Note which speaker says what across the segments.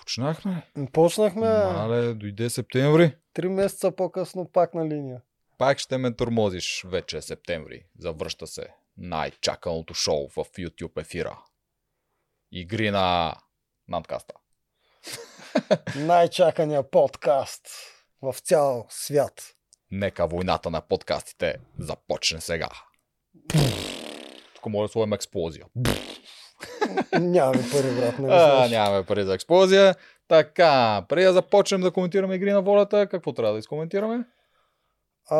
Speaker 1: Почнахме.
Speaker 2: Почнахме
Speaker 1: Мале, дойде септември.
Speaker 2: три месеца по-късно пак на линия.
Speaker 1: Пак ще ме тормозиш. Вече е септември. Завръща се най-чаканото шоу в YouTube ефира. Игри на надкаста.
Speaker 2: Най-чакания подкаст в цял свят.
Speaker 1: Нека войната на подкастите започне сега. Тук може да сложим експлозия.
Speaker 2: Нямаме пари, брат, не
Speaker 1: А,
Speaker 2: знаеш.
Speaker 1: нямаме пари за експлозия. Така, преди да започнем да коментираме игри на волята, какво трябва да изкоментираме?
Speaker 2: А,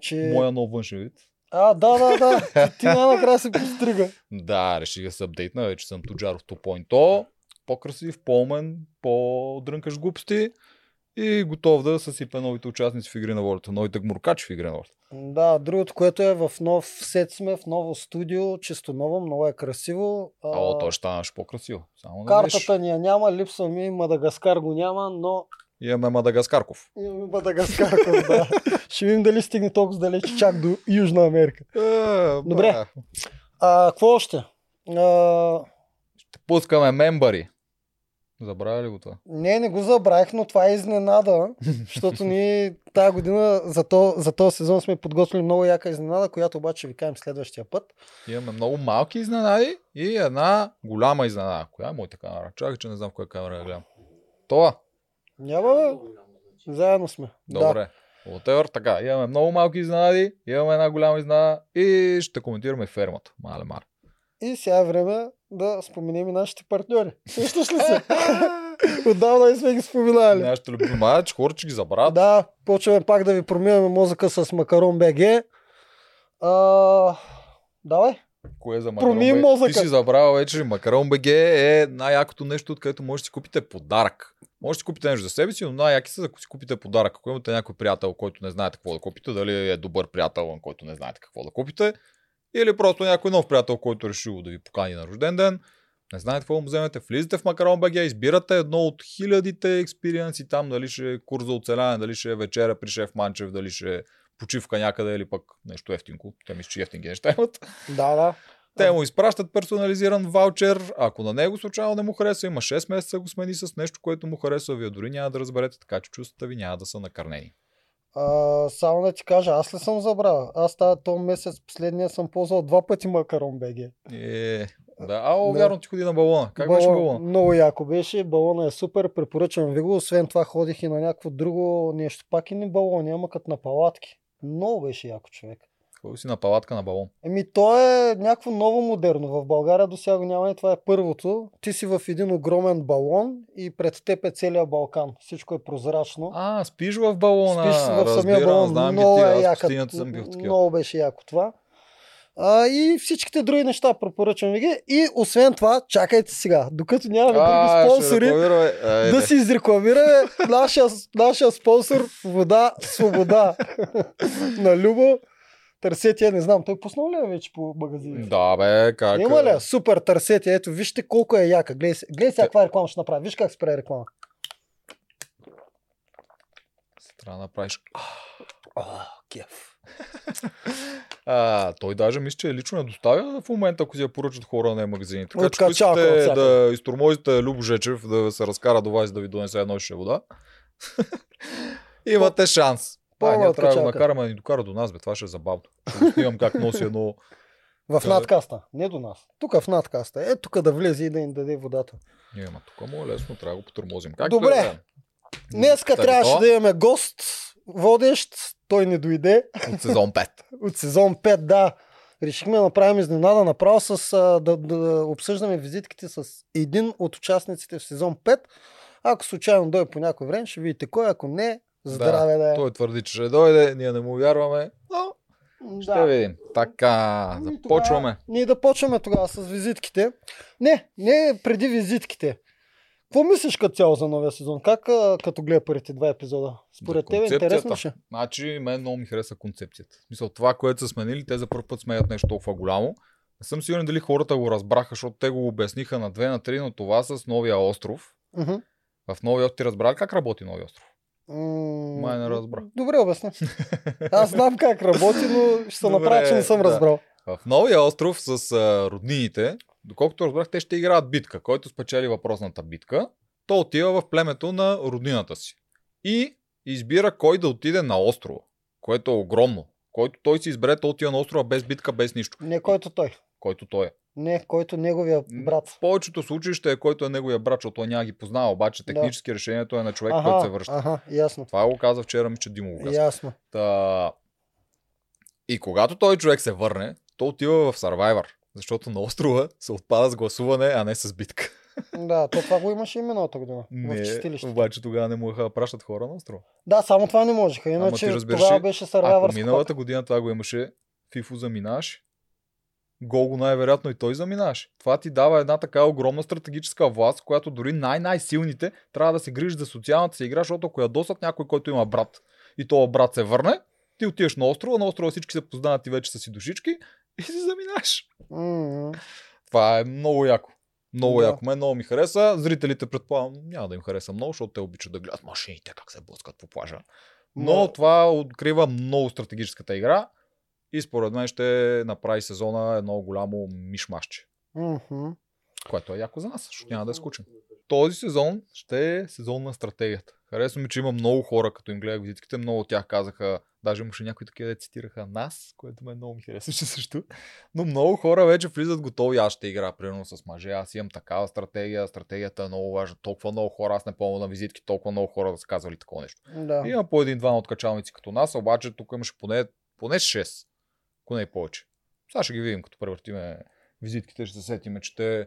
Speaker 2: че...
Speaker 1: Моя нов външен вид.
Speaker 2: А, да, да, да. Ти- Ти най-накрая се пострига.
Speaker 1: Да, реших да се апдейтна, вече съм Туджаров 2.0. По-красив, по-умен, по-дрънкаш глупости и готов да съсипе новите участници в игри на волята, новите гмуркачи в игри на волята.
Speaker 2: Да, другото, което е в нов сет сме, в ново студио, чисто ново, много е красиво. А,
Speaker 1: А, О, той ще станеш по-красиво. Само да видиш.
Speaker 2: Картата ни я няма, липсва ми, Мадагаскар го няма, но
Speaker 1: Имаме Мадагаскарков.
Speaker 2: имаме Мадагаскар, да. Ще видим дали стигне толкова далеч, чак до Южна Америка.
Speaker 1: Е,
Speaker 2: Добре.
Speaker 1: бе.
Speaker 2: А, какво още? А,
Speaker 1: Ще пускаме мембари. Забравя ли го това?
Speaker 2: Не, не го забравих, но това е изненада, защото ние тази година за то, за то сезон сме подготвили много яка изненада, която обаче ви кажем следващия път.
Speaker 1: Имаме много малки изненади и една голяма изненада. Коя е моята камера? Чакай, че не знам в коя камера я гледам. Това.
Speaker 2: Няма бе? Заедно сме. Да.
Speaker 1: Добре. Whatever, така, имаме много малки изненади, имаме една голяма изненада и ще коментираме фермата. Мале, мале.
Speaker 2: И сега е време да споменем и нашите партньори. Сещаш ли се? Отдавна не сме ги споменали.
Speaker 1: Нашите любими мая, че хора, че ги забравят.
Speaker 2: Да, почваме пак да ви промиваме мозъка с Макарон БГ. А, давай.
Speaker 1: Кое е за Макарон
Speaker 2: Промий
Speaker 1: БГ? Ти
Speaker 2: мозъка.
Speaker 1: си забравил вече, Макарон БГ е най-якото нещо, от което може да си купите подарък. Може да си купите нещо за себе си, но най-яки са, ако си купите подарък. Ако имате някой приятел, който не знаете какво да купите, дали е добър приятел, на който не знаете какво да купите, или просто някой нов приятел, който е решил да ви покани на рожден ден, не знаете какво му вземете, влизате в Макарон БГ, избирате едно от хилядите експириенси там, дали ще е курс за оцеляне, дали ще е вечеря при шеф Манчев, дали ще е почивка някъде или пък нещо ефтинко. Те мисля, че ефтинки неща имат.
Speaker 2: Да, да.
Speaker 1: Те му изпращат персонализиран ваучер. Ако на него случайно не му харесва, има 6 месеца го смени с нещо, което му харесва. Вие дори няма да разберете, така че чувствата ви няма да са накърнени.
Speaker 2: А, само да ти кажа, аз ли съм забравил? Аз тази този месец, последния съм ползвал два пъти макарон БГ.
Speaker 1: Е, да. Ао,
Speaker 2: Да.
Speaker 1: вярно ти ходи на балона. Как беше балона?
Speaker 2: Много яко беше, балона е супер, препоръчвам ви го. Освен това ходих и на някакво друго нещо. Пак и не балон, няма като на палатки. Много беше яко човек.
Speaker 1: Ходи си на палатка на балон.
Speaker 2: Еми, то е някакво ново модерно. В България до сега го няма и това е първото. Ти си в един огромен балон и пред теб е целият Балкан. Всичко е прозрачно.
Speaker 1: А, спиш в балона.
Speaker 2: Спиш в самия
Speaker 1: Разбирам,
Speaker 2: балон.
Speaker 1: Знам ги
Speaker 2: много
Speaker 1: ти,
Speaker 2: е
Speaker 1: аз в
Speaker 2: яка.
Speaker 1: пустинята съм бил в такива.
Speaker 2: Много беше яко това. А, и всичките други неща препоръчвам ви ги. И освен това, чакайте сега, докато нямаме други
Speaker 1: ще
Speaker 2: спонсори,
Speaker 1: рекламираме. Е, Айде.
Speaker 2: да си изрекламираме нашия, нашия спонсор Вода Свобода на Любо. Търсете, я, не знам, той пуснал ли я вече по магазините?
Speaker 1: Да, бе, как.
Speaker 2: Има ли?
Speaker 1: е?
Speaker 2: я? Супер, търсете. я. Ето, вижте колко е яка. Гледай, се- гледай сега
Speaker 1: Те-
Speaker 2: каква реклама ще направи. Виж как спре реклама.
Speaker 1: Трябва да направиш.
Speaker 2: О, кеф.
Speaker 1: А, той даже мисля, че е лично не доставя в момента, ако си я поръчат хора на магазини.
Speaker 2: Е,
Speaker 1: Така че ако
Speaker 2: Откачалка
Speaker 1: искате
Speaker 2: отвсякъде.
Speaker 1: да изтормозите Любо Жечев, да се разкара до вас да ви донесе едно ще вода, имате шанс. А,
Speaker 2: Пълна
Speaker 1: ние трябва да го
Speaker 2: откачалка.
Speaker 1: накараме да ни докара до нас, бе, това ще е забавно. Ще го снимам как носи едно...
Speaker 2: В
Speaker 1: Къде?
Speaker 2: надкаста, не до нас. Тук в надкаста. Е, тук да влезе и да им даде водата.
Speaker 1: Ние, ма тук му е лесно, трябва да го потормозим. Как
Speaker 2: Добре. Днеска трябваше да
Speaker 1: е...
Speaker 2: имаме гост, водещ. Той не дойде.
Speaker 1: От сезон 5.
Speaker 2: От сезон 5, да. Решихме да направим изненада направо с, а, да, да обсъждаме визитките с един от участниците в сезон 5. Ако случайно дойде по някое време, ще видите кой. е. Ако не, здраве да, е.
Speaker 1: Той твърди, че ще дойде, ние не му вярваме, но ще
Speaker 2: Да.
Speaker 1: видим. Така,
Speaker 2: Ами,
Speaker 1: започваме.
Speaker 2: Ние да почваме тогава с визитките. Не, не преди визитките. Какво мислиш като цяло за новия сезон? Как а, като гледа първите два епизода? Според
Speaker 1: За
Speaker 2: тебе
Speaker 1: концепцията.
Speaker 2: интересно ли ще?
Speaker 1: Значи, мен много ми хареса концепцията. В Смисъл, това, което са сменили, те за първ път сменят нещо толкова голямо. Не съм сигурен дали хората го разбраха, защото те го обясниха на две, на три, но това с новия остров.
Speaker 2: Мгм.
Speaker 1: В новия остров ти разбра как работи новия остров.
Speaker 2: М,
Speaker 1: Май не разбрах.
Speaker 2: Добре обясня. Аз знам как работи, но ще се
Speaker 1: Добре,
Speaker 2: направя, че не съм
Speaker 1: да.
Speaker 2: разбрал.
Speaker 1: В новия остров с а, роднините, доколкото разбрах, те ще играят битка. Който спечели въпросната битка, то отива в племето на родината си. И избира кой да отиде на острова, което е огромно. Който той си избере, той отива на острова без битка, без нищо.
Speaker 2: Не който той.
Speaker 1: Който той е.
Speaker 2: Не, който неговия
Speaker 1: В
Speaker 2: брат.
Speaker 1: повечето случаи ще е който е неговия брат, защото той няма ги познава, обаче технически решението е на човек, който се връща.
Speaker 2: Аха, ясно.
Speaker 1: Това го каза вчера ми, че Димо го каза.
Speaker 2: Ясно.
Speaker 1: Та... И когато той човек се върне, то отива в Survivor. Защото на острова се отпада с гласуване, а не с битка.
Speaker 2: Да, то това го имаше и миналата година.
Speaker 1: Не,
Speaker 2: в чистилище.
Speaker 1: обаче тогава не можеха да пращат хора на острова.
Speaker 2: Да, само това не можеха. Иначе
Speaker 1: ти разбираш
Speaker 2: тогава
Speaker 1: ли,
Speaker 2: беше
Speaker 1: Ако
Speaker 2: Сървайвър
Speaker 1: миналата година това го имаше, Фифо заминаваше. Голго най-вероятно и той заминаваше. Това ти дава една така огромна стратегическа власт, която дори най-най-силните трябва да се грижат за социалната си игра, защото ако ядосат някой, който има брат и този брат се върне, ти отиваш на острова, на острова всички се познават и вече са си душички и си заминаваш. Това е много яко. Много
Speaker 2: Да.
Speaker 1: яко. Мен много ми хареса. Зрителите предполагам няма да им хареса много, защото те обичат да гледат машините как се блъскат по плажа. Но
Speaker 2: Но-
Speaker 1: това открива много стратегическата игра и според мен ще направи сезона едно голямо мишмашче, което е яко за нас, защото няма да е скучен. Този сезон ще е сезон на стратегията. Харесва ми, че има много хора, като им гледах визитките, много от тях казаха, даже имаше някои такива, де цитираха нас, което мен много ми харесваше също. Но много хора вече влизат готови, аз ще игра, примерно с мъже, аз имам такава стратегия, стратегията е много важна, толкова много хора, аз не помня на визитки, толкова много хора да са казвали такова нещо.
Speaker 2: Да.
Speaker 1: Има по един-два откачалници като нас, обаче тук имаше поне, поне 6, ако не и повече. Сега ще ги видим, като превъртиме визитките, ще се сетиме, че те,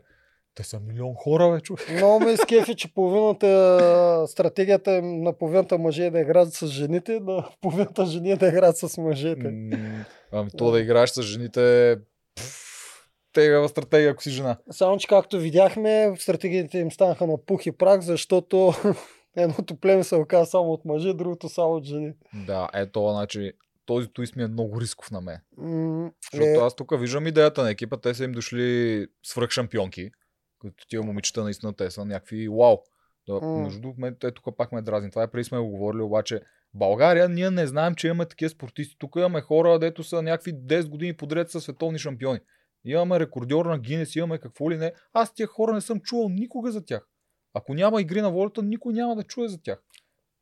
Speaker 1: те са милион хора, бе, човек.
Speaker 2: Много ме изкефи, че половината стратегията им на половината мъже е да играят с жените, на половината жени е да играят с мъжете.
Speaker 1: М, Ами то да играеш с жените, пф, тегава стратегия, ако си жена.
Speaker 2: Само, че както видяхме, стратегиите им станаха на пух и прах, защото едното племе се оказа само от мъже, другото само от жени.
Speaker 1: Да, ето, значи, този туист ми е много рисков на мен.
Speaker 2: М,
Speaker 1: Защото
Speaker 2: е,
Speaker 1: аз тук виждам идеята на екипа, те са им дошли свръхшампионки, като тия момичета наистина те са някакви вау. Да,
Speaker 2: М.
Speaker 1: между другото, мен те тук пак ме дразни. Това е преди сме го говорили, обаче България, ние не знаем, че имаме такива спортисти. Тук имаме хора, дето са някакви 10 години подред са световни шампиони. Имаме рекордьор на Гинес, имаме какво ли не. Аз тия хора не съм чувал никога за тях. Ако няма игри на волята, никой няма да чуе за тях.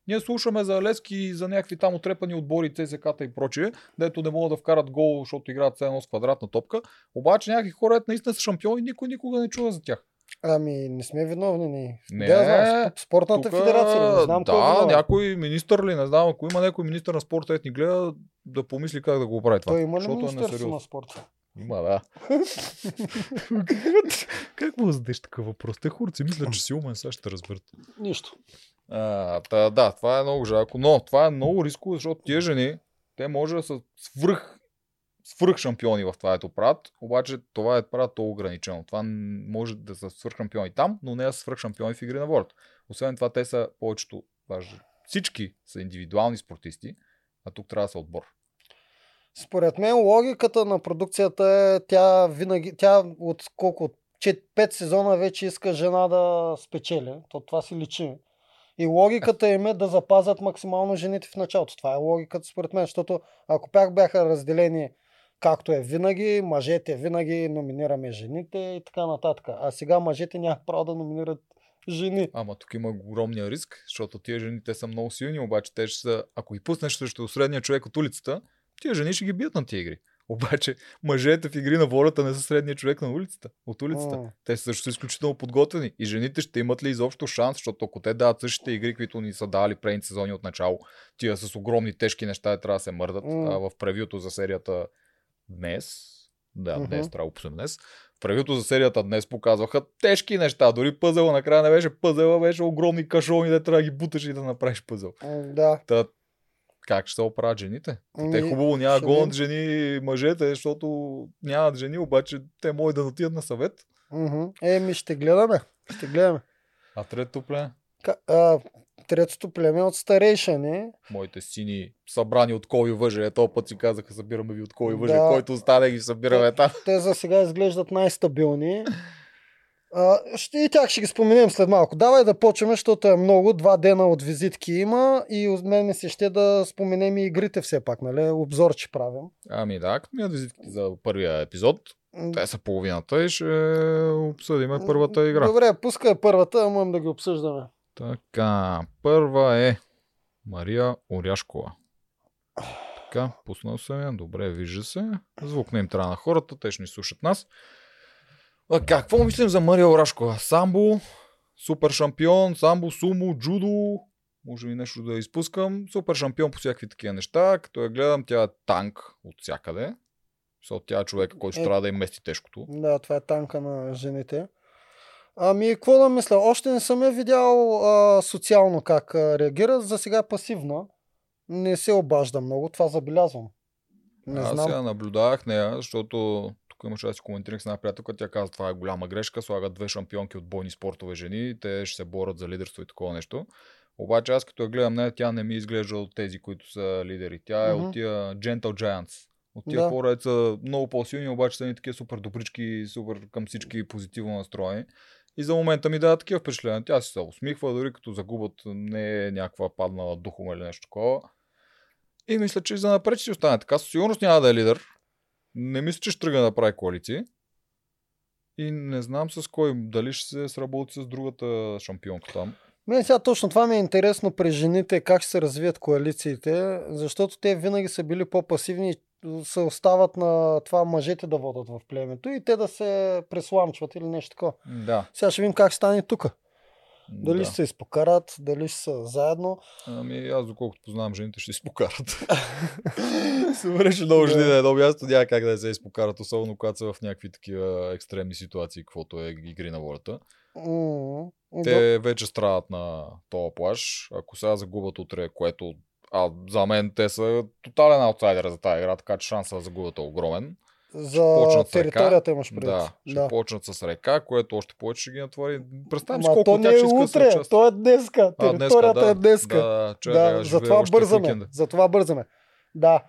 Speaker 1: Ние слушаме за Лески и за някакви там отрепани отбори, ЦСК-та и прочие, дето не могат да вкарат гол, защото играят все едно с квадратна топка. Обаче някакви хора дето наистина са шампиони, никой никога не чува за тях.
Speaker 2: Ами, не сме виновни ни.
Speaker 1: Не,
Speaker 2: Не, да, знам, сп- спортната
Speaker 1: Тука,
Speaker 2: федерация, не знам
Speaker 1: да,
Speaker 2: кой е виновен.
Speaker 1: някой министър ли, не знам, ако има някой министър на спорта, ето ни гледа, да помисли как да го прави това.
Speaker 2: Той има ли
Speaker 1: защото е
Speaker 2: министерство
Speaker 1: несериозно.
Speaker 2: на спорта?
Speaker 1: Има, да. как му задеш такъв въпрос? Те хорци мислят, че си умен, сега ще разберат.
Speaker 2: Нищо.
Speaker 1: А, та, да, това е много жалко, но това е много рисково, защото тия жени, те може да са свръх, свръх шампиони в това, ето правят, обаче това е правят то ограничено. Това н- може да са свръх шампиони там, но не да са свръх шампиони в игри на волята. Освен това, те са повечето, даже всички са индивидуални спортисти, а тук трябва да са отбор.
Speaker 2: Според мен логиката на продукцията е, тя винаги, тя от колко, от 5 сезона вече иска жена да спечели. То това си личи. И логиката им е да запазят максимално жените в началото. Това е логиката според мен, защото ако пак бяха разделени както е винаги, мъжете винаги номинираме жените и така нататък. А сега мъжете нямат право да номинират жени.
Speaker 1: Ама тук има огромния риск, защото тия жени те са много силни, обаче те ще са, ако ги пуснеш срещу средния човек от улицата, тия жени ще ги бият на тия игри. Обаче мъжете в игри на волята не са средния човек на улицата, от улицата.
Speaker 2: М.
Speaker 1: Те също са изключително подготвени. И жените ще имат ли изобщо шанс, защото ако те дават същите игри, които ни са дали предните сезони от начало, тия с огромни тежки неща е трябва да се мърдат.
Speaker 2: М.
Speaker 1: А в превюто за серията днес, да,
Speaker 2: Мгм.
Speaker 1: днес трябва да опуснем днес, в превюто за серията днес показваха тежки неща. Дори пъзела накрая не беше пъзела, беше огромни кашони, де трябва да ги буташ и да направиш пъзел.
Speaker 2: М, Да.
Speaker 1: Та, как ще се оправят жените? Те
Speaker 2: Ми,
Speaker 1: хубаво няма
Speaker 2: Ами, ще
Speaker 1: гонят жени и мъжете, защото нямат жени, обаче те могат да отидат на съвет.
Speaker 2: Мгм. Еми, ще гледаме. Ще гледаме.
Speaker 1: А трето племе?
Speaker 2: Ка- а, третото племе е от старейшани.
Speaker 1: моите сини, събрани от коли въже. Е, този път си казаха, събираме ви от коли въже.
Speaker 2: Да.
Speaker 1: Който остане ги събираме там.
Speaker 2: Те за сега изглеждат най-стабилни. А, ще, и тях ще ги споменем след малко. Давай да почнем, защото е много. Два дена от визитки има и от мен ми се ще да споменем и игрите все пак, нали? Обзор, че правим.
Speaker 1: Ами да, като минат визитките за е първия епизод, Те са половината и ще обсъдиме е първата игра.
Speaker 2: Добре, пускай първата, ама имам да ги обсъждаме.
Speaker 1: Така, първа е Мария Оряшкова. Така, пуснал съм я. Добре, вижда се. Звук не им трябва на хората, те ще ни слушат нас. А, какво мислим за Мария Орашкова? Самбо, супер шампион, самбо, сумо, джудо, може би нещо да изпускам. Супер шампион по всякакви такива неща. Като я гледам, тя е танк от всякъде. Со тя е човека, който ще
Speaker 2: Е.
Speaker 1: трябва да им мести тежкото.
Speaker 2: Да, това е танка на жените. Ами, какво да мисля? Още не съм я видял а, социално как а, реагира. За сега е пасивна. Не се обажда много, това забелязвам. Не
Speaker 1: Аз
Speaker 2: знам.
Speaker 1: сега наблюдавах нея, защото тук имаше да си коментирах с една приятелка, тя каза, това е голяма грешка, слагат две шампионки от бойни спортове жени, те ще се борят за лидерство и такова нещо. Обаче аз като я гледам нея, тя не ми изглежда от тези, които са лидери. Тя е
Speaker 2: Мгм.
Speaker 1: от тия Gentle Giants. От тия
Speaker 2: Да.
Speaker 1: хора е са много по-силни, обаче са ни такива супер добрички, супер към всички позитивно настроени. И за момента ми дава такива впечатления. Тя си се усмихва, дори като загубят не е някаква паднала духом или нещо такова. И мисля, че и за напред ще си остане така. Със сигурност няма да е лидер. Не мисля, че ще тръгне да прави коалиции. И не знам с кой, дали ще се сработи с другата шампионка там.
Speaker 2: Мен сега точно това ми е интересно при жените, как ще се развият коалициите, защото те винаги са били по-пасивни и се остават на това мъжете да водят в племето и те да се пресламчват или нещо такова.
Speaker 1: Да.
Speaker 2: Сега ще видим как ще стане тук. Дали
Speaker 1: да.
Speaker 2: ще се изпокарат, дали ще са заедно.
Speaker 1: Ами аз доколкото познавам жените, ще се изпокарат. Добре, ще много жени на едно място, няма как да се изпокарат, особено когато са в някакви такива екстремни ситуации, каквото е игри на волята.
Speaker 2: М, да.
Speaker 1: Те вече страдат на този плаш. Ако сега загубят утре, което а за мен те са тотален аутсайдер за тази игра, така че шансът да загубят е огромен.
Speaker 2: За
Speaker 1: почнат с река.
Speaker 2: територията имаш предвид.
Speaker 1: Да, ще
Speaker 2: да.
Speaker 1: почнат с река, което още повече ще ги натвори. Представям си
Speaker 2: Ама
Speaker 1: колко
Speaker 2: то
Speaker 1: от
Speaker 2: не
Speaker 1: тях
Speaker 2: е
Speaker 1: ще искат да
Speaker 2: утре,
Speaker 1: се участват.
Speaker 2: то е днеска.
Speaker 1: А, днеска,
Speaker 2: Територията
Speaker 1: да,
Speaker 2: е днеска.
Speaker 1: Да, че,
Speaker 2: да, затова бързаме.
Speaker 1: Уикенда.
Speaker 2: Затова бързаме. Да.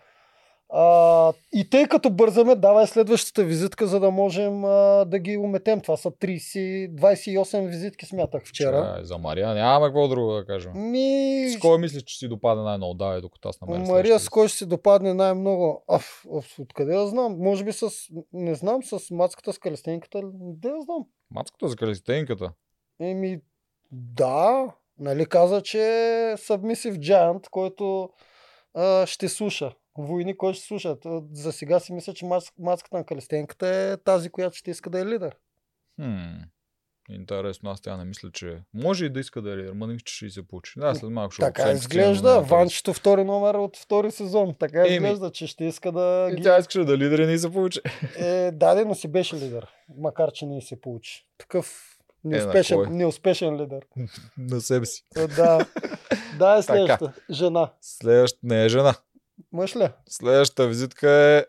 Speaker 2: А, и тъй като бързаме, давай следващата визитка, за да можем а, да ги уметем. Това са 30, 28 визитки, смятах вчера.
Speaker 1: Чай, е за Мария няма какво друго да кажем.
Speaker 2: Ми,
Speaker 1: С кой мислиш, че си допада най-много? Давай, докато аз намеря
Speaker 2: Мария, с
Speaker 1: следващия.
Speaker 2: кой ще се допадне най-много? Аф, аф, откъде да знам? Може би с, не знам, с мацката, с калестинката. Да я знам.
Speaker 1: Мацката за калистенката.
Speaker 2: Еми, да, нали каза, че е събмисив джант, който а, ще слуша. Войни, който ще слушат. За сега си мисля, че мас- маската на Калестенката е тази, която ще иска да е лидер.
Speaker 1: Хм. Интересно, аз тя не мисля, че... Може и да иска да е лидер, ма не мисля, че ще й се получи. Да, след малко ще
Speaker 2: така
Speaker 1: обсъдим с тия
Speaker 2: изглежда.
Speaker 1: номинатори.
Speaker 2: Ванчето втори номер от втори сезон. Така
Speaker 1: Еми.
Speaker 2: изглежда, че ще иска да
Speaker 1: И
Speaker 2: ги...
Speaker 1: тя искаше да е лидер и не й се получи.
Speaker 2: Е, даде, но си беше лидер. Макар, че не й се получи. Такъв неуспешен,
Speaker 1: Е, кой?
Speaker 2: неуспешен лидер.
Speaker 1: На себе си.
Speaker 2: Е, Да. Да, е следващата. Жена.
Speaker 1: Следващ не е жена.
Speaker 2: Мъж ли?
Speaker 1: Следващата визитка е,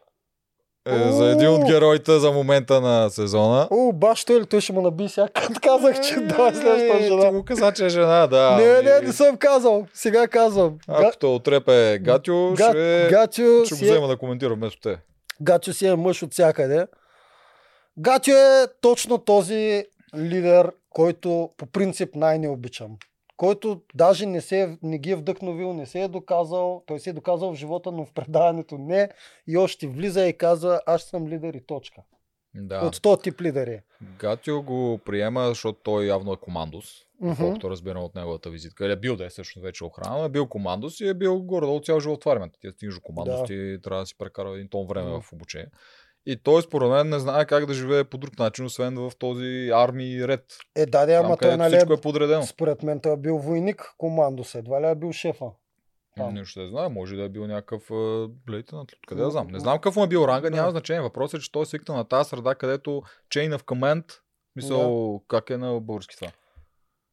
Speaker 1: е за един от
Speaker 2: Уу.
Speaker 1: героите за момента на сезона.
Speaker 2: О, баш той ли той ще му наби сега, като казах, че да, следващата
Speaker 1: Е, Ти
Speaker 2: жена.
Speaker 1: го каза, че е жена, да.
Speaker 2: Не, не,
Speaker 1: Ами,
Speaker 2: не съм казал. Сега казвам. Га-
Speaker 1: Ако те отрепе Гатю,
Speaker 2: Га-
Speaker 1: ще,
Speaker 2: Гачо
Speaker 1: ще го
Speaker 2: си, е,
Speaker 1: взема да коментира вместо те.
Speaker 2: Гачо си е мъж от всякъде. Гачо е точно този лидер, който по принцип най-не обичам. Който даже не, се, е- не ги е вдъхновил, не се е доказал. Той се е доказал в живота, но в предаването не. И още влиза и казва, аз съм лидер и точка.
Speaker 1: Да.
Speaker 2: От 100 тип е. лидери.
Speaker 1: Гатио го приема, защото той явно е командос.
Speaker 2: Мгм.
Speaker 1: Колкото разбирам от неговата визитка. Или е бил да е всъщност вече охрана, но е бил командос и е бил горе-долу цял живот в армията. Ти стигаш до командос,
Speaker 2: Да.
Speaker 1: ти трябва да си прекарал един тон време
Speaker 2: Мгм.
Speaker 1: в обучение. И той според мен не знае как да живее по друг начин, освен в този армии ред.
Speaker 2: Е, да, да,
Speaker 1: Там,
Speaker 2: ама той
Speaker 1: където
Speaker 2: нали е
Speaker 1: всичко е подредено.
Speaker 2: Според мен той е бил войник, командос, едва ли е бил шефа. там.
Speaker 1: Не ще знае, може да е бил някакъв е, лейтенант, ли, откъде да знам. Не знам какъв му е бил ранга, няма
Speaker 2: Да.
Speaker 1: значение. Въпросът е, че той е свикнал на тази среда, където chain of command, мисъл, как е на български това.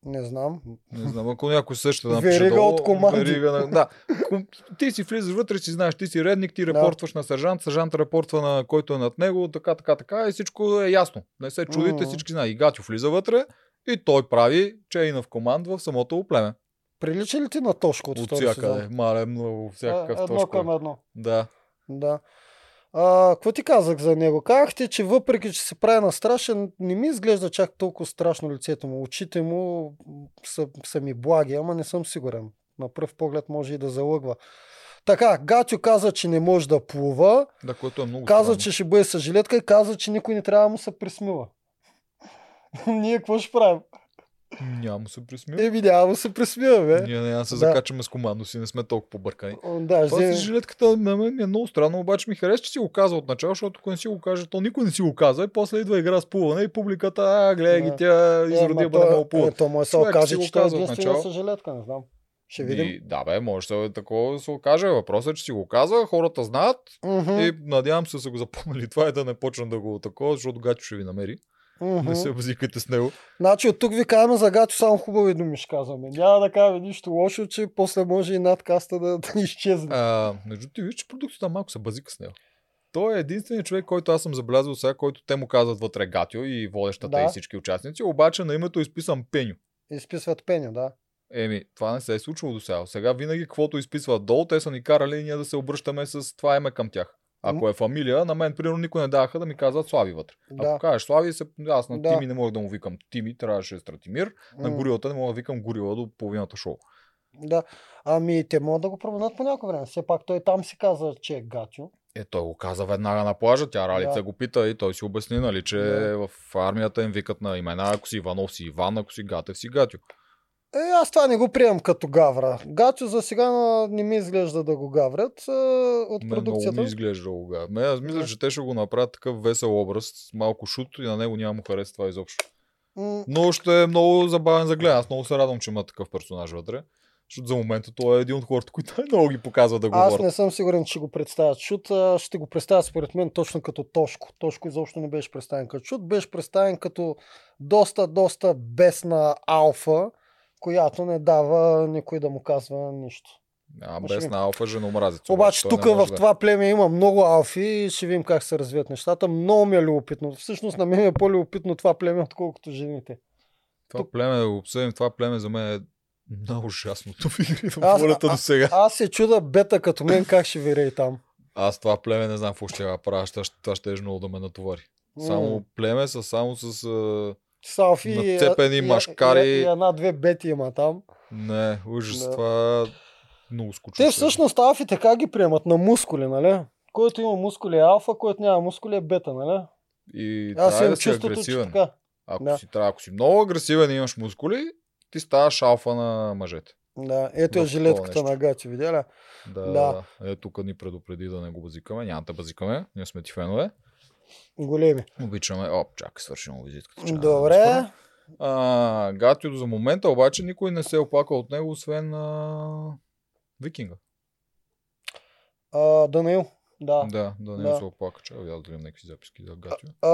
Speaker 2: Не знам.
Speaker 1: Не знам, ако някой също да напише
Speaker 2: Верига
Speaker 1: долу,
Speaker 2: от команди.
Speaker 1: верига на... Да. Ком- Ти си влизаш вътре, си знаеш, ти си редник, ти репортваш на сержант, сержант репортва на който е над него, така, така, така и всичко е ясно. Не се чудите,
Speaker 2: Мгм.
Speaker 1: всички знаят. И Гатю влиза вътре и той прави chain of command в самото племе.
Speaker 2: Прилича ли ти на Тошко от,
Speaker 1: От
Speaker 2: втори
Speaker 1: всякъде.
Speaker 2: сезон?
Speaker 1: Мале, много, всякакъв
Speaker 2: Е, едно
Speaker 1: точка.
Speaker 2: към едно.
Speaker 1: Да.
Speaker 2: Да. А, какво ти казах за него? Казах ти, че въпреки, че се прави на страшен, не ми изглежда чак толкова страшно лицето му. Очите му м, са, са ми благи, ама не съм сигурен. На пръв поглед може и да залъгва. Така, Гатю каза, че не може да плува,
Speaker 1: Да, което е много
Speaker 2: каза,
Speaker 1: странно.
Speaker 2: че ще бъде с жилетка и каза, че никой не трябва да му се присмива. Ние какво ще правим?
Speaker 1: Няма му се присмива.
Speaker 2: Еми няма да се присмива, Е, бе.
Speaker 1: Ние няма да се
Speaker 2: Да. Е,
Speaker 1: закачаме с командо си, не сме толкова побъркани.
Speaker 2: О, Да,
Speaker 1: Това
Speaker 2: взем-
Speaker 1: с жилетката на мен ми е много странно, обаче ми харесва, че си го каза от начало, защото ако не си го каже, то никой не си го каза и после идва игра с плуване и публиката, а, гледай ги,
Speaker 2: Да.
Speaker 1: тя
Speaker 2: Е,
Speaker 1: изроди,
Speaker 2: ма
Speaker 1: бъде
Speaker 2: то-
Speaker 1: много
Speaker 2: е,
Speaker 1: плува.
Speaker 2: То му е се
Speaker 1: Човек
Speaker 2: окаже,
Speaker 1: си го
Speaker 2: че той е
Speaker 1: каза от
Speaker 2: единствено
Speaker 1: начало.
Speaker 2: с жилетка, не знам. Ще видим.
Speaker 1: И, да бе, може да е такова да се окаже. Въпросът е, че си го каза, хората знаят
Speaker 2: Мгм,
Speaker 1: и надявам се са го запомнили. Това е да не почна да го такова, защото Гачо ще ви намери.
Speaker 2: мгм.
Speaker 1: Не се базикайте с него.
Speaker 2: Значи от тук ви казваме за Гачо само хубави думи ще казваме. Няма да кажем нищо лошо, че после може и надкаста да, да изчезне.
Speaker 1: А, между ти виж, че продукцията малко се базика с него. Той е единственият човек, който аз съм забелязал сега, който те му казват вътре Гатио и водещата
Speaker 2: Да.
Speaker 1: и всички участници, обаче на името е изписан Пеню.
Speaker 2: Изписват пеня, да.
Speaker 1: Еми, това не се е случвало до сега. Сега винаги, каквото изписват долу, те са ни карали ние да се обръщаме с това име към тях. Ако е фамилия, на мен, примерно, никой не даваха да ми казват Слави вътре.
Speaker 2: Да.
Speaker 1: Ако кажеш Слави, се... аз на
Speaker 2: Да.
Speaker 1: Тими не мога да му викам Тими, трябваше да е Стратимир. На
Speaker 2: М,
Speaker 1: горилата не мога да викам горила до половината шоу.
Speaker 2: Да. Ами те могат да го променят по някое време. Все пак той там си каза, че е Гачо.
Speaker 1: Е, той го каза веднага на плажа, тя Ралица
Speaker 2: Да.
Speaker 1: го пита и той си обясни, нали, че
Speaker 2: Да.
Speaker 1: в армията им викат на имена, ако си Иванов си Иван, ако си Гатев си Гатю.
Speaker 2: Е, аз това не го приемам като гавра. Гачо за сега а, не ми изглежда да го гаврят е, от
Speaker 1: Мен много ми
Speaker 2: продукцията.
Speaker 1: изглежда луга. Ме, аз мисля,
Speaker 2: Да.
Speaker 1: че те ще го направят такъв весел образ, с малко шут и на него няма му хареса това изобщо.
Speaker 2: М,
Speaker 1: Но ще е много забавен за гледане. Аз много се радвам, че има такъв персонаж вътре. Защото за момента той е един от хората, които най-много ги показва да
Speaker 2: Аз
Speaker 1: говорят.
Speaker 2: не съм сигурен, че го представят Шут. а, Ще го представят според мен точно като Тошко. Тошко изобщо не беше представен като Шут. Беше представен като доста, доста бесна алфа, която не дава никой да му казва нищо.
Speaker 1: А,
Speaker 2: Ще
Speaker 1: без
Speaker 2: видим.
Speaker 1: на алфа женомразец.
Speaker 2: Обаче
Speaker 1: той не
Speaker 2: тук
Speaker 1: може
Speaker 2: в
Speaker 1: да е.
Speaker 2: това племе има много алфи и ще видим как се развият нещата. Много ми е любопитно. Всъщност на мен ми е по-любопитно това племе, отколкото жените.
Speaker 1: Това племе, да го обсъдим, това племе за мен е много ужасното в игри на
Speaker 2: Аз-
Speaker 1: волята до сега.
Speaker 2: Аз се чуда бета като мен как ще вире и там.
Speaker 1: Аз това племе не знам какво ще я правя, ще, това ще е много да ме натовари. Само
Speaker 2: М.
Speaker 1: племе са само с... А...
Speaker 2: Салфи и-
Speaker 1: нацепени
Speaker 2: и- и-
Speaker 1: машкари.
Speaker 2: И, и една-две бети има там.
Speaker 1: Не, ужас,
Speaker 2: Да.
Speaker 1: това много скучно. ще
Speaker 2: Те
Speaker 1: е.
Speaker 2: всъщност алфи така ги приемат на мускули, нали? Който има мускули е алфа, който няма мускули е бета, нали?
Speaker 1: И
Speaker 2: Аз
Speaker 1: трябва
Speaker 2: имам
Speaker 1: да си е
Speaker 2: чувството, че
Speaker 1: агресивен.
Speaker 2: така.
Speaker 1: Ако,
Speaker 2: Да.
Speaker 1: си, трябва, ако си много агресивен и имаш мускули, ти ставаш алфа на мъжете.
Speaker 2: Да, ето
Speaker 1: В
Speaker 2: е
Speaker 1: такова
Speaker 2: жилетката
Speaker 1: нещо.
Speaker 2: на Гати, видя ли?
Speaker 1: Да,
Speaker 2: Да.
Speaker 1: да. Е, тук ни предупреди да не го базикаме. Няма да базикаме. Ние сме ти фенове.
Speaker 2: Големи.
Speaker 1: Обичаме. Оп, чакай, свършим визитката. чакай да
Speaker 2: Добре.
Speaker 1: разпъна. А, Гатио за момента обаче никой не се оплака от него, освен а... Викинга.
Speaker 2: А, Данил. Да.
Speaker 1: Да, да не
Speaker 2: Да.
Speaker 1: да. се оплака, че видял дали имам някакви записки за Гатио.
Speaker 2: А,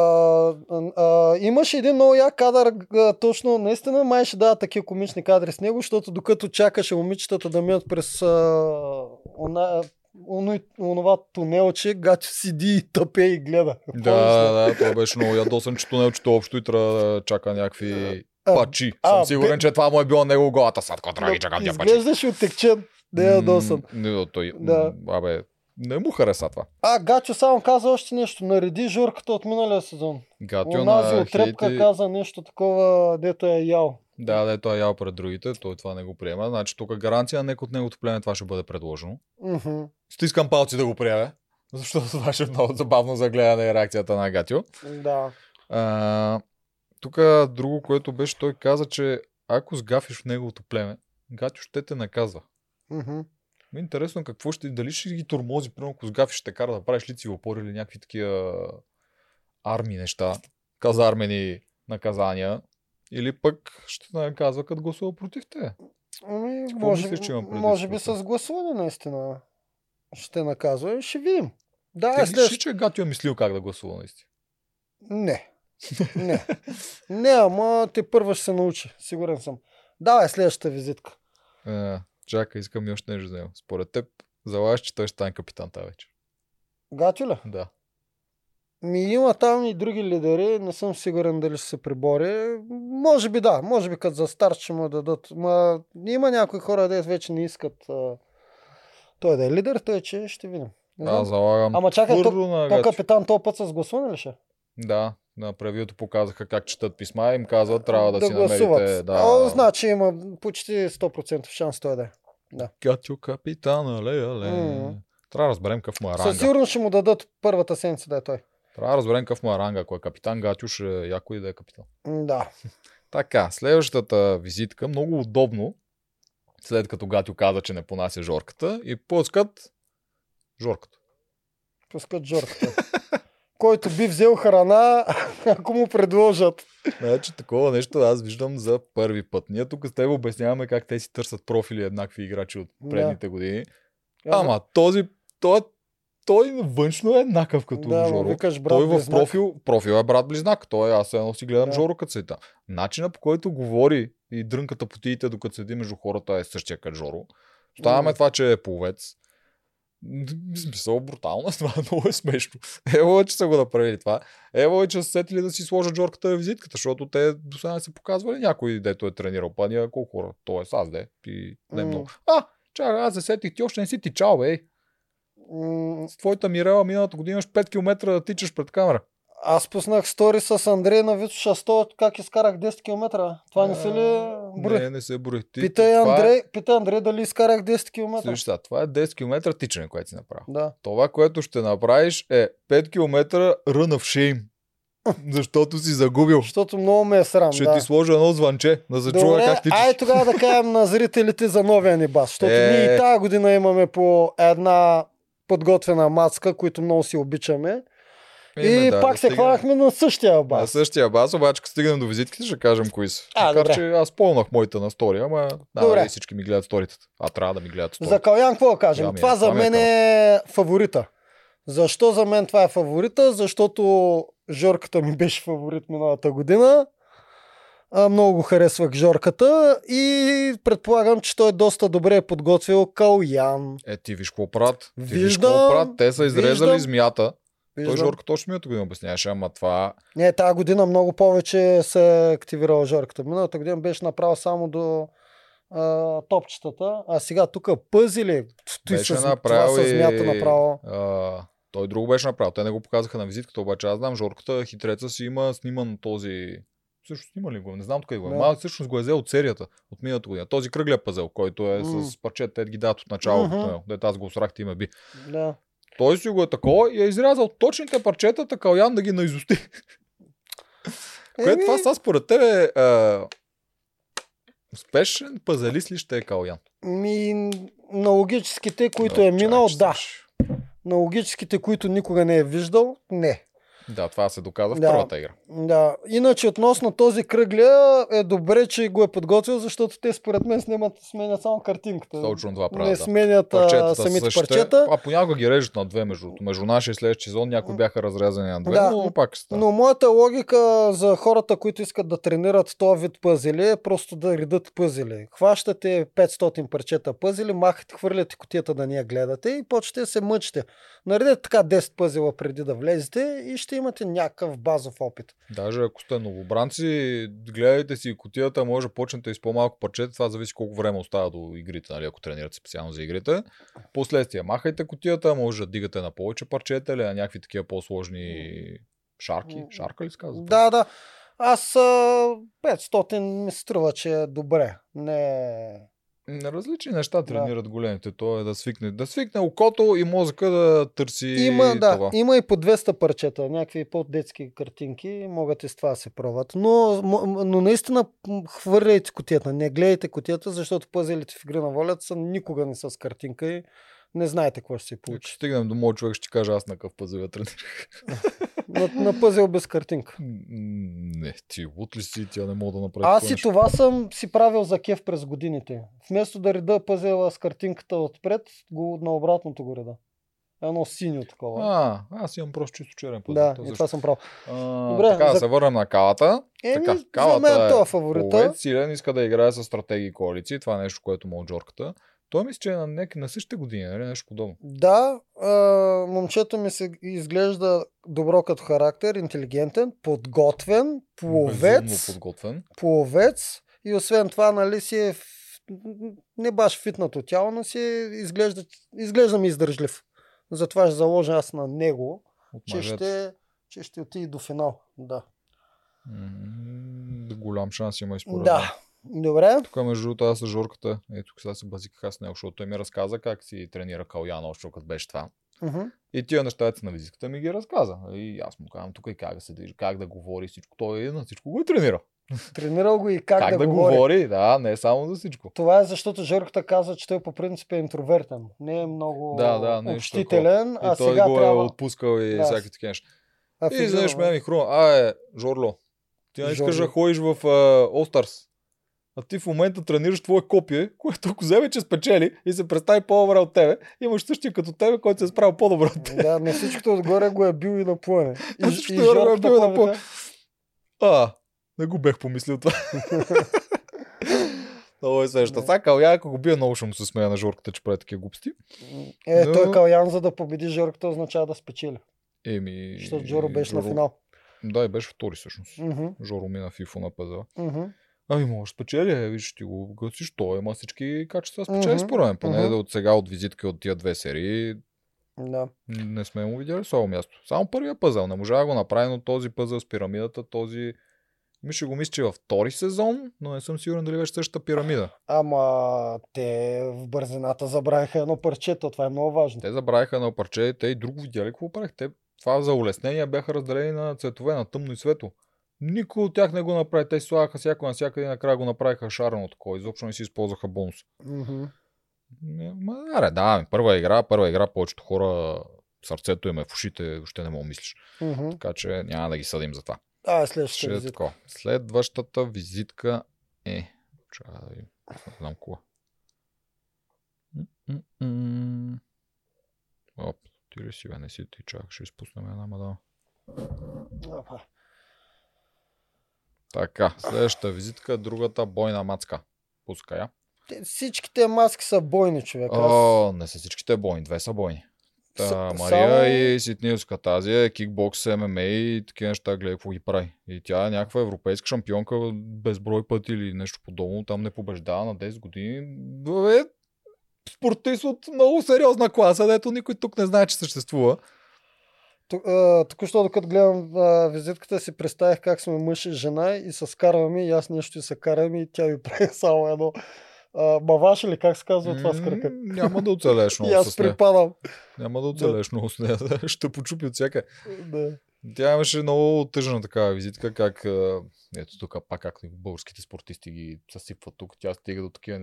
Speaker 2: а, а, имаше един много як кадър, а, точно наистина май ще дадат такива комични кадри с него, защото докато чакаше момичетата да минат през а, она, оно, онова тунелче, Гачо седи и тъпе и гледа.
Speaker 1: Да, да, това беше много ядосан, че тунелчето общо и трябва да чака някакви
Speaker 2: А,
Speaker 1: пачи.
Speaker 2: а,
Speaker 1: Съм
Speaker 2: бе-
Speaker 1: сигурен, че това му е било него голата садка, трябва да ги чакам тя пачи.
Speaker 2: Изглеждаш отекчен, да я досъм.
Speaker 1: М, Не, той,
Speaker 2: Да.
Speaker 1: да. Абе, не му хареса това.
Speaker 2: А, Гачо само каза още нещо. Нареди журката от миналия сезон.
Speaker 1: Гатио
Speaker 2: Онази
Speaker 1: на
Speaker 2: от Репка
Speaker 1: хейти...
Speaker 2: каза нещо такова, дето е ял.
Speaker 1: Да, да, той е ял пред другите, той това не го приема. Значи тук гаранция, нека от неговото племе това ще бъде предложено.
Speaker 2: Мгм.
Speaker 1: Стискам палци да го приеме, защото това ще е много забавно за гледане и реакцията на Гатио.
Speaker 2: Да.
Speaker 1: А, тук друго, което беше, той каза, че ако сгафиш в неговото племе, Гатио ще те наказва.
Speaker 2: Мгм.
Speaker 1: Ме е интересно какво ще, дали ще ги тормози, примерно ако сгафиш, ще те кара да правиш лици в опор или някакви такива арми неща, казармени наказания, или пък ще те наказва като гласува против те.
Speaker 2: Ами,
Speaker 1: Какво
Speaker 2: може,
Speaker 1: мислиш, че има
Speaker 2: би-
Speaker 1: предвид
Speaker 2: може би
Speaker 1: тук?
Speaker 2: с гласуване наистина ще наказва и ще видим. Да,
Speaker 1: Ти
Speaker 2: аз
Speaker 1: мислиш, ли, че Гатио е мислил как да гласува наистина?
Speaker 2: Не. Не. Не, ама те първа ще се научи. Сигурен съм. Давай следващата визитка.
Speaker 1: Е, чакай, искам и още нещо да имам. Според теб, залагаш, че той ще стане капитан тази вечер.
Speaker 2: Гатюля?
Speaker 1: Да.
Speaker 2: Ми има там и други лидери. Не съм сигурен дали ще се прибори. Може би да. Може би като за стар ще му дадат. Ма има някои хора, де вече не искат а, той да е лидер, той че ще видим. Не знам.
Speaker 1: Аз залагам
Speaker 2: Ама чакай, то-
Speaker 1: твърдо на
Speaker 2: То
Speaker 1: Гатио.
Speaker 2: капитан този път с гласуване ли ще?
Speaker 1: Да, на превиото показаха как четат писма и им казват, трябва да, си намерите. Да,
Speaker 2: О, значи има почти 100% шанс той да е. Да.
Speaker 1: Катю капитана, ле, ле.
Speaker 2: Мгм.
Speaker 1: Трябва да разберем какъв му е ранга.
Speaker 2: Със сигурност ще му дадат първата седмица да е той.
Speaker 1: Трябва да разберем какъв му е ранга. Ако е капитан Гатю, ще е яко и да е капитан.
Speaker 2: М, Да.
Speaker 1: Така, следващата визитка, много удобно, след като Гатю каза, че не понася жорката, и пускат жорката.
Speaker 2: Пускат жорката. Който би взел храна, ако му предложат.
Speaker 1: Значи такова нещо аз виждам за първи път. Ние тук с теб обясняваме как те си търсят профили еднакви играчи от
Speaker 2: Да.
Speaker 1: предните години. Ама този, той, той външно е еднакъв като
Speaker 2: да, му
Speaker 1: Жоро.
Speaker 2: викаш брат.
Speaker 1: Той в
Speaker 2: близнак.
Speaker 1: профил, профил е брат близнак. Той аз едно си гледам
Speaker 2: Да.
Speaker 1: да. Жоро като седи там. Начина по който говори и дрънка тъпотиите, докато седи между хората е същия като Жоро. Ставаме
Speaker 2: М.
Speaker 1: това, че е половец. М, В смисъл, брутално, е това много е смешно. Ево е, че са го направили това. Ево е, че са сетили да си сложат Жорката и визитката, защото те до сега не са показвали някой, дето е тренирал. Па ние колко хора? Тоест аз, де. И не е
Speaker 2: М.
Speaker 1: много. А, чакай, аз се сетих, ти още не си тичал, ей.
Speaker 2: М,
Speaker 1: С твоята Мирела миналата година имаш 5 км да тичаш пред камера.
Speaker 2: Аз пуснах стори с Андрей на Витоша 100, как изкарах 10 км. Това не се ли брои?
Speaker 1: Е, Не, не се брои. Ти,
Speaker 2: Питай
Speaker 1: това Е,
Speaker 2: Андрей, питай Андрей дали изкарах 10 км.
Speaker 1: слушай, сега, това е 10 км тичане, което си направил.
Speaker 2: Да.
Speaker 1: Това, което ще направиш е 5 км run of shame. Защото си загубил.
Speaker 2: Защото много ме е срам.
Speaker 1: Ще
Speaker 2: да.
Speaker 1: ти сложа едно звънче, да се чува
Speaker 2: Добре,
Speaker 1: как тичаш.
Speaker 2: ай тогава да кажем на зрителите за новия ни бас, защото
Speaker 1: Е.
Speaker 2: ние и тази година имаме по една подготвена мацка, които много си обичаме.
Speaker 1: Име,
Speaker 2: и
Speaker 1: да,
Speaker 2: пак
Speaker 1: да
Speaker 2: се
Speaker 1: стигнем.
Speaker 2: хванахме на същия
Speaker 1: На
Speaker 2: бас.
Speaker 1: същия бас, обаче като стигнем до визитките, ще кажем кои са.
Speaker 2: А, добре.
Speaker 1: че аз полнах моите на стори, ама да,
Speaker 2: Добре.
Speaker 1: нали всички ми гледат сторитата. А трябва да ми гледат сторитата.
Speaker 2: За Калян какво да кажем?
Speaker 1: Я ми е,
Speaker 2: това за
Speaker 1: това ми е
Speaker 2: мен е фаворита. Защо за мен това е фаворита? Защото Жорката ми беше фаворит миналата година. А, много го харесвах Жорката и предполагам, че той е доста добре е подготвил Калян.
Speaker 1: Е, ти виж какво правят. Ти виж
Speaker 2: Виждам,
Speaker 1: какво правят. Те са изрезали
Speaker 2: виждам.
Speaker 1: змията. Той
Speaker 2: Виждам.
Speaker 1: Жорко точно миналото година обясняваше, ама това
Speaker 2: Не, тази година много повече се е активирала жорката. Миналата година беше направо само до а, топчетата, а сега тук пъзили. Той
Speaker 1: беше
Speaker 2: с,
Speaker 1: направил
Speaker 2: това
Speaker 1: и...
Speaker 2: се смята направо.
Speaker 1: А, той друго беше направил. Те не го показаха на визитката, обаче аз знам, Жорката хитреца си има сниман този... Всъщност има ли го? Не знам откъде го е.
Speaker 2: Да.
Speaker 1: Малко всъщност го е взел от серията от миналата година. Този кръгля пазел, който е
Speaker 2: М.
Speaker 1: с парчета, те ги дадат от началото.
Speaker 2: Мгм.
Speaker 1: Mm-hmm. Дето аз го осрах, ти ме би.
Speaker 2: Да.
Speaker 1: Той си го е такова и е изрязал точните парчета, така Ян да ги наизусти. Кое
Speaker 2: Еми,
Speaker 1: това са според тебе а, успешен пазалист ли ще е Каоян?
Speaker 2: Ми, на логическите, които е
Speaker 1: Да,
Speaker 2: минал,
Speaker 1: чакай, че
Speaker 2: да.
Speaker 1: слушаш.
Speaker 2: На логическите, които никога не е виждал, не.
Speaker 1: Да, това се доказа в
Speaker 2: Да.
Speaker 1: първата игра.
Speaker 2: Да. Иначе относно този кръгля е добре, че го е подготвил, защото те според мен снимат, сменят само картинката.
Speaker 1: Точно това правя.
Speaker 2: не
Speaker 1: да.
Speaker 2: сменят а,
Speaker 1: парчетата е
Speaker 2: самите
Speaker 1: същите,
Speaker 2: парчета.
Speaker 1: А понякога ги режат на две, между, между нашия и следващия сезон някои бяха разрязани на две,
Speaker 2: Да,
Speaker 1: но пак е става.
Speaker 2: Но моята логика за хората, които искат да тренират този вид пъзели е просто да редат пъзели. Хващате 500 парчета пъзели, махате, хвърляте котията да ни я гледате и почвате да се мъчите. Наредете така 10 пъзела преди да влезете и ще имате някакъв базов опит.
Speaker 1: Даже ако сте новобранци, гледайте си котията, може да почнете и с по-малко парчета, това зависи колко време остава до игрите, нали, ако тренирате специално за игрите. Последствие, махайте котията, може да дигате на повече парчета или на някакви такива по-сложни шарки. Шарка ли се казва?
Speaker 2: Да, да. Аз а, 500 ми струва, че е добре. Не... е-
Speaker 1: На различни неща тренират големите. То е да свикне, да свикне окото и мозъка да търси
Speaker 2: Има, да,
Speaker 1: това.
Speaker 2: има и по 200 парчета, някакви по-детски картинки, могат и с това да се пробват. Но, м- м- но наистина м, хвърляйте котията, не гледайте котията, защото пъзелите в игра на волята са никога не са с картинка и не знаете какво ще се
Speaker 1: Ако
Speaker 2: получи.
Speaker 1: стигнем до моят човек, ще ти кажа аз на какъв пазъл я тренирах.
Speaker 2: На, на пъзел без картинка.
Speaker 1: М, Не, ти лут ли си, тя не мога да направи.
Speaker 2: Аз
Speaker 1: такова
Speaker 2: и
Speaker 1: нещо.
Speaker 2: това съм си правил за кеф през годините. Вместо да реда пъзела с картинката отпред, го, на обратното го реда. Едно синьо такова.
Speaker 1: А, аз имам просто чисто черен пазъл.
Speaker 2: да,
Speaker 1: Та
Speaker 2: и
Speaker 1: защо?
Speaker 2: това съм правил.
Speaker 1: А,
Speaker 2: Добре,
Speaker 1: така, да
Speaker 2: за-
Speaker 1: се върнем на калата.
Speaker 2: Еми,
Speaker 1: Така,
Speaker 2: за
Speaker 1: калата
Speaker 2: мен
Speaker 1: е
Speaker 2: това е фаворита.
Speaker 1: Овец силен иска да играе с стратегии и коалиции. Това е нещо, което му от Джорката. Той мисля, че е на, нек... на същите години, нали? Нещо подобно.
Speaker 2: Да, а, момчето ми се изглежда добро като характер, интелигентен, подготвен,
Speaker 1: Безумно
Speaker 2: пловец,
Speaker 1: подготвен.
Speaker 2: пловец и освен това, нали си е в- не баш фитнато тяло, но си е- изглежда, изглежда ми издържлив. Затова ще заложа аз на него,
Speaker 1: От
Speaker 2: че
Speaker 1: мъжете.
Speaker 2: ще, че ще отиде до финал. Да.
Speaker 1: М, Голям шанс има и според мен.
Speaker 2: Да, Добре.
Speaker 1: Тук между другото аз с Жорката, ето тук сега се базиках аз с него, защото той ми разказа как си тренира Каляна още като беше това.
Speaker 2: Мгм.
Speaker 1: И тия неща на визитката ми ги разказа. И аз му казвам тук и как да се движи, как да говори, всичко. Той е на всичко го и тренира.
Speaker 2: Тренирал го и как,
Speaker 1: как да, говори? да, не е само за всичко.
Speaker 2: Това е защото Жорката казва, че той по принцип е интровертен. Не е много
Speaker 1: Да, да, нещо
Speaker 2: общителен,
Speaker 1: И
Speaker 2: а
Speaker 1: той
Speaker 2: сега
Speaker 1: го е
Speaker 2: трябва...
Speaker 1: отпускал и
Speaker 2: Да,
Speaker 1: всякакви такива неща.
Speaker 2: а,
Speaker 1: И
Speaker 2: фигурно.
Speaker 1: знаеш, ме ми хрума, а е, Жорло, ти не искаш
Speaker 2: Жорло.
Speaker 1: да ходиш в Остарс. А ти в момента тренираш твое копие, което ако вземе, че спечели и се представи по-добре от тебе, имаш същия като тебе, който се е справил по-добре от тебе.
Speaker 2: Да, на всичкото отгоре го е бил и на плъне.
Speaker 1: На
Speaker 2: И,
Speaker 1: всичкото
Speaker 2: и
Speaker 1: отгоре го е
Speaker 2: Жорката
Speaker 1: бил и на
Speaker 2: какво
Speaker 1: плъне.
Speaker 2: вика?
Speaker 1: А, не го бех помислил това. Много е сеща.
Speaker 2: Да.
Speaker 1: Сега Каля, ако го бие, много ще му се смея на жорката, че прави такива глупости.
Speaker 2: Е,
Speaker 1: Но-
Speaker 2: той Калян, за да победи Жорката, означава да спечели.
Speaker 1: Еми...
Speaker 2: Защото Жоро беше на финал.
Speaker 1: Да, и беше втори всъщност.
Speaker 2: Мгм,
Speaker 1: Жоро мина в ИФО на пазара.
Speaker 2: мгм.
Speaker 1: Ами, може да спечели, е, виж, ти го гасиш, той има всички качества спечели,
Speaker 2: Мгм,
Speaker 1: според мен. Поне
Speaker 2: мгм.
Speaker 1: да от сега, от визитка от тия две серии,
Speaker 2: Да.
Speaker 1: не сме му видяли слабо място. Само първия пъзъл. Не можа да го направи, но този пъзъл с пирамидата, този... Ми ще го мисля, че във втори сезон, но не съм сигурен дали беше същата пирамида.
Speaker 2: Ама те в бързината забравиха едно парче, то това е много важно.
Speaker 1: Те забравиха едно парче, те и друго видяли какво правих. Те това за улеснение бяха разделени на цветове, на тъмно и светло. Никой от тях не го направи. Те си слагаха всяко на всякъде и накрая го направиха шарено такова. Изобщо не си използваха бонус.
Speaker 2: Мгм.
Speaker 1: М, Ма, аре, да, ми, първа игра, първа игра, повечето хора сърцето им е в ушите, въобще не мога мислиш.
Speaker 2: Мгм.
Speaker 1: Така че няма да ги съдим за това.
Speaker 2: А, следващата
Speaker 1: Ще е
Speaker 2: визитка.
Speaker 1: такова. Следващата визитка е... Чакай, да видим. не знам кога. М-м-м. Оп, ти ли си, бе, не си ти, чак, ще изпуснем една мадама.
Speaker 2: Опа.
Speaker 1: Така, следващата визитка е другата бойна мацка. Пускай я.
Speaker 2: Те, всичките маски са бойни, човек. Аз...
Speaker 1: О, не са всичките бойни, две са бойни. Та,
Speaker 2: Са-
Speaker 1: Мария
Speaker 2: само-
Speaker 1: и Ситнилска, тази е кикбокс, ММА и такива неща, гледай какво ги прави. И тя е някаква европейска шампионка безброй пъти или нещо подобно, там не побеждава на 10 години. Бе, спортист от много сериозна класа, дето никой тук не знае, че съществува.
Speaker 2: Ту- а, Току-що, докато гледам а, визитката, си представих как сме мъж и жена и се скарваме, и аз нещо и се карам, и тя ми прави само едно а, баваш или как се казва това с кръка.
Speaker 1: М, Няма да оцелееш
Speaker 2: И
Speaker 1: много
Speaker 2: аз
Speaker 1: с нея.
Speaker 2: припадам.
Speaker 1: Няма да оцелееш много с нея. Ще почупи от всяка.
Speaker 2: Да.
Speaker 1: Тя имаше много тъжна такава визитка, как е, ето тук пак както българските спортисти ги съсипват тук, тя стига до такива,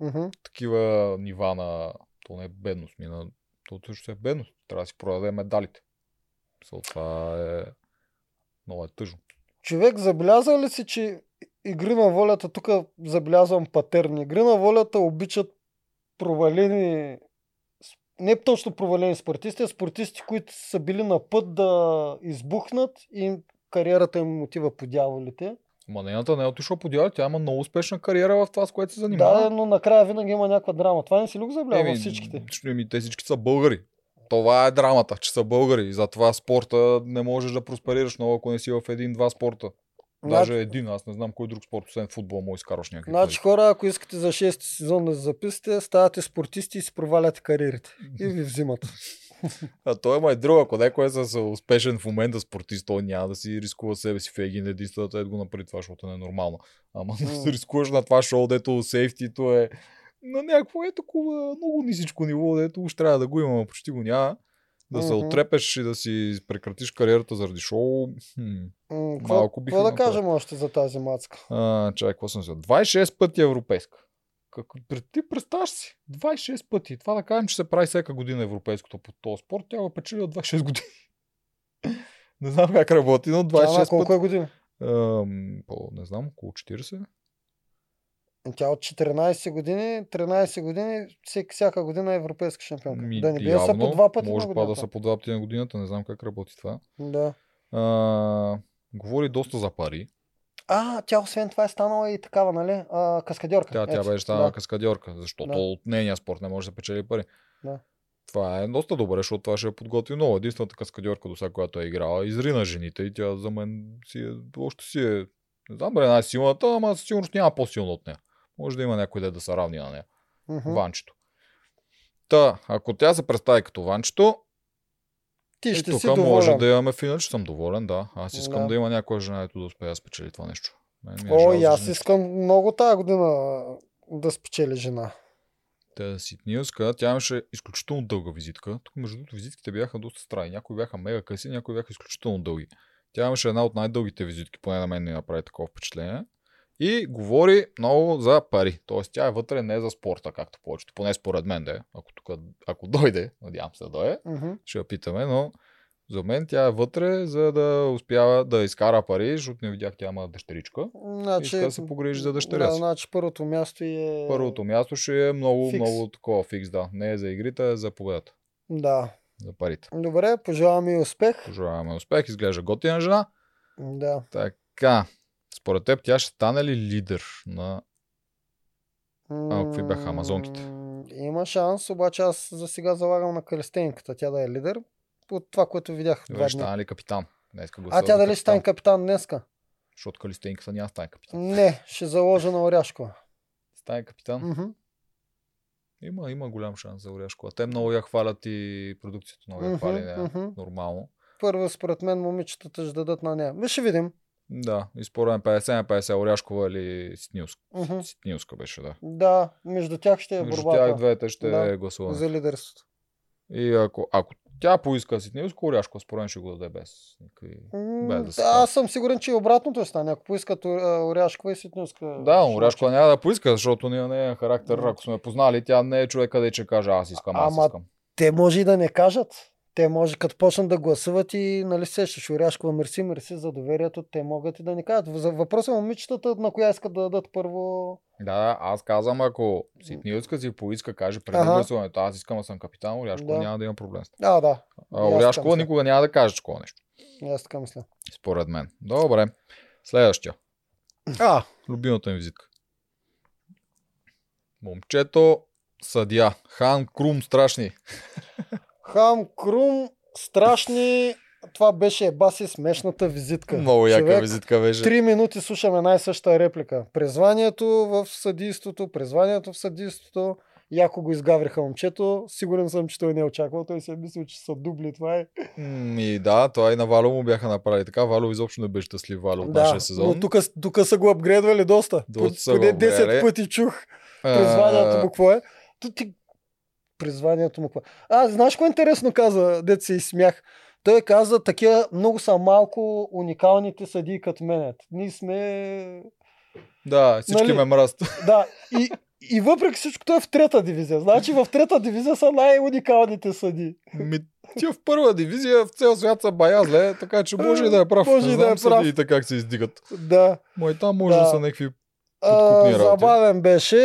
Speaker 2: Мгм.
Speaker 1: такива нива на, то не е бедност, ми на, то също е бедност, трябва да си продаде медалите. Мисъл, това е много е тъжно.
Speaker 2: Човек, забелязал ли си, че игри на волята, тук забелязвам патерни, игри на волята обичат провалени, с- не точно провалени спортисти, а спортисти, които са били на път да избухнат и им- кариерата им отива по дяволите.
Speaker 1: Ма нейната не е отишла по дял, тя има много успешна кариера в това, с което се занимава.
Speaker 2: Да, но накрая винаги има някаква драма. Това не си ли го забелязвам
Speaker 1: Еми,
Speaker 2: всичките?
Speaker 1: ще- Еми, те всички са българи. Това е драмата, че са българи. И затова спорта не можеш да просперираш много, ако не си в един-два спорта. Даже е
Speaker 2: Значи-
Speaker 1: един, аз не знам кой друг спорт, освен футбол, му изкарваш някакви
Speaker 2: Значи хора, ако искате за 6 сезон да се записате, ставате спортисти и си проваляте кариерите. И ви взимат.
Speaker 1: А той има и друго, ако някой е с успешен в момента спортист, той няма да си рискува себе си в един единствено, да го направи това, защото не е нормално. Ама да
Speaker 2: М.
Speaker 1: се рискуваш на това шоу, дето сейфтито е на някакво е такова много нисичко ниво, дето уж трябва да го има, ама почти го няма. Да се
Speaker 2: Мгм.
Speaker 1: отрепеш и да си прекратиш кариерата заради шоу. Хм.
Speaker 2: М, какво-
Speaker 1: Малко биха
Speaker 2: Какво да
Speaker 1: направили.
Speaker 2: кажем още за тази мацка?
Speaker 1: А, чай, какво съм взел? 26 пъти европейска. Как, пред- ти представяш си? 26 пъти. Това да кажем, че се прави всяка година европейското по този спорт. Тя го е печели от 26 години. не знам как работи, но
Speaker 2: Тя на
Speaker 1: 26
Speaker 2: колко
Speaker 1: пъти.
Speaker 2: е години?
Speaker 1: Ам, по, не знам, около 40.
Speaker 2: Тя от 14 години, 13 години, всек, всяка година е европейска шампионка.
Speaker 1: Ми,
Speaker 2: да не бие
Speaker 1: явно,
Speaker 2: са по два пъти
Speaker 1: Може
Speaker 2: на
Speaker 1: па да
Speaker 2: годината.
Speaker 1: са по два пъти на годината. Не знам как работи това.
Speaker 2: Да.
Speaker 1: А, говори доста за пари.
Speaker 2: А, тя освен това е станала и такава, нали? А, каскадьорка.
Speaker 1: Тя, тя
Speaker 2: Ето,
Speaker 1: беше станала
Speaker 2: да.
Speaker 1: каскадьорка, защото
Speaker 2: Да.
Speaker 1: от нейния спорт не може да се печели пари.
Speaker 2: Да.
Speaker 1: Това е доста добре, защото това ще е подготви много. Единствената каскадьорка до сега, която е играла, изрина жените и тя за мен си е, още си е, не знам дали е най-силната, ама със сигурност няма по-силна от нея. Може да има някой де да се равни на нея.
Speaker 2: Мгм.
Speaker 1: Ванчето. Та, ако тя се представи като ванчето,
Speaker 2: Ти
Speaker 1: и
Speaker 2: ще
Speaker 1: тук
Speaker 2: си доволен.
Speaker 1: може да имаме финал, че съм доволен, да. Аз искам
Speaker 2: Да.
Speaker 1: да има някоя жена, ето да успее да спечели това нещо. Мен ми е
Speaker 2: О,
Speaker 1: жал
Speaker 2: и
Speaker 1: за
Speaker 2: аз
Speaker 1: жените.
Speaker 2: искам много тази година да спечели жена.
Speaker 1: Та Ситнилска, тя имаше изключително дълга визитка. Тук, между другото, визитките бяха доста страни. Някои бяха мега къси, някои бяха изключително дълги. Тя имаше една от най-дългите визитки, поне на мен не направи такова впечатление. И говори много за пари. Тоест тя е вътре не за спорта, както повечето. Поне според мен да е. Ако, тук, ако дойде, надявам се да дойде,
Speaker 2: Мгм.
Speaker 1: ще я питаме, но за мен тя е вътре, за да успява да изкара пари, защото не видях, тя има дъщеричка.
Speaker 2: Значи,
Speaker 1: иска да се погрижи за дъщеря
Speaker 2: Да,
Speaker 1: си.
Speaker 2: значи първото място и е...
Speaker 1: Първото място ще е много,
Speaker 2: Фикс.
Speaker 1: много такова фикс, да. Не е за игрите, а е за победата,
Speaker 2: Да.
Speaker 1: за парите.
Speaker 2: Добре, пожелавам и успех.
Speaker 1: Пожелаваме успех, изглежда готина жена.
Speaker 2: Да.
Speaker 1: Така, според теб тя ще стане ли лидер на... А, какви бяха амазонките?
Speaker 2: М, Има шанс, обаче аз за сега залагам на Кръстенката. Тя да е лидер. От това, което видях
Speaker 1: Добре,
Speaker 2: два
Speaker 1: Е, ще
Speaker 2: дни.
Speaker 1: стане ли капитан? Днеска гласувах
Speaker 2: А тя
Speaker 1: за
Speaker 2: дали ще стане
Speaker 1: капитан,
Speaker 2: капитан днеска?
Speaker 1: Защото Калистенката няма да стане капитан.
Speaker 2: Не, ще заложа на Оряшкова.
Speaker 1: Стане капитан?
Speaker 2: Мгм.
Speaker 1: Има, има голям шанс за Оряшко. А те много я хвалят и продукцията много я
Speaker 2: Мгм,
Speaker 1: хвали. Не,
Speaker 2: мгм.
Speaker 1: нормално.
Speaker 2: Първо, според мен, момичетата ще дадат на нея. Ми ще видим.
Speaker 1: Да, и според мен 50 на 50 Оряшкова или Ситнилска.
Speaker 2: Мгм.
Speaker 1: Ситнилска беше, да.
Speaker 2: Да, между тях ще е
Speaker 1: Между
Speaker 2: борбата
Speaker 1: тях двете ще
Speaker 2: Да.
Speaker 1: е гласуване.
Speaker 2: за лидерството.
Speaker 1: И ако, ако тя поиска Ситнилска, Оряшкова според мен ще го даде без никакви...
Speaker 2: М,
Speaker 1: Бе, да се
Speaker 2: аз съм сигурен, че и обратното ще стане. Ако поискат О- Оряшкова и Ситнюска.
Speaker 1: Да, но Оряшкова няма да поиска, защото ние не е характер. Ако сме познали, тя не е човека, да че каже аз искам, аз
Speaker 2: Ама-
Speaker 1: искам.
Speaker 2: Те може и да не кажат. Те може, като почнат да гласуват и, нали, сещаш Оряшкова, мерси, мерси за доверието, те могат и да не кажат. За въпроса е момичетата, на коя искат да дадат първо.
Speaker 1: Да, да, аз казвам, ако Ситнилска си поиска, каже преди
Speaker 2: Аха.
Speaker 1: гласуването, аз искам да съм капитан, Оряшкова
Speaker 2: Да.
Speaker 1: няма да има проблем. с това.
Speaker 2: А, да,
Speaker 1: А,
Speaker 2: И аз
Speaker 1: Оряшкова
Speaker 2: така мисля.
Speaker 1: никога няма да каже такова нещо,
Speaker 2: аз така мисля.
Speaker 1: според мен. Добре, следващия.
Speaker 2: А,
Speaker 1: Любимата ми визитка. Момчето, съдия. Хан Крум, страшни.
Speaker 2: Хам Крум, страшни, това беше баси смешната визитка.
Speaker 1: Много яка
Speaker 2: Човек,
Speaker 1: визитка беше.
Speaker 2: Три минути слушаме най-съща реплика. Презванието в съдийството, презванието в съдийството. Яко го изгавриха момчето. Сигурен съм, че той не е очаквал. Той си е мислил, че са дубли. Това е.
Speaker 1: М, И да, това и на Вало му бяха направили така. Вало изобщо не беше щастлив Вало от нашия сезон.
Speaker 2: но тук, тук са го апгрейдвали доста.
Speaker 1: Доста
Speaker 2: По-
Speaker 1: са
Speaker 2: Поне
Speaker 1: го
Speaker 2: 10
Speaker 1: апгрейдали.
Speaker 2: пъти чух
Speaker 1: А,
Speaker 2: презванието му какво е. Ту ти... Презванието му какво е. А, знаеш какво интересно каза, дет се изсмях? Той каза, такива много са малко уникалните съдии като мене. Ние сме
Speaker 1: Да, всички
Speaker 2: Нали?
Speaker 1: ме мразят.
Speaker 2: Да, и, и въпреки всичко той е в трета дивизия. Значи в трета дивизия са най-уникалните съди.
Speaker 1: Ми, тя в първа дивизия в цял свят са бая зле, така че може и да е прав.
Speaker 2: Може
Speaker 1: Не
Speaker 2: и да е
Speaker 1: знам
Speaker 2: прав.
Speaker 1: съдиите как се издигат.
Speaker 2: Да.
Speaker 1: Ма и там може да,
Speaker 2: Да.
Speaker 1: са някакви...
Speaker 2: А,
Speaker 1: Подкупни работи.
Speaker 2: забавен беше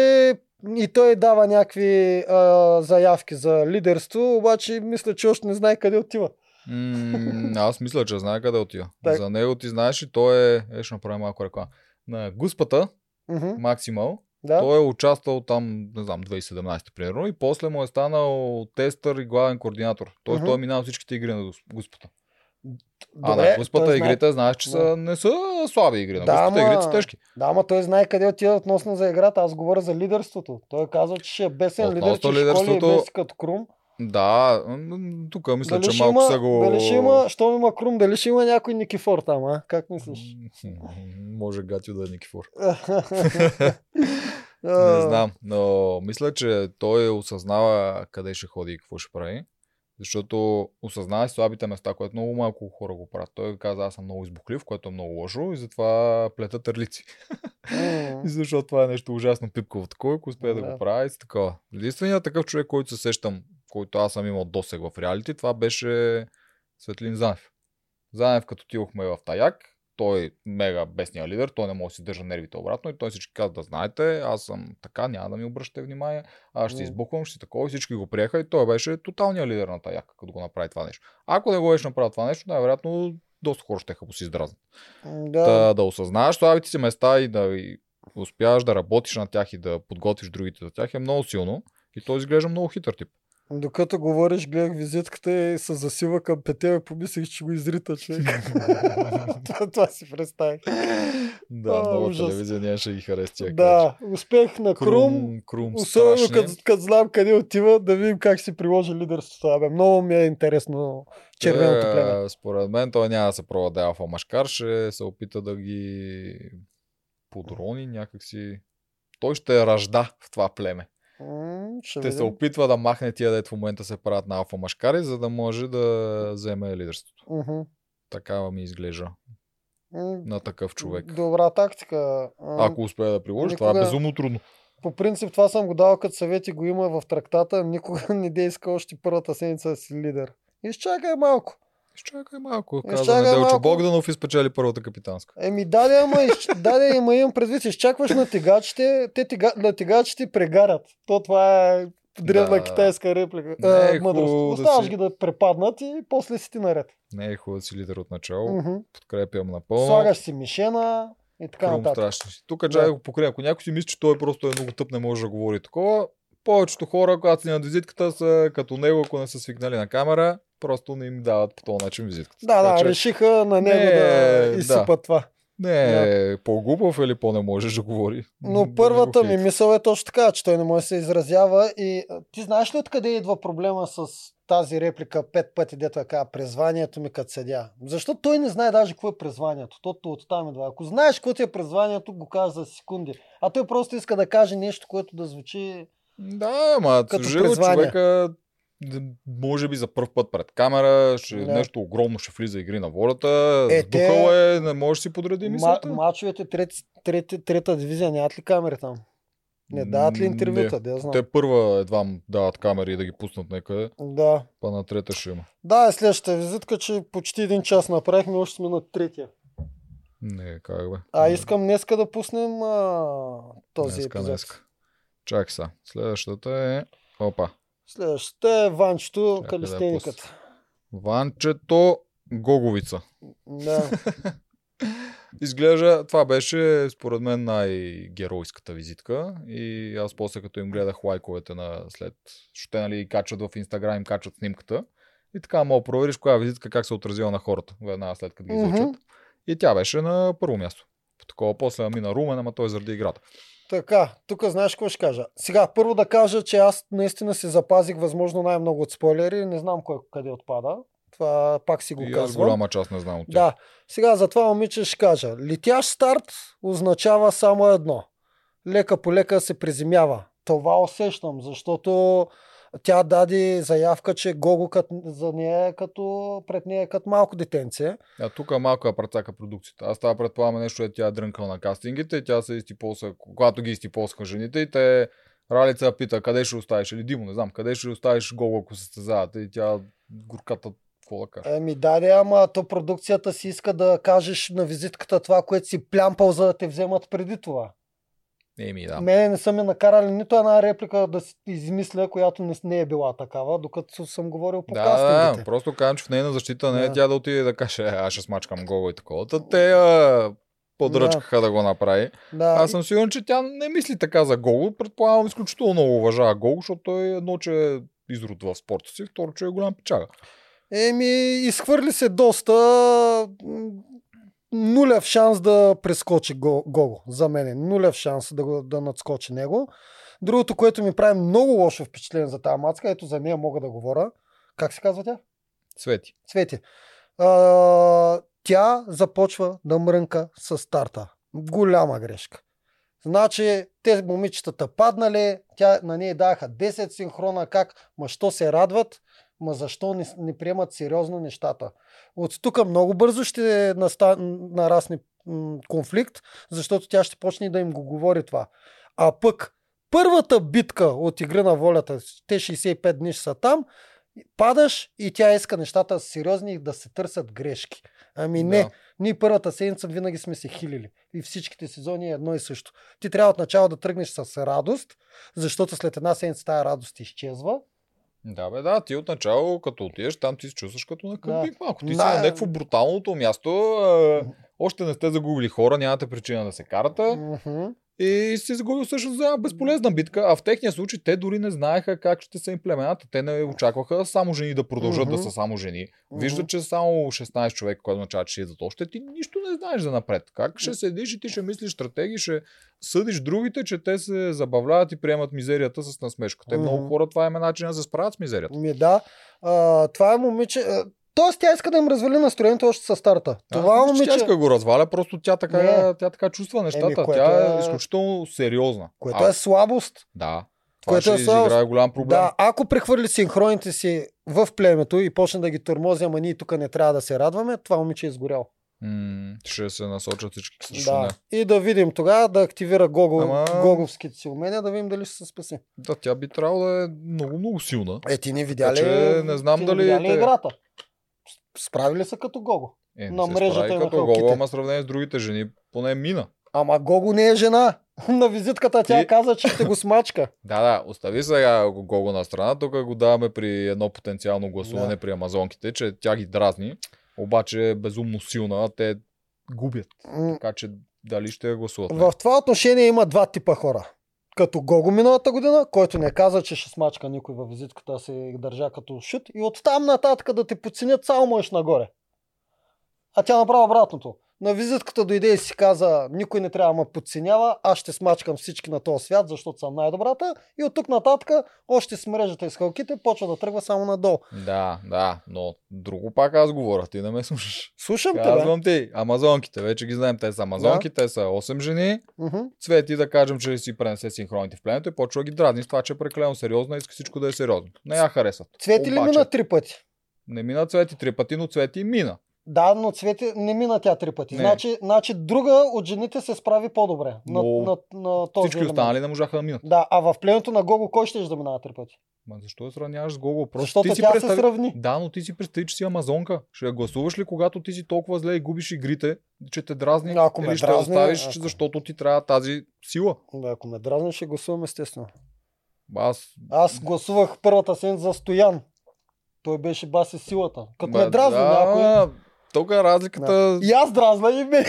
Speaker 2: и той дава някакви а, заявки за лидерство, обаче мисля, че още не знае къде отива.
Speaker 1: М, аз мисля, че знае къде отива.
Speaker 2: Так.
Speaker 1: За него ти знаеш и той е... Е, ще направим малко реклама. На Гуспата,
Speaker 2: Мгм,
Speaker 1: Максимал,
Speaker 2: Да.
Speaker 1: той е участвал там, не знам, 2017 примерно, и после му е станал тестър и главен координатор. Тоест
Speaker 2: Мгм.
Speaker 1: той е минал всичките игри на Гус- Гуспата.
Speaker 2: Добре,
Speaker 1: а на Гуспата
Speaker 2: той е знае-
Speaker 1: игрите, знаеш, че са,
Speaker 2: Да.
Speaker 1: не са слаби игри. На
Speaker 2: Да,
Speaker 1: Гуспата
Speaker 2: ама-
Speaker 1: игрите са тежки.
Speaker 2: Да, ама той знае къде отива относно за играта. Аз говоря за лидерството. Той казва, че ще е бесен
Speaker 1: Относно
Speaker 2: лидер, че лидерството... школи
Speaker 1: лидерството-
Speaker 2: и беси като крум.
Speaker 1: Да, м, тук мисля,
Speaker 2: Дали
Speaker 1: че
Speaker 2: ще
Speaker 1: малко
Speaker 2: има,
Speaker 1: са го...
Speaker 2: дали ще има, щом има крум, дали ще има някой Никифор там, а? Как мислиш?
Speaker 1: М, Може Гатио да е Никифор. Не
Speaker 2: А,
Speaker 1: знам, но мисля, че той осъзнава къде ще ходи и какво ще прави. Защото осъзнава и слабите места, което много малко хора го правят. Той каза, аз съм много избухлив, което е много лошо и затова плета търлици.
Speaker 2: м.
Speaker 1: И защото това е нещо ужасно пипково такова, ако успее да,
Speaker 2: Да.
Speaker 1: го прави, и такова. Единственият такъв човек, който се сещам, който аз съм имал досег в реалити, това беше Светлин Занев. Занев, като отидохме в Таяк, той мега бесния лидер, той не може да си държа нервите обратно и той всички каза да знаете, аз съм така, няма да ми обръщате внимание, аз ще
Speaker 2: Мгм.
Speaker 1: избухвам, ще си такова и всички го приеха и той беше тоталният лидер на Таяк, като го направи това нещо. Ако не го беше направил това нещо, най-вероятно доста хора ще му си издразнат.
Speaker 2: Да,
Speaker 1: Та, да осъзнаеш слабите си места и да и успяваш да работиш на тях и да подготвиш другите за тях е много силно. И той изглежда много хитър тип.
Speaker 2: докато говориш, гледах визитката и се засива към петя и помислих, че го изрита човек. това, това си представих.
Speaker 1: Да,
Speaker 2: А,
Speaker 1: много
Speaker 2: ужас.
Speaker 1: телевизия нямаше ги хареса тия
Speaker 2: да, успех на Крум.
Speaker 1: Крум, крум,
Speaker 2: Особено
Speaker 1: страшни.
Speaker 2: като, като знам къде отива, да видим как си приложи лидерството. Абе, много ми е интересно червеното
Speaker 1: Е,
Speaker 2: племе.
Speaker 1: Според мен той няма да се пробва да е алфа машкар, ще се опита да ги подрони някакси... Той ще ражда в това племе.
Speaker 2: М, Ще
Speaker 1: Ще се
Speaker 2: видим.
Speaker 1: опитва да махне тия, дет в момента се правят на алфа машкари, за да може да вземе лидерството.
Speaker 2: Мгм.
Speaker 1: Така ми изглежда
Speaker 2: М,
Speaker 1: на такъв човек.
Speaker 2: Добра тактика. А,
Speaker 1: Ако успея да приложи, това е
Speaker 2: никога-
Speaker 1: безумно трудно.
Speaker 2: По принцип това съм го давал като съвет и го има в трактата. Никога не дей иска още първата седмица да си лидер. Изчакай малко.
Speaker 1: Изчакай малко,
Speaker 2: Изчакай
Speaker 1: каза Неделчо
Speaker 2: малко.
Speaker 1: Богданов и спечели първата капитанска.
Speaker 2: Еми, даде, ама, из... даде, ама имам предвид, изчакваш на тигачите, те тига... на тигачите прегарят. То това е древна
Speaker 1: Да.
Speaker 2: китайска реплика.
Speaker 1: Не
Speaker 2: а,
Speaker 1: е
Speaker 2: мъдрост.
Speaker 1: хубаво да
Speaker 2: Оставаш
Speaker 1: си-
Speaker 2: ги да препаднат и после си ти наред.
Speaker 1: Не е хубаво да си лидер от начало.
Speaker 2: Мгм.
Speaker 1: Подкрепям напълно.
Speaker 2: Слагаш си мишена и така
Speaker 1: Крум
Speaker 2: нататък.
Speaker 1: страшно. Тук е
Speaker 2: Да.
Speaker 1: чай да. го покрия. Ако някой си мисли, че той просто е много тъп, не може да говори такова, повечето хора, когато си на визитката, са като него, ако не са свикнали на камера, просто не им дават по този начин визитката.
Speaker 2: Да, да,
Speaker 1: Така че
Speaker 2: решиха на него
Speaker 1: Значи, Не,
Speaker 2: да
Speaker 1: да.
Speaker 2: изсипат това.
Speaker 1: Не е по-глупав или по-не можеш да говори. Да
Speaker 2: Но
Speaker 1: не
Speaker 2: първата
Speaker 1: го
Speaker 2: ми
Speaker 1: хейт.
Speaker 2: мисъл е точно така, че той не може да се изразява. И а, ти знаеш ли откъде идва проблема с тази реплика пет пъти, дето е така, призванието ми като седя? Защото той не знае даже какво е призванието. Тото от там идва. Ако знаеш какво ти е призванието, го кажа за секунди. А той просто иска да каже нещо, което да звучи.
Speaker 1: Да, ма
Speaker 2: Като
Speaker 1: живо
Speaker 2: призвание.
Speaker 1: човека д- може би за първ път пред камера, ще,
Speaker 2: Да.
Speaker 1: нещо огромно ще влиза игри на волята,
Speaker 2: Е,
Speaker 1: е,
Speaker 2: те-
Speaker 1: духъл е, не може да си подреди
Speaker 2: Ма,
Speaker 1: мисълта.
Speaker 2: мачовете трети, трети, трета дивизия, нямат ли камери там? Не дават ли
Speaker 1: М, не.
Speaker 2: интервюта? Да, знам.
Speaker 1: Те първа едва м дават камери да ги пуснат някъде,
Speaker 2: Да.
Speaker 1: па на трета ще има.
Speaker 2: Да, е следващата визитка, че почти един час направихме, още сме на третия.
Speaker 1: Не, как бе.
Speaker 2: А
Speaker 1: Не,
Speaker 2: искам днеска да пуснем а, този
Speaker 1: днеска,
Speaker 2: епизод.
Speaker 1: днеска. Чак са. Следващата е... Опа.
Speaker 2: Следващата е Ванчето,
Speaker 1: да я
Speaker 2: калистеникът.
Speaker 1: Ванчето Гоговица.
Speaker 2: Да,
Speaker 1: Изглежда, това беше според мен най-геройската визитка и аз после като им гледах лайковете на след, защото те нали качват в Инстаграм, им качват снимката и така мога да провериш коя визитка как се е отразила на хората, веднага след като ги
Speaker 2: Мгм.
Speaker 1: излучат. И тя беше на първо място. По такова после мина Румен, ама той заради играта.
Speaker 2: така, тук знаеш какво ще кажа. Сега, първо да кажа, че аз наистина си запазих възможно най-много от спойлери. Не знам кой къде отпада. Това пак си го
Speaker 1: И аз
Speaker 2: казвам.
Speaker 1: голяма част не знам от тях.
Speaker 2: Да, сега за това момиче ще кажа. Летящ старт означава само едно. Лека по лека се приземява. Това усещам, защото тя даде заявка, че Гого кът, за нея е като, пред нея е като малко детенце.
Speaker 1: А тук малко я прецака продукцията. Аз това предполагам нещо, е тя е дрънкала на кастингите, и тя се изтипоса, когато ги изтипосаха жените и те Ралица я пита, къде ще оставиш, или Димо, не знам, къде ще оставиш гол, ако се състезават. И тя горката какво да каже.
Speaker 2: Еми да, де, ама то продукцията си иска да кажеш на визитката това, което си плямпал, за да те вземат преди това.
Speaker 1: Еми,
Speaker 2: Да.
Speaker 1: да.
Speaker 2: Мене не са ме накарали нито една реплика да си измисля, която не, не е била такава, докато съм говорил по
Speaker 1: Да, да,
Speaker 2: кастингите.
Speaker 1: да, просто казвам, че в нейна защита не е
Speaker 2: Да.
Speaker 1: тя да отиде да каже, "Е, аз ще смачкам гол и такова. Та те а, подръчкаха да. го направи.
Speaker 2: Да,
Speaker 1: Аз съм сигурен, че тя не мисли така за Гого. Предполагам, изключително много уважава Гого, защото той едно, че е изрод в спорта си, второ, че е голям печага.
Speaker 2: Еми, изхвърли се доста м, нулев шанс да прескочи Го- Гого. За мен е нулев шанс да, го, да надскочи него. Другото, което ми прави много лошо впечатление за тази мацка, ето за нея мога да говоря. Как се казва тя?
Speaker 1: Цвети.
Speaker 2: Цвети. А, тя започва да мрънка с старта. Голяма грешка. Значи, те момичетата паднали, тя, на нея даха 10 синхрона, как, ма що се радват, ма защо не, с- не приемат сериозно нещата. От тук много бързо ще наста, нарасне м, конфликт, защото тя ще почне да им го говори това. А пък първата битка от Игра на волята, те 65 дни ще са там, падаш и тя иска нещата да са сериозни и да се търсят грешки. Ами не,
Speaker 1: Да.
Speaker 2: ние първата седмица винаги сме се хилили. И всичките сезони е едно и също. Ти трябва от начало да тръгнеш с радост, защото след една седмица тая радост изчезва.
Speaker 1: Да, бе, да, ти отначало, като отидеш там, ти се чувстваш като на къмпинг малко. Ти си
Speaker 2: Да.
Speaker 1: на някакво бруталното място, а, още не сте загубили хора, нямате причина да се карате
Speaker 2: Мгм.
Speaker 1: и си загубил всъщност за една безполезна битка, а в техния случай те дори не знаеха как ще са им племената. Те не очакваха само жени да продължат
Speaker 2: Мгм.
Speaker 1: да са само жени.
Speaker 2: Мгм.
Speaker 1: Виждат, че само 16 човека, което означава, че ще идват още, ти нищо не знаеш за напред. Как ще седиш и ти ще мислиш стратегии, ще съдиш другите, че те се забавляват и приемат мизерията с насмешка. Те много
Speaker 2: Мгм.
Speaker 1: хора това им е начин да се справят с мизерията.
Speaker 2: Ми да. А, това е момиче. а, Тоест тя иска да им развали настроението още с старта. Това
Speaker 1: а,
Speaker 2: момиче,
Speaker 1: Тя иска да го разваля, просто тя така,
Speaker 2: Не.
Speaker 1: тя така чувства нещата.
Speaker 2: Еми, което
Speaker 1: тя е
Speaker 2: е-
Speaker 1: изключително сериозна.
Speaker 2: което
Speaker 1: а,
Speaker 2: е слабост.
Speaker 1: Да. Това
Speaker 2: което
Speaker 1: ще
Speaker 2: е слабост.
Speaker 1: изиграе голям проблем.
Speaker 2: Да, ако прехвърли синхроните си в племето и почне да ги тормози, ама ние тук не трябва да се радваме, това момиче е изгорял.
Speaker 1: М, ще се насочат всички срещу
Speaker 2: Да.
Speaker 1: нея.
Speaker 2: И да видим тогава да активира Гого,
Speaker 1: Ама-
Speaker 2: Гоговските си умения, да видим дали ще се спаси.
Speaker 1: Да, тя би трябвало да е много, много силна.
Speaker 2: Е, ти не видя ли,
Speaker 1: Вече не знам
Speaker 2: ти
Speaker 1: дали
Speaker 2: видя ли
Speaker 1: те-
Speaker 2: играта? Справили са като Гого.
Speaker 1: Е, не
Speaker 2: на
Speaker 1: се
Speaker 2: мрежата
Speaker 1: справи
Speaker 2: и на
Speaker 1: като
Speaker 2: халките.
Speaker 1: Гого, ама в сравнение с другите жени, поне мина.
Speaker 2: Ама Гого не е жена. На визитката тя
Speaker 1: Ти-
Speaker 2: каза, че ще го смачка.
Speaker 1: Да, да, остави сега Гого на страна. Тук го даваме при едно потенциално гласуване при амазонките, че тя ги дразни. Обаче е безумно силна, а те губят.
Speaker 2: М,
Speaker 1: Така че дали ще я гласуват?
Speaker 2: В това отношение има два типа хора. Като Гого миналата година, който не каза, че ще смачка никой във визитката, а се държа като шут. И оттам нататък да те подценят, само мъж нагоре. А тя направи обратното. На визитката дойде и си каза, никой не трябва да ме подценява, аз ще смачкам всички на този свят, защото съм най-добрата. И от тук нататък, още с мрежата и с халките, почва да тръгва само надолу.
Speaker 1: Да, да, но друго пак аз говоря, ти не ме слушаш.
Speaker 2: Слушам те, бе.
Speaker 1: Казвам ти, амазонките, вече ги знаем, те са амазонки, те са 8 жени.
Speaker 2: Мгм.
Speaker 1: Цвети, да кажем, че си пренесе синхроните в племето и почва да ги дразни с това, че е прекалено сериозно и иска всичко да е сериозно. Не я харесват.
Speaker 2: Цвети ли
Speaker 1: Обаче,
Speaker 2: мина три пъти?
Speaker 1: Не мина цвети три пъти, но цвети мина.
Speaker 2: Да, но Цвети не мина тя три пъти.
Speaker 1: Не.
Speaker 2: Значи, значи друга от жените се справи по-добре
Speaker 1: Но
Speaker 2: на, на, на този
Speaker 1: Всички
Speaker 2: елемент.
Speaker 1: останали не можаха да минат.
Speaker 2: Да, а в пленето на Гого кой ще да минава три пъти?
Speaker 1: Ма защо я сравняваш с Гого? Просто
Speaker 2: Защото
Speaker 1: ти си
Speaker 2: тя
Speaker 1: представи...
Speaker 2: се сравни.
Speaker 1: Да, но ти си представи, че си амазонка. Ще я гласуваш ли, когато ти си толкова зле и губиш игрите, че те дразни?
Speaker 2: Ако ме
Speaker 1: или ще я
Speaker 2: дразни,
Speaker 1: оставиш,
Speaker 2: ако-
Speaker 1: защото ти трябва тази сила?
Speaker 2: Да, ако ме дразни, ще гласувам естествено.
Speaker 1: Аз
Speaker 2: Аз гласувах първата седмица за Стоян. Той беше баси силата. Като
Speaker 1: Ма
Speaker 2: ме дразни
Speaker 1: да,
Speaker 2: някой.
Speaker 1: ама Тук е разликата...
Speaker 2: И аз дразна и ме.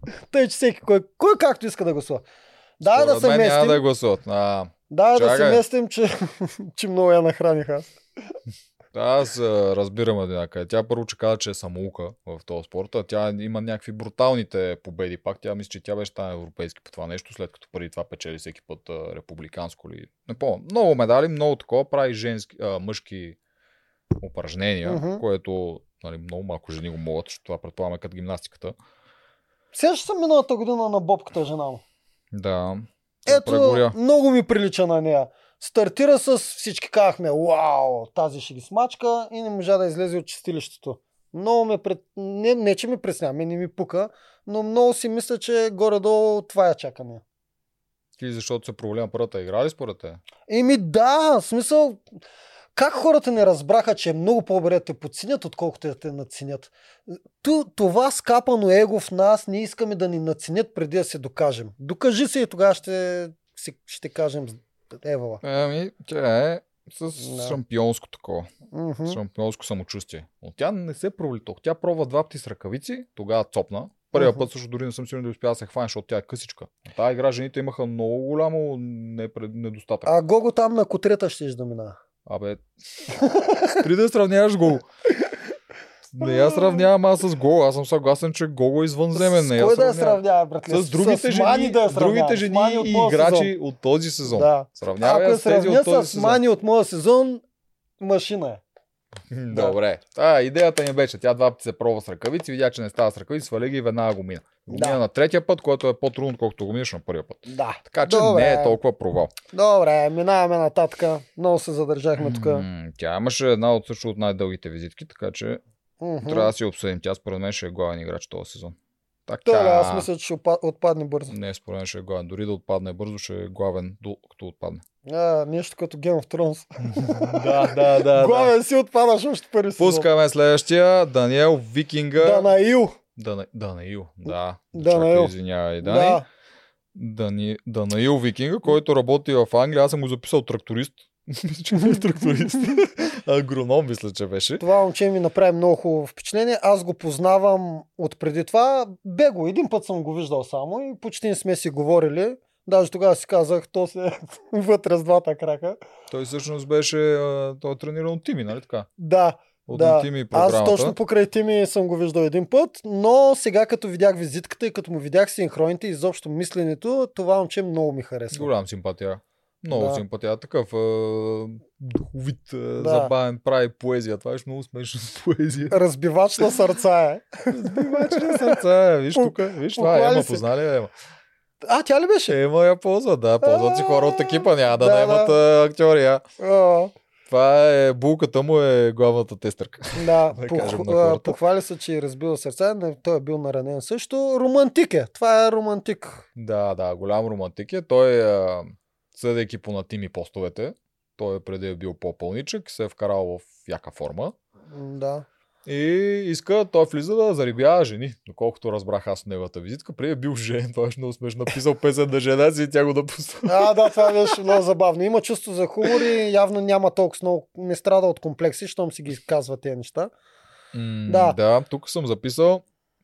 Speaker 2: Тъй, че всеки кой, кой както иска да гласува. Да, да
Speaker 1: според
Speaker 2: се
Speaker 1: мен
Speaker 2: местим.
Speaker 1: Няма да я гласуват. А,
Speaker 2: Да, да се
Speaker 1: Чакай.
Speaker 2: местим, че, че много я нахраниха.
Speaker 1: аз а, разбирам еднака. Тя първо, че каза, че е самоука в този спорт, а тя има някакви бруталните победи. Пак тя мисля, че тя беше там европейски по това нещо, след като преди това печели всеки път а, републиканско ли. Не помня. Много медали, много такова прави женски, а, мъжки упражнения,
Speaker 2: Мгм.
Speaker 1: което нали, много малко жени го могат, защото това предполагаме като гимнастиката.
Speaker 2: Сещаш се миналата година на бобката жена му.
Speaker 1: Да. Тя
Speaker 2: Ето,
Speaker 1: прегоря.
Speaker 2: много ми прилича на нея. Стартира с всички казахме, вау, тази ще ги смачка и не можа да излезе от чистилището. Много ме пред... не, не, че ми пресня, ми не ми пука, но много си мисля, че горе-долу това я чакаме.
Speaker 1: Ти защото се проваля на първата игра ли според те?
Speaker 2: Еми да, в смисъл, как хората не разбраха, че е много по-добре да те подценят, отколкото да те надценят. Ту, това скапано его в нас, ние искаме да ни надценят преди да се докажем. Докажи се и тогава ще, си- ще кажем Евала.
Speaker 1: Ами, тя е с
Speaker 2: Да.
Speaker 1: шампионско такова.
Speaker 2: Мгм.
Speaker 1: С шампионско самочувствие. Но тя не се провали толкова. Тя пробва два пъти с ръкавици, тогава цопна. Първия
Speaker 2: Мгм.
Speaker 1: път също дори не съм сигурен да успя да се хване, защото тя е късичка. На тази игра жените имаха много голямо непред... недостатък.
Speaker 2: А Гого там на котрета ще да мина.
Speaker 1: Абе, три да сравняваш Гого. Не я сравнявам аз с Гого. Аз съм съгласен, че Гого е извънземен. Не
Speaker 2: с
Speaker 1: я
Speaker 2: кой да я
Speaker 1: сравнявам.
Speaker 2: сравнява, братле?
Speaker 1: С другите
Speaker 2: Мани
Speaker 1: жени,
Speaker 2: да я
Speaker 1: с другите
Speaker 2: сравнявам. С
Speaker 1: жени
Speaker 2: Мани от
Speaker 1: и
Speaker 2: моя
Speaker 1: играчи
Speaker 2: сезон.
Speaker 1: от този сезон.
Speaker 2: Да.
Speaker 1: Сравнявай
Speaker 2: Ако я
Speaker 1: я с тези
Speaker 2: сравня
Speaker 1: от този
Speaker 2: с
Speaker 1: сезон.
Speaker 2: Мани от моя сезон, машина е. Да.
Speaker 1: Добре. А, идеята ми беше, тя два пъти се пробва с ръкавици, видя, че не става с ръкавици, свали ги и веднага го мина. Го
Speaker 2: Да.
Speaker 1: мина на третия път, което е по-трудно, отколкото го минеш на първия път.
Speaker 2: Да.
Speaker 1: Така че
Speaker 2: Добре.
Speaker 1: не е толкова провал.
Speaker 2: Добре, минаваме нататък. Много се задържахме тук.
Speaker 1: М, Тя имаше една от също от най-дългите визитки, така че
Speaker 2: Мгм.
Speaker 1: трябва да си я обсъдим. Тя според мен ще е главен играч този сезон. Така.
Speaker 2: Той ли, аз мисля, че ще опа- отпадне бързо.
Speaker 1: Не, според мен ще е главен. Дори да отпадне бързо, ще е главен, докато отпадне.
Speaker 2: А, нещо като Game of Thrones.
Speaker 1: да, да, да.
Speaker 2: Главен си отпадаш още първи сезон.
Speaker 1: Пускаме следващия. Даниел Викинга.
Speaker 2: Данаил.
Speaker 1: Дана... Данаил, да.
Speaker 2: Данаил.
Speaker 1: Чакай, извинявай, Дани.
Speaker 2: Да.
Speaker 1: Дани... Данаил Викинга, който работи в Англия. Аз съм го записал тракторист. Мисля, че е тракторист. Агроном, мисля, че беше.
Speaker 2: Това момче ми направи много хубаво впечатление. Аз го познавам от преди това. Бе го, един път съм го виждал само и почти не сме си говорили. Даже тогава си казах, то се е вътре с двата крака.
Speaker 1: Той всъщност беше... а, Той е трениран от Тими, нали така?
Speaker 2: Да,
Speaker 1: От
Speaker 2: Да.
Speaker 1: на Тими програмата.
Speaker 2: аз точно покрай Тими съм го виждал един път, но сега като видях визитката и като му видях синхроните, изобщо мисленето, това момче много ми харесва.
Speaker 1: Голям симпатия. Много
Speaker 2: Да.
Speaker 1: симпатия. Такъв е, духовит, е, забавен, прави поезия. Това беше много смешно с поезия.
Speaker 2: Разбивач на сърца е.
Speaker 1: Сбивач на сърца. е, Виж
Speaker 2: Пу-
Speaker 1: тук, виж това.
Speaker 2: похвали
Speaker 1: Ема,
Speaker 2: се.
Speaker 1: познали я, Ема.
Speaker 2: А, тя ли беше?
Speaker 1: Ема я ползва, да. Ползват си хора от екипа, няма да,
Speaker 2: Да,
Speaker 1: наемат е, актьори. а.
Speaker 2: А,
Speaker 1: Това е, булката му е главната тестърка.
Speaker 2: да,
Speaker 1: Да
Speaker 2: пох-
Speaker 1: кажем на
Speaker 2: а,
Speaker 1: хората.
Speaker 2: похвали се, че е разбил сърца. Не, Той е бил наранен също. Романтик е. Това е романтик.
Speaker 1: Да, да, голям романтик е. Той, а, съдейки по на тими постовете, той преди е бил по-пълничък, се е вкарал в яка форма.
Speaker 2: М, Да.
Speaker 1: И иска, той влиза да зарибява жени. Доколкото разбрах аз от неговата визитка, преди е бил жен, той беше много смешно написал песен на жена си и тя го напусна.
Speaker 2: А, да, това беше много забавно. Има чувство за хумор и явно няма толкова много, не страда от комплекси, щом си ги изказва тези неща.
Speaker 1: М,
Speaker 2: Да.
Speaker 1: да, тук съм записал,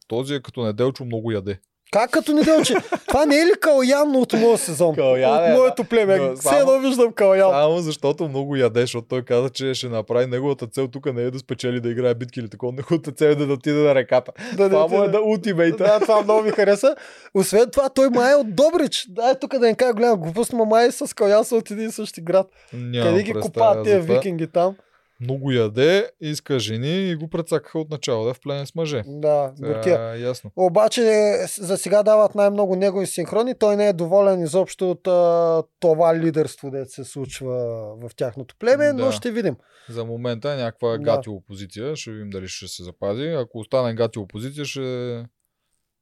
Speaker 1: този е като неделчо много яде.
Speaker 2: Как като не делче? Това не е ли Калян от моя сезон?
Speaker 1: Калян е,
Speaker 2: от моето племе.
Speaker 1: но
Speaker 2: Все
Speaker 1: само-
Speaker 2: едно виждам Калян.
Speaker 1: Само защото много яде, защото той каза, че ще направи неговата цел тук не е да спечели да играе битки или такова, неговата цел е да отиде на реката.
Speaker 2: Да,
Speaker 1: Това
Speaker 2: не-
Speaker 1: му е да ултимейта.
Speaker 2: Да, това много ми хареса. Освен това, той май е от Добрич. Да, е тук да не кажа голяма глупост, но май е с Калян са от един и същи град.
Speaker 1: Нямам
Speaker 2: Къде ги
Speaker 1: представа
Speaker 2: купаят
Speaker 1: за
Speaker 2: тия
Speaker 1: това.
Speaker 2: викинги там?
Speaker 1: Много яде, иска жени и го прецакаха от начало, да е в плен с мъже.
Speaker 2: Да, горкия.
Speaker 1: А, ясно.
Speaker 2: Обаче е, с- за сега дават най-много негови синхрони. Той не е доволен изобщо от а, това лидерство, де се случва в тяхното племе, но
Speaker 1: Да.
Speaker 2: ще видим.
Speaker 1: За момента е някаква
Speaker 2: Да.
Speaker 1: гати опозиция. Ще видим дали ще се запази. Ако остане гати опозиция, ще...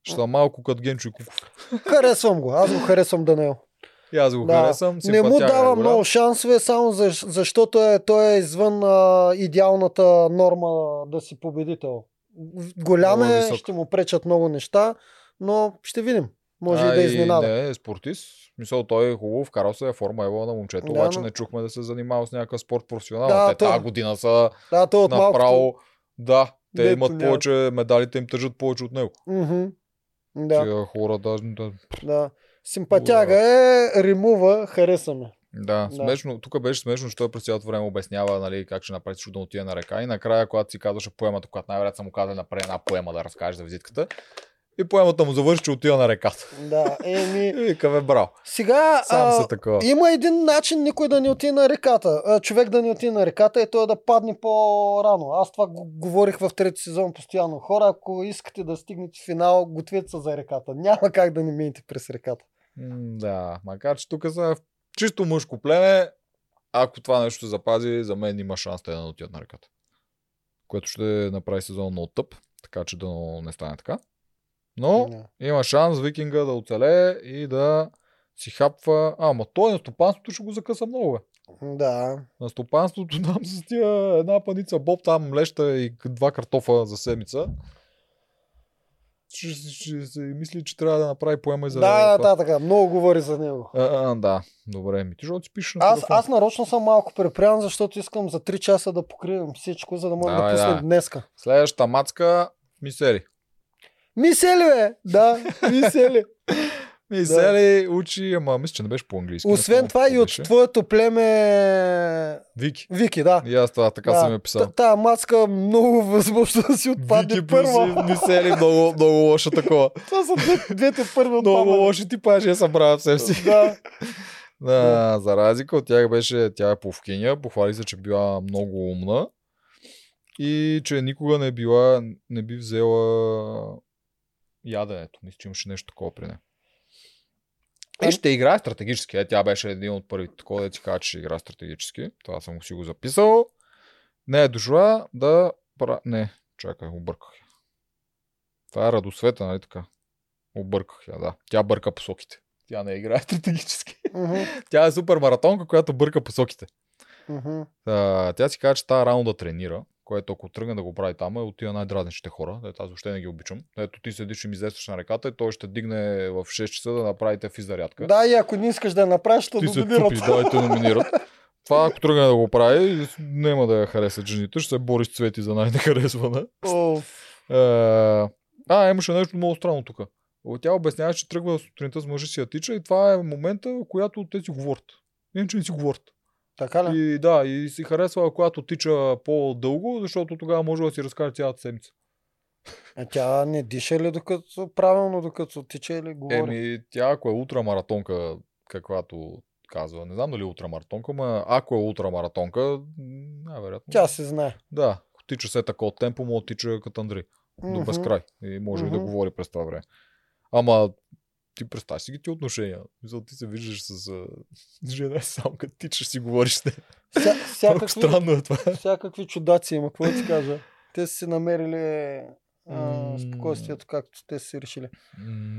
Speaker 1: Ще са малко като Генчо и Куков.
Speaker 2: Харесвам го. Аз го харесвам Данел.
Speaker 1: И аз го
Speaker 2: Да.
Speaker 1: харесвам.
Speaker 2: Не му
Speaker 1: симпатяга е
Speaker 2: дава
Speaker 1: голям.
Speaker 2: много шансове, само защ- защото е, той е извън а, идеалната норма да си победител. Голям
Speaker 1: Много
Speaker 2: е,
Speaker 1: висок.
Speaker 2: ще му пречат много неща, но ще видим. Може и да
Speaker 1: и
Speaker 2: изненада.
Speaker 1: Не, е спортист. Мисъл, той е хубаво, вкарал се е форма ево на момчето,
Speaker 2: Да,
Speaker 1: обаче
Speaker 2: но-
Speaker 1: не чухме да се занимава с някакъв спорт професионално.
Speaker 2: Да,
Speaker 1: Те
Speaker 2: той-
Speaker 1: тази година са
Speaker 2: Да, той е от малкото-
Speaker 1: направо... Да, те
Speaker 2: Дето
Speaker 1: имат
Speaker 2: няма.
Speaker 1: повече, медалите им тъжат повече от него.
Speaker 2: Мгм.
Speaker 1: Да.
Speaker 2: Да,
Speaker 1: Тия хора даже... Да,
Speaker 2: да. Симпатяга е, римува, харесаме.
Speaker 1: Да,
Speaker 2: Да.
Speaker 1: смешно. Тук беше смешно, защото той през цялото време обяснява нали, как ще направи чудо да отиде на река. И накрая, когато си казваше поемата, която най-вероятно съм му казал, направи една поема да разкажеш за визитката. И поемата му завърши, че отива на реката.
Speaker 2: Да, еми.
Speaker 1: И вика, бе, браво.
Speaker 2: Сега
Speaker 1: Сам
Speaker 2: а,
Speaker 1: се такова.
Speaker 2: има един начин никой да не отиде на реката. А, човек да не отиде на реката е той да падне по-рано. Аз това го говорих в трети сезон постоянно. Хора, ако искате да стигнете финал, гответе се за реката. Няма как да не минете през реката.
Speaker 1: М, Да, макар че тук са в чисто мъжко племе, ако това нещо се запази, за мен има шанс те да не отидат на реката. Което ще направи сезон много тъп, така че да не стане така. Но
Speaker 2: Да.
Speaker 1: има шанс викинга да оцелее и да си хапва. А, ама той на стопанството ще го закъса много, бе.
Speaker 2: Да.
Speaker 1: На стопанството там с тия една паница боб, там млеща и к- два картофа за седмица. Ще, ще се мисли, че трябва да направи поема и за
Speaker 2: Да,
Speaker 1: това.
Speaker 2: да, така. Много говори за него.
Speaker 1: А, а, да, добре. Ми ти жо ти пишеш на
Speaker 2: Аз,
Speaker 1: телефон.
Speaker 2: аз нарочно съм малко препрян, защото искам за 3 часа да покривам всичко, за да можем да,
Speaker 1: Давай,
Speaker 2: пуснем
Speaker 1: давай.
Speaker 2: днеска.
Speaker 1: Следващата мацка Мисели.
Speaker 2: Мисели, бе! Да, мисели.
Speaker 1: Мисели учи, ама мисля, че не беше по-английски. не
Speaker 2: Освен
Speaker 1: помня
Speaker 2: това
Speaker 1: какво
Speaker 2: и от
Speaker 1: беше.
Speaker 2: твоето племе
Speaker 1: Вики.
Speaker 2: Вики, да.
Speaker 1: И аз това така
Speaker 2: да.
Speaker 1: съм я писал.
Speaker 2: Та- Тая мацка много възможно да си отпадне
Speaker 1: Вики плюс
Speaker 2: първа.
Speaker 1: и Мисели, много, много лоша такова.
Speaker 2: Това са две, двете първи
Speaker 1: Много
Speaker 2: отпаднали.
Speaker 1: лоши типажи я събрава в себе си.
Speaker 2: Да.
Speaker 1: Да, за разлика от тях беше, тя е повкиня, похвали се, че била много умна и че никога не била, не би взела яденето. Мисля, че имаше нещо такова при нея. И
Speaker 2: Ам-
Speaker 1: ще играе стратегически. Е, тя беше един от първите такова, да ти кажа, че ще играе стратегически. Това съм си го записал. Не е дошла да... пра- Не, чакай, обърках я. Това е радосвета, нали така? Обърках я, да. Тя бърка посоките. Тя не играе стратегически.
Speaker 2: Мгм,
Speaker 1: Тя е супер маратонка, която бърка посоките.
Speaker 2: мгм.
Speaker 1: Та, тя си каза, че тази раунда тренира, което ако тръгне да го прави там, е от тия най-дразнищите хора. Дето аз въобще не ги обичам. Ето ти седиш и ми излезеш на реката и той ще дигне в 6 часа да направите физарядка.
Speaker 2: Да, и ако не искаш да я направиш, ще
Speaker 1: ти се
Speaker 2: доминират.
Speaker 1: тупиш, да, и те номинират. Това ако тръгне да го прави, няма да я харесат жените, ще се бори с цвети за най-нехаресвана.
Speaker 2: Оф.
Speaker 1: Е, А, имаше нещо много странно тук. Тя обяснява, че тръгва сутринта с мъжа си я тича и това е момента, в която те си говорят. Иначе не си говорят.
Speaker 2: Така ли?
Speaker 1: И да, и си харесва, когато тича по-дълго, защото тогава може да си разкаже цялата седмица.
Speaker 2: А Е, тя не диша ли докато правилно, докато тича или говори?
Speaker 1: Еми, тя ако е утрамаратонка, каквато казва. Не знам дали е ултрамаратонка, ма ако е ултрамаратонка, най-вероятно.
Speaker 2: Тя се знае.
Speaker 1: Да, ако тича се така от темпо, му тича като Андри. До
Speaker 2: Мгм.
Speaker 1: безкрай. И може и да
Speaker 2: Мгм.
Speaker 1: говори през това време. Ама ти представи си ги ти отношения. Мисъл, ти се виждаш с а, жена само като тичаш си говориш с нея.
Speaker 2: Ся,
Speaker 1: Много
Speaker 2: всякакви,
Speaker 1: странно е това.
Speaker 2: всякакви чудаци има, какво да ти кажа. Те са си намерили а,
Speaker 1: М.
Speaker 2: спокойствието, както те са си решили.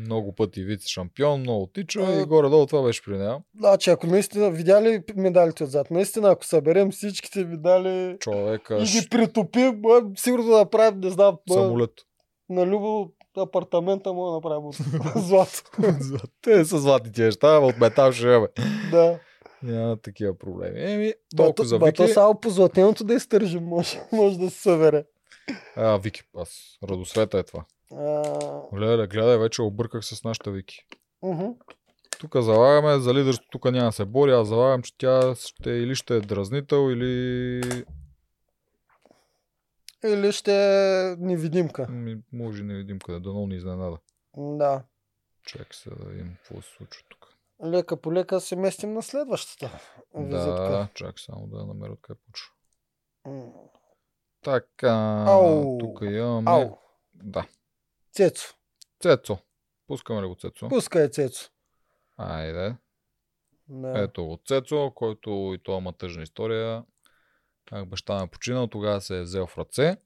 Speaker 1: Много пъти вице-шампион, много тича
Speaker 2: А,
Speaker 1: и горе-долу това беше при нея.
Speaker 2: Значи, ако наистина видяли медалите отзад, наистина, ако съберем всичките медали
Speaker 1: Човека
Speaker 2: и
Speaker 1: ш-
Speaker 2: ги притопим, а, сигурно да направим, не знам, а,
Speaker 1: самолет.
Speaker 2: на любо апартамента мога да направим от злато.
Speaker 1: Те са златните неща, ама от метал ще имаме.
Speaker 2: да.
Speaker 1: Няма такива проблеми. Еми,
Speaker 2: Бато,
Speaker 1: толкова за
Speaker 2: бато
Speaker 1: Вики.
Speaker 2: само по златеното да изтържим, може, може да се събере.
Speaker 1: А, Вики, аз. Радосвета е това.
Speaker 2: А,
Speaker 1: Леле, гледай, вече обърках се с нашата Вики.
Speaker 2: мгм.
Speaker 1: Тук залагаме за лидерството, тук няма да се бори, аз залагам, че тя ще, или ще е дразнител, или
Speaker 2: Или ще е невидимка.
Speaker 1: ми, може и не видим къде, дано ни изненада.
Speaker 2: Да.
Speaker 1: Чакай се да видим какво се случва тук.
Speaker 2: Лека по лека се местим на следващата визитка.
Speaker 1: Да, чак само да я намеря къде почва.
Speaker 2: М.
Speaker 1: Така,
Speaker 2: Ау.
Speaker 1: тук имаме...
Speaker 2: Ау,
Speaker 1: Да.
Speaker 2: Цецо.
Speaker 1: Цецо. Пускаме ли го Цецо?
Speaker 2: Пускай Цецо.
Speaker 1: Айде.
Speaker 2: Да.
Speaker 1: Ето го Цецо, който и той има тъжна история. Как баща ме починал, тогава се е взел в ръце.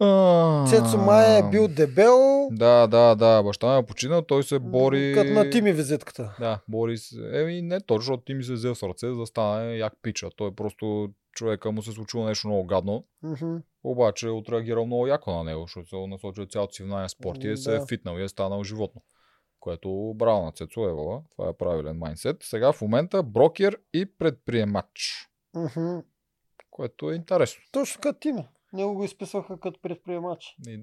Speaker 1: А,
Speaker 2: Цецо май е бил дебел,
Speaker 1: Да, да, да. Баща ме е починал, той се бори...
Speaker 2: като на Тими визитката.
Speaker 1: Да, бори се. Еми, не точно, защото Тими се е взел с ръце, за да стане як пича. Той просто човека му се е случило нещо много гадно.
Speaker 2: Мгм.
Speaker 1: Обаче е отреагирал много яко на него, защото се е насочил цялото си внимание спорт и е се е
Speaker 2: Да.
Speaker 1: фитнал и е станал животно. Което браво на Цецо Евала. Това е правилен майндсет. Сега в момента брокер и предприемач.
Speaker 2: Мгм.
Speaker 1: Което е интересно.
Speaker 2: Точно като Тими. Него го изписваха като предприемач.
Speaker 1: И-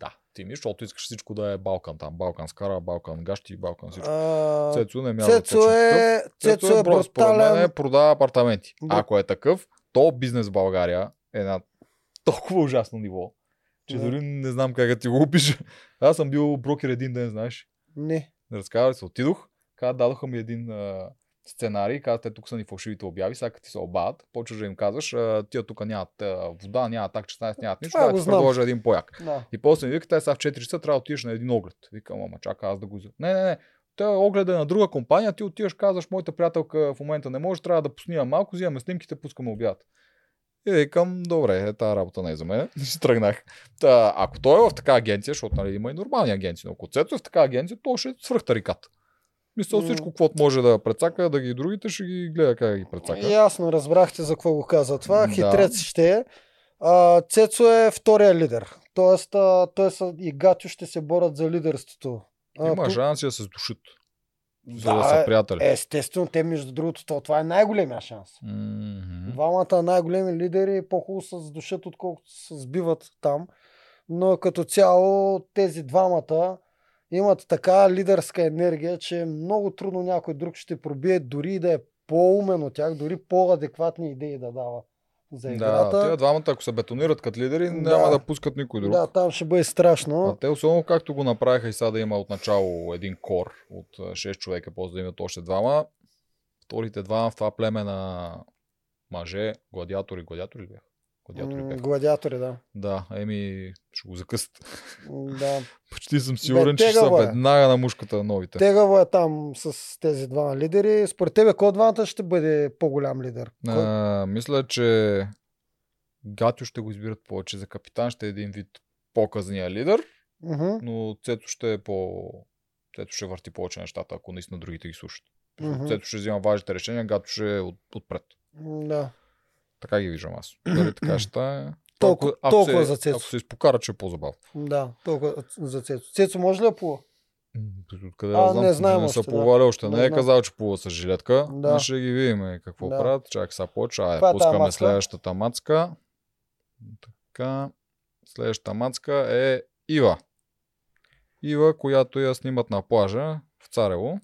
Speaker 1: Да, ти ми, защото искаш всичко да е Балкан там. Балкан скара, Балкан гащи, Балкан всичко.
Speaker 2: А,
Speaker 1: Цецо не мярда
Speaker 2: Цецо е, Цецо е
Speaker 1: бро, според мен е,
Speaker 2: брутален.
Speaker 1: продава апартаменти.
Speaker 2: Бру-
Speaker 1: Ако е такъв, то бизнес в България е на толкова ужасно ниво, че
Speaker 2: Да.
Speaker 1: дори не знам как да ти го опиша. Аз съм бил брокер един ден, знаеш.
Speaker 2: Не.
Speaker 1: Разказвали се, отидох, каза, дадоха ми един а, сценарий, каза, те тук са ни фалшивите обяви, сега като ти се обадят, почваш да им казваш, а, тия тук нямат а, вода, нямат так 16, нямат нищо,
Speaker 2: Това
Speaker 1: това
Speaker 2: го
Speaker 1: ти
Speaker 2: знам.
Speaker 1: предложа един пояк.
Speaker 2: Да.
Speaker 1: И после ми вика, те сега в 4 часа трябва да отидеш на един оглед. Викам, ама чака аз да го взема. Не, не, не. Той е огледа на друга компания, ти отиваш, казваш, моята приятелка в момента не може, трябва да поснимам малко, взимаме снимките, пускаме обяд. И викам, добре, е, тази работа не е за мен. И си тръгнах. Та, ако той е в така агенция, защото нали, има и нормални агенции, но ако Цецо е в така агенция, то ще е свръхтарикат. Мисля,
Speaker 2: М.
Speaker 1: всичко, каквото може да прецака, да ги и другите ще ги гледа как да ги прецака.
Speaker 2: Ясно, разбрахте за какво го каза това.
Speaker 1: Да.
Speaker 2: Хитрец ще е. А, Цецо е втория лидер. Тоест, а, той са, и Гатю ще се борят за лидерството. А,
Speaker 1: Има
Speaker 2: по-
Speaker 1: шанси да се душат, за да
Speaker 2: Да,
Speaker 1: са приятели.
Speaker 2: е, естествено, те между другото, то, това е най-големия шанс.
Speaker 1: Мгм.
Speaker 2: Двамата най-големи лидери по-хубаво се задушат, отколкото се сбиват там. Но като цяло тези двамата имат така лидерска енергия, че много трудно някой друг ще пробие, дори и да е по-умен от тях, дори по-адекватни идеи да дава за играта.
Speaker 1: Да, тия двамата, ако се бетонират като лидери,
Speaker 2: Да.
Speaker 1: няма да пускат никой друг.
Speaker 2: да там ще бъде страшно.
Speaker 1: А те, особено както го направиха и сега да има отначало един кор от а, 6 човека, после да имат още двама. Вторите двама в това племе на мъже, гладиатори, гладиатори ли бяха? Гладиатори
Speaker 2: М,
Speaker 1: бяха.
Speaker 2: Гладиатори, да.
Speaker 1: Да, еми, ще го закъсат.
Speaker 2: М, да.
Speaker 1: Почти съм сигурен, че ще са
Speaker 2: тегаво е.
Speaker 1: веднага на мушката на новите.
Speaker 2: Тегаво е там с тези двама лидери. Според тебе, кой от двамата ще бъде по-голям лидер? Кой?
Speaker 1: А, мисля, че Гатю ще го избират повече за капитан, ще е един вид по-късния лидер.
Speaker 2: Мгм.
Speaker 1: но Цето ще е по... Цето ще върти повече нещата, ако наистина другите ги слушат.
Speaker 2: Мгм.
Speaker 1: Цето ще взима важните решения, Гато ще е от, отпред.
Speaker 2: М, Да.
Speaker 1: Така ги виждам аз. Дали така ще е...
Speaker 2: Толкова-
Speaker 1: ако
Speaker 2: толкова
Speaker 1: се,
Speaker 2: за Цецо.
Speaker 1: Ако се изпокара, че е по-забавно.
Speaker 2: Да, толкова за Цецо. Цецо може ли да плува?
Speaker 1: М, Откъде
Speaker 2: А,
Speaker 1: да знам,
Speaker 2: не знаем
Speaker 1: не
Speaker 2: още,
Speaker 1: са
Speaker 2: да.
Speaker 1: повали още.
Speaker 2: Не
Speaker 1: Не е
Speaker 2: знам.
Speaker 1: казал, че плува с жилетка.
Speaker 2: Да.
Speaker 1: Да. Ще ги видим е, какво
Speaker 2: Да.
Speaker 1: правят. Чак сега почва. Айде,
Speaker 2: Това е тая
Speaker 1: пускаме
Speaker 2: мацка.
Speaker 1: следващата мацка. Така. Следващата мацка е Ива. Ива, която я снимат на плажа в Царево.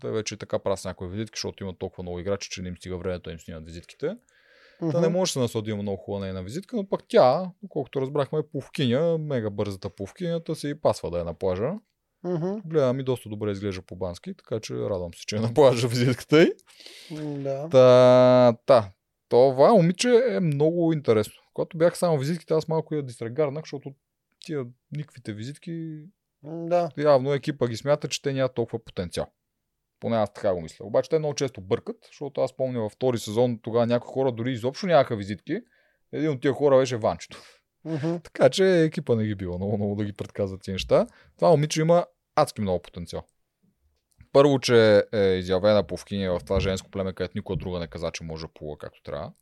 Speaker 1: Те вече и така правят с някои визитки, защото има толкова много играчи, че не им стига времето да им снимат визитките. Та не
Speaker 2: Мгм.
Speaker 1: може да се наслади има много хубава нейна визитка, но пък тя, колкото разбрахме, е пловкиня, мега бързата пловкиня, та си и пасва да е на плажа.
Speaker 2: Мгм.
Speaker 1: Гледам и доста добре изглежда по бански, така че радвам се, че е на плажа визитката й.
Speaker 2: Да.
Speaker 1: Та, та, това момиче е много интересно. Когато бях само визитките, аз малко я дистрагарнах, защото тия никаквите визитки,
Speaker 2: Да.
Speaker 1: явно екипа ги смята, че те нямат толкова потенциал. Поне аз така го мисля. Обаче те много често бъркат, защото аз помня във втори сезон, тогава някои хора дори изобщо нямаха визитки. Един от тия хора беше Ванчето.
Speaker 2: Мгм.
Speaker 1: Така че екипа не ги бива много, много да ги предказва тези неща. Това момиче има адски много потенциал. Първо, че е изявена пловкиня в това женско племе, където никога друга не каза, че може да плува както трябва.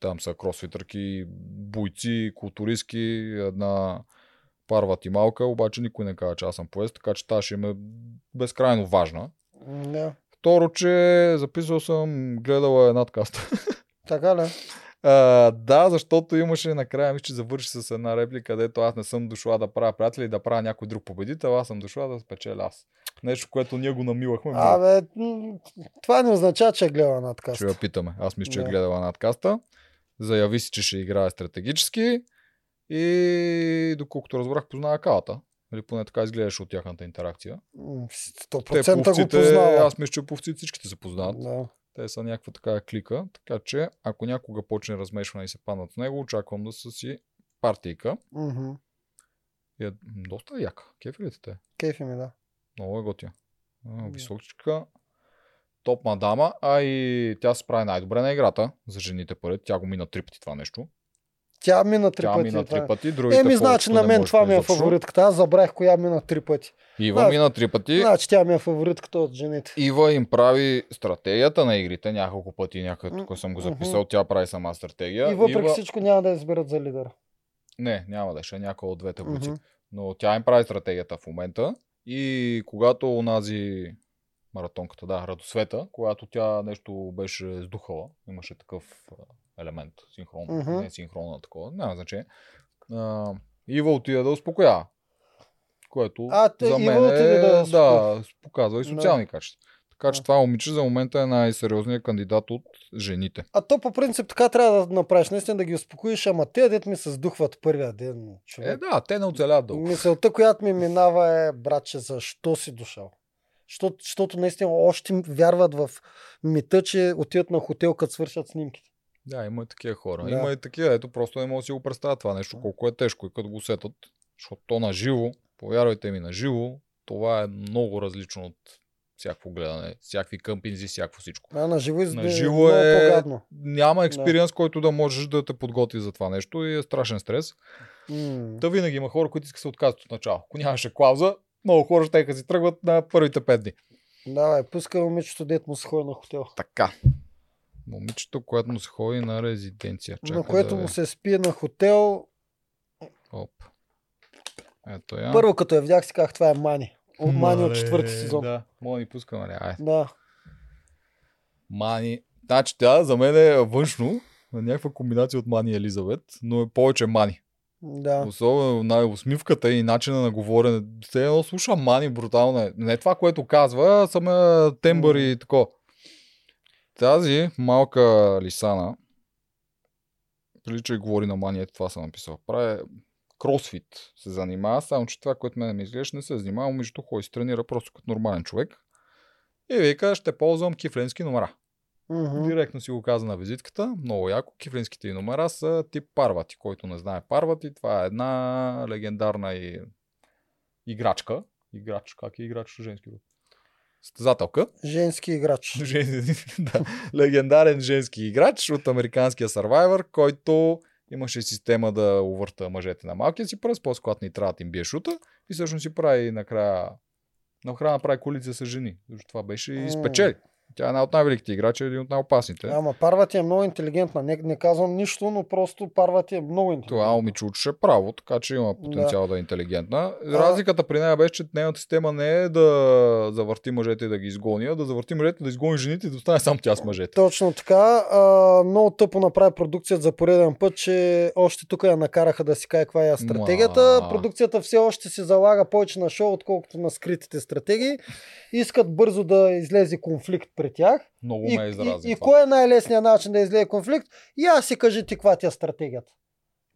Speaker 1: Там са кросфитърки, бойци, културистки, една парва ти малка, обаче никой не каза, че аз съм поезд, така че тази ще им е безкрайно важна.
Speaker 2: Да.
Speaker 1: Второ, че записал съм, гледала една каста.
Speaker 2: Така ли?
Speaker 1: А, да, защото имаше накрая, мисля, че завърши с една реплика, където аз не съм дошла да правя приятели и да правя някой друг победител, аз съм дошла да спечеля аз. Нещо, което ние го намилахме. много.
Speaker 2: Абе, м, това не означава, че е гледала надкаст.
Speaker 1: Ще я питаме. Аз мисля, че е
Speaker 2: Да.
Speaker 1: гледала надкаста. Заяви си, че ще играе стратегически. И доколкото разбрах, познава калата. Или поне така изглеждаше от тяхната интеракция.
Speaker 2: М,
Speaker 1: Те
Speaker 2: 100% го
Speaker 1: певците,
Speaker 2: познава.
Speaker 1: аз мисля, че певците всичките се познават.
Speaker 2: Да.
Speaker 1: Те са някаква такава клика, така че ако някога почне размешване и се паднат в него, очаквам да са си партийка.
Speaker 2: Мгм.
Speaker 1: И е доста яка. Кефилите те.
Speaker 2: Кефи ми, да.
Speaker 1: Много е готия. А,
Speaker 2: Да.
Speaker 1: Високичка. Топ мадама, а и тя се справи най-добре на играта за жените пари. Тя го мина три пъти това нещо.
Speaker 2: Тя мина три
Speaker 1: тя
Speaker 2: пъти.
Speaker 1: мина
Speaker 2: това е.
Speaker 1: три пъти, другите
Speaker 2: Еми,
Speaker 1: повечето
Speaker 2: значи на
Speaker 1: не
Speaker 2: мен
Speaker 1: можеха
Speaker 2: това ми е
Speaker 1: изобщо.
Speaker 2: фаворитката. Аз забравих коя мина три пъти.
Speaker 1: Ива
Speaker 2: Да.
Speaker 1: мина три пъти.
Speaker 2: Значи тя ми е фаворитката от жените.
Speaker 1: Ива им прави стратегията на игрите няколко пъти, някъде
Speaker 2: М,
Speaker 1: тук съм го
Speaker 2: мгм.
Speaker 1: записал, тя прави сама стратегия.
Speaker 2: И въпреки
Speaker 1: Ива...
Speaker 2: всичко няма да я изберат за лидер.
Speaker 1: Не, няма да ще е някой от двете бойци.
Speaker 2: Мгм.
Speaker 1: Но тя им прави стратегията в момента. И когато онази маратонката, да, Радосвета, когато тя нещо беше сдухала, имаше такъв а, елемент, синхрон,
Speaker 2: Мгм.
Speaker 1: не синхронно а такова, няма значение. А, Ива отида да успокоява, което
Speaker 2: А, те-
Speaker 1: за
Speaker 2: Ива
Speaker 1: мен
Speaker 2: отиде
Speaker 1: е,
Speaker 2: да
Speaker 1: да,
Speaker 2: успокои.
Speaker 1: показва и
Speaker 2: Да.
Speaker 1: социални качества. Така че
Speaker 2: Да.
Speaker 1: това момиче за момента е най-сериозният кандидат от жените.
Speaker 2: А то по принцип така трябва да направиш. Наистина да ги успокоиш, ама те дет ми се сдухват първия ден. Човек.
Speaker 1: Е, да, те не оцеляват дълго.
Speaker 2: Мисълта, която ми минава е, братче, защо си дошъл? Защото, защото наистина още им вярват в мита, че отиват на хотел, като свършат снимките.
Speaker 1: Да, има и такива хора.
Speaker 2: Да.
Speaker 1: Да. Има и такива, ето просто не мога да си го представя това нещо, колко е тежко и като го сетат. Защото то на живо, повярвайте ми, на живо, това е много различно от всяко гледане, всякакви къмпинзи, всяко всичко.
Speaker 2: А на живо изглежда
Speaker 1: живо
Speaker 2: много
Speaker 1: е-
Speaker 2: по-гадно.
Speaker 1: Няма експириенс, който да можеш да те подготви за това нещо и е страшен стрес.
Speaker 2: М,
Speaker 1: Та винаги има хора, които искат да се отказват от начало. Ако нямаше клауза, много хора ще теха си тръгват на първите пет дни.
Speaker 2: Давай, пускай момичето, дет му се ходи на хотел.
Speaker 1: Така. Момичето, което му се ходи на резиденция. Чакай
Speaker 2: на което
Speaker 1: да е.
Speaker 2: му
Speaker 1: видя.
Speaker 2: се спие на хотел.
Speaker 1: Оп. Ето я.
Speaker 2: Първо като я видях си казах, това е Мани. От Мани от
Speaker 1: Мале,
Speaker 2: четвърти сезон. Да.
Speaker 1: Да, мога да ни пускаме. Ли? Ай.
Speaker 2: да.
Speaker 1: Мани. Значи тя за мен е външно на някаква комбинация от Мани и Елизабет, но е повече Мани.
Speaker 2: Да.
Speaker 1: Особено на усмивката и начина на говорене. Все едно слуша Мани брутално. е. Не това, което казва, а самия тембър и тако. Тази малка лисана прилича и говори на Мани, ето това съм написал. Прави кросфит се занимава, само че това, което мене ми изглежда, не се занимава, момичето ходи се тренира просто като нормален човек. И вика, ще ползвам кифленски номера.
Speaker 2: Мгм.
Speaker 1: Директно си го каза на визитката. Много яко. Кифлинските й номера са тип Парвати. Който не знае Парвати, това е една легендарна и... играчка. Играч, как е играч женски род? Състезателка.
Speaker 2: Женски играч.
Speaker 1: Жен- да. Легендарен женски играч от американския Survivor, който имаше система да увърта мъжете на малкия си пръст, после когато ни трябва да им бие шута и всъщност си прави накрая накрая направи коалиция с жени. Защото това беше
Speaker 2: М.
Speaker 1: и спечели. Тя е една от най-великите играчи, един от най-опасните.
Speaker 2: Ама парвата е много интелигентна. Не, не казвам нищо, но просто парвата е много интелигентна.
Speaker 1: Това момичуче е право, така че има потенциал да, е интелигентна. Разликата при нея беше, че нейната система не е да завърти мъжете и да ги изгони, а да завърти мъжете, да изгони жените и да остане само тя с мъжете.
Speaker 2: Точно така. А, много тъпо направи продукцията за пореден път, че още тук я накараха да си кае каква е стратегията.
Speaker 1: Ма.
Speaker 2: Продукцията все още се залага повече на шоу, отколкото на скритите стратегии. Искат бързо да излезе конфликт при тях.
Speaker 1: Много
Speaker 2: И,
Speaker 1: ме
Speaker 2: и,
Speaker 1: изрази
Speaker 2: и
Speaker 1: това.
Speaker 2: кой е най-лесният начин да излезе конфликт? Я си кажи ти каква ти е стратегията.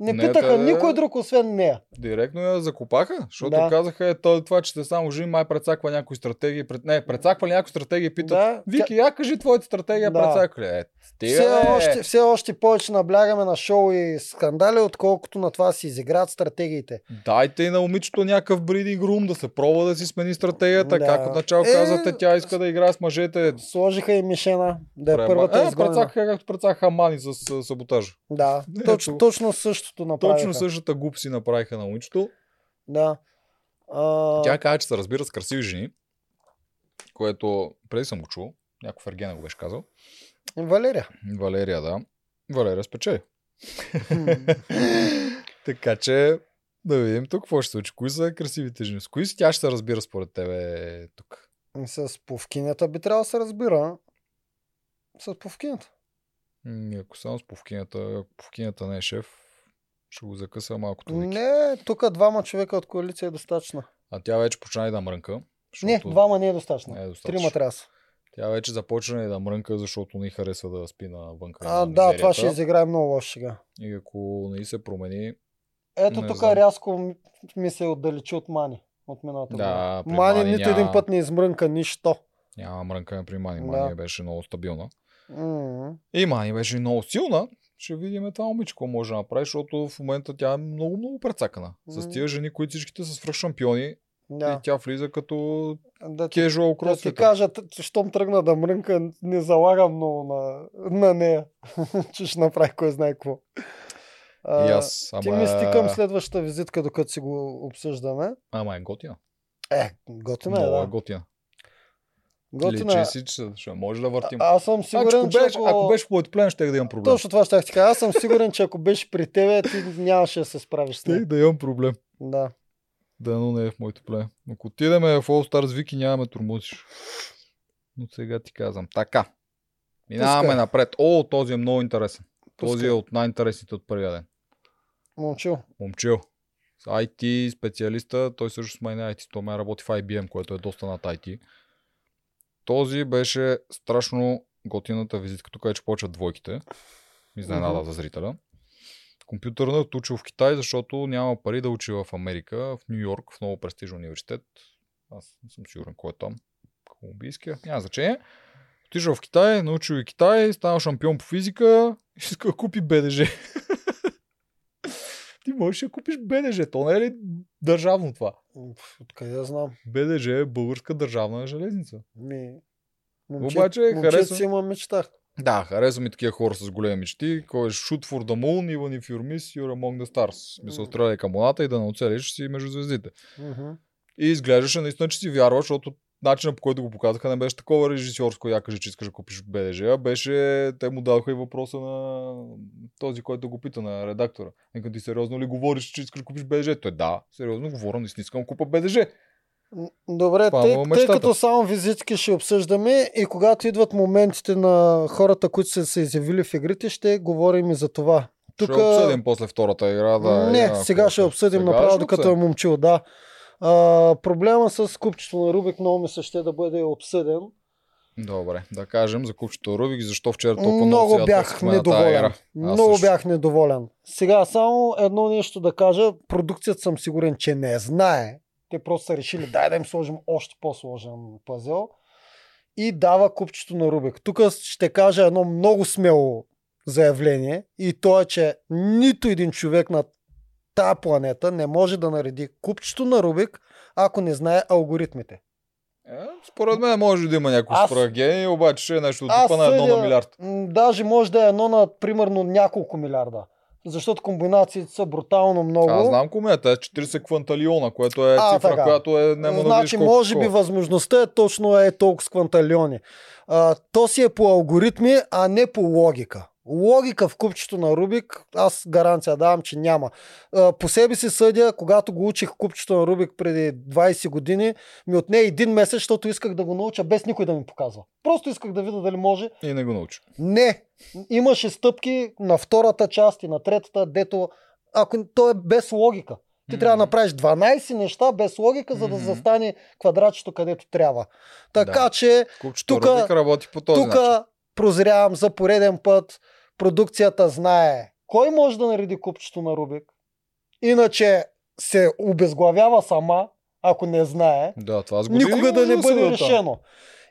Speaker 2: Не
Speaker 1: Не,
Speaker 2: питаха
Speaker 1: те-
Speaker 2: никой друг, освен нея.
Speaker 1: Директно я закопаха, защото
Speaker 2: Да.
Speaker 1: казаха е, той- това, че сте само жени, май прецаква някои стратегии. Пред... Не, прецаква ли някои стратегии, питат.
Speaker 2: Да,
Speaker 1: Вики, я кажи твоята стратегия,
Speaker 2: Да.
Speaker 1: прецаква ли? Е, стига,
Speaker 2: все,
Speaker 1: бе.
Speaker 2: още, все още повече наблягаме на шоу и скандали, отколкото на това да си изиграят стратегиите.
Speaker 1: Дайте и на момичето някакъв бридинг рум, да се пробва да си смени стратегията.
Speaker 2: Да.
Speaker 1: Как отначало
Speaker 2: Е,
Speaker 1: казвате, тя иска да играе с мъжете.
Speaker 2: Сложиха и Мишена да е
Speaker 1: Према-
Speaker 2: първата
Speaker 1: е,
Speaker 2: изгонена.
Speaker 1: прецакаха, както прецакаха Мани с, с саботажа.
Speaker 2: Да,
Speaker 1: Ето.
Speaker 2: точ, точно същото направиха.
Speaker 1: Точно същата глуп си направиха на момичето.
Speaker 2: Да. А,
Speaker 1: Тя каза, че се разбира с красиви жени, което преди съм го чул. Някой Фергена го беше казал.
Speaker 2: Валерия.
Speaker 1: Валерия, да. Валерия спечели. така че да видим тук какво ще се случи. Кои са красивите жени? С кои си тя ще се разбира според тебе тук?
Speaker 2: Ами С повкинята би трябвало да се разбира. С повкинята.
Speaker 1: М, Ако само с повкинята, ако повкинята не е шеф, ще го закъса малко това.
Speaker 2: Не, тук двама човека от коалиция е достатъчно.
Speaker 1: А тя вече почна и да мрънка.
Speaker 2: Не,
Speaker 1: защото
Speaker 2: двама не е достатъчно.
Speaker 1: Не е достатъчно.
Speaker 2: Трима трябва. да са.
Speaker 1: Тя вече започна и да мрънка, защото не й харесва да спи навън край
Speaker 2: А,
Speaker 1: на
Speaker 2: да, това
Speaker 1: мизерията.
Speaker 2: ще изиграе много лошо сега.
Speaker 1: И ако не й се промени,
Speaker 2: Ето
Speaker 1: Не
Speaker 2: тук
Speaker 1: знам.
Speaker 2: рязко ми- ми се отдалечи от Мани. От миналата
Speaker 1: Да,
Speaker 2: година.
Speaker 1: при
Speaker 2: Мани,
Speaker 1: Мани
Speaker 2: нито
Speaker 1: няма-
Speaker 2: един път не измрънка нищо.
Speaker 1: няма мрънка при Мани.
Speaker 2: Да.
Speaker 1: Мани беше много стабилна.
Speaker 2: М.
Speaker 1: И Мани беше много силна. Ще видим това момиче, какво може да направи, защото в момента тя е много, много прецакана. С
Speaker 2: М.
Speaker 1: тия жени, които всичките са свръхшампиони и
Speaker 2: Да.
Speaker 1: тя влиза като
Speaker 2: Да, ти-
Speaker 1: кежуал
Speaker 2: да ти
Speaker 1: кросфитър.
Speaker 2: кажа, т- щом тръгна да мрънка, не залагам много на, на нея, че ще направи кой знае какво. А,
Speaker 1: И аз,
Speaker 2: Ти
Speaker 1: ама,
Speaker 2: ми стикам следващата визитка, докато си го обсъждаме.
Speaker 1: ама е готина.
Speaker 2: Е, готина е,
Speaker 1: Много е
Speaker 2: да.
Speaker 1: готина.
Speaker 2: Готина е.
Speaker 1: Личи си, че ще може да
Speaker 2: А-
Speaker 1: въртим.
Speaker 2: Аз съм
Speaker 1: Значи,
Speaker 2: сигурен,
Speaker 1: ако, беше,
Speaker 2: че
Speaker 1: ако... ако беше в моят плен, ще да имам проблем.
Speaker 2: Точно това ще ти кажа. Аз съм сигурен, че ако беше при тебе, ти нямаше да се справиш с
Speaker 1: Ще
Speaker 2: нея.
Speaker 1: да имам проблем.
Speaker 2: Да.
Speaker 1: Да, но не е в моето плен. Ако отидеме в All Stars Вики, нямаме турмусиш. Но сега ти казвам. Така. Минаваме
Speaker 2: Пускай.
Speaker 1: напред. О, този е много интересен. Този
Speaker 2: Пускай.
Speaker 1: е от най-интересните от първия ден.
Speaker 2: Момчил.
Speaker 1: Момчил. С IT специалиста, той също с мен е IT, той ме работи в IBM, което е доста над IT. Този беше страшно готината визитка. Тук вече почват двойките. Изненада
Speaker 2: Мгм.
Speaker 1: за зрителя. Компютърна е учил в Китай, защото няма пари да учи в Америка, в Нью Йорк, в много престижен университет. Аз не съм сигурен кой е там. Колумбийския. Няма значение. Отишъл в Китай, научил и Китай, станал шампион по физика, иска да купи БДЖ. Ти можеш да купиш БДЖ. То не е ли държавно това?
Speaker 2: Пф, Откъде я знам?
Speaker 1: БДЖ е българска държавна железница.
Speaker 2: Ми...
Speaker 1: Обаче, харесва-
Speaker 2: Момчето си има мечта.
Speaker 1: Да, харесвам и такива хора с големи мечти. Кой е shoot for the moon, even if you're miss, you're among the stars. Мисля,
Speaker 2: Мгм.
Speaker 1: трябва към луната и да не оцелиш си между звездите.
Speaker 2: Мгм.
Speaker 1: И изглеждаше наистина, че си вярва, защото начинът по който го показаха не беше такова режисьорско, я кажи, че искаш да купиш БДЖ, а беше, те му даваха и въпроса на този, който го пита, на редактора. Нека ти сериозно ли говориш, че искаш да купиш БДЖ? Той да, сериозно говоря, не искам да купа БДЖ.
Speaker 2: М, Добре,
Speaker 1: Това
Speaker 2: тъй,
Speaker 1: му е
Speaker 2: тъй
Speaker 1: мечтата.
Speaker 2: като само визитки ще обсъждаме и когато идват моментите на хората, които са се изявили в игрите, ще говорим и за това. Тук...
Speaker 1: Ще обсъдим после втората игра. Да,
Speaker 2: не,
Speaker 1: я,
Speaker 2: сега
Speaker 1: ако-
Speaker 2: ще обсъдим
Speaker 1: Сега
Speaker 2: направо,
Speaker 1: ще
Speaker 2: докато е
Speaker 1: обсъдим.
Speaker 2: момчил, да. А, проблема с купчето на Рубик много ми се ще да бъде обсъден.
Speaker 1: Добре, да кажем за купчето Рубик, защо вчера толкова
Speaker 2: Много
Speaker 1: се
Speaker 2: бях
Speaker 1: ядосахме на тая игра.
Speaker 2: недоволен.
Speaker 1: Аз
Speaker 2: Много
Speaker 1: също.
Speaker 2: бях недоволен. Сега само едно нещо да кажа. Продукцията съм сигурен, че не знае. Те просто са решили, дай да им сложим още по-сложен пазел. И дава купчето на Рубик. Тук ще кажа едно много смело заявление. И то е, че нито един човек на тази планета не може да нареди купчето на Рубик, ако не знае алгоритмите.
Speaker 1: Е, според мен може да има някой
Speaker 2: Аз-
Speaker 1: спрагени, обаче ще е нещо от
Speaker 2: Аз
Speaker 1: типа на едно
Speaker 2: съдя-
Speaker 1: на милиард.
Speaker 2: М, Даже може да е едно на примерно няколко милиарда. Защото комбинациите са брутално много.
Speaker 1: Аз знам коме, те е 40 кванталиона, което е
Speaker 2: А,
Speaker 1: цифра,
Speaker 2: така.
Speaker 1: която е няма да
Speaker 2: значи,
Speaker 1: видиш колко
Speaker 2: може би
Speaker 1: такова.
Speaker 2: възможността е точно е толкова с кванталиони. А, то си е по алгоритми, а не по логика. Логика в купчето на Рубик, аз гаранция давам, че няма. А, по себе си съдя, когато го учих купчето на Рубик преди 20 години, ми отне един месец, защото исках да го науча без никой да ми показва. Просто исках да видя дали може.
Speaker 1: И не го научи.
Speaker 2: Не. Имаше стъпки на втората част и на третата, дето ако то е без логика. Ти
Speaker 1: Мгм.
Speaker 2: трябва да направиш 12 неща без логика, за да
Speaker 1: Мгм.
Speaker 2: застане квадратчето където трябва. Така
Speaker 1: Да.
Speaker 2: че
Speaker 1: Купчето
Speaker 2: Тука-
Speaker 1: Рубик работи по този
Speaker 2: тук
Speaker 1: начин.
Speaker 2: прозрявам за пореден път. Продукцията знае Кой може да нареди купчето на Рубик? Иначе се обезглавява сама, ако не знае.
Speaker 1: Да, това с години
Speaker 2: Никога да
Speaker 1: може
Speaker 2: не
Speaker 1: се
Speaker 2: бъде
Speaker 1: даде там.
Speaker 2: решено.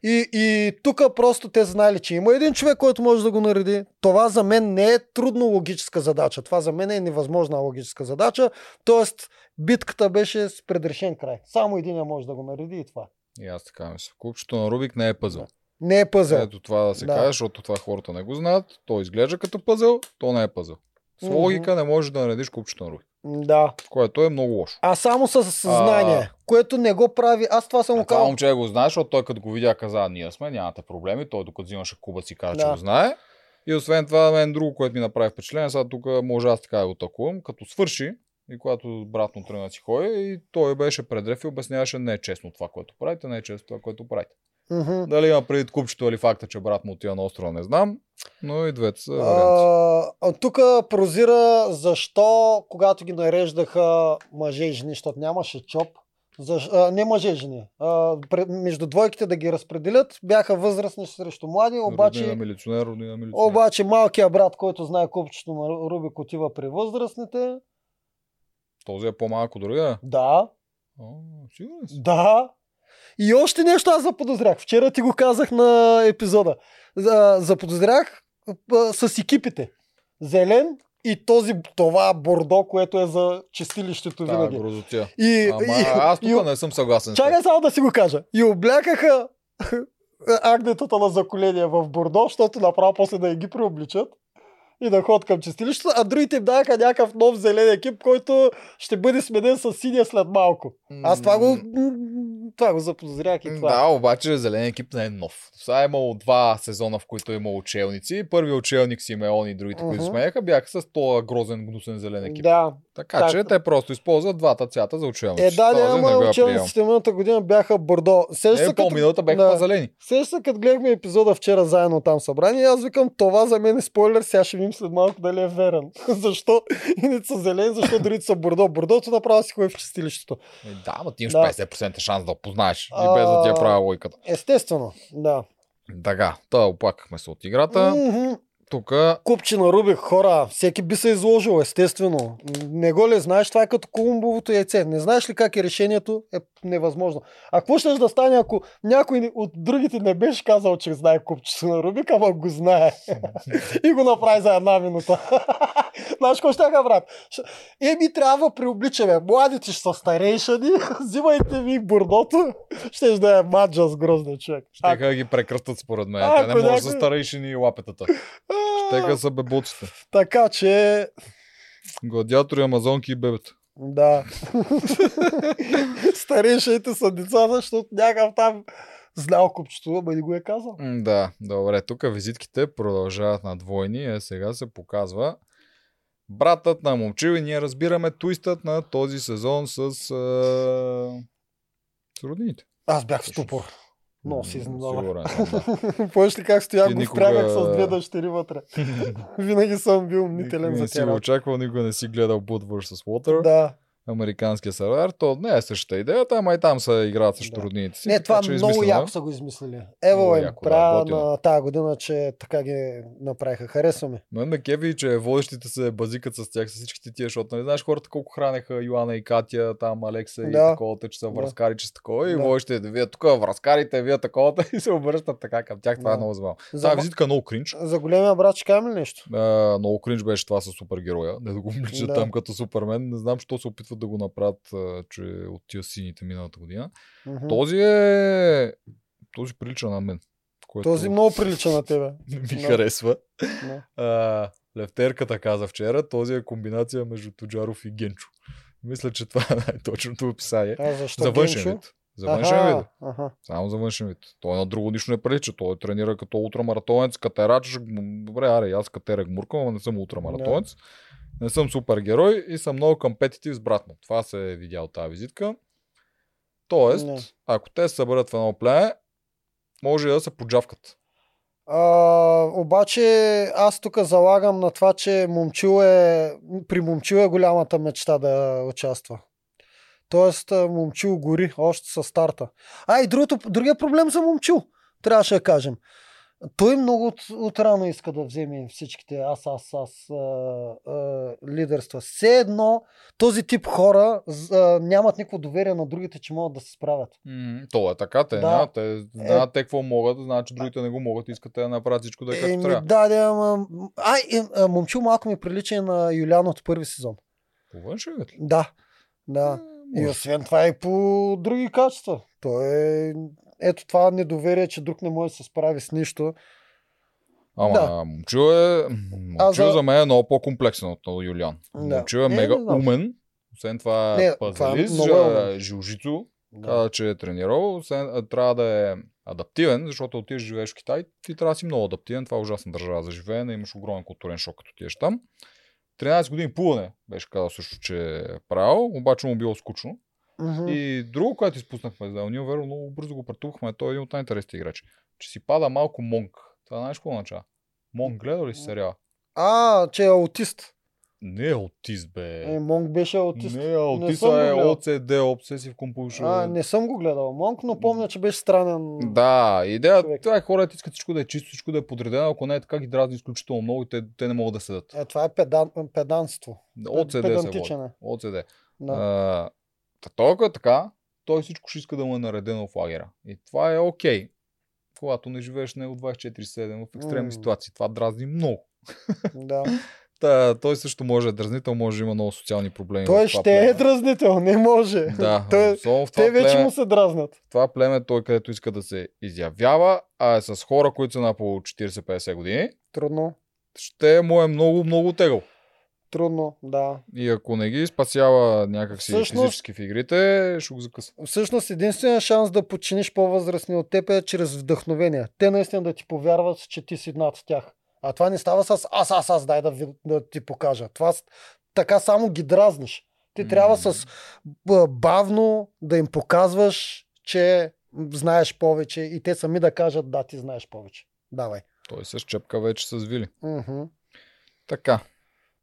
Speaker 2: И, и тук просто те знали, че има един човек, който може да го нареди. Това за мен не е трудно логическа задача. Това за мен е невъзможна логическа задача. Тоест, битката беше с предрешен край. Само един я може да го нареди и това.
Speaker 1: И аз така мисля. Купчето на Рубик не е пъзъл.
Speaker 2: Не е пъзел.
Speaker 1: Ето това да се
Speaker 2: Да.
Speaker 1: каже, защото това хората не го знаят. То изглежда като пъзъл, то не е пъзъл. С
Speaker 2: Мгм.
Speaker 1: логика не можеш да наредиш купчето на Рубик.
Speaker 2: Да.
Speaker 1: Което е много лошо.
Speaker 2: А само с съзнание, което не го прави. Аз това съм
Speaker 1: А
Speaker 2: го
Speaker 1: това
Speaker 2: казал.
Speaker 1: момче го знае, защото той като го видя каза, ние сме, нямате проблеми. Той докато взимаше куба си каза, че
Speaker 2: Да.
Speaker 1: го знае. И освен това, мен друго, което ми направи впечатление, сега тук може аз така да го атакувам, като свърши и когато брат му тръгна да си ходи, и той беше предрев и обясняваше не е честно това, което правите, не е честно това, което правите.
Speaker 2: Мгм.
Speaker 1: Дали има предвид купчето или факта, че брат му отива на острова, не знам, но и двете са варианти.
Speaker 2: А, Тук прозира защо, когато ги нареждаха мъже и жени, защото нямаше чоп, защ... а, не мъже и жени, а, пред... между двойките да ги разпределят, бяха възрастни срещу млади,
Speaker 1: Роднина
Speaker 2: обаче,
Speaker 1: милиционер, роднина милиционер.
Speaker 2: обаче малкият брат, който знае купчето на Ру- Рубик, отива при възрастните.
Speaker 1: Този е по-малко другия.
Speaker 2: Да,
Speaker 1: А, сигурен си.
Speaker 2: Да. И още нещо аз заподозрях. Вчера ти го казах на епизода. За- Заподозрях а, с екипите. Зелен и този, това бордо, което е за чистилището
Speaker 1: Та
Speaker 2: винаги.
Speaker 1: грозотия.
Speaker 2: И,
Speaker 1: Ама
Speaker 2: и,
Speaker 1: аз тук
Speaker 2: и,
Speaker 1: не съм съгласен. с теб.
Speaker 2: Чакай само да си го кажа. И облякаха агнетата на заколение в бордо, защото направо после да я ги преобличат и да ходят към чистилището, а другите им даха някакъв нов зелен екип, който ще бъде сменен с синия след малко. Аз това го, това го заподозрях и това.
Speaker 1: Да, обаче зелен екип не е нов. Сега е имало два сезона, в които е имало учелници. Първият учелник Симеон и другите, които
Speaker 2: Мгм.
Speaker 1: сменяха, бяха с този грозен, гнусен зелен екип.
Speaker 2: да.
Speaker 1: Така
Speaker 2: Так.
Speaker 1: че те просто използват двата цвята за учелници.
Speaker 2: Е, да,
Speaker 1: Този не го
Speaker 2: няма
Speaker 1: я
Speaker 2: учениците миналата година бяха бордо.
Speaker 1: приемам.
Speaker 2: Сеща
Speaker 1: Е, по-миналата бяха
Speaker 2: да.
Speaker 1: зелени.
Speaker 2: се, като гледахме епизода вчера заедно там събрани, аз викам, това за мен е спойлер, сега ще видим след малко дали е верен. защо едните са зелени, защо другите са бордо. Бордото направо си ходи в чистилището.
Speaker 1: Е, да, ма ти имаш
Speaker 2: Да.
Speaker 1: 50% шанс да опознаеш. И без да ти я
Speaker 2: А.
Speaker 1: правя лойката.
Speaker 2: Естествено, да.
Speaker 1: Така, та оплакахме се от играта.
Speaker 2: Мгм.
Speaker 1: Тук
Speaker 2: Купче на Рубик, хора, всеки би се изложил, естествено. Не го ли знаеш, това е като колумбовото яйце. Не знаеш ли как е решението, е невъзможно. А какво ще да стане, ако някой ни- от другите не беше казал, че знае купчето на Рубик, ама го знае. И го направи за една минута. знаеш какво ще брат? Ще- Еми трябва приобличаме. Младите ще са старейшани, взимайте ви бордото, ще да е маджа с грозния човек.
Speaker 1: ще да ги прекръстат според мен.
Speaker 2: Ако
Speaker 1: Те не може да
Speaker 2: някой-
Speaker 1: старейшини и лапетата.
Speaker 2: А,
Speaker 1: Те са бебуците.
Speaker 2: Така че
Speaker 1: Гладиатори, амазонки и бебета.
Speaker 2: Да. Старейшите са децата, защото някакъв там знал купчето, ама не го е казал.
Speaker 1: М, Да, добре. Тук визитките продължават на двойни. Е, сега се показва братът на момчил и ние разбираме туистът на този сезон с, е... с роднините.
Speaker 2: Аз бях в ступор. Много се
Speaker 1: М,
Speaker 2: изненадах.
Speaker 1: Сигурен съм, да.
Speaker 2: Помниш ли как стоях
Speaker 1: Ти
Speaker 2: го
Speaker 1: никога-
Speaker 2: впрягах с две дъщери вътре? Винаги съм бил мнителен
Speaker 1: Никога
Speaker 2: за
Speaker 1: не си
Speaker 2: тях.
Speaker 1: го очаквал, никога не си гледал Бутвърш с Уотър,
Speaker 2: Да.
Speaker 1: американския сервер. То не е същата идеята, ама и там се играят срещу
Speaker 2: Да.
Speaker 1: роднините си.
Speaker 2: Не,
Speaker 1: така
Speaker 2: това
Speaker 1: че е
Speaker 2: много
Speaker 1: измислено.
Speaker 2: яко са го измислили. Ево
Speaker 1: Много
Speaker 2: им
Speaker 1: яко, да,
Speaker 2: правя
Speaker 1: готино.
Speaker 2: на тази година, че така ги направиха. Харесваме.
Speaker 1: Мен ме кеви, че водещите се базикат с тях, с всичките тия, защото нали знаеш хората колко хранеха Йоана и Катя, там Алекса и
Speaker 2: Да.
Speaker 1: такова, че са
Speaker 2: Да.
Speaker 1: връзкари, че са такова. И
Speaker 2: Да.
Speaker 1: водещите, да вие тук връзкарите, вие такова, и се обръщат така към тях. Това е
Speaker 2: Да.
Speaker 1: много забавно.
Speaker 2: За,
Speaker 1: Та визитка е много кринч.
Speaker 2: за големия брат ще кажем ли нещо?
Speaker 1: А, Много кринч беше това с супергероя. Не да го обличат
Speaker 2: Да.
Speaker 1: там като супермен. Не знам, що се опитват да го направят, а, че от тия сините миналата година.
Speaker 2: Мгм.
Speaker 1: Този е... Този прилича на мен. Което
Speaker 2: Този много прилича на тебе.
Speaker 1: не ми
Speaker 2: да.
Speaker 1: харесва.
Speaker 2: Да.
Speaker 1: А, левтерката каза вчера, този е комбинация между Тоджаров и Генчо. Мисля, че това е най-точното описание.
Speaker 2: А защо?
Speaker 1: За външен
Speaker 2: Генчо?
Speaker 1: вид. За външен
Speaker 2: Аха,
Speaker 1: вид.
Speaker 2: Аха.
Speaker 1: Само за външен вид. Той на друго нищо не прилича. Той тренира като ултрамаратонец, катерач. М, Добре, аре, аз катерах мурка, но не съм ултрамаратонец. Не съм супергерой и съм много компетитив с брат му. Това се е видя от тази визитка. Тоест,
Speaker 2: Не.
Speaker 1: ако те се съберат в едно племе, може и да се поджавкат.
Speaker 2: А, обаче аз тук залагам на това, че момчил е, при момчил е голямата мечта да участва. Тоест а, момчил гори още със старта. А и другото, другия проблем за момчил, трябваше да кажем. Той много от, от рано иска да вземе всичките аз, аз, аз а, а, лидерства. Все едно този тип хора з- а, нямат никакво доверие на другите, че могат да се справят.
Speaker 1: М, То е така, те,
Speaker 2: Да. Е.
Speaker 1: да. те знаят те какво могат, знаят, че другите не го могат, искат те да направят всичко да е както
Speaker 2: Еми,
Speaker 1: трябва.
Speaker 2: да, да, ама... А, и, а, момчил малко ми прилича на Юлиан от първи сезон.
Speaker 1: По външен вид ли?
Speaker 2: Да, да. И освен това и по други качества. То е... Ето това недоверие, че друг не може да се справи с нищо.
Speaker 1: Ама,
Speaker 2: Да.
Speaker 1: да. момчо е... Момчо
Speaker 2: за-
Speaker 1: за... за мен е много по-комплексен от Юлиан.
Speaker 2: Да.
Speaker 1: Момчо е
Speaker 2: Не,
Speaker 1: мега
Speaker 2: не знам.
Speaker 1: умен. Освен това
Speaker 2: Не,
Speaker 1: е
Speaker 2: това е
Speaker 1: пазалист,
Speaker 2: много е
Speaker 1: жа-
Speaker 2: умен.
Speaker 1: жилжицо.
Speaker 2: Да.
Speaker 1: Каза, че е тренирал. Освен, а, трябва да е адаптивен, защото отиваш живееш в Китай, ти трябва да си много адаптивен. Това е ужасна държава за живеене. Имаш огромен културен шок, като отидеш там. 13 години плуване беше казал също, че е правил, обаче му било скучно.
Speaker 2: Мгм.
Speaker 1: И друго, което изпуснахме за Елнил Веро, много бързо го претупахме, той е един от най-интересните играчи. Че си пада малко Монк. Това знаеш какво означава? Монк, гледал ли си сериала?
Speaker 2: А, че е аутист.
Speaker 1: Не е аутист, бе.
Speaker 2: Е, Монг беше аутист.
Speaker 1: Не е аутист,
Speaker 2: съм го
Speaker 1: а е
Speaker 2: гледал.
Speaker 1: ОЦД, Obsessive Compulsion.
Speaker 2: А, не съм го гледал Монг, но помня, че беше странен.
Speaker 1: Да, идеята
Speaker 2: Човек.
Speaker 1: това е хората искат всичко да е чисто, всичко да е подредено, ако не е така ги дразни изключително много и те, те не могат да седат.
Speaker 2: Е, това е педан, педанство.
Speaker 1: ОЦД се води.
Speaker 2: Педантичен е.
Speaker 1: ОЦД.
Speaker 2: Да.
Speaker 1: Да. Та толкова е така, той всичко ще иска да му е наредено в лагера. И това е окей. Когато не живееш не от 24-7 в екстремни
Speaker 2: М.
Speaker 1: ситуации. Това дразни много.
Speaker 2: да.
Speaker 1: Та, той също може да е дразнител, може да има много социални проблеми.
Speaker 2: Той
Speaker 1: в това
Speaker 2: ще е
Speaker 1: племе.
Speaker 2: дразнител, не може.
Speaker 1: Да,
Speaker 2: Той,
Speaker 1: особено в това
Speaker 2: те вече
Speaker 1: племе.
Speaker 2: му се дразнат.
Speaker 1: това племе той където иска да се изявява, а е с хора, които са на по 40-50 години,
Speaker 2: Трудно,
Speaker 1: ще му е много, много тегъл.
Speaker 2: трудно, да.
Speaker 1: И ако не ги спасява някакси
Speaker 2: Всъщност-
Speaker 1: физически в игрите, ще го закъсва.
Speaker 2: Всъщност единственият шанс да подчиниш по-възрастни от теб е чрез вдъхновение. Те наистина да ти повярват, че ти си над тях. А това не става с аз, аз, аз, дай да, ви, да ти покажа. Това с- така само ги дразниш. Ти
Speaker 1: М.
Speaker 2: трябва с б- бавно да им показваш, че знаеш повече и те сами да кажат да, ти знаеш повече. Давай.
Speaker 1: Той се щепка вече с Вили.
Speaker 2: Мгм.
Speaker 1: Така,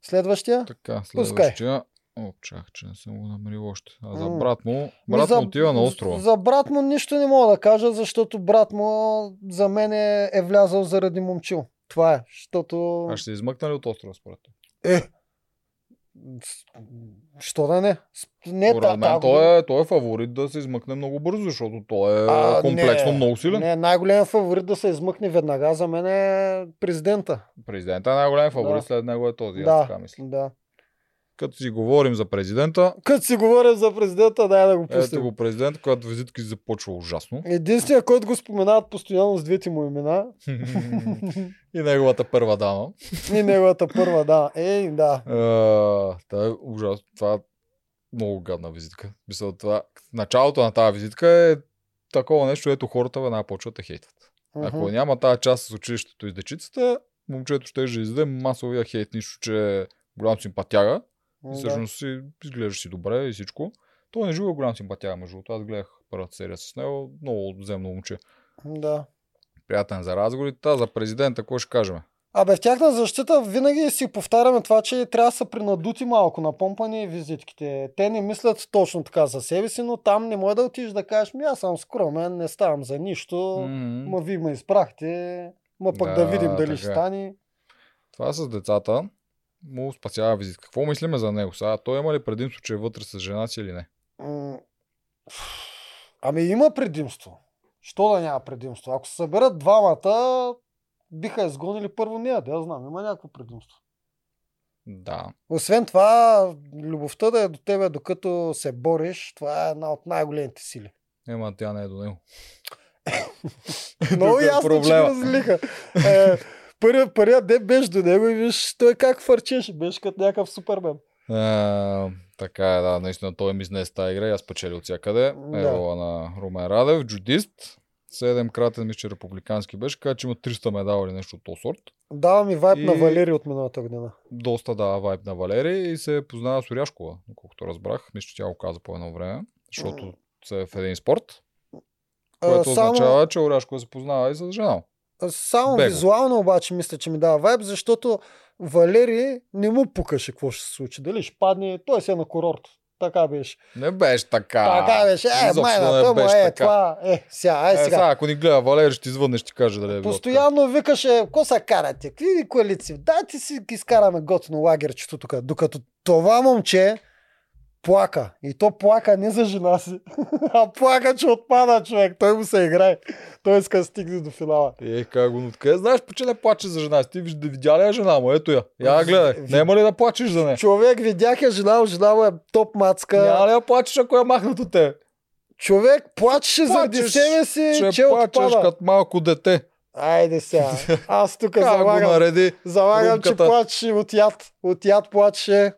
Speaker 2: Следващия?
Speaker 1: така,
Speaker 2: Пускай.
Speaker 1: следващия. О, чак, че не съм го намерил още. А за
Speaker 2: М.
Speaker 1: брат му,
Speaker 2: Ми
Speaker 1: брат
Speaker 2: за-
Speaker 1: му отива на острова.
Speaker 2: За брат му нищо не мога да кажа, защото брат му за мен е, е влязъл заради момчил. Това е, защото...
Speaker 1: А ще се измъкна ли от острова според теб?
Speaker 2: Е! с- Що да не? С- Не, та,
Speaker 1: Според мен
Speaker 2: та,
Speaker 1: той е, той е фаворит да се измъкне много бързо, защото той е
Speaker 2: А,
Speaker 1: комплексно
Speaker 2: не,
Speaker 1: много силен.
Speaker 2: Не, най-голям фаворит да се измъкне веднага за мен е президента.
Speaker 1: Президента е най-голям фаворит,
Speaker 2: Да.
Speaker 1: след него е този.
Speaker 2: Да.
Speaker 1: Аз така мисля.
Speaker 2: Да.
Speaker 1: Като си говорим за президента,
Speaker 2: Като си говорим за президента, дай да го
Speaker 1: ето
Speaker 2: пуснем.
Speaker 1: го президент, който визитки започва ужасно.
Speaker 2: Единственият, който го споменават постоянно с двете му имена,
Speaker 1: и неговата първа дама.
Speaker 2: и неговата първа, да. Ей, да.
Speaker 1: А, Та е ужасно. Това е много гадна визитка. Мисля, това... Началото на тази визитка е такова нещо, ето хората веднага почват да хейтват.
Speaker 2: Мгм.
Speaker 1: Ако няма тази част с училището и дечицата, момчето ще же издаде масовия хейт, нищо, че е голям симпатяга. И
Speaker 2: Да.
Speaker 1: всъщност си, изглеждаш си добре и всичко. Той не жива голям симпатяга, между другото. Аз гледах първата серия с него. Много земно момче.
Speaker 2: Да.
Speaker 1: Приятен за разговорите. Та за президента, какво ще кажем?
Speaker 2: Абе, в тяхна защита винаги си повтаряме това, че трябва да са принадути малко на помпане и визитките. Те не мислят точно така за себе си, но там не може да отидеш да кажеш, ми аз съм скромен, не ставам за нищо,
Speaker 1: М.
Speaker 2: ма ви ме изпрахте, ма пък да,
Speaker 1: Да,
Speaker 2: видим дали ще
Speaker 1: така е.
Speaker 2: стане.
Speaker 1: Това с децата му спасява визитка. Какво мислиме за него? Сега той има ли предимство, че е вътре с жена си или не?
Speaker 2: М, ф, Ами има предимство. Що да няма предимство? Ако се съберат двамата, биха изгонили първо нея, да я знам, има някакво предимство.
Speaker 1: Да.
Speaker 2: Освен това, любовта да е до тебе, докато се бориш, това е една от най-големите сили.
Speaker 1: Ема тя не е до него.
Speaker 2: Много
Speaker 1: Тук е
Speaker 2: ясно,
Speaker 1: проблема.
Speaker 2: че разлика. Е, първият, първият ден беше до него и виж той как фърчеше, беше като някакъв супермен.
Speaker 1: А, така е, да, наистина той ми изнесе тази игра и аз печели от всякъде.
Speaker 2: Да.
Speaker 1: Ева на Румен Радев, джудист. Седемкратен мисля, че републикански беше, каза, че има 300 медала или нещо от този сорт.
Speaker 2: Дава ми вайб
Speaker 1: И-
Speaker 2: на Валери от миналата година.
Speaker 1: доста дава вайб на Валери и се познава с Оряшкова, доколкото разбрах. Мисля, че тя го каза по едно време,
Speaker 2: М.
Speaker 1: защото са в един спорт,
Speaker 2: А,
Speaker 1: което
Speaker 2: Е, само
Speaker 1: означава, че Оряшкова се познава и с жена.
Speaker 2: а, само
Speaker 1: Бего.
Speaker 2: визуално обаче мисля, че ми дава вайб, защото Валери не му пукаше какво ще се случи. Дали ще падне, той си е на курорт. Така беше.
Speaker 1: Не беше така.
Speaker 2: така беше. Е,
Speaker 1: Изобщо не
Speaker 2: майна, тъма,
Speaker 1: беше
Speaker 2: е,
Speaker 1: така.
Speaker 2: това. Е, сега,
Speaker 1: Е,
Speaker 2: ай сега.
Speaker 1: сега, ако ни гледа Валери, ще извънне, ще ти каже дали е било
Speaker 2: Постоянно викаше, ко са карате, какви ни коалиции, дайте си ги изкараме готино лагерчето тук. Докато това момче плака. И то плака не за жена си, а плака, че отпада човек. Той му се играе. Той иска да стигне до финала.
Speaker 1: така. Е, как го, но откъде знаеш, по че не плаче за жена си? Ти виж- видя ли я жена му? Ето я. Я я гледай.
Speaker 2: Ви-
Speaker 1: Няма ли да плачеш за нея?
Speaker 2: Човек, видях я жена, жена му е топ мацка.
Speaker 1: Няма ли да плачеш, ако е махнат от тебе?
Speaker 2: Човек плачеше заради
Speaker 1: Плачеш,
Speaker 2: себе си, Е, че,
Speaker 1: Ще плачеш
Speaker 2: отпада.
Speaker 1: като малко дете.
Speaker 2: Айде сега. Аз тук
Speaker 1: Как го
Speaker 2: залагам,
Speaker 1: нареди?
Speaker 2: залагам че
Speaker 1: румката?
Speaker 2: плачеше от яд. От яд плачеше.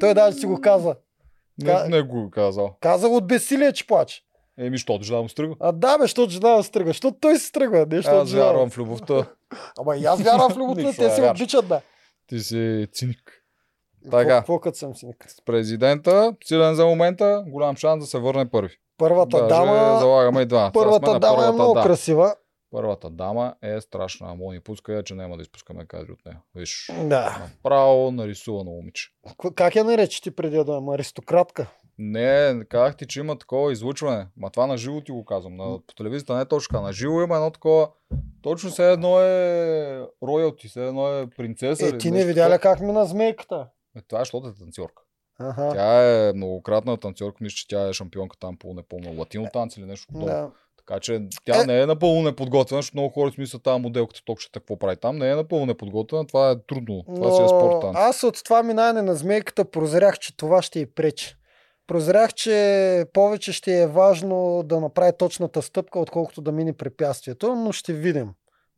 Speaker 2: Той даже си го казва.
Speaker 1: Не, не го е казал.
Speaker 2: Каза от бесилие, че плаче.
Speaker 1: Еми, защото жена му стръгва.
Speaker 2: А да, бе, защото жена му се тръгва. Защото той се тръгва. Нещо от
Speaker 1: Аз
Speaker 2: жена.
Speaker 1: вярвам в любовта.
Speaker 2: Ама и аз вярвам в любовта.
Speaker 1: Нищо
Speaker 2: те
Speaker 1: не
Speaker 2: се
Speaker 1: вярваш.
Speaker 2: обичат, да.
Speaker 1: Ти си циник.
Speaker 2: И
Speaker 1: Така.
Speaker 2: какво- Какво като съм си нека?
Speaker 1: С президента, силен за момента, голям шанс да се върне първи.
Speaker 2: Първата
Speaker 1: Даже
Speaker 2: дама,
Speaker 1: залагаме и два. Сега сме
Speaker 2: първата
Speaker 1: на
Speaker 2: дама е
Speaker 1: първата
Speaker 2: много
Speaker 1: дама.
Speaker 2: красива.
Speaker 1: Първата дама е страшна. Ама ни пуска я, че няма да изпускаме кадри от нея. Виж.
Speaker 2: Да.
Speaker 1: Право нарисувано момиче.
Speaker 2: К- Как я нарече ти преди да ама аристократка?
Speaker 1: Не, казах ти, че има такова излучване. Ма това на живо ти го казвам. На, по телевизията не е точно така. На живо има едно такова. Точно все едно е роялти, все едно е принцеса.
Speaker 2: Е,
Speaker 1: или
Speaker 2: ти не
Speaker 1: нещо
Speaker 2: видя ли
Speaker 1: такова.
Speaker 2: как мина змейката?
Speaker 1: Е, това е защото е танцорка.
Speaker 2: Аха.
Speaker 1: Тя е многократна танцорка. Мисля, че тя е шампионка там по непълно латино танц или нещо подобно.
Speaker 2: Да.
Speaker 1: Така че тя
Speaker 2: Е.
Speaker 1: не е напълно неподготвена, защото много хора си мислят тази моделката токчета какво прави там. Не е напълно неподготвена, това е трудно. Това си е спорт
Speaker 2: Но
Speaker 1: танц.
Speaker 2: аз от това минане на змейката прозрях, че това ще й пречи. Прозрях, че повече ще е важно да направи точната стъпка, отколкото да мине препятствието, но ще видим.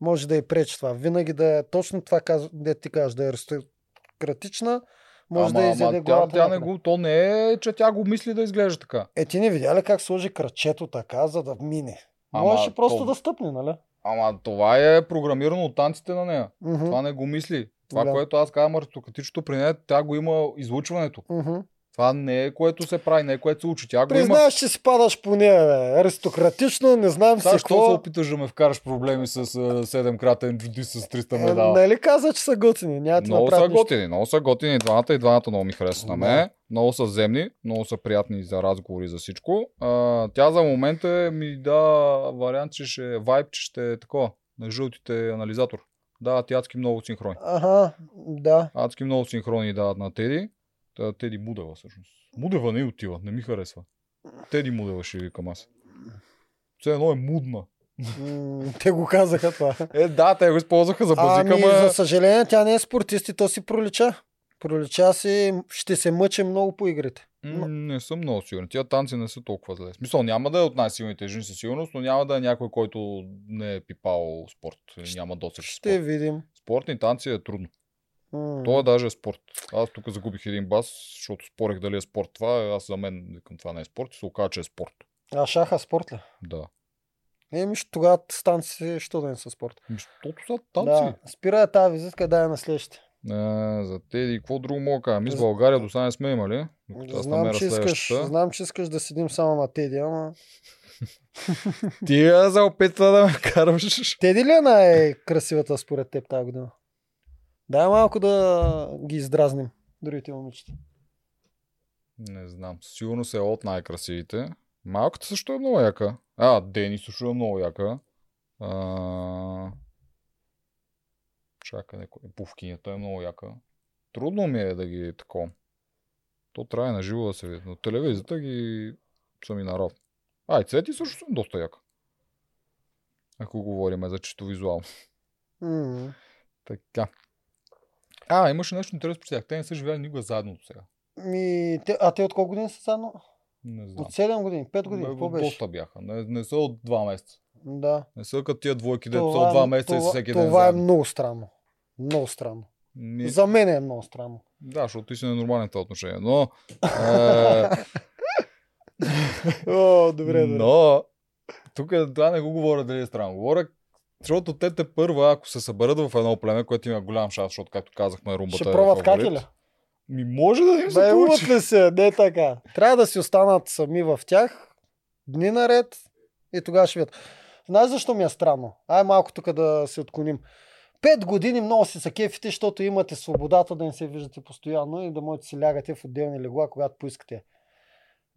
Speaker 2: Може да й пречи това. Винаги да е точно това, каз- де ти кажеш, да е аристократична, може
Speaker 1: ама,
Speaker 2: да изяде
Speaker 1: ама, тя,
Speaker 2: главата.
Speaker 1: тя не
Speaker 2: някъде.
Speaker 1: го, то не е, че тя го мисли да изглежда така.
Speaker 2: Е, ти не видя ли как сложи крачето така, за да мине?
Speaker 1: Ама
Speaker 2: Можеше просто
Speaker 1: то-
Speaker 2: да стъпне, нали?
Speaker 1: Ама това е програмирано от танците на нея.
Speaker 2: Мгм,
Speaker 1: Това не го мисли. Това,
Speaker 2: Да.
Speaker 1: което аз казвам аристократичното при нея, тя го има излучването.
Speaker 2: мгм.
Speaker 1: Това не е което се прави, не е което се учи. Тя го има.
Speaker 2: Признаеш, че си падаш по нея, бе. Аристократично, не знам си
Speaker 1: Сега, що се
Speaker 2: какво.
Speaker 1: опиташ да ме вкараш проблеми с 7-кратен джуди с 300
Speaker 2: Е,
Speaker 1: медала?
Speaker 2: нали каза, че са готини? Няма ти
Speaker 1: Много са
Speaker 2: направят нищо.
Speaker 1: готини, много са готини и двамата, и двамата много ми харесват на
Speaker 2: Да.
Speaker 1: мен. Много са земни, много са приятни за разговори и за всичко. А, тя за момента ми да вариант, че ще вайб, че ще е такова. На жълтите анализатор. Да, ти адски много синхрони.
Speaker 2: Ага, да.
Speaker 1: Адски много синхрони дават на Теди. Та, Теди Мудева всъщност. Мудева не отива, не ми харесва. Теди Мудева ще викам аз. Все едно е мудна.
Speaker 2: М, Те го казаха това.
Speaker 1: Е, да, те го използваха за базика, е
Speaker 2: Ами,
Speaker 1: ма...
Speaker 2: за съжаление, тя не е спортист и то си пролича. Пролича си, ще се мъчи много по игрите.
Speaker 1: М, Не съм много сигурен. Тия танци не са толкова зле. В Смисъл, няма да е от най-силните жени със сигурност, но няма да е някой, който не е пипал спорт. Или
Speaker 2: Ще-
Speaker 1: няма досег с
Speaker 2: Ще
Speaker 1: спорт.
Speaker 2: видим.
Speaker 1: Спортни танци е трудно.
Speaker 2: М.
Speaker 1: То е даже спорт. Аз тук загубих един бас, защото спорех дали е спорт това. Аз за мен викам това не е спорт. и Се оказа, че е спорт.
Speaker 2: А шаха спорт ли?
Speaker 1: Да.
Speaker 2: Еми, ще- тогава станци, що да не са спорт.
Speaker 1: Ами, Защото са танци.
Speaker 2: Да, спира я тази визитка, дай я на следващите.
Speaker 1: А, за Теди, какво друго мога да кажа? Ми с
Speaker 2: З-
Speaker 1: България до сега не сме имали. Докато аз
Speaker 2: Знам
Speaker 1: намеря
Speaker 2: че, искаш,
Speaker 1: следващата.
Speaker 2: знам, че искаш да седим само на Теди, ама...
Speaker 1: Ти я се опита да ме караш.
Speaker 2: Теди ли е най-красивата според теб тази година? Дай малко да ги издразним, другите момичета.
Speaker 1: Не знам. Сигурно се е от най-красивите. Малката също е много яка. А, Дени също е много яка. А... Чакай, некой. Пувкинята е много яка. Трудно ми е да ги тако. То трябва и на живо да се види. Но телевизията ги съм и народ. А, и цвети също съм доста яка. Ако говорим за чисто визуално.
Speaker 2: М.
Speaker 1: Така. А, имаше нещо интересно при тях. Те не са живели никога заедно до сега.
Speaker 2: Ми, те, а те от колко години са заедно?
Speaker 1: Не знам.
Speaker 2: От 7 години, 5 години,
Speaker 1: Бе,
Speaker 2: какво
Speaker 1: бе,
Speaker 2: беше?
Speaker 1: Доста бяха. Не, не са от два месеца.
Speaker 2: Да.
Speaker 1: Не са като тия двойки, дето са от два месеца и са всеки ден.
Speaker 2: това е
Speaker 1: заедно.
Speaker 2: много странно. Много странно.
Speaker 1: Ни...
Speaker 2: За мен е много странно.
Speaker 1: Да, защото ти си ненормален в това отношение. Но. Е...
Speaker 2: О,
Speaker 1: Но. Тук това не го говоря дали е странно. Говоря, защото те те първа, ако се съберат в едно племе, което има голям шанс, защото както казахме, румбата
Speaker 2: Ще
Speaker 1: е
Speaker 2: пробват
Speaker 1: фаворит.
Speaker 2: каки ли?
Speaker 1: Ми може да им се
Speaker 2: Бе,
Speaker 1: получи.
Speaker 2: ли се, не е така. Трябва да си останат сами в тях, дни наред и тогава ще видят. Знаеш защо ми е странно? Ай малко тук да се отклоним. Пет години много си са кефите, защото имате свободата да не се виждате постоянно и да можете да си лягате в отделни легла, когато поискате.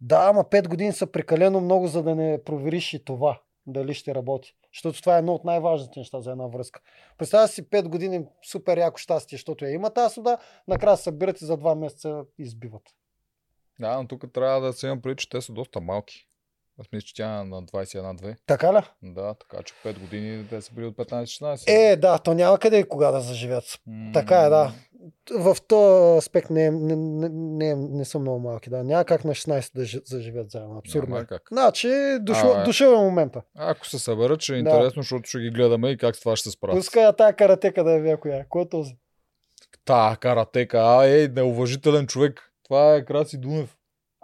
Speaker 2: Да, ама пет години са прекалено много, за да не провериш и това, дали ще работи. Защото това е едно от най-важните неща за една връзка. Представя си 5 години супер яко щастие, защото я има тази суда, накрая се събират и за 2 месеца избиват.
Speaker 1: Да, но тук трябва да се има предвид, че те са доста малки. Аз мисля, че тя е на 21-2.
Speaker 2: Така ли?
Speaker 1: Да, така че 5 години те са били от 15-16.
Speaker 2: Е, да, то няма къде и кога да заживят.
Speaker 1: М,
Speaker 2: Така е, да. В този аспект не, е- не, не, не, е- не са много малки, да. Няма как на 16 да жи- заживят заедно. Абсурдно.
Speaker 1: няма
Speaker 2: е.
Speaker 1: как.
Speaker 2: Значи, дошло,
Speaker 1: А, е.
Speaker 2: дошъл е момента.
Speaker 1: Ако се съберат, ще е
Speaker 2: Да.
Speaker 1: интересно, защото ще ги гледаме и как с това ще се справят.
Speaker 2: Пускай я тая каратека да я видя коя е. Кой е този?
Speaker 1: Та, каратека, а, ей, неуважителен човек. Това е Краси Дунев.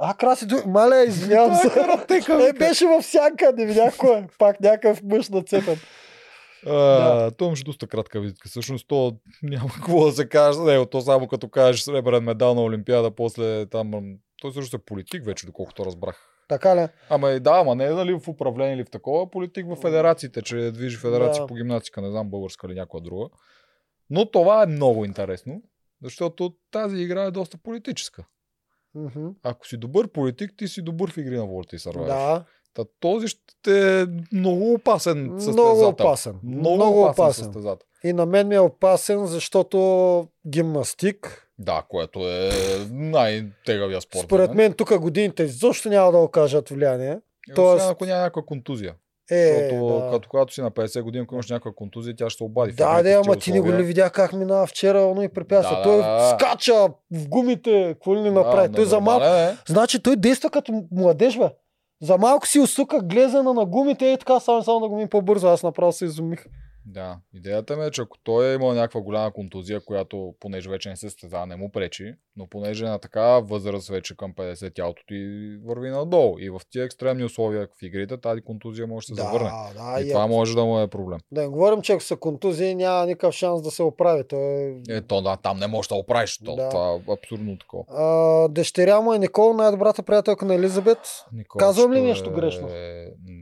Speaker 2: А, краси, ду... мале, извинявам
Speaker 1: Това е
Speaker 2: се.
Speaker 1: каратека,
Speaker 2: Е,
Speaker 1: бе.
Speaker 2: беше в сянка, не видях кой. е. Пак някакъв мъж на цепен.
Speaker 1: А, Той имаше доста кратка визитка. Всъщност, то няма какво да се каже. Не, то само като кажеш сребърен медал на Олимпиада, после там... м, Той също е политик вече, доколкото разбрах.
Speaker 2: Така ли?
Speaker 1: Ама и да, ама не е нали в управление или в такова, политик в федерациите, че движи федерация
Speaker 2: Да.
Speaker 1: по гимнастика, не знам българска или някоя друга. Но това е много интересно, защото тази игра е доста политическа.
Speaker 2: Мгм.
Speaker 1: Ако си добър политик, ти си добър в игри на волята и сървайвер.
Speaker 2: Да,
Speaker 1: Та този ще е много опасен състезател.
Speaker 2: много опасен.
Speaker 1: Много, опасен, състезател.
Speaker 2: И на мен ми е опасен, защото гимнастик,
Speaker 1: Да, което е най-тегавия спорт.
Speaker 2: според мен тук годините изобщо няма да окажат влияние.
Speaker 1: Тоест...
Speaker 2: тоест-
Speaker 1: ако няма някаква контузия.
Speaker 2: Е,
Speaker 1: Защото
Speaker 2: да.
Speaker 1: като когато си на 50 години, ако имаш някаква контузия, тя ще се обади. в
Speaker 2: Да,
Speaker 1: едните
Speaker 2: да,
Speaker 1: си
Speaker 2: ама ти не го
Speaker 1: условия.
Speaker 2: ли видя как минава вчера, но и препятства.
Speaker 1: Да,
Speaker 2: той
Speaker 1: да, да.
Speaker 2: скача в гумите, какво ли не направи. той за малко.
Speaker 1: нормален е.
Speaker 2: Значи той действа като младеж, бе. За малко си усука глезена на гумите и така само само да го ми по-бързо. Аз направо се изумих.
Speaker 1: Да, идеята ми е, че ако той е имал някаква голяма контузия, която понеже вече не се състезава, не му пречи, но понеже е на такава възраст вече към 50 тялото ти върви надолу. И в тия екстремни условия в игрите тази контузия може да се завърне.
Speaker 2: да,
Speaker 1: и
Speaker 2: и
Speaker 1: това
Speaker 2: ако-
Speaker 1: може да му е проблем.
Speaker 2: Да не говорим, че ако са контузии, няма никакъв шанс да се оправи. Той...
Speaker 1: Е, то да, там не можеш да оправиш. То,
Speaker 2: Да.
Speaker 1: Това е абсурдно такова.
Speaker 2: А, дъщеря му е Никол, най-добрата приятелка на Елизабет.
Speaker 1: Никол,
Speaker 2: Казвам ли
Speaker 1: ще
Speaker 2: нещо грешно?
Speaker 1: Е... м,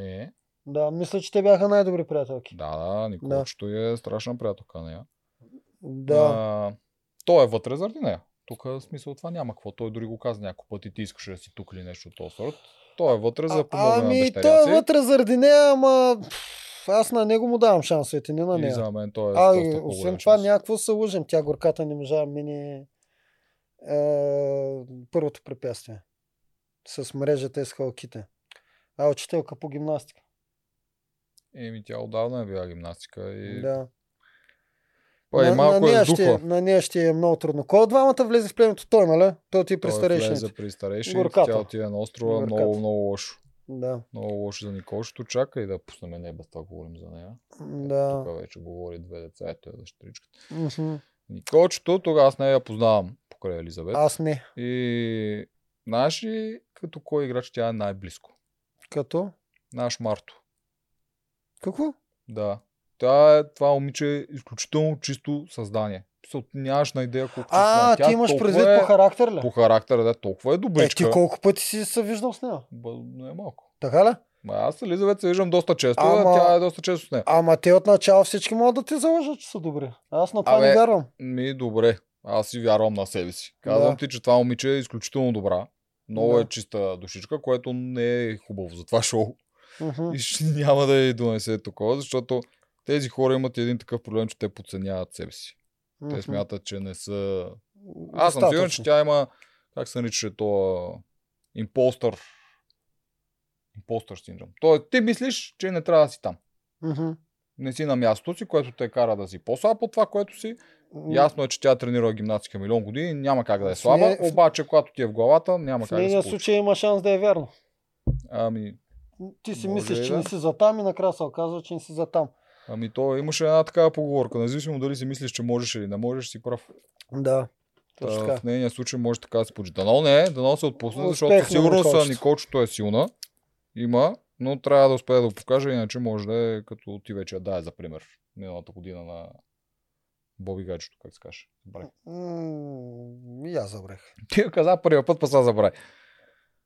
Speaker 1: Не.
Speaker 2: Да, мисля, че те бяха най-добри приятелки.
Speaker 1: Да, да, Николчето е страшна приятелка на нея.
Speaker 2: Да.
Speaker 1: А, той е вътре заради нея. Тук в смисъл това няма какво. Той дори го каза няколко пъти, ти искаш да си тук или нещо от този сорт. Той е вътре за да помогне на
Speaker 2: ами,
Speaker 1: дъщеря
Speaker 2: той
Speaker 1: си.
Speaker 2: е вътре заради нея, ама пф, аз на него му давам шансовете, не на
Speaker 1: И
Speaker 2: нея.
Speaker 1: за мен той е
Speaker 2: А, и
Speaker 1: доста
Speaker 2: освен
Speaker 1: по-голям
Speaker 2: това,
Speaker 1: шанс.
Speaker 2: някакво се лъжим. Тя горката не можа да мине е, първото препятствие. С мрежата и с халките. А учителка по гимнастика.
Speaker 1: Еми, тя отдавна е била гимнастика и,
Speaker 2: Да.
Speaker 1: Е, па, и
Speaker 2: на,
Speaker 1: малко
Speaker 2: на,
Speaker 1: е
Speaker 2: нея ще,
Speaker 1: духа.
Speaker 2: на нея ще е много трудно. Кой от двамата влезе в племето? Той, нали? Той ти е при
Speaker 1: Той
Speaker 2: старейшините.
Speaker 1: влезе при старейшините,
Speaker 2: Горката.
Speaker 1: тя отиде на острова,
Speaker 2: Горката.
Speaker 1: много, много лошо.
Speaker 2: Да.
Speaker 1: Много лошо за Николчето. Чакай да пуснем не без това говорим за нея.
Speaker 2: Да.
Speaker 1: Тук вече говори две деца, ето е дъщеричката.
Speaker 2: Мгм.
Speaker 1: Е. Николчето, тогава аз не я познавам покрай Елизабет.
Speaker 2: Аз не.
Speaker 1: И знаеш ли като кой играч тя е най-близко?
Speaker 2: Като?
Speaker 1: Наш Марто.
Speaker 2: Какво?
Speaker 1: Да. Тя е, това момиче е изключително чисто създание. Писал, нямаш на идея колко чисто
Speaker 2: А,
Speaker 1: е. Тя
Speaker 2: ти имаш
Speaker 1: толкова
Speaker 2: предвид
Speaker 1: е,
Speaker 2: по характер ли?
Speaker 1: По характер, да, толкова е
Speaker 2: Е,
Speaker 1: добричка.
Speaker 2: ти колко пъти си се виждал с нея?
Speaker 1: Ба, не е малко.
Speaker 2: Така ли?
Speaker 1: Ма аз с Елизабет се виждам доста често,
Speaker 2: Ама-
Speaker 1: а тя е доста често с нея.
Speaker 2: Ама те отначало всички могат да ти залъжат, че са добри. Аз на това
Speaker 1: Абе,
Speaker 2: не вярвам.
Speaker 1: Ми, добре. Аз си вярвам на себе си. Казвам
Speaker 2: Да.
Speaker 1: ти, че това момиче е изключително добра. Много
Speaker 2: Да.
Speaker 1: е чиста душичка, което не е хубаво за това шоу.
Speaker 2: Мгм.
Speaker 1: и ще няма да я донесе такова, защото тези хора имат един такъв проблем, че те подценяват себе си.
Speaker 2: Мгм.
Speaker 1: Те смятат, че не са... е Аз съм сигурен, че
Speaker 2: Достатъчно.
Speaker 1: тя има, как се нарича то, импостър. Импостър синдром. Тоест, ти мислиш, че не трябва да си там.
Speaker 2: Мгм.
Speaker 1: Не си на мястото си, което те кара да си по-слаб от това, което си. Ясно е, че тя е тренирала гимнастика милион години, няма как да е
Speaker 2: В
Speaker 1: слаба,
Speaker 2: нея-
Speaker 1: обаче, когато ти е в главата, няма
Speaker 2: В
Speaker 1: как да
Speaker 2: нейния
Speaker 1: се случи.
Speaker 2: случай има шанс да е вярно.
Speaker 1: Ами,
Speaker 2: Ти си
Speaker 1: Може и
Speaker 2: мислиш, че
Speaker 1: да.
Speaker 2: не си за там и накрая се оказва, че не си за там.
Speaker 1: ами то имаше една такава поговорка, независимо дали си мислиш, че можеш или не можеш, си прав.
Speaker 2: Да. Точно
Speaker 1: Та,
Speaker 2: така.
Speaker 1: в нейния случай може така да се получи. Дано не е, дано се отпусне,
Speaker 2: Успех
Speaker 1: защото със
Speaker 2: на
Speaker 1: сигурност
Speaker 2: Николчето.
Speaker 1: Николчето е силна. Има, но трябва да успее да го покаже, иначе може да е като ти вече я дай за пример. Миналата година на Боби Гаджето, как се каже. Забравих.
Speaker 2: М, и аз забрех.
Speaker 1: Ти я каза първия път, па сега забрави.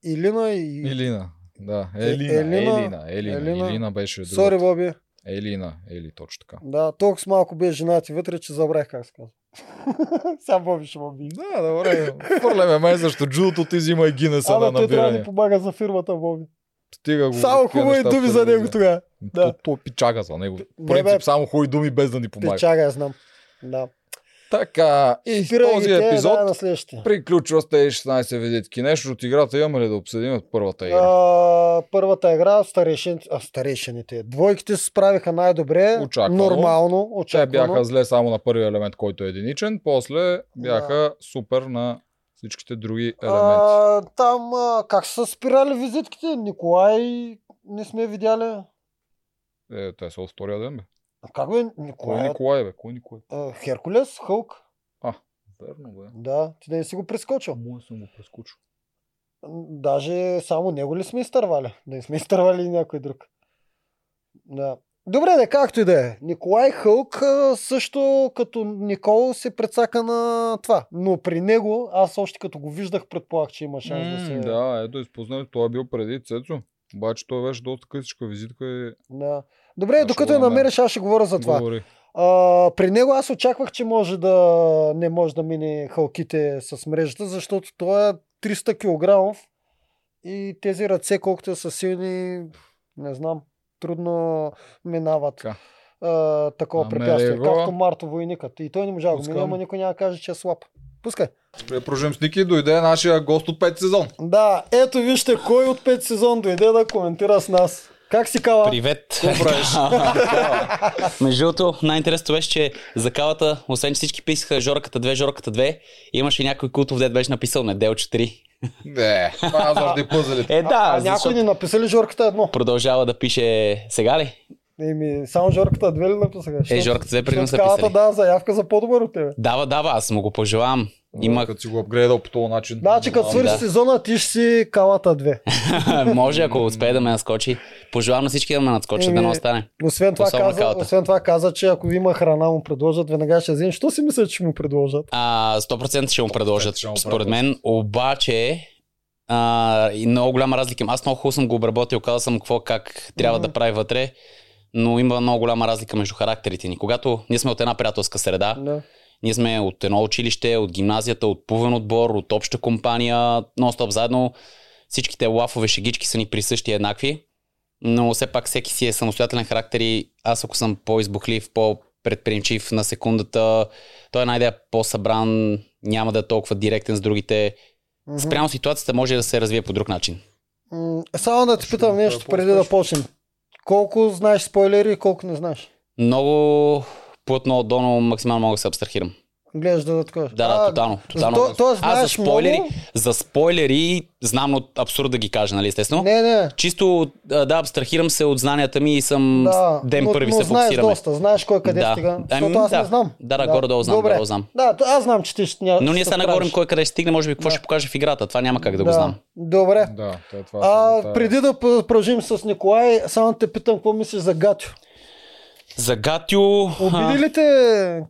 Speaker 2: Илина и...
Speaker 1: Илина. Да,
Speaker 2: Е-
Speaker 1: Елина,
Speaker 2: Елина-
Speaker 1: Елина, Елина, Елина,
Speaker 2: Елина.
Speaker 1: беше друга.
Speaker 2: Сори, Боби.
Speaker 1: Елина, Ели, точно така.
Speaker 2: Да, толкова с малко бе женат и вътре, че забравих как се казва. Сега Боби ще ме бие.
Speaker 1: Да, добре. Хвърляме мен, защо джудото ти взима и Гинеса на
Speaker 2: Ама той трябва да ни
Speaker 1: набиране.
Speaker 2: помага за фирмата, Боби.
Speaker 1: Стига го.
Speaker 2: Само
Speaker 1: такива
Speaker 2: хубави
Speaker 1: неща
Speaker 2: думи
Speaker 1: в
Speaker 2: за него
Speaker 1: телевизия.
Speaker 2: тогава. Да.
Speaker 1: То, то е пичага за него. В
Speaker 2: Не,
Speaker 1: принцип,
Speaker 2: бе.
Speaker 1: само хубави думи без да ни помага.
Speaker 2: Печага, я знам. Да.
Speaker 1: Така, и
Speaker 2: Спирай
Speaker 1: този
Speaker 2: ги те,
Speaker 1: епизод
Speaker 2: Да, на следващия.
Speaker 1: приключва с тези 16 визитки. Нещо от играта имаме ли да обсъдим от първата игра?
Speaker 2: А, първата игра, старейшините, а, старейшините. Двойките се справиха най-добре.
Speaker 1: Очаквано.
Speaker 2: Нормално,
Speaker 1: Те
Speaker 2: очаквано.
Speaker 1: бяха зле само на първия елемент, който е единичен, после бяха супер на всичките други елементи.
Speaker 2: а, там а, как са спирали визитките? Николай не сме видяли.
Speaker 1: Е, те са от втория ден, бе.
Speaker 2: А Как бе?
Speaker 1: Кой
Speaker 2: Николай?
Speaker 1: е Николай, бе? Кой е Николай?
Speaker 2: А, Херкулес, Хълк.
Speaker 1: Верно, бе.
Speaker 2: Да, ти не си го прескочил.
Speaker 1: Мой съм го прескочил.
Speaker 2: Даже само него ли сме изтървали? Да не сме изтървали и някой друг. Да. Добре, да, както и да е. Николай Хълк а, също като Никол се прецака на това. Но при него, аз още като го виждах, предполагах, че има шанс да се...
Speaker 1: М, Да, ето изпуснали. Той е бил преди Цецо. Обаче той беше доста късичка визитка и
Speaker 2: Да. Добре,
Speaker 1: Защо
Speaker 2: докато я
Speaker 1: да не?
Speaker 2: намериш, аз ще говоря за това.
Speaker 1: говори.
Speaker 2: А, при него аз очаквах, че може да не може да мине халките с мрежата, защото той е 300 кг и тези ръце, колкото да са силни, не знам, трудно минават
Speaker 1: Така.
Speaker 2: а, такова
Speaker 1: Намери
Speaker 2: препятствие,
Speaker 1: го.
Speaker 2: както Марто войникът. И той не можа да го
Speaker 1: Пускам.
Speaker 2: мине, ама никой няма да каже, че е слаб. Пускай.
Speaker 1: Препрожим Е, с Ники, дойде нашия гост от 5 сезон.
Speaker 2: Да, ето вижте кой от 5 сезон дойде да коментира с нас. Как си кава?
Speaker 3: Привет!
Speaker 1: Какво правиш?
Speaker 3: Между другото, най-интересното беше, че за кавата, освен че всички писаха Жорката 2, Жорката 2, имаше и някой култов дед беше написал на Дел 4.
Speaker 1: Не, казваш да пъзелите.
Speaker 3: Е, да,
Speaker 2: а, а някой
Speaker 3: защото
Speaker 2: ни написали Жорката едно.
Speaker 3: продължава да пише сега ли?
Speaker 2: Еми, само Жорката две ли написаха?
Speaker 3: Е,
Speaker 2: Защото-
Speaker 3: Жорката 2 предимно са
Speaker 2: Защото
Speaker 3: писали.
Speaker 2: да, заявка за по-добър от тебе.
Speaker 3: Дава, дава, аз му го пожелавам. Има,
Speaker 1: Като си го апгрейдал по този начин.
Speaker 2: Значи, като
Speaker 1: А,
Speaker 2: свърши
Speaker 3: да.
Speaker 2: сезона, ти ще си калата 2.
Speaker 3: може ако успее да ме наскочи. Пожелавам на всички да ме надскочат, да не
Speaker 2: Еми,
Speaker 3: остане.
Speaker 2: Освен това,
Speaker 3: Особено
Speaker 2: каза,
Speaker 3: калата.
Speaker 2: освен това каза, че ако има храна му предложат, веднага ще вземеш. Що си мисля, че му предложат?
Speaker 3: А, 100% ще му предложат,
Speaker 1: ще му
Speaker 3: според мен. Обаче, а, и много голяма разлика. има. Аз много хубаво съм го обработил, казал съм какво, как трябва да прави вътре, но има много голяма разлика между характерите ни. Когато ние сме от една приятелска среда,
Speaker 2: Да.
Speaker 3: ние сме от едно училище, от гимназията, от плувен отбор, от обща компания, нон-стоп заедно. Всичките лафове, шегички са ни присъщи еднакви, но все пак всеки си е самостоятелен характер и аз ако съм по-избухлив, по-предприемчив на секундата, той е най-дея по-събран, няма да е толкова директен с другите.
Speaker 2: Мгм.
Speaker 3: Спрямо ситуацията може да се развие по друг начин.
Speaker 2: М, Само да те
Speaker 1: Ще
Speaker 2: питам
Speaker 1: го
Speaker 2: нещо
Speaker 1: преди
Speaker 2: преди да почнем. Колко знаеш спойлери и колко не знаеш?
Speaker 3: Много плътно от доно максимално мога да се абстрахирам.
Speaker 2: Гледаш да да такова.
Speaker 3: Да, да, тотално. тотално.
Speaker 2: То, тоест,
Speaker 3: Аз за
Speaker 2: знаеш
Speaker 3: спойлери,
Speaker 2: много?
Speaker 3: за спойлери знам от абсурд да ги кажа, нали, естествено.
Speaker 2: Не, не.
Speaker 3: Чисто а, да, абстрахирам се от знанията ми и съм
Speaker 2: Да,
Speaker 3: да, ден
Speaker 2: но,
Speaker 3: първи
Speaker 2: но
Speaker 3: се
Speaker 2: знаеш
Speaker 3: фокусираме.
Speaker 2: доста, знаеш кой къде
Speaker 3: Да.
Speaker 2: стига.
Speaker 3: Ами,
Speaker 2: Защото аз не
Speaker 3: да.
Speaker 2: знам.
Speaker 3: Да, да, горе-долу знам,
Speaker 2: Добре.
Speaker 3: горе-долу знам.
Speaker 2: Да, то- аз знам, че ти ще ня-
Speaker 3: Но ние
Speaker 2: ще
Speaker 3: сега не
Speaker 2: справиш.
Speaker 3: говорим кой къде ще стигне, може би какво
Speaker 2: Да.
Speaker 3: ще покаже в играта. Това няма как да, го знам.
Speaker 2: Добре.
Speaker 1: Да, те е това.
Speaker 2: А,
Speaker 1: са- тая-
Speaker 2: преди да п- продължим с Николай, само те питам, какво мислиш за Гатю?
Speaker 3: За Гатио... а,
Speaker 2: Обиди ли те,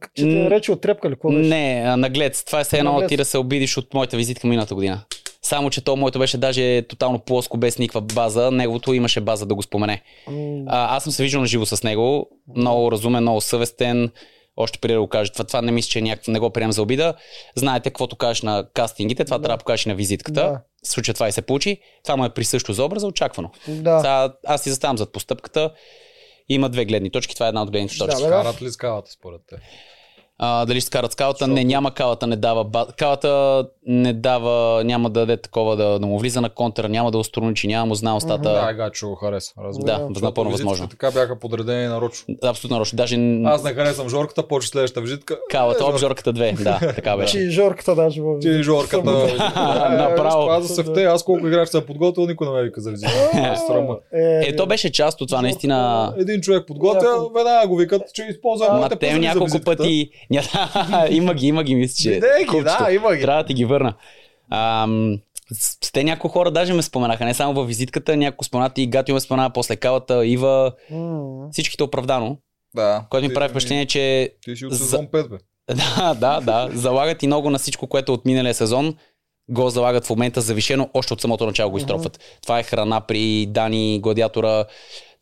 Speaker 2: к- че те е
Speaker 3: М,
Speaker 2: рече отрепка ли? Какво беше?
Speaker 3: Не, а, наглец. Това е все едно
Speaker 2: Наглец.
Speaker 3: ти да се обидиш от моята визитка миналата година. Само, че то моето беше даже тотално плоско, без никаква база. Неговото имаше база да го спомене.
Speaker 2: М,
Speaker 3: А, аз съм се виждал на живо с него. Много разумен, много съвестен. Още преди да го кажа, това, това не мисля, че е някакво, не го приемам за обида. Знаете, каквото кажеш на кастингите, това
Speaker 2: Да.
Speaker 3: трябва да покажеш и на визитката.
Speaker 2: Да.
Speaker 3: В случая това и се получи. Това му е присъщо за образа, очаквано.
Speaker 2: Да.
Speaker 3: Сега, аз си заставам зад постъпката. Има две гледни точки, това е една от гледните
Speaker 2: Да,
Speaker 3: точки.
Speaker 2: бе.
Speaker 1: Карат ли скалата според те?
Speaker 3: А, дали ще скарат скалата? Не, няма калата, не дава. ба- Калата не дава, няма да даде такова да, да му влиза на контра, няма да устроничи, няма да му знае
Speaker 1: Да,
Speaker 3: остата.
Speaker 1: да гачо, харесва. разбирам.
Speaker 3: Да,
Speaker 1: Защото
Speaker 3: напълно
Speaker 1: визитките
Speaker 3: възможно.
Speaker 1: Така бяха подредени нарочно.
Speaker 3: Абсолютно нарочно. Даже н-
Speaker 1: Аз не харесвам Жорката, почва следващата визитка.
Speaker 3: калата,
Speaker 1: Е, Жорка.
Speaker 3: обжорката 2. Да, така
Speaker 2: Че
Speaker 1: Значи,
Speaker 3: беше.
Speaker 2: и Жорката даже в...
Speaker 1: Ти и Жорката. Е,
Speaker 3: Направо.
Speaker 1: виж, Аз се в те, аз колко играч съм подготвил, никой не ме вика за
Speaker 2: Е,
Speaker 1: визитка. Срама.
Speaker 3: Е, то беше част от това, наистина.
Speaker 1: Един човек подготвя,
Speaker 2: Няколко.
Speaker 1: веднага го викат, че използвай
Speaker 3: Ма
Speaker 1: моите
Speaker 3: те
Speaker 1: пъзели е за
Speaker 3: няколко
Speaker 1: визитката.
Speaker 3: пъти. Ня- има ги, има ги, мисля, че.
Speaker 1: Видях ги,
Speaker 3: купчето.
Speaker 1: да, има ги.
Speaker 3: Трябва да ти ги върна. Ам, с с те някои хора даже ме споменаха, не само във визитката, някои споменати и Гатио ме спомена, после Калата, Ива,
Speaker 2: М,
Speaker 3: всичките оправдано,
Speaker 1: Да.
Speaker 3: което
Speaker 1: Ти-
Speaker 3: ми прави впечатление, че
Speaker 1: Ти си от
Speaker 3: за-
Speaker 1: сезон 5, бе.
Speaker 3: Да, да, да. Залагат и много на всичко, което е от миналия сезон. Го залагат в момента завишено, още от самото начало го изтропват. Това е храна при Дани, Гладиатора.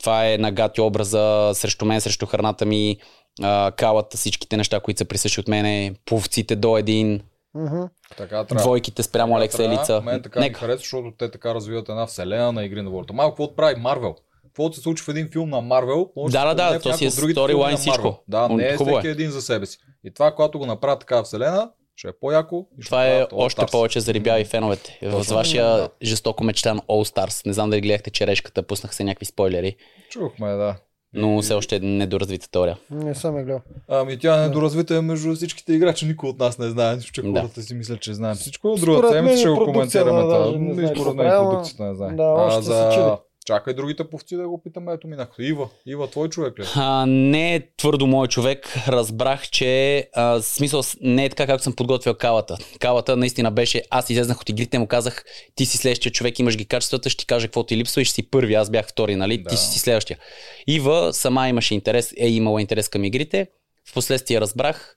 Speaker 3: Това е на гати образа срещу мен, срещу храната ми, а, калата, всичките неща, които са присъщи от мене, пловците до един,
Speaker 2: Мгм.
Speaker 1: Така трябва.
Speaker 3: двойките спрямо Алекса и
Speaker 1: Трябва.
Speaker 3: Лица.
Speaker 1: Мен така ми
Speaker 3: Нека.
Speaker 1: харесва, защото те така развиват една вселена на игри на волята. Малко какво прави Марвел? Каквото се случва в един филм на Марвел, може
Speaker 3: Да, да,
Speaker 1: се
Speaker 3: да,
Speaker 1: спомене в
Speaker 3: то си
Speaker 1: някои
Speaker 3: е
Speaker 1: от другите
Speaker 3: сторилайн
Speaker 1: филми на
Speaker 3: всичко.
Speaker 1: Марвел. Да,
Speaker 3: Он-
Speaker 1: не е
Speaker 3: хубаво
Speaker 1: всеки
Speaker 3: е.
Speaker 1: един за себе си. И това, когато го направят такава вселена, ще е по-яко. и ще
Speaker 3: Това е
Speaker 1: направят All
Speaker 3: още
Speaker 1: Stars.
Speaker 3: повече зарибя и феновете. В
Speaker 1: Точно.
Speaker 3: вашия
Speaker 1: Да.
Speaker 3: жестоко мечтан All Stars. Не знам дали гледахте черешката, пуснах се някакви спойлери,
Speaker 1: Чухме, да.
Speaker 3: но все още е недоразвита теория.
Speaker 2: Не съм я гледал.
Speaker 1: Ами тя е недоразвита е между всичките играчи, никой от нас не знае, нищо, че
Speaker 3: Да.
Speaker 1: хората си мислят, че знаем всичко, но
Speaker 2: Според
Speaker 1: друга
Speaker 2: мен
Speaker 1: седмица ще
Speaker 2: и
Speaker 1: го
Speaker 2: продукцията
Speaker 1: коментираме
Speaker 2: даже
Speaker 1: това.
Speaker 2: не
Speaker 1: И
Speaker 2: знае
Speaker 1: Според
Speaker 2: какво
Speaker 1: мен и
Speaker 2: правила.
Speaker 1: е продукцията не знае.
Speaker 2: Да, още се чуди.
Speaker 1: Чакай другите повци да го питаме, ето минах. Ива, Ива, твой човек ли? е?
Speaker 3: А, не е твърдо мой човек. Разбрах, че а, в смисъл с- не е така, както съм подготвил калата. Калата наистина беше, аз излезнах от игрите, му казах, ти си следващия човек, имаш ги качествата, ще ти кажа какво ти липсва и ще си първи, аз бях втори, нали?
Speaker 1: Да.
Speaker 3: Ти ще си следващия. Ива сама имаше интерес, е имала интерес към игрите. Впоследствие разбрах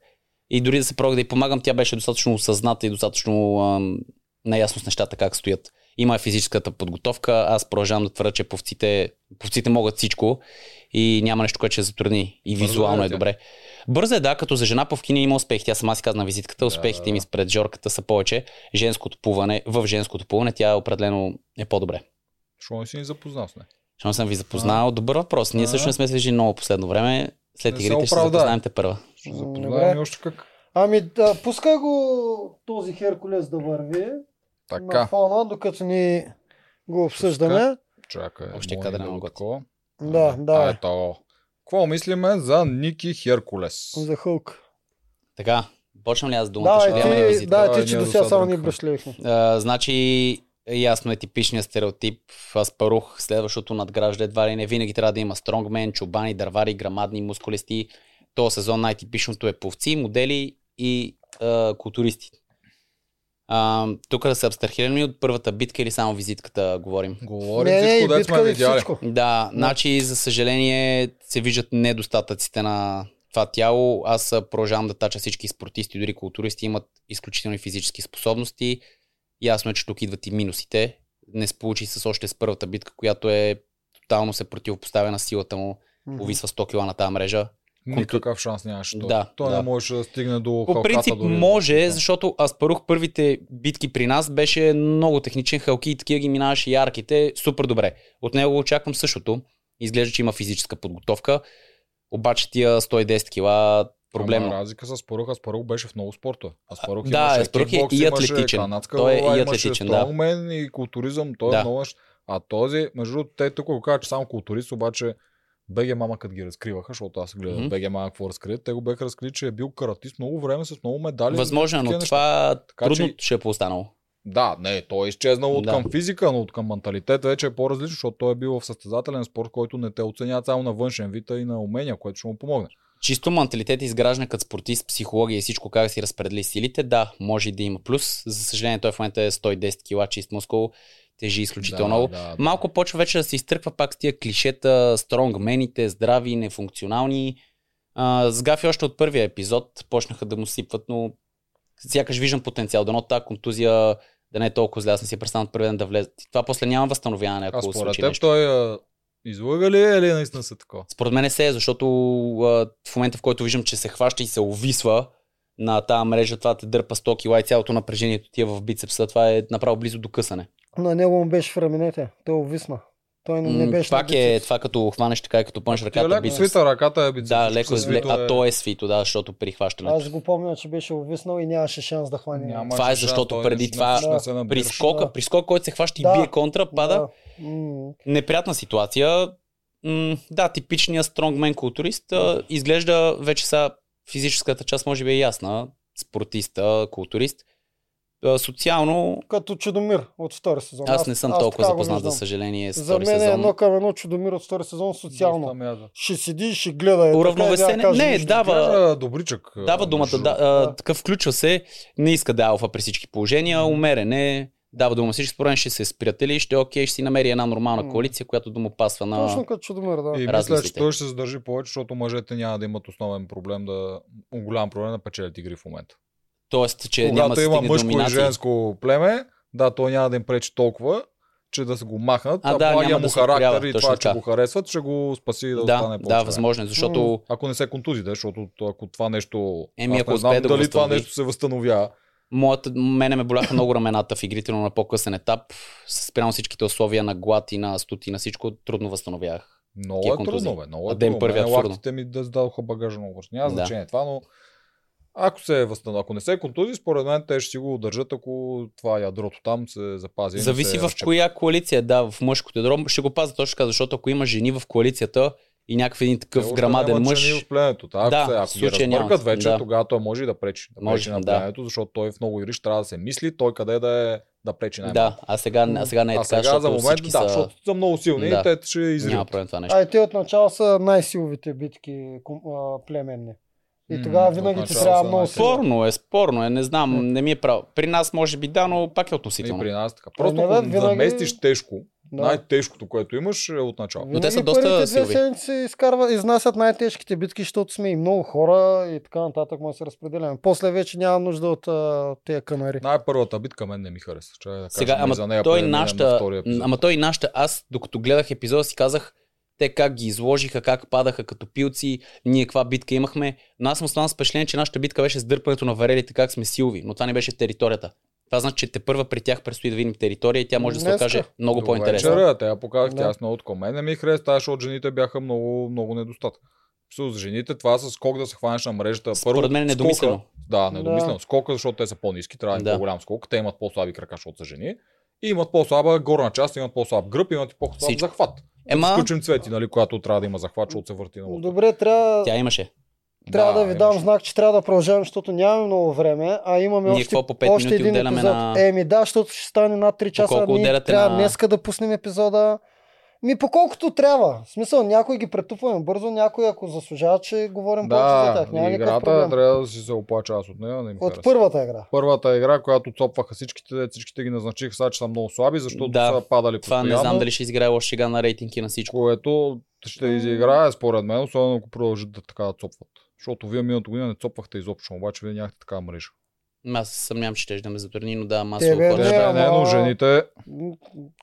Speaker 3: и дори да се пробвах да й помагам, тя беше достатъчно осъзната и достатъчно ам, наясно с нещата как стоят. Има физическата подготовка, аз продължавам да твърда, че повците, повците могат всичко и няма нещо, което ще я затрудни. И
Speaker 1: Бърза
Speaker 3: визуално
Speaker 1: ли
Speaker 3: е
Speaker 1: тя?
Speaker 3: добре. Бърза е, да, като за жена повкиня има успех. Тя сама си каза на визитката, успехите
Speaker 1: да,
Speaker 3: ми
Speaker 1: да.
Speaker 3: пред Жорката са повече. Женското плуване, в женското плуване тя определено е по-добре.
Speaker 1: Що не си ни запознал с нея?
Speaker 3: Защо не съм ви запознал? Добър въпрос. Ние
Speaker 1: А.
Speaker 3: също не сме се виждали много последно време. След
Speaker 1: Не се
Speaker 3: игрите ще се
Speaker 1: оправдай.
Speaker 3: запознаем те първа.
Speaker 1: Ще
Speaker 2: М,
Speaker 1: запознаем
Speaker 2: добре.
Speaker 1: и още как.
Speaker 2: Ами, да, пускай го този Херкулес да върви на
Speaker 1: Така,
Speaker 2: фона, докато ни го обсъждаме.
Speaker 1: чакай.
Speaker 3: Още
Speaker 1: моля
Speaker 3: кадър
Speaker 1: да
Speaker 3: няма
Speaker 1: го
Speaker 3: готин.
Speaker 1: такова.
Speaker 2: Да, да. е.
Speaker 1: Ето. Какво мислиме за Ники Херкулес?
Speaker 2: За Хълк.
Speaker 3: Така, почвам ли аз думата?
Speaker 2: Да,
Speaker 3: Ще отиваме на
Speaker 2: е, ти,
Speaker 3: визитка.
Speaker 2: да, е,
Speaker 1: Давай,
Speaker 2: ти, че
Speaker 1: ние
Speaker 2: до сега само ни
Speaker 1: досадрънкахме.
Speaker 2: бръшлихме.
Speaker 3: А, значи, ясно е типичният стереотип. Аз парух, следващото надгражда едва ли не винаги трябва да има стронгмен, чубани, дървари, грамадни, мускулести. То сезон най-типичното е пловци, модели и а, културисти. А, тук да се абстрахираме ли от първата битка или само визитката говорим?
Speaker 1: Говорим
Speaker 2: Не, не,
Speaker 1: всичко,
Speaker 2: и
Speaker 1: дето сме
Speaker 2: битката и
Speaker 1: видяли.
Speaker 2: всичко.
Speaker 3: Да, значи за съжаление се виждат недостатъците на това тяло. Аз а, продължавам да тача всички спортисти, дори културисти имат изключителни физически способности. Ясно е, че тук идват и минусите. Не сполучи с още с първата битка, която е тотално се противопоставя на силата му.
Speaker 2: Мгм.
Speaker 3: Повисва 100 кг на тази мрежа.
Speaker 1: Никакъв шанс нямаше. той.
Speaker 3: Да,
Speaker 1: Той не
Speaker 3: да.
Speaker 1: можеше да стигне до
Speaker 3: По
Speaker 1: халката
Speaker 3: принцип
Speaker 1: дори.
Speaker 3: може, защото аз парух първите битки при нас беше много техничен халки и такива ги минаваше и арките супер добре. От него очаквам същото. Изглежда, че има физическа подготовка, обаче тия 110 кила проблемно.
Speaker 1: Ама разлика с Парух, Аспарух беше в много спортове. Аспарух
Speaker 3: А, да,
Speaker 1: имаше
Speaker 3: Аспарух е
Speaker 1: кикбокс,
Speaker 3: и
Speaker 1: имаше
Speaker 3: атлетичен.
Speaker 1: канадска
Speaker 3: Той е
Speaker 1: глава,
Speaker 3: и
Speaker 1: имаше
Speaker 3: атлетичен, да.
Speaker 1: стронгмен и културизъм, той
Speaker 3: Да.
Speaker 1: е много лъж. А този, между другото, те тук го казват, че само културист, обаче БГ мама като ги разкриваха, защото аз гледах
Speaker 3: Мгм.
Speaker 1: БГ мама какво разкрие, те го бяха разкрили, че е бил каратист много време с много медали.
Speaker 3: Възможно, е,
Speaker 1: такива
Speaker 3: но
Speaker 1: неща.
Speaker 3: това
Speaker 1: Така
Speaker 3: трудно
Speaker 1: че-
Speaker 3: ще е поостанало.
Speaker 1: Да, не, той е изчезнал от
Speaker 3: Да.
Speaker 1: към физика, но от към менталитет вече е по-различно, защото той е бил в състезателен спорт, който не те оценява само на външен вид, а и на умения, което ще му помогне.
Speaker 3: Чисто менталитет изграждане като спортист, психология и всичко как си разпредели силите, да, може и да има плюс. За съжаление той в момента е 110 кила чист мускул, тежи изключително много.
Speaker 1: Да, да, да.
Speaker 3: Малко почва вече да се изтърква пак с тия клишета, стронгмените, здрави, нефункционални. А, с Гафи още от първия епизод почнаха да му сипват, но сякаш виждам потенциал. Дано тази контузия да не е толкова зле, аз не си представям от първия ден да влезе. Това после няма възстановяване,
Speaker 1: А
Speaker 3: ако
Speaker 1: според
Speaker 3: случи
Speaker 1: теб
Speaker 3: нещо.
Speaker 1: той е излага ли е, или наистина са такова?
Speaker 3: Според мен не се е, защото а, в момента в който виждам, че се хваща и се увисва на тази мрежа, това те дърпа 100 кила и цялото напрежението ти е в бицепса, това е направо близо до късане.
Speaker 2: На него му беше в раменете. Той е увисна. Той не, не
Speaker 3: М,
Speaker 2: беше
Speaker 3: Пак
Speaker 2: на
Speaker 3: е
Speaker 2: бицепс.
Speaker 3: това като хванеш така и като пънеш
Speaker 1: Ти е
Speaker 3: ръката,
Speaker 1: леко
Speaker 3: бицепс.
Speaker 1: свита, ръката е бицепс.
Speaker 3: Да, леко е
Speaker 1: свито
Speaker 3: зле, а то е свито, да, защото при хващането.
Speaker 2: Аз го помня, че беше увиснал и нямаше шанс да хване.
Speaker 1: Нямаше
Speaker 3: това е
Speaker 1: шанс,
Speaker 3: защото
Speaker 1: той
Speaker 3: преди
Speaker 1: не-
Speaker 3: това-
Speaker 1: не се набираш.
Speaker 3: При скока,
Speaker 2: да.
Speaker 3: при скока, който се хваща и
Speaker 2: Да.
Speaker 3: бие контра, пада.
Speaker 2: Да. М,
Speaker 3: Неприятна ситуация. М, да, типичният стронгмен културист. а, Изглежда вече са физическата част може би е ясна. Спортиста, културист. А, Социално
Speaker 2: Като Чудомир от втори сезон.
Speaker 3: аз не съм толкова
Speaker 2: така го
Speaker 3: запознат, за
Speaker 2: виждам.
Speaker 3: съжаление, с
Speaker 2: За
Speaker 3: втори
Speaker 2: мен е едно
Speaker 3: сезон.
Speaker 2: към едно Чудомир от втори сезон
Speaker 1: Доста
Speaker 2: социално.
Speaker 3: Ами,
Speaker 1: мяза.
Speaker 2: Ще седи, ще гледа. е така и няма да
Speaker 3: Уравновесене?
Speaker 2: каже
Speaker 3: Не,
Speaker 2: нищо.
Speaker 3: дава,
Speaker 1: Кажа, Добричък. е, а,
Speaker 3: дава думата.
Speaker 1: между
Speaker 3: Да,
Speaker 1: другото.
Speaker 3: а,
Speaker 2: Да.
Speaker 3: така включва се, не иска да е алфа при всички положения, умерен е, дава дума на всички, според мен ще се сприятели, ще е окей, ще си намери една нормална
Speaker 2: М.
Speaker 3: коалиция, която да му пасва на...
Speaker 2: Точно като Чудомир, да.
Speaker 1: И мисля, че
Speaker 3: размислите.
Speaker 1: той ще се задържи повече, защото мъжете няма да имат основен проблем да. голям проблем да печелят игри в момента.
Speaker 3: Тоест, че няма
Speaker 1: Когато
Speaker 3: да
Speaker 1: има
Speaker 3: стигне до
Speaker 1: мъжко и
Speaker 3: номинации.
Speaker 1: женско племе, да, той няма да им пречи толкова. че да се го махнат,
Speaker 3: А,
Speaker 1: а,
Speaker 3: да,
Speaker 1: да,
Speaker 3: няма
Speaker 1: благия
Speaker 3: да
Speaker 1: му
Speaker 3: се
Speaker 1: характер
Speaker 3: отклева,
Speaker 1: и
Speaker 3: точно
Speaker 1: това, че
Speaker 3: така.
Speaker 1: го харесват, ще го спаси и да,
Speaker 3: Да,
Speaker 1: остане повече.
Speaker 3: да, възможно, е, защото
Speaker 1: Ако не се контузи, да, защото то- ако това нещо...
Speaker 3: Еми,
Speaker 1: аз
Speaker 3: ако
Speaker 1: не знам
Speaker 3: успее да го
Speaker 1: дали това
Speaker 3: възстанови.
Speaker 1: нещо се възстановява.
Speaker 3: Моята, мене ме боляха много рамената в игрите, но на по-късен етап, спрямо всичките условия на глад и на студ и на всичко, трудно възстановях.
Speaker 1: Много
Speaker 3: Тия
Speaker 1: е трудно,
Speaker 3: контузии.
Speaker 1: бе. Много
Speaker 3: А
Speaker 1: е
Speaker 3: ден
Speaker 1: трудно.
Speaker 3: първи е
Speaker 1: Мене
Speaker 3: абсурдно.
Speaker 1: лактите ми да зададоха багажа много бързо. Няма
Speaker 3: Да.
Speaker 1: значение това, но ако се възстанов... ако не се контузи, според мен те ще си го удържат, ако това ядрото там се запази. и не
Speaker 3: Зависи
Speaker 1: се
Speaker 3: в
Speaker 1: разчепи.
Speaker 3: коя коалиция, да, в мъжкото ядро. Ще го пазя точно така, защото ако има жени в коалицията и някакъв
Speaker 1: Те
Speaker 3: един такъв
Speaker 1: Е, още
Speaker 3: грамаден
Speaker 1: нямат жени
Speaker 3: мъж,
Speaker 1: В пленето. Та, ако, да,
Speaker 3: Да,
Speaker 1: се, ако
Speaker 3: в
Speaker 1: ги
Speaker 3: случая нямат,
Speaker 1: разбъркат вече,
Speaker 3: да.
Speaker 1: тогава той може и да пречи. Да
Speaker 3: Може,
Speaker 1: пречи на
Speaker 3: да.
Speaker 1: пленето, защото той в много игри ще трябва да се мисли, той къде да е да пречи най
Speaker 3: да, а сега, а сега не е
Speaker 1: а
Speaker 3: така,
Speaker 1: сега за
Speaker 3: защото
Speaker 1: момент,
Speaker 3: всички
Speaker 1: да,
Speaker 3: са...
Speaker 1: защото са много силни
Speaker 3: Да.
Speaker 1: и те ще
Speaker 3: Няма
Speaker 1: изриват.
Speaker 3: проблем това нещо.
Speaker 2: А и те отначало са най-силовите битки ком- а, племенни. И
Speaker 1: М,
Speaker 2: тогава винаги ти
Speaker 1: отначало
Speaker 2: трябва
Speaker 1: са
Speaker 2: много
Speaker 1: най-силни.
Speaker 2: сила.
Speaker 3: Спорно е, спорно е, не знам, не ми е право. При нас може би да, но пак
Speaker 1: И
Speaker 3: е относително.
Speaker 1: Ами при нас така. Просто
Speaker 2: не, бе,
Speaker 1: ако
Speaker 2: винаги-
Speaker 1: заместиш тежко,
Speaker 2: Да.
Speaker 1: най-тежкото, което имаш е от начало.
Speaker 3: Но те са
Speaker 2: Винаги
Speaker 3: доста
Speaker 2: първите две
Speaker 3: силови.
Speaker 2: седмици изкарва, изнасят най-тежките битки, защото сме и много хора и така нататък може да се разпределяме. После вече няма нужда от а, тези канари.
Speaker 1: Най-първата битка мен не ми хареса. Чай да кажем
Speaker 3: Сега,
Speaker 1: и
Speaker 3: ама
Speaker 1: за нея
Speaker 3: той,
Speaker 1: преди да минем на
Speaker 3: нашата,
Speaker 1: втория епизод.
Speaker 3: ама той е и нашата, аз докато гледах епизода си казах, те как ги изложиха, как падаха като пилци, ние каква битка имахме. Но аз съм останал с впечатление, че нашата битка беше с дърпането на варелите, как сме силови, но това не беше в територията. Това значи, че те първа при тях предстои да видим територия и тя може да се
Speaker 2: Днеска.
Speaker 3: окаже много
Speaker 1: До
Speaker 3: по-интересна.
Speaker 1: Вечера, те я показах,
Speaker 2: Да.
Speaker 1: тя е с много такова. Мен не ми хареса, тази, защото жените бяха много, много недостатък. С жените това с скок да се хванеш на мрежата.
Speaker 3: Според мен е
Speaker 1: скока-
Speaker 3: недомислено.
Speaker 1: Да, недомислено. Да. Скока, защото те са по-низки, трябва да.
Speaker 3: Да.
Speaker 1: е по-голям скок. Те имат по-слаби крака, защото са жени. И имат по-слаба горна част, имат по-слаб гръб, имат и по-слаб
Speaker 3: Всичко.
Speaker 1: захват. Да
Speaker 3: Ема,
Speaker 1: Включим цвети, нали, която трябва да има захват, защото се върти на лодка.
Speaker 2: Добре, трябва,
Speaker 3: тя имаше.
Speaker 2: трябва да, ви дам
Speaker 1: имаш.
Speaker 2: знак, че трябва да продължаваме, защото нямаме много време, а имаме
Speaker 3: Ние
Speaker 2: още,
Speaker 3: какво по 5
Speaker 2: още
Speaker 3: минути
Speaker 2: един
Speaker 3: отделяме
Speaker 2: епизод.
Speaker 3: на...
Speaker 2: Еми да, защото ще стане над 3 часа.
Speaker 3: колко
Speaker 2: Ние
Speaker 3: отделяте
Speaker 2: трябва
Speaker 3: на-
Speaker 2: днеска да пуснем епизода. Ми по колкото трябва. В смисъл, някой ги претупваме бързо, някой ако заслужава, че говорим повече за
Speaker 1: Да,
Speaker 2: тях. Няма никакъв
Speaker 1: играта
Speaker 2: проблем.
Speaker 1: трябва да си се оплача аз от нея, не ми
Speaker 2: От
Speaker 1: хареса.
Speaker 2: първата игра.
Speaker 1: Първата игра, която цопваха всичките, всичките ги назначиха сега, че са много слаби, защото
Speaker 3: Да.
Speaker 1: са падали
Speaker 3: Това не
Speaker 1: постоянно.
Speaker 3: знам дали ще изиграе лош сега на рейтинги на всичко.
Speaker 1: което ще изиграе според мен, особено ако продължат да така да цопват. Защото вие миналата година не цопвахте изобщо, обаче вие нямахте такава мрежа.
Speaker 3: М, Аз се съмнявам, че ще да ме затрудни, но да, масово
Speaker 2: Тебе
Speaker 3: хора.
Speaker 2: не,
Speaker 1: Те бе, не, но
Speaker 2: ама-
Speaker 1: жените...
Speaker 2: М,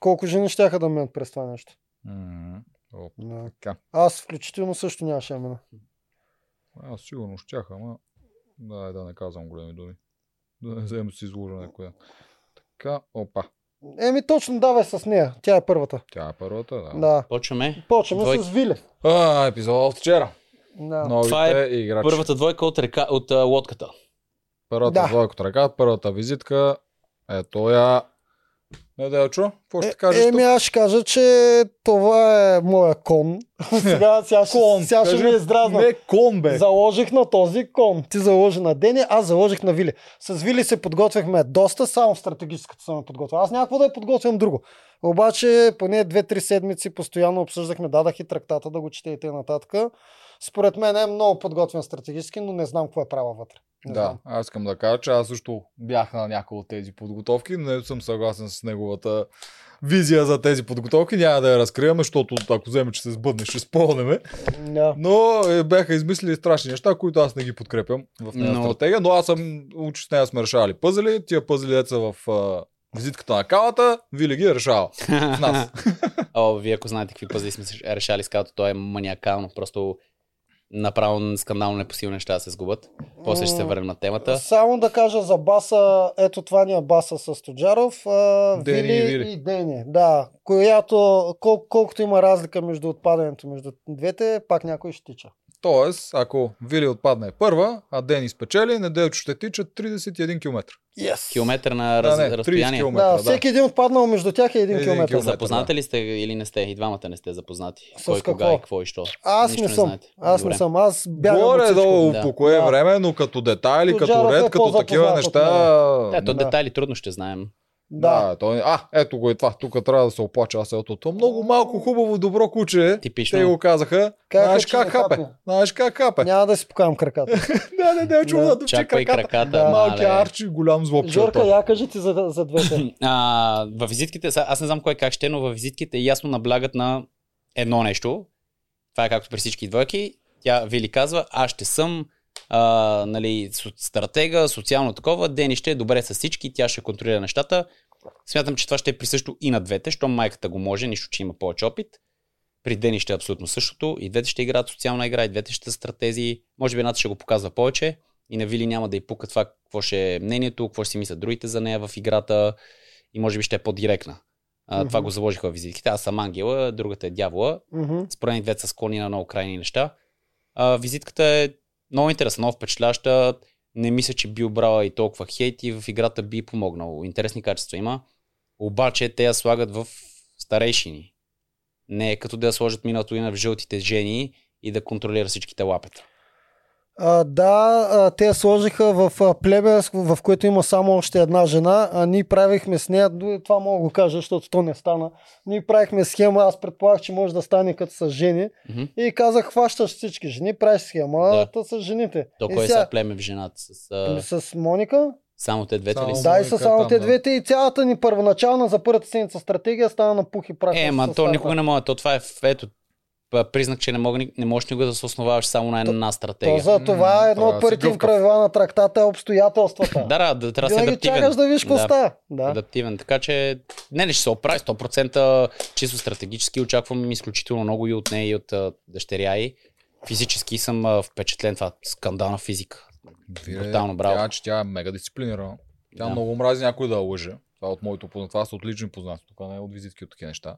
Speaker 2: Колко жени щяха да минат през това нещо?
Speaker 1: М, о,
Speaker 2: Да.
Speaker 1: Така.
Speaker 2: Аз включително също нямаше да мина.
Speaker 1: Аз сигурно щяха, ама... Да, да не казвам големи думи. Да не вземем да си изложа някоя. Така, опа.
Speaker 2: Еми точно давай с нея. Тя е първата.
Speaker 1: Тя е първата, да.
Speaker 2: Да.
Speaker 3: Почваме.
Speaker 2: Почваме
Speaker 3: Двойки.
Speaker 2: с Вилев.
Speaker 1: А, епизода от вчера.
Speaker 2: Да.
Speaker 1: Новите
Speaker 3: Това е
Speaker 1: играчи.
Speaker 3: Първата двойка от, река, от а, лодката.
Speaker 1: Първата
Speaker 2: Да.
Speaker 1: да. двойка ръка, първата визитка. Ето я. Неделчо, какво ще кажеш
Speaker 2: Е, Еми
Speaker 1: тук?
Speaker 2: аз ще кажа, че това е моя кон. сега сега, ще,
Speaker 1: Кон,
Speaker 2: сега ще е
Speaker 1: кажи.
Speaker 2: ме издразна.
Speaker 1: Не, кон, бе.
Speaker 2: Заложих на този кон. Ти заложи на Дени, аз заложих на Вили. С Вили се подготвяхме доста, само в стратегическата съм подготвил. Аз някакво да я подготвям друго. Обаче поне 2-3 седмици постоянно обсъждахме, дадах и трактата да го чете и т.н. Според мен е много подготвен стратегически, но не знам какво е права вътре. Не
Speaker 1: Да,
Speaker 2: знам.
Speaker 1: аз искам да кажа, че аз също бях на някои от тези подготовки. Не съм съгласен с неговата визия за тези подготовки. Няма да я разкриваме, защото ако вземе, че се сбъдне, ще спълнеме.
Speaker 2: Да.
Speaker 1: Но е, бяха измислили страшни неща, които аз не ги подкрепям в тази
Speaker 3: Но-
Speaker 1: стратегия. Но аз съм учил, че с нея сме решавали пъзели. Тия пъзели деца в а, визитката на калата, вили ги е решава. С нас.
Speaker 3: О, вие ако знаете какви пъзли сме си решали с като, то е маниакално. Просто направо скандално непосилни неща да се сгубят. После ще се върнем на темата.
Speaker 2: Само да кажа за баса, ето това ни е баса с Тоджаров, а,
Speaker 1: Дени
Speaker 2: Вили
Speaker 1: и
Speaker 2: и,
Speaker 1: Вили.
Speaker 2: Дени. Да, която кол, колкото има разлика между отпадането между двете, пак някой ще тича.
Speaker 1: Тоест, ако Вили отпадне първа, а Дени спечели, неделчо ще тича 31 км.
Speaker 2: Yes.
Speaker 3: Километър на
Speaker 1: Да,
Speaker 3: раз,
Speaker 1: не, 30
Speaker 3: разстояние.
Speaker 1: км.
Speaker 2: Да, всеки един отпаднал между тях е един,
Speaker 1: Един
Speaker 2: километър.
Speaker 1: километър.
Speaker 3: Запознати ли сте или не сте? И двамата не сте запознати.
Speaker 2: С
Speaker 3: Кой,
Speaker 2: какво?
Speaker 3: кога и какво и що.
Speaker 2: Аз
Speaker 3: Нищо
Speaker 2: не
Speaker 3: не
Speaker 2: съм.
Speaker 3: знаете.
Speaker 2: Аз
Speaker 3: Добре.
Speaker 2: не съм. Аз бягам от
Speaker 1: Горе
Speaker 2: всичко.
Speaker 1: долу
Speaker 3: Да.
Speaker 1: по кое
Speaker 2: Да.
Speaker 1: време, но като детайли, като
Speaker 2: Тоджаров е
Speaker 1: ред, като такива
Speaker 2: по-запознат
Speaker 1: неща.
Speaker 3: Да, то
Speaker 2: Да.
Speaker 3: детайли трудно ще знаем.
Speaker 2: Да.
Speaker 1: Да, той, а, ето го и това. Тук трябва да се оплача аз ето. То много малко хубаво добро куче. е.
Speaker 3: Типично.
Speaker 1: Те го казаха.
Speaker 2: Казаха,
Speaker 1: Знаеш
Speaker 2: че е
Speaker 1: как
Speaker 2: не
Speaker 1: хапе.
Speaker 2: хапе.
Speaker 1: Знаеш как хапе.
Speaker 2: Няма да си покавам краката.
Speaker 1: Да, не, не, чува
Speaker 2: Да.
Speaker 1: да дупче
Speaker 3: Чакай
Speaker 1: краката.
Speaker 3: краката.
Speaker 2: Да.
Speaker 1: Малки
Speaker 3: мале.
Speaker 1: арчи, голям злобче. е
Speaker 2: Жорка,
Speaker 1: той.
Speaker 2: я кажи ти за, за двете.
Speaker 3: А, във визитките, са- аз не знам кой как ще, е, но във визитките ясно наблягат на едно нещо. Това е както при всички двойки. Тя Вили казва, аз ще съм а, нали, со- стратега, социално такова, Дени ще е добре с всички, тя ще контролира нещата. Смятам, че това ще е присъщо и на двете, щом майката го може, нищо, че има повече опит. При Дени ще е абсолютно същото. И двете ще играят социална игра, и двете ще са стратези. Може би едната ще го показва повече и на Вили няма да й пука това какво ще е мнението, какво ще си мислят другите за нея в играта и може би ще е по-директна. А, това
Speaker 2: Мгм.
Speaker 3: го заложиха в визитките. Аз съм ангела, другата е дявола.
Speaker 2: Мгм.
Speaker 3: Според мен двете са склонни на много крайни неща. А, визитката е много интересна, много впечатляща. Не мисля, че би обрала и толкова хейт и в играта би помогнал. Интересни качества има. Обаче те я слагат в старейшини. Не е като да я сложат миналото и в жълтите жени и да контролира всичките лапета.
Speaker 2: А, да, а, те я сложиха в а, племе, с- в което има само още една жена. А ние правихме с нея, д- това мога да го кажа, защото то не стана. Ние правихме схема, аз предполагах, че може да стане като с жени.
Speaker 3: Мгм.
Speaker 2: И казах, хващаш всички жени, правиш
Speaker 3: Да.
Speaker 2: схема, да. с жените.
Speaker 3: То
Speaker 2: и ами
Speaker 3: кой сега... са племе в жената? С, а...
Speaker 2: С Моника?
Speaker 3: Само те двете ли
Speaker 1: Само.
Speaker 3: са?
Speaker 2: Да, и са
Speaker 1: Моника
Speaker 2: само
Speaker 1: там,
Speaker 2: те
Speaker 1: да.
Speaker 2: двете и цялата ни първоначална за първата седмица стратегия стана на пух и прах.
Speaker 3: Е, ма то никога не може. То това е ето п- признак, че не, мога, ни- не можеш никога да се основаваш само на една
Speaker 2: То
Speaker 3: стратегия.
Speaker 2: за това е
Speaker 1: М,
Speaker 2: едно от
Speaker 1: трябва да си
Speaker 2: първите им
Speaker 1: гъвкав.
Speaker 2: правила на трактата е обстоятелствата.
Speaker 3: Да, да, да, трябва да си
Speaker 2: Винаги
Speaker 3: адаптивен.
Speaker 2: чакаш да видиш какво
Speaker 3: Да.
Speaker 2: става. Да.
Speaker 3: адаптивен. Така че, не, не ще се оправи 100% чисто стратегически. Очаквам изключително много и от нея, и от а, дъщеря й. Физически съм а, впечатлен. Това скандална физика.
Speaker 1: Вие,
Speaker 3: Брутално, браво.
Speaker 1: Тя, че тя е мега дисциплинирана. Тя
Speaker 3: Да.
Speaker 1: да. много мрази някой да я лъже. Това е от моето познат. Това са отлични познати. Тук не е от визитки от такива неща.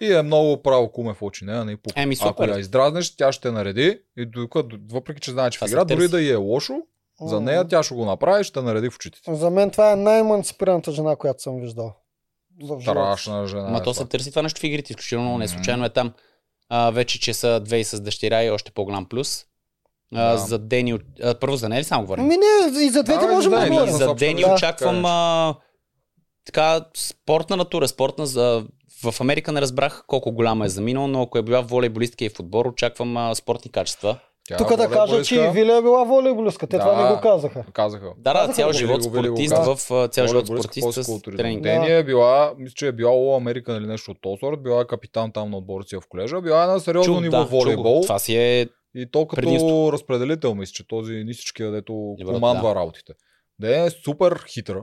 Speaker 1: И е много право куме в очи. Не, а не и пук.
Speaker 3: Еми,
Speaker 1: Ако
Speaker 3: супер.
Speaker 1: я издразнеш, тя ще те нареди. И докато, въпреки, че знае, че в
Speaker 3: Това се
Speaker 1: игра, дори
Speaker 3: търси.
Speaker 1: да й е лошо, за
Speaker 2: М.
Speaker 1: нея тя ще го направи, ще те нареди в очите. ти.
Speaker 2: За мен това е най-емансипираната жена, която съм виждал. За в живота си.
Speaker 1: Страшна жена.
Speaker 3: Ма
Speaker 1: е
Speaker 3: то
Speaker 1: това.
Speaker 3: се търси това нещо в игрите. Изключително много не
Speaker 1: Мгм.
Speaker 3: случайно е там. А, вече, че са две и с дъщеря и още по-голям плюс. А,
Speaker 1: Да.
Speaker 3: За Дени... от- а, Първо за нея ли само говорим?
Speaker 2: Ми не, и за двете
Speaker 1: Да,
Speaker 2: можем
Speaker 1: да,
Speaker 2: да
Speaker 1: и
Speaker 3: Ами,
Speaker 2: говорим.
Speaker 1: за-
Speaker 3: за Дени
Speaker 2: Да.
Speaker 3: очаквам а, така спортна натура, спортна за... В Америка не разбрах колко голяма е заминала, но ако е била волейболистка и в отбор, очаквам а, спортни качества.
Speaker 1: Тя е
Speaker 2: Тук да кажа, че и
Speaker 1: волейболистка.
Speaker 2: Виля е била волейболистка. Те
Speaker 1: Да.
Speaker 2: това не го казаха.
Speaker 1: Казаха.
Speaker 3: Да, да,
Speaker 2: Казаха
Speaker 3: цял
Speaker 2: го,
Speaker 3: живот
Speaker 1: го били го
Speaker 3: спортист
Speaker 1: казали.
Speaker 3: в а, цял живот
Speaker 1: Волейболистка
Speaker 3: спортист с
Speaker 1: по-скултуризъм.
Speaker 3: тренинг.
Speaker 2: Да.
Speaker 1: Дени е била, мисля, че е била All American или нещо от този сорт, била е капитан там на отбора си в колежа, била е на сериозно
Speaker 3: Чух,
Speaker 1: ниво
Speaker 3: да, чух го.
Speaker 1: волейбол
Speaker 3: Това си е
Speaker 1: и то като
Speaker 3: предимство.
Speaker 1: разпределител, мисля, че този нисичкия, дето
Speaker 3: Добре,
Speaker 1: командва
Speaker 3: да.
Speaker 1: работите. Да е супер хитра,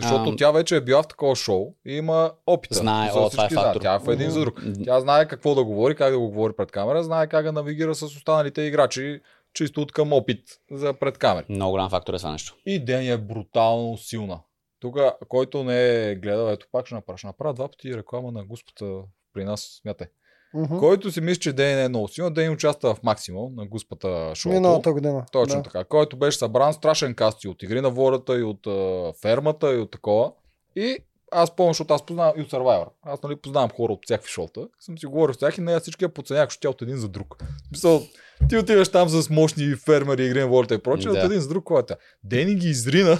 Speaker 1: защото
Speaker 3: Ам.
Speaker 1: тя вече е била в такова шоу и има опита.
Speaker 3: знае,
Speaker 1: За
Speaker 3: о, това е
Speaker 1: всички
Speaker 3: фактор.
Speaker 1: знаят. Тя е в един за друг.
Speaker 3: М,
Speaker 1: Тя знае какво да говори, как да го говори пред камера, знае как да навигира с останалите играчи, чисто от към опит за пред камера.
Speaker 3: Много голям фактор е това нещо.
Speaker 1: И Дени е брутално силна. Тук, който не е гледал, ето пак ще направя. Ще направя два пъти реклама на Господа при нас, смятай.
Speaker 2: Мгм.
Speaker 1: Който си мисли, че Дени не е много силна, Дени участва в максимум на Господа шоуто.
Speaker 2: Миналата година.
Speaker 1: Точно
Speaker 2: да.
Speaker 1: така. Който беше събран страшен каст и от Игри на волята, и от а, фермата, и от такова. И аз помня, защото аз познавам и от Survivor. Аз нали познавам хора от всякакви шоута. Съм си говорил с тях и нея всички я подценях, защото тя от един за друг. В Смисъл, ти отиваш там с мощни фермери, игри на волята и прочее,
Speaker 3: Да.
Speaker 1: от един за друг колата. Дени ги изрина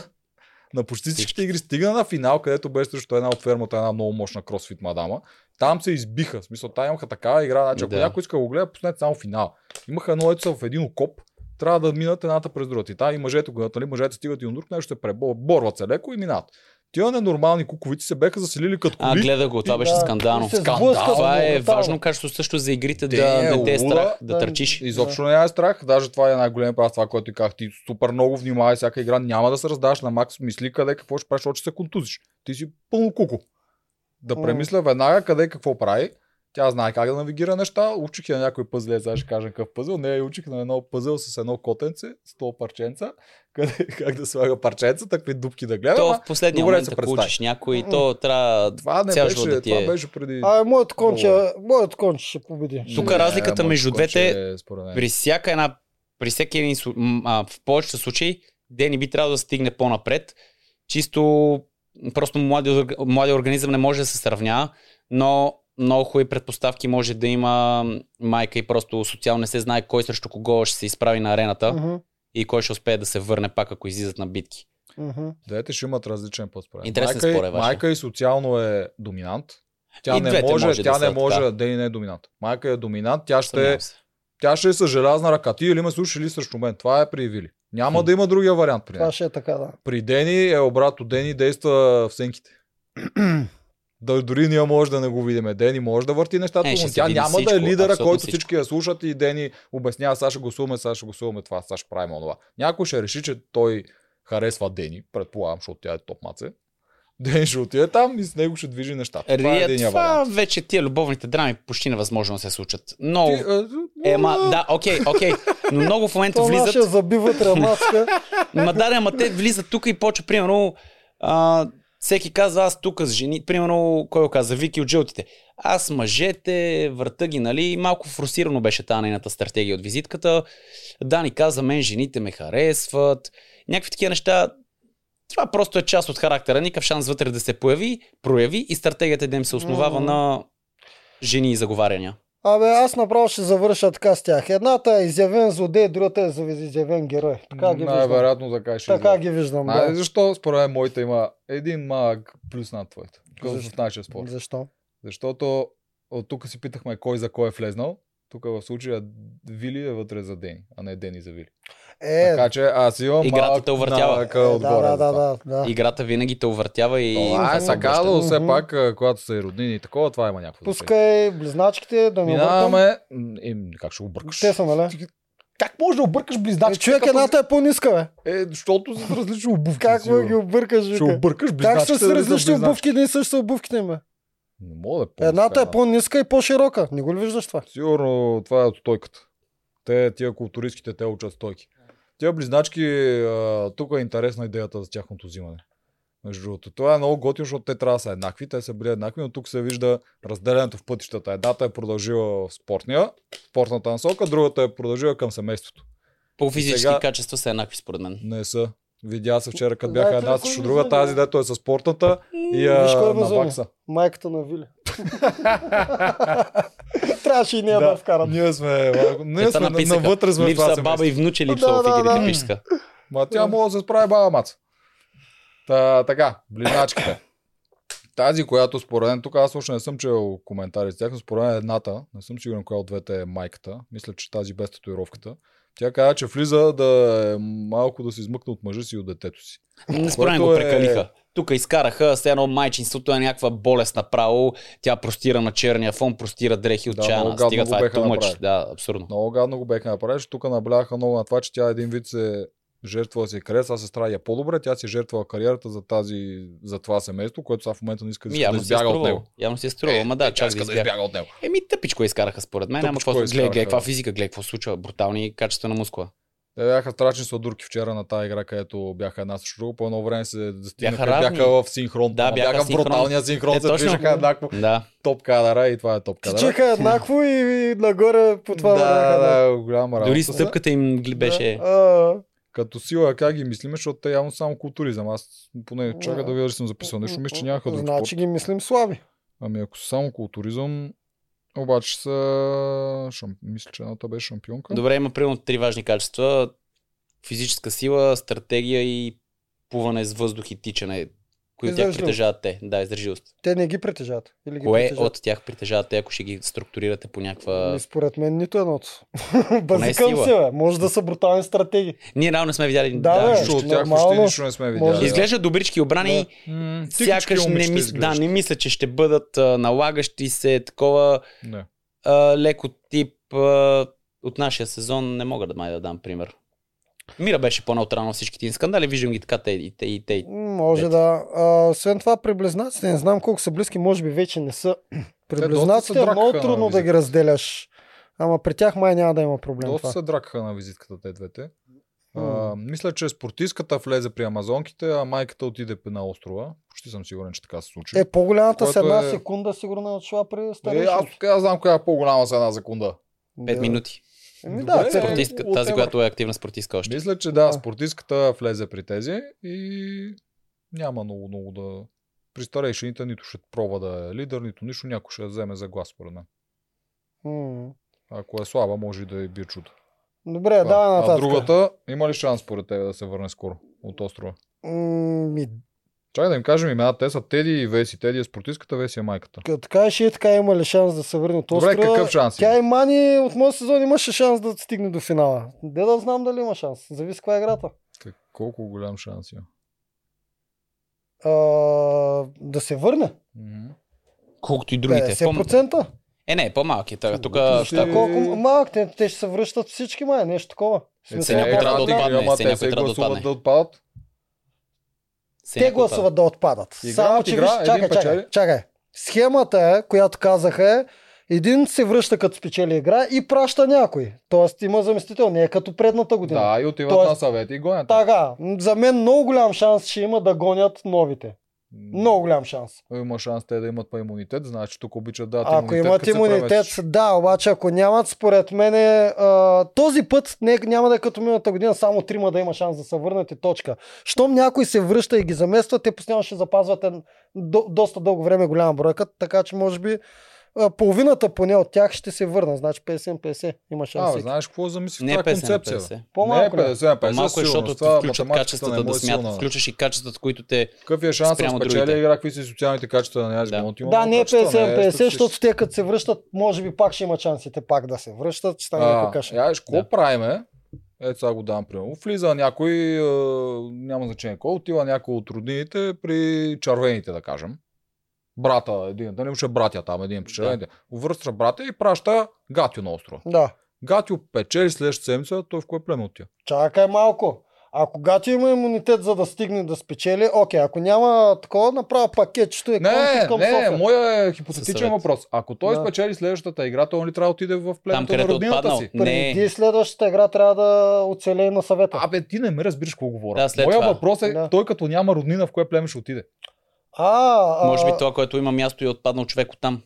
Speaker 1: на почти всичките игри. Стигна на финал, където беше срещу една от фермата, една много мощна кросфит мадама. Там се избиха. В смисъл, там имаха такава игра. Значи, ако
Speaker 3: Да.
Speaker 1: някой иска да го гледа, пуснете само финал. Имаха едно ето в един окоп, трябва да минат едната през другата. И та и мъжете, когато нали, мъжете стигат и на друг нещо, се преборват се леко и минат. Тия ненормални куковици се беха заселили като
Speaker 3: А,
Speaker 1: коли.
Speaker 3: гледа го, това беше
Speaker 2: Да.
Speaker 3: скандално.
Speaker 2: И се
Speaker 1: Скандал.
Speaker 2: сблъскат
Speaker 3: Това е
Speaker 2: моментално.
Speaker 3: важно качество също за игрите, да
Speaker 1: Дени е
Speaker 3: не те е
Speaker 1: луда,
Speaker 3: страх да
Speaker 2: да.
Speaker 3: търчиш.
Speaker 1: Изобщо не е страх, даже това е най-голям прав, това, което ти казах. Ти супер много внимавай всяка игра, няма да се раздаш на макс, мисли къде какво ще правиш, защото ще се контузиш. Ти си пълно куко. Да
Speaker 2: М.
Speaker 1: премисля веднага къде какво прави. Тя знае как да навигира неща. Учих я на някой пъзъл, сега ще кажа какъв пъзъл. Не, я учих на едно пъзъл с едно котенце, 100 парченца. Къде, как да слага парченца, такви дупки да гледа.
Speaker 3: То
Speaker 1: Е, ама
Speaker 3: в последния
Speaker 1: добре
Speaker 3: момент,
Speaker 1: се
Speaker 3: ако
Speaker 1: представи.
Speaker 3: учиш някой, то трябва...
Speaker 1: Това не
Speaker 3: цял
Speaker 1: беше,
Speaker 3: живот да ти е.
Speaker 1: това беше преди...
Speaker 2: А, моето конче,
Speaker 1: Добре.
Speaker 2: моето конче ще победи.
Speaker 3: Тук
Speaker 1: Не,
Speaker 3: разликата
Speaker 1: моето
Speaker 3: между
Speaker 1: конче
Speaker 3: двете
Speaker 1: е, според мен.
Speaker 3: При всяка една... При всеки един... су- м, А, в повечето случаи Дени би трябвало да стигне по-напред. Чисто... Просто млади, орг- млади организъм не може да се сравнява, но много хубави предпоставки може да има майка и просто социално не се знае кой срещу кого ще се изправи на арената
Speaker 2: Мгм,
Speaker 3: и кой ще успее да се върне пак, ако излизат на битки.
Speaker 2: мгм.
Speaker 1: Двете ще имат различен път според мен.
Speaker 3: Интересен
Speaker 1: майка, и-
Speaker 3: спор е вашия.
Speaker 1: майка и социално е доминант. Тя
Speaker 3: И
Speaker 1: не
Speaker 3: двете
Speaker 1: може,
Speaker 3: може да
Speaker 1: тя
Speaker 3: са
Speaker 1: не може,
Speaker 3: така.
Speaker 1: да и не е доминант. Майка е доминант, тя ще,
Speaker 3: Съмнявам се.
Speaker 1: тя ще е с желязна ръка. Ти или ме слушаш или срещу мен. Това е при Вили. Няма
Speaker 3: Хм.
Speaker 1: да има другия вариант при
Speaker 2: Това
Speaker 1: нея.
Speaker 2: ще е така, да.
Speaker 1: При Дени е обратно. Дени действа в сенките. Да, дори ние може да не го видим. Дени може да върти нещата,
Speaker 3: Е,
Speaker 1: но
Speaker 3: ще се
Speaker 1: тя
Speaker 3: види
Speaker 1: няма да е
Speaker 3: всичко,
Speaker 1: лидера,
Speaker 3: абсолютно
Speaker 1: който
Speaker 3: всичко.
Speaker 1: всички я слушат и Дени обяснява, сега ще гласуваме, сега ще гласуваме това, сега ще правим онова. Някой ще реши, че той харесва Дени, предполагам, защото тя е топ маце. Ден ще отиде там и с него ще движи нещата. Това е
Speaker 3: Рия,
Speaker 1: единия
Speaker 3: това
Speaker 1: вариант.
Speaker 3: вече тия любовните драми почти невъзможно да се случат. Много.
Speaker 1: Ти, а,
Speaker 3: Ема, Е, да, окей, окей. Но много в момента
Speaker 2: То нашия
Speaker 3: влизат.
Speaker 2: забиват рамацка.
Speaker 3: Ма да, да, ма те влизат тук и почва, примерно, а, всеки казва, аз тук с жени, примерно, кой го каза, Вики от жълтите. Аз мъжете, врата ги, нали, малко фрустрирано беше тази нейната стратегия от визитката. Дани каза, мен жените ме харесват. Някакви такива неща. Това просто е част от характера. Никакъв шанс вътре да се появи, прояви и стратегията е да им се основава
Speaker 2: Мгм.
Speaker 3: на жени и заговаряния.
Speaker 2: Абе, аз направо ще завърша така с тях. Едната е изявен злодей, другата е зави- изявен герой. Така ги виждам.
Speaker 1: Най-вероятно така ще
Speaker 2: Така
Speaker 1: излезе.
Speaker 2: ги виждам,
Speaker 1: А,
Speaker 2: да.
Speaker 1: защо според мен моите има един малък плюс над твоите? Защо? В нашия спорт.
Speaker 2: Защо?
Speaker 1: Защото от тук си питахме кой за кой е влезнал. Тук в случая Вили е вътре за Дени, а не Дени за Вили.
Speaker 2: Е,
Speaker 1: така че аз имам
Speaker 3: Играта
Speaker 1: малък
Speaker 3: те увъртява.
Speaker 1: навък, а,
Speaker 2: е,
Speaker 1: отгоре. за
Speaker 2: да, да, да,
Speaker 1: това.
Speaker 2: да, да.
Speaker 3: Играта винаги те увъртява и...
Speaker 1: Това е
Speaker 2: Мгм.
Speaker 1: сега, но все
Speaker 2: Мгм.
Speaker 1: пак, а, когато са и роднини и такова, това има някакво. значение.
Speaker 2: Пускай близначките да ми объркам.
Speaker 1: Минаваме. М, Им, как ще объркаш?
Speaker 2: Те са, нали?
Speaker 1: Как може да объркаш
Speaker 2: Е,
Speaker 1: близначките?
Speaker 2: човек,
Speaker 1: като-
Speaker 2: едната е по-ниска, бе.
Speaker 1: Е, защото са с различни обувки.
Speaker 2: Как
Speaker 1: сигурно.
Speaker 2: ги объркаш,
Speaker 1: Ще
Speaker 2: вика?
Speaker 1: объркаш
Speaker 2: Как
Speaker 1: близначките.
Speaker 2: са с
Speaker 1: дали
Speaker 2: различни
Speaker 1: близначки?
Speaker 2: обувки, не и същи са обувките им, бе?
Speaker 1: Не мога да е по-ниска,
Speaker 2: Едната е
Speaker 1: да.
Speaker 2: по-ниска и по-широка. Не го ли виждаш това?
Speaker 1: Сигурно това е от стойката. Те, тия културистките, те учат стойки. Тия близначки, а, тук е интересна идеята за тяхното взимане. Между другото, това е много готино, защото те трябва да са еднакви, те са били еднакви, но тук се вижда разделянето в пътищата. Едната е продължила в спортния, в спортната насока, другата е продължила към семейството.
Speaker 3: По физически
Speaker 1: Сега-
Speaker 3: качества са еднакви, според мен.
Speaker 1: Не са. Видя се вчера, като
Speaker 2: Знаете
Speaker 1: бяха
Speaker 2: ли
Speaker 1: една
Speaker 2: кой
Speaker 1: срещу
Speaker 2: ми
Speaker 1: друга,
Speaker 2: зъби, бе?
Speaker 1: тази дето е с спортната и
Speaker 2: Виж кой
Speaker 1: я
Speaker 2: ме зъби.
Speaker 1: навакса.
Speaker 2: Майката на Вили. Трябваше и нея да я вкарат.
Speaker 1: ние сме, ние
Speaker 3: Ето
Speaker 1: сме
Speaker 3: написаха,
Speaker 1: навътре сме в това
Speaker 3: Липса
Speaker 1: семейство.
Speaker 3: баба и внуче липса
Speaker 2: Да,
Speaker 3: в
Speaker 2: да,
Speaker 3: игрите
Speaker 2: да.
Speaker 3: пишка.
Speaker 1: Ма тя може да се справи баба маца. Та, така, близначките. Тази, която според мен, тук аз още не съм чел коментари с тях, но според мен е едната, не съм сигурен коя от двете е майката, мисля, че тази без татуировката, тя каза, че влиза да е малко да се измъкне от мъжа си и от детето си.
Speaker 3: Не според мен
Speaker 1: Което
Speaker 3: го
Speaker 1: е-
Speaker 3: прекалиха. Тук изкараха, все едно майчинството е някаква болест направо. Тя простира на черния фон, простира дрехи от
Speaker 1: Да, много
Speaker 3: чана.
Speaker 1: гадно
Speaker 3: Стига
Speaker 1: го
Speaker 3: това е
Speaker 1: бяха
Speaker 3: тумъч.
Speaker 1: направили.
Speaker 3: Да, абсурдно.
Speaker 1: Много гадно го беха направили, защото тук набляха много на това, че тя един вид се жертва си кариера, сега сестра я по-добре, тя си жертва кариерата за, тази, за това семейство, което сега в момента не иска да, иска да
Speaker 3: Явно си е
Speaker 1: избяга от
Speaker 3: струвало.
Speaker 1: него.
Speaker 3: Явно си е струвало. Ма
Speaker 1: Тя
Speaker 3: да, чак да
Speaker 1: иска да
Speaker 3: избяга.
Speaker 1: избяга от него.
Speaker 3: Еми тъпичко изкараха според мен. Ама
Speaker 1: Тъпичко
Speaker 3: какво гледай,
Speaker 1: изкараха,
Speaker 3: гледай, каква
Speaker 1: да.
Speaker 3: физика, гледай, какво се случва. Брутални качества на мускула.
Speaker 1: Те бяха страшни сладурки вчера на тази игра, където бяха една срещу друга. По едно време се застигнаха,
Speaker 3: Бяха
Speaker 1: бяха,
Speaker 3: равни.
Speaker 1: в синхрон.
Speaker 3: Да,
Speaker 1: Ама
Speaker 3: бяха
Speaker 1: бяха в
Speaker 3: синхрон.
Speaker 1: бруталния синхрон,
Speaker 3: Те
Speaker 1: се
Speaker 3: точно-
Speaker 1: движеха еднакво.
Speaker 3: Да.
Speaker 1: Топ кадъра и това е топ кадъра.
Speaker 2: Тичаха еднакво и, и нагоре по това
Speaker 1: да,
Speaker 2: време.
Speaker 1: да, голяма работа.
Speaker 3: Дори
Speaker 1: са.
Speaker 3: стъпката им гли- беше.
Speaker 2: А,
Speaker 1: Като сила, как ги мислиме, защото те явно само културизъм. Аз поне чакай да видя, че съм записал нещо. Мисля, че нямаха друг
Speaker 2: Значи
Speaker 1: спорт.
Speaker 2: ги мислим слаби.
Speaker 1: Ами ако са само културизъм, обаче са... шам- Мисля, че едната беше шампионка.
Speaker 3: Добре, има примерно три важни качества. Физическа сила, стратегия и плуване с въздух и тичане. Кои от тях
Speaker 2: Издържливост.
Speaker 3: притежават те? Да, издържливост.
Speaker 2: Те не ги притежават. Или ги
Speaker 3: Кое
Speaker 2: притежават?
Speaker 3: от тях притежавате, ако ще ги структурирате по някаква...
Speaker 1: Е,
Speaker 2: Ми, Ами, според мен нито едното. Базикам
Speaker 3: сила.
Speaker 2: се, бе. Може да са брутални стратегии.
Speaker 1: Е.
Speaker 3: Ние реално не сме видяли...
Speaker 2: Да, бе.
Speaker 1: Нищо
Speaker 3: нищо.
Speaker 1: от тях почти
Speaker 2: Нормално.
Speaker 1: нищо не сме
Speaker 2: Може да.
Speaker 1: видяли.
Speaker 3: Изглеждат добрички обрани,
Speaker 2: Да.
Speaker 1: М, тихички
Speaker 3: сякаш не
Speaker 1: момичета
Speaker 3: мисля, да,
Speaker 1: изглеждат.
Speaker 3: не мисля, че ще бъдат а, налагащи се такова
Speaker 1: Не.
Speaker 3: а, леко тип а, от нашия сезон. Не мога да май да дам пример. Мира беше по-неутрална от всичките им скандали, виждам ги така те и те и те.
Speaker 2: М, Може
Speaker 3: Дете.
Speaker 2: да. А, освен това, при близнаците, не знам колко са близки, може би вече не са. При
Speaker 1: доста
Speaker 2: близнаците
Speaker 1: се
Speaker 2: е много
Speaker 1: дракаха на
Speaker 2: трудно да
Speaker 1: визитка.
Speaker 2: ги разделяш. Ама при тях май няма да има проблем.
Speaker 1: Доста
Speaker 2: това.
Speaker 1: се дракаха на визитката те двете. А,
Speaker 2: М.
Speaker 1: мисля, че спортистката влезе при амазонките, а майката отиде на острова. Почти съм сигурен, че така се случи.
Speaker 2: Е, по-голямата с
Speaker 1: което
Speaker 2: една
Speaker 1: е-
Speaker 2: секунда сигурно е отшла при
Speaker 1: е аз
Speaker 2: старейшината.
Speaker 1: откъде да знам коя е по-голяма за една секунда.
Speaker 3: 5 минути.
Speaker 2: Еми,
Speaker 1: Добре,
Speaker 2: да,
Speaker 1: е.
Speaker 2: цел...
Speaker 3: Спортистка,
Speaker 1: от
Speaker 3: тази,
Speaker 1: Ева.
Speaker 3: която е активна спортистка още.
Speaker 1: Мисля, че да,
Speaker 2: Да.
Speaker 1: спортистката влезе при тези и няма много, много да... При старейшините нито ще пробва да е лидер, нито нищо, някой ще я вземе за глас, според мен.
Speaker 2: М.
Speaker 1: Ако е слаба, може и да и бие чудо.
Speaker 2: Добре,
Speaker 1: Това.
Speaker 2: Е, давай
Speaker 1: а
Speaker 2: нататък.
Speaker 1: другата, има ли шанс според тебе да се върне скоро от острова?
Speaker 2: М, Ми,
Speaker 1: Чакай да им кажем имената. Те са Теди и Веси. Теди е спортистката, Веси е майката.
Speaker 2: като кажеш и така има ли шанс да се върне от острова?
Speaker 1: Добре, какъв шанс има?
Speaker 2: Тя е- и Мани от моят сезон имаше шанс да стигне до финала. Де да знам дали има шанс. Зависи каква е играта.
Speaker 1: Как, колко голям шанс има?
Speaker 2: А, да се върне.
Speaker 3: Колкото и другите. По-
Speaker 2: 50%.
Speaker 3: Е, не, по-малки. е тога. Тук
Speaker 1: Ще-
Speaker 3: ще
Speaker 2: Ще... Колко малък, те, те ще се връщат всички, май, нещо такова. В
Speaker 3: Е, някой трябва да
Speaker 2: една-
Speaker 3: отпадне,
Speaker 1: Ама
Speaker 3: се
Speaker 1: те
Speaker 3: някой
Speaker 1: се
Speaker 3: трябва да
Speaker 1: гласуват
Speaker 3: отпадне.
Speaker 1: да отпадат.
Speaker 3: се
Speaker 2: Те
Speaker 3: някой
Speaker 2: гласуват
Speaker 3: отпада.
Speaker 2: да отпадат.
Speaker 1: Играят,
Speaker 2: Само, че
Speaker 1: игра,
Speaker 2: виж,
Speaker 1: един
Speaker 2: чакай, чакай,
Speaker 1: печели.
Speaker 2: чакай. Схемата е, която казаха е, един се връща като спечели игра и праща някой. Тоест има заместител, не е като предната година.
Speaker 1: Да, и отиват
Speaker 2: Тоест-
Speaker 1: на съвет и гонят.
Speaker 2: Така, за мен много голям шанс ще има да гонят новите. Много голям шанс.
Speaker 1: Има шанс те да имат па имунитет, значи тук обичат да
Speaker 2: Ако имат имунитет, да, обаче ако нямат, според мен е, този път не, няма да е като миналата година, само трима да има шанс да се върнат и точка. Щом някой се връща и ги замества, те постоянно ще запазват ен, до, доста дълго време голяма бройка, така че може би а, половината поне от тях ще се върна, значи 50-50 има шанс.
Speaker 1: А,
Speaker 2: всеки.
Speaker 1: знаеш какво замислих?
Speaker 3: Не
Speaker 1: Не
Speaker 3: е
Speaker 1: е
Speaker 3: 50 на
Speaker 1: концепция.
Speaker 3: 50.
Speaker 2: По-малко нали?
Speaker 1: не е
Speaker 2: ли?
Speaker 1: 50 на 50,
Speaker 3: По-малко е,
Speaker 1: сигурно.
Speaker 3: защото
Speaker 1: Това
Speaker 3: ти включват
Speaker 1: математиката не
Speaker 3: качествата
Speaker 1: му
Speaker 3: да
Speaker 1: е
Speaker 3: смятат.
Speaker 1: силна.
Speaker 3: Включваш и качествата, които те...
Speaker 1: Какъв е шансът да
Speaker 3: спрямо
Speaker 1: спечели
Speaker 3: другите.
Speaker 1: игра, какви са социалните качества на нея?
Speaker 3: Да.
Speaker 2: Да, не е 50-50, защото те като се връщат, може би пак ще има шансите пак да се връщат, ще стане някой
Speaker 1: А,
Speaker 2: каша.
Speaker 1: я, виж, какво
Speaker 3: Да.
Speaker 1: правиме? Е, сега го давам примерно. Влиза някой, е, няма значение кой, отива някой от роднините при червените, да кажем. Брата, един, да не беше братя там, един при
Speaker 3: Да.
Speaker 1: червените. Увръща братя и праща Гатю на острова.
Speaker 2: Да.
Speaker 1: Гатю печели следващата седмица, той в кое племе отива?
Speaker 2: Чакай малко. А когато има имунитет за да стигне да спечели, окей, ако няма такова, направя пакетчето и
Speaker 1: Не,
Speaker 2: конто към
Speaker 1: не,
Speaker 2: София.
Speaker 1: моя е
Speaker 3: Със
Speaker 1: хипотетичен
Speaker 3: съвет.
Speaker 1: въпрос. Ако той
Speaker 2: Да.
Speaker 1: спечели следващата игра, той ли трябва да отиде в
Speaker 3: Там,
Speaker 1: племето на
Speaker 3: където е
Speaker 1: родината
Speaker 3: отпаднал.
Speaker 1: си?
Speaker 3: Не.
Speaker 2: Преди следващата игра трябва да оцелее на съвета. А,
Speaker 1: Абе, ти не ме разбираш какво говоря.
Speaker 3: Да, след
Speaker 1: Моя
Speaker 3: това.
Speaker 1: въпрос е,
Speaker 2: Да.
Speaker 1: той като няма роднина, в кое племе ще отиде?
Speaker 2: а,
Speaker 3: Може би това, което има място и е отпаднал човек от там.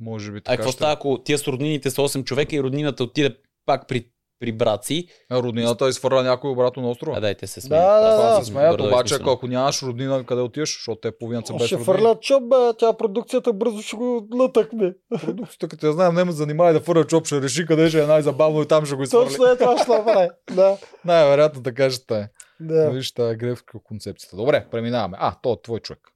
Speaker 1: Може би така
Speaker 3: А какво
Speaker 1: ще... е.
Speaker 3: става, ако тия с роднините са 8 човека и роднината отиде пак при, при брат си?
Speaker 1: А Роднината изхвърля някой обратно на острова. Да,
Speaker 3: А дайте се
Speaker 2: Да,
Speaker 3: смеят.
Speaker 2: да,
Speaker 3: Това
Speaker 2: да.
Speaker 1: да,
Speaker 3: си
Speaker 1: се смеят,
Speaker 3: добре
Speaker 1: обаче
Speaker 3: измислено.
Speaker 1: ако ако нямаш роднина, къде отиваш, защото те половината са без
Speaker 2: ще
Speaker 1: роднина.
Speaker 2: фърля чоп, бе, тя продукцията бързо ще го лътъкне.
Speaker 1: Продукцията, като я знаем, не ме занимава да фърля чоп, ще реши къде ще е най-забавно и там ще го изхвърли.
Speaker 2: Точно е това ще направи. Да,
Speaker 1: Най-вероятно е. така ще те.
Speaker 2: да.
Speaker 1: Виж тази гревка е концепцията. Добре, преминаваме. А, то е твой човек.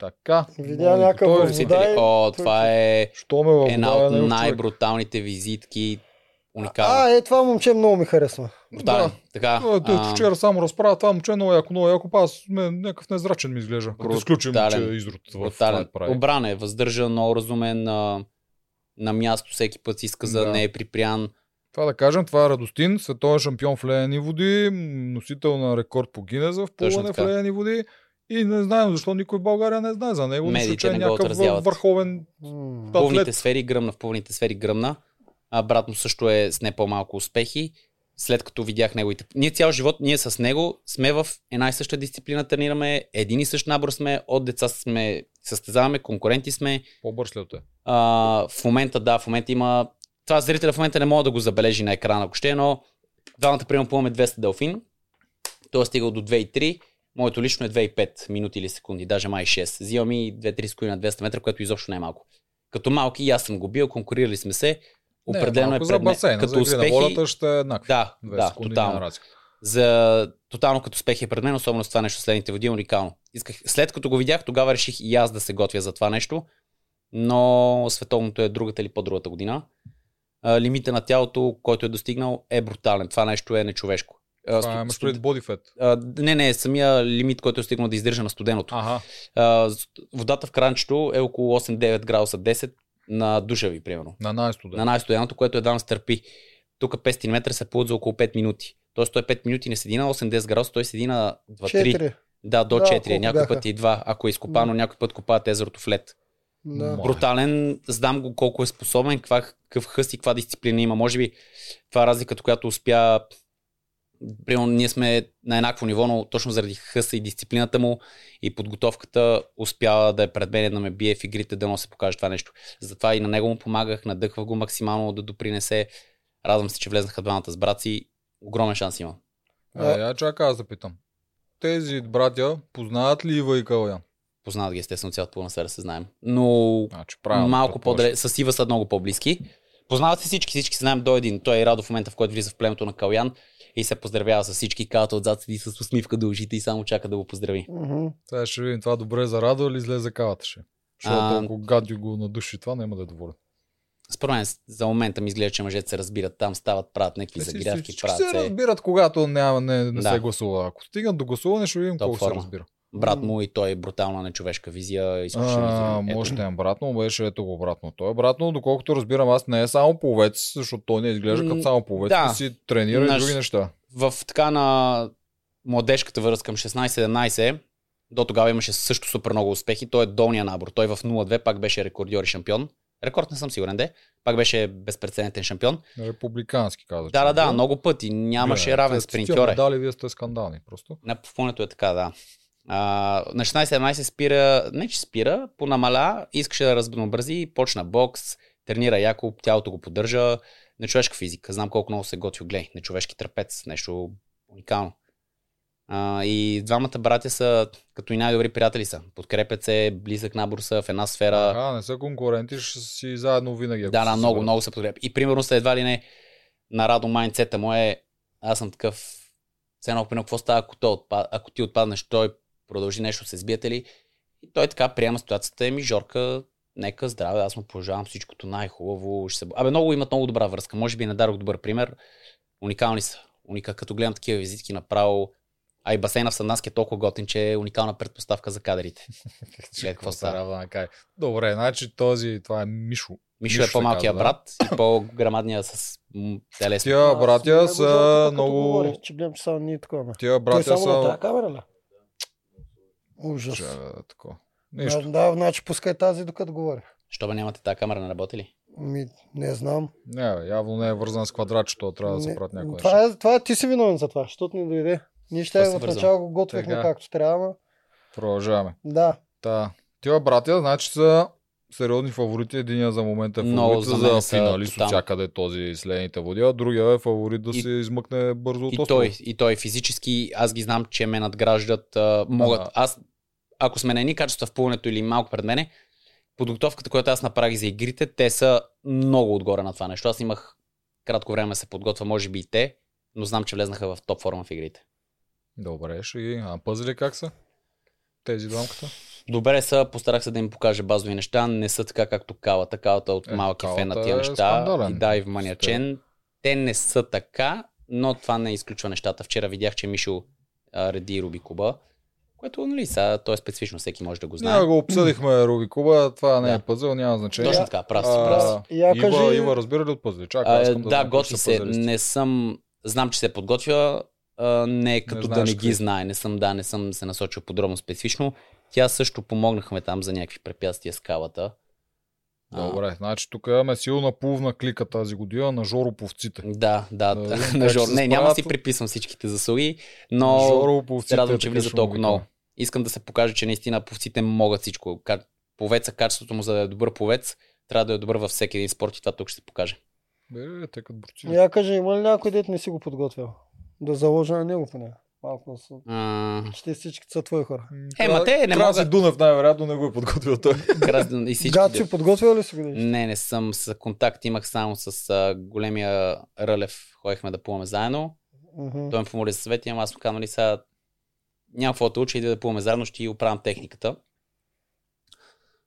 Speaker 1: Така.
Speaker 2: Видя
Speaker 1: моля,
Speaker 2: някакъв
Speaker 1: той е-
Speaker 2: възможност.
Speaker 3: Мислите ли?
Speaker 2: Дай-
Speaker 3: О, това е
Speaker 1: Що ме във
Speaker 3: една
Speaker 1: вода е
Speaker 3: от
Speaker 1: негов човек?
Speaker 3: най-бруталните визитки.
Speaker 2: А,
Speaker 3: Уникална.
Speaker 2: е, това момче много ми харесва.
Speaker 3: Брутален.
Speaker 1: да.
Speaker 3: Така.
Speaker 1: Той, е той
Speaker 3: а,
Speaker 1: вчера само разправя това момче, е много яко, много яко, па аз ме, някакъв незрачен ми изглежда. Като
Speaker 3: Брутален.
Speaker 1: изключим, че е изрод в това
Speaker 3: брутален.
Speaker 1: е прави.
Speaker 3: Обран е, въздържан, много разумен, а, на място всеки път си изказа,
Speaker 1: Да.
Speaker 3: не е припрян.
Speaker 1: Това да кажем, това е Радостин, световен шампион в ледени води, м, носител на рекорд по Гинеза в
Speaker 3: Точно
Speaker 1: плуване в
Speaker 3: така.
Speaker 1: ледени води. И не знаем защо никой в България не знае за него, нищо,
Speaker 3: Медиите
Speaker 1: че е
Speaker 3: не го
Speaker 1: някакъв
Speaker 3: отразяват.
Speaker 1: върховен
Speaker 2: М.
Speaker 1: Да.
Speaker 3: В пълните
Speaker 1: Атлет.
Speaker 3: сфери гръмна, в пълните сфери гръмна. А брат му също е с не по-малко успехи. След като видях неговите... Ние цял живот, ние с него сме в една и съща дисциплина, тренираме, един и същ набор сме, от деца сме, състезаваме, конкуренти сме.
Speaker 1: по-бърз е след те.
Speaker 3: А, в момента, да, в момента има... Това зрителя в момента не мога да го забележи на екрана, ако ще, е, но двамата примерно плуваме 200 делфин. Той е стигал до 2,3. Моето лично е 2,5 минути или секунди, даже май 6. Взимам и 2-3 скои на 200 метра, което изобщо не е малко. Като малки и аз съм го бил, конкурирали сме се.
Speaker 1: Не,
Speaker 3: Определено
Speaker 1: малко
Speaker 3: е
Speaker 1: за
Speaker 3: пред мен.
Speaker 1: басейна,
Speaker 3: Като
Speaker 1: за игри
Speaker 3: успехи,
Speaker 1: на волята ще е еднакви.
Speaker 3: да,
Speaker 1: Две
Speaker 3: да,
Speaker 1: секунди
Speaker 3: тотално
Speaker 1: на разлика.
Speaker 3: за тотално като успех е пред мен, особено с това нещо следните води, е уникално. Исках, след като го видях, тогава реших и аз да се готвя за това нещо, но световното е другата или по-другата година. А, лимита на тялото, който е достигнал, е брутален. Това нещо е нечовешко. А,
Speaker 1: Това
Speaker 3: сту-
Speaker 1: е имаш
Speaker 3: сту-
Speaker 1: пред бодифет.
Speaker 3: а, не, не, самия лимит, който е стигнал да издържа на студеното.
Speaker 1: Ага,
Speaker 3: А, с- водата в кранчето е около 8-9 градуса 10 на душа ви, примерно
Speaker 1: на най-студен.
Speaker 3: на най-студеното, което е дам стърпи. Тук 500 метра се плуват за около 5 минути. Тоест той 5 минути не седи на 8-10 градуса, той седи на 2-3.
Speaker 2: Четири.
Speaker 3: Да, до
Speaker 2: Да,
Speaker 3: 4.
Speaker 2: колко
Speaker 3: някой
Speaker 2: бяха?
Speaker 3: път и 2. Ако е изкопано, някой път копаят езерото в лед.
Speaker 2: Да.
Speaker 1: Ма. Ой.
Speaker 3: Брутален, знам го колко е способен, каква, какъв хъс и каква дисциплина има. Може би това е разликата, която успя. Примерно, ние сме на еднакво ниво, но точно заради хъса и дисциплината му и подготовката успява да е пред мен, да ме бие в игрите, да се покаже това нещо. Затова и на него му помагах, надъхвах го максимално да допринесе. Радвам се, че влезнаха двамата с брат си. Огромен шанс има.
Speaker 1: А, я чакай аз да питам. Тези братя познават ли Ива и Калян?
Speaker 3: Познават ги, естествено, цялата пълна сфера се знаем. Но
Speaker 1: Значи, правилно.
Speaker 3: малко
Speaker 1: предположих.
Speaker 3: по-дре. С Ива са много по-близки. Познават се всички, всички се знаем до един. Той е Радо в момента, в който влиза в племето на Калян и се поздравява с всички, казват отзад седи с усмивка до ушите и само чака да го поздрави.
Speaker 2: Мгм.
Speaker 1: Сега ще видим това добре е за Радо или зле за кавата ще. Защото
Speaker 3: А.
Speaker 1: ако гади го надуши това, няма да е доволен.
Speaker 3: Според мен за момента ми изглежда, че мъжете се разбират там, стават, правят някакви загрявки,
Speaker 1: Е, Всички
Speaker 3: правят
Speaker 1: се
Speaker 3: се.
Speaker 1: разбират, когато няма, не, не
Speaker 3: Да.
Speaker 1: се гласува. Ако стигнат до гласуване, ще видим
Speaker 3: Топ
Speaker 1: колко се
Speaker 3: форма.
Speaker 1: разбира.
Speaker 3: Брат му и той е брутална нечовешка визия, изкушено.
Speaker 1: А,
Speaker 3: изумен. Ето.
Speaker 1: може да е обратно, беше ето го обратно. Той е обратно, доколкото разбирам, аз не е само повец, защото той не изглежда
Speaker 3: М,
Speaker 1: като само повец,
Speaker 3: да.
Speaker 1: да. си тренира и
Speaker 3: Наш-
Speaker 1: други неща.
Speaker 3: в така на младежката връзка към 16-17 До тогава имаше също супер много успехи. Той е долния набор. Той в 0-2 пак беше рекордьор и шампион. Рекорд не съм сигурен, де. Пак беше безпредседентен шампион.
Speaker 1: Републикански каза.
Speaker 3: Да, да, да,
Speaker 1: че-
Speaker 3: много пъти. Нямаше
Speaker 1: Вие,
Speaker 3: равен е.
Speaker 1: те сте
Speaker 3: спринт.
Speaker 1: тия
Speaker 3: Кьоре.
Speaker 1: Медали, вие сте скандални просто.
Speaker 3: На повпълнето е така, да. А, на 16-17 спира, не че спира, понамаля, искаше да разнообрази, почна бокс, тренира яко, тялото го поддържа. Нечовешка физика, знам колко много се е готви глей, нечовешки трапец, нещо уникално. А, и двамата братя са като и най-добри приятели са. Подкрепят се, близък набор са в една сфера.
Speaker 1: А, не са конкуренти, ще си заедно винаги. ако
Speaker 3: Да,
Speaker 1: се
Speaker 3: да, много,
Speaker 1: съберат.
Speaker 3: много е се подкрепя. И примерно са едва ли не на радо майнцета му е, аз съм такъв, все едно, примерно, какво става, ако, той отпа, ако ти отпаднеш, той продължи нещо с избиете ли? И той така приема ситуацията, ми Жорка, нека здраве, аз му пожелавам всичкото най-хубаво. Ще се... бо- Абе, много имат много добра връзка. Може би не дарох добър пример. Уникални са. Уника, като гледам такива визитки направо, а и басейна в Сандански е толкова готин, че е уникална предпоставка за кадрите.
Speaker 1: Ще
Speaker 3: какво
Speaker 1: какво
Speaker 3: става?
Speaker 1: стара да накай. Добре, значи този, това е Мишо.
Speaker 3: Мишо
Speaker 1: Мишо
Speaker 3: е
Speaker 1: се
Speaker 3: по-малкия
Speaker 1: казва, да.
Speaker 3: брат и по-грамадния с м, телесна.
Speaker 1: Тия
Speaker 2: Аз съм
Speaker 1: братя
Speaker 2: него жълта,
Speaker 1: са
Speaker 2: като
Speaker 1: много...
Speaker 2: Говорих, че гледам, че само ние такова. ме.
Speaker 1: Тия
Speaker 2: Той е
Speaker 1: братя
Speaker 2: само на
Speaker 1: са...
Speaker 2: тази камера, ли? Ужас.
Speaker 1: Че, тако.
Speaker 2: Да,
Speaker 1: Нищо.
Speaker 2: да, значи пускай тази, докато говоря.
Speaker 3: Що бе нямате тази камера, не работи ли?
Speaker 2: Ми, не знам.
Speaker 1: Не, бе, явно не е вързан с квадратчето, трябва да се
Speaker 2: Не,
Speaker 1: правят някои
Speaker 2: това,
Speaker 1: неща.
Speaker 2: е, това е, ти си виновен за това, защото ни дойде. Ние ще
Speaker 3: Какво се
Speaker 2: в
Speaker 3: вързам?
Speaker 2: начало го готвихме
Speaker 1: Така.
Speaker 2: както трябва. ама
Speaker 1: Продължаваме.
Speaker 2: Да.
Speaker 1: Та. Тия братя, значи са сериозни фаворити. Единия за момента е
Speaker 3: Много
Speaker 1: фаворит
Speaker 3: за мен
Speaker 1: за,
Speaker 3: са
Speaker 1: финалист
Speaker 3: тотално.
Speaker 1: от всякъде този следните води, а другия е фаворит да
Speaker 3: И-
Speaker 1: се измъкне бързо от
Speaker 3: И
Speaker 1: острова.
Speaker 3: той, и той физически, аз ги знам, че ме надграждат, а, могат.
Speaker 1: Да.
Speaker 3: Аз, ако сме на едни качества в плуването или малко пред мене, подготовката, която аз направих за игрите, те са много отгоре на това нещо. Аз имах кратко време да се подготвя, може би и те, но знам, че влезнаха в топ форма в игрите.
Speaker 1: Добре, ще ги. А пъзели как са? Тези двамката?
Speaker 3: Добре са, постарах се да им покажа базови неща. Не са така както калата. Калата от
Speaker 1: Е,
Speaker 3: малък е фен на
Speaker 1: Калата
Speaker 3: тия
Speaker 1: е
Speaker 3: неща.
Speaker 1: скандален.
Speaker 3: и да, и вманячен. Те не са така, но това не изключва нещата. Вчера видях, че Мишо а, реди Руби Куба, което, нали, са, то е специфично, всеки може да го знае.
Speaker 1: Ние го обсъдихме Руби Куба, това не е
Speaker 3: Да.
Speaker 1: пъзел, няма значение.
Speaker 3: Точно така, прав си,
Speaker 1: А,
Speaker 3: прав си.
Speaker 2: И я
Speaker 1: Ива,
Speaker 2: кажи-
Speaker 1: Ива, разбира ли от пъзели? Чакай,
Speaker 3: А,
Speaker 1: аз
Speaker 3: е,
Speaker 1: искам да,
Speaker 3: да,
Speaker 1: знам кои
Speaker 3: готви
Speaker 1: са
Speaker 3: се.
Speaker 1: пъзелисти.
Speaker 3: Не съм. Знам, че се подготвя. А, не е като да
Speaker 1: знаеш
Speaker 3: не
Speaker 1: какви.
Speaker 3: ги знае. Не съм, да, не съм се насочил подробно специфично. Тя също помогнахме там за някакви препятствия с калата. А,
Speaker 1: Добре, значи тук имаме силна плувна клика тази година на Жороповците.
Speaker 3: Да,
Speaker 1: Да,
Speaker 3: да, да.
Speaker 1: видим
Speaker 3: на
Speaker 1: как
Speaker 3: Жор.
Speaker 1: нали, се
Speaker 3: Не, няма да си
Speaker 1: справят.
Speaker 3: приписвам всичките заслуги, но се
Speaker 1: Жороповците.
Speaker 3: радвам,
Speaker 1: е така
Speaker 3: че влиза
Speaker 1: ще му
Speaker 3: толкова
Speaker 1: викаме.
Speaker 3: много. Искам да се покаже, че наистина пловците могат всичко. Ка- Пловеца, качеството му за да е добър пловец, трябва да е добър във всеки един спорт и това тук ще се покаже.
Speaker 1: Е, те като борци.
Speaker 2: Я кажи, има ли някой дет не си го подготвил? Да заложа на него поне. Малко да са-
Speaker 3: А,
Speaker 2: че те всички са твои хора.
Speaker 1: М,
Speaker 3: Е,
Speaker 1: трябва-
Speaker 3: ма те не
Speaker 1: трябва да
Speaker 3: могат.
Speaker 1: си Дунев най-вероятно не го е подготвил той.
Speaker 3: град- и всички.
Speaker 2: Гад си подготвил ли си го? нещо?
Speaker 3: Не, не съм с контакт, имах само с а, големия Рълев, ходихме да плуваме заедно.
Speaker 2: Мгм.
Speaker 3: Той ме помоли за съвет, ама аз му казвам, нали сега няма какво да те уча, иди да плуваме заедно, ще ти оправям техниката.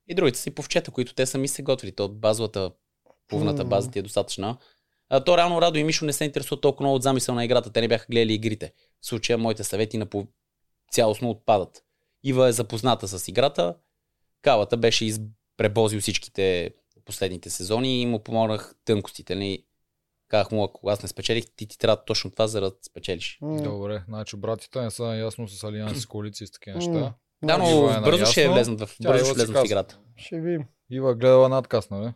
Speaker 3: И другите си повчета, които те сами се готвили. То базовата, плувната
Speaker 2: Мгм.
Speaker 3: база ти е достатъчна. А, то реално Радо и Мишо не се интересуват толкова много от замисъл на играта. Те не бяха гледали игрите. В случая моите съвети на по... цялостно отпадат. Ива е запозната с играта. Калата беше из... пребозил всичките последните сезони и му помогнах тънкостите. Нали? Казах му, ако аз не спечелих, ти ти трябва точно това, за да спечелиш.
Speaker 2: М.
Speaker 1: Добре, значи братята не са наясно с алианси, коалиции и с такива
Speaker 2: М.
Speaker 1: неща.
Speaker 3: Да,
Speaker 2: М.
Speaker 1: Ива е
Speaker 3: но бързо ще
Speaker 1: наясно.
Speaker 3: влезнат в,
Speaker 1: Тя
Speaker 3: бързо
Speaker 1: Ива
Speaker 3: ще
Speaker 1: си
Speaker 3: влезнат в
Speaker 1: казва.
Speaker 3: играта.
Speaker 2: Ще видим.
Speaker 1: Ива гледала надказ, нали?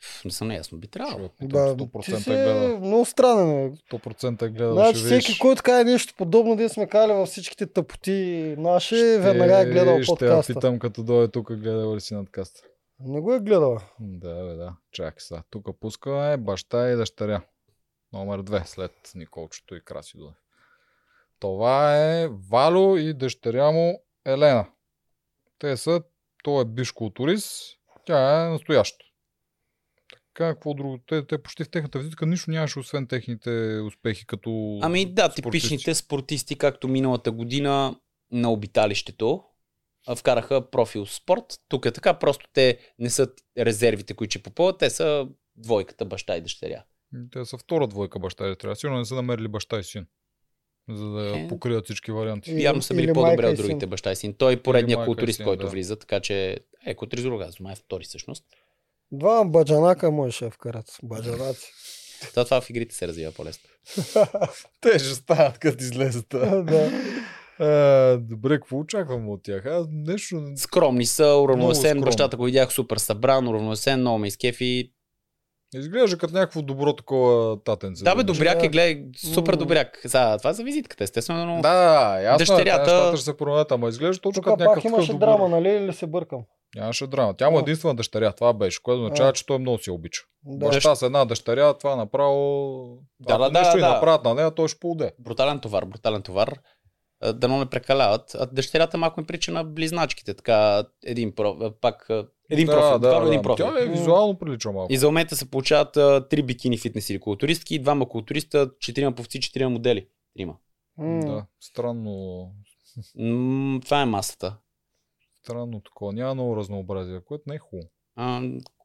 Speaker 3: Пф, Не съм наясно, би
Speaker 1: Ще
Speaker 3: трябвало.
Speaker 1: я питам,
Speaker 2: Да, ти
Speaker 1: 100%
Speaker 2: си
Speaker 1: е гледала.
Speaker 2: много странен. бе.
Speaker 1: 100% е гледала,
Speaker 2: Значи
Speaker 1: ще видиш.
Speaker 2: всеки, който каже нещо подобно, да сме кали във всичките тъпоти наши,
Speaker 1: Ще-
Speaker 2: веднага е гледал
Speaker 1: Ще я
Speaker 2: подкаста.
Speaker 1: питам, като дойде тук, гледала ли си надкаста.
Speaker 2: Не го е гледала.
Speaker 1: Да, бе, да. Чакай сега. Тук пускаме баща и дъщеря. Номер 2 след Николчето и Краси Дунев. Това е Вало и дъщеря му Елена. Те са, той е биш културист, тя е настояща. Така, какво друго? Те, те почти в техната визитка нищо нямаше, освен техните успехи като
Speaker 3: Ами да,
Speaker 1: спортисти.
Speaker 3: типичните спортисти, както миналата година на обиталището, а, вкараха профил спорт. Тук е така, просто те не са резервите, които ще попълват, те са двойката, баща и дъщеря.
Speaker 1: Те са втора двойка баща и трябва. Сигурно не са намерили баща и син, за да
Speaker 3: Е.
Speaker 1: покрият всички варианти.
Speaker 2: Или-
Speaker 3: Явно са
Speaker 2: или
Speaker 3: били по-добре
Speaker 2: майка
Speaker 3: от
Speaker 2: и син.
Speaker 3: другите баща и син. Той е поредния
Speaker 1: майка и
Speaker 3: културист,
Speaker 1: син,
Speaker 3: който
Speaker 1: да.
Speaker 3: влиза, така че е културизурга, аз май е втори всъщност.
Speaker 2: Два баджанака можеше да вкарат. Баджанаци.
Speaker 3: Та това в игрите се развива по-лесно.
Speaker 1: Те ще станат, като излезат.
Speaker 2: Да.
Speaker 1: А, добре, какво очаквам от тях? Аз нещо...
Speaker 3: Скромни са, уравновесен.
Speaker 1: скромни.
Speaker 3: Бащата го видях супер събран, уравновесен, много ме изкефи.
Speaker 1: Изглежда като някакво добро такова татенце. нали?
Speaker 3: Да, бе,
Speaker 1: момиче.
Speaker 3: добряк е,
Speaker 2: да.
Speaker 3: гледай, супер
Speaker 2: М.
Speaker 3: добряк. За, това за визитката, естествено, но...
Speaker 1: Да, да, ясно Дъщерята...
Speaker 3: Дъщерята-
Speaker 1: е, те нещата ще се променят, ама изглежда точно
Speaker 2: Тук
Speaker 1: като
Speaker 2: пак
Speaker 1: някакъв
Speaker 2: имаше
Speaker 1: такъв
Speaker 2: драма,
Speaker 1: добър.
Speaker 2: нали? Или се бъркам?
Speaker 1: Нямаше драма. Тя му е единствена дъщеря, това беше, което означава,
Speaker 2: А.
Speaker 1: че той много си я обича.
Speaker 2: Да.
Speaker 1: Баща с една дъщеря, това направо...
Speaker 3: Да,
Speaker 1: Ако
Speaker 3: да, да,
Speaker 1: нещо и
Speaker 3: да.
Speaker 1: направят на нея, той ще поуде.
Speaker 3: Брутален товар, брутален товар. А, Дано не прекаляват. А дъщерята малко ми прича на близначките. Така, един профил, пак а, един
Speaker 1: да, да,
Speaker 3: профил, да,
Speaker 1: да,
Speaker 3: един
Speaker 1: Ама
Speaker 3: профил.
Speaker 1: Тя е визуално прилича малко.
Speaker 3: И за момента се получават а, три бикини фитнес или културистки, двама културиста, четирима повци, четирима модели. Трима.
Speaker 2: М.
Speaker 1: Да, странно,
Speaker 3: М, това е масата.
Speaker 1: странно такова. Няма много разнообразие, което не е хубаво.
Speaker 3: А,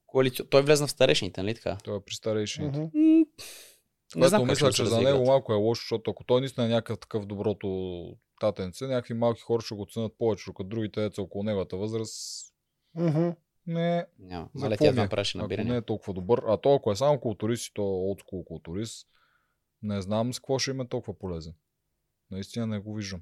Speaker 3: коалицио... Той влезна в старешните, нали така?
Speaker 1: Той е при старейшините.
Speaker 2: Мгм.
Speaker 3: М, не
Speaker 1: Което
Speaker 3: знам как ще
Speaker 1: мисля,
Speaker 3: му се
Speaker 1: е че за
Speaker 3: развие
Speaker 1: него
Speaker 3: играта.
Speaker 1: малко е лошо, защото ако той наистина е някакъв такъв доброто татенце, някакви малки хора ще го ценят повече, докато другите деца около неговата възраст
Speaker 2: Мгм.
Speaker 1: не,
Speaker 3: Няма.
Speaker 1: За
Speaker 3: Мале,
Speaker 1: какво
Speaker 3: тя
Speaker 1: ми е?
Speaker 3: знам праше
Speaker 1: ако
Speaker 3: набиране.
Speaker 1: не е толкова добър. А то, ако е само културист и то е олдскул културист, не знам с какво ще има толкова полезен. Наистина не го виждам.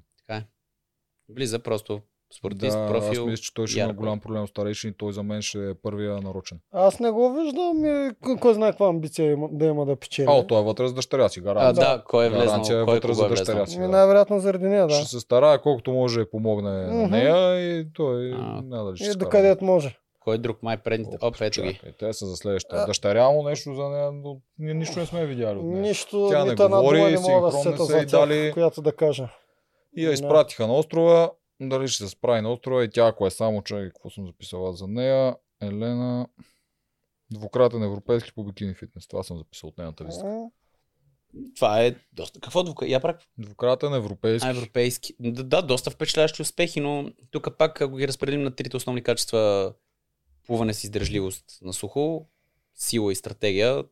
Speaker 3: Близа просто спортист,
Speaker 1: да, аз
Speaker 3: профил.
Speaker 1: мисля, че той ще има
Speaker 3: ярко.
Speaker 1: голям проблем с старейшини, той за мен ще е първия нарочен.
Speaker 2: Аз не го виждам и к- кой знае каква амбиция има, да има да печели.
Speaker 1: А, той е вътре с дъщеря си,
Speaker 3: А,
Speaker 1: гарант.
Speaker 3: да, кой е влезнал,
Speaker 1: Гаранция е
Speaker 3: кой
Speaker 1: вътре
Speaker 3: кого
Speaker 1: за
Speaker 3: е влезнал.
Speaker 1: дъщеря си.
Speaker 2: Ми,
Speaker 1: да.
Speaker 2: най-вероятно заради нея, да.
Speaker 1: Ще се старае колкото може да помогне на
Speaker 2: Мгм. Е,
Speaker 1: нея и той
Speaker 3: А.
Speaker 1: надали ще
Speaker 2: И
Speaker 1: се скара.
Speaker 2: докъдето може.
Speaker 3: Кой е друг май предните?
Speaker 1: Оп,
Speaker 3: Оп, ето ги.
Speaker 1: чакай, Те са за следващата.
Speaker 2: А.
Speaker 1: Дъщеря му нещо за нея, но ние нищо не сме видяли от нея.
Speaker 2: Нищо,
Speaker 1: Е, Тя не
Speaker 2: нито една
Speaker 1: говори,
Speaker 2: дума не мога да
Speaker 1: синхрон не
Speaker 2: сета
Speaker 1: са
Speaker 2: за
Speaker 1: и
Speaker 2: тях,
Speaker 1: дали.
Speaker 2: която да кажа.
Speaker 1: И я
Speaker 2: Да.
Speaker 1: изпратиха на острова. Дали ще се справи на острова и тя, ако е само човек, какво съм записала за нея, Елена, двукратен европейски по бикини фитнес. Това съм записал от нейната визитка.
Speaker 2: М.
Speaker 3: Това е доста... Какво двука? Я прак
Speaker 1: Двукратен европейски.
Speaker 3: А, европейски. Да, да, доста впечатляващи успехи, но тук пак, ако ги разпределим на трите основни качества, плуване с издържливост на сухо, сила и стратегия,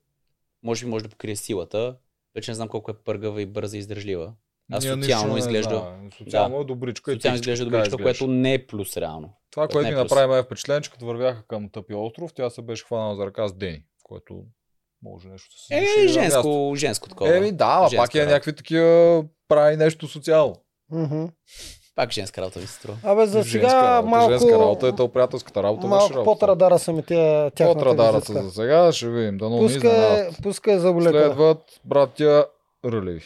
Speaker 3: може би може да покрие силата. Вече не знам колко е пъргава и бърза и издържлива. А
Speaker 1: Ние нищо
Speaker 3: социално
Speaker 1: не
Speaker 3: изглежда-
Speaker 1: знаем. Социално е добричка. и
Speaker 3: Социално
Speaker 1: тичка,
Speaker 3: изглежда
Speaker 1: така
Speaker 3: добричка, което не е плюс реално.
Speaker 1: Това,
Speaker 3: Което
Speaker 1: което
Speaker 3: не е
Speaker 1: ми
Speaker 3: плюс.
Speaker 1: направи май впечатление, че като вървяха към Тъпи остров, тя се беше хванала за ръка с Дени, което може нещо да се случи и
Speaker 3: Е,
Speaker 1: на място.
Speaker 3: женско, женско такова.
Speaker 1: Еми да, ама пак
Speaker 3: Женска
Speaker 1: е
Speaker 3: работа.
Speaker 1: някакви такива прави нещо социално.
Speaker 2: Мгм.
Speaker 3: Пак женска работа ми се струва.
Speaker 2: Абе, за
Speaker 1: женска
Speaker 2: сега
Speaker 1: работа,
Speaker 2: малко...
Speaker 1: Женска работа е то приятелската работа. върши
Speaker 2: Малко
Speaker 1: работа.
Speaker 2: под радара са ми тя,
Speaker 1: Под
Speaker 2: тяхната
Speaker 1: радарата
Speaker 2: визитка.
Speaker 1: за сега, ще видим. Да не
Speaker 2: Пуска е,
Speaker 1: изненадат.
Speaker 2: пуска е заболека.
Speaker 1: Следват братя Рълеви.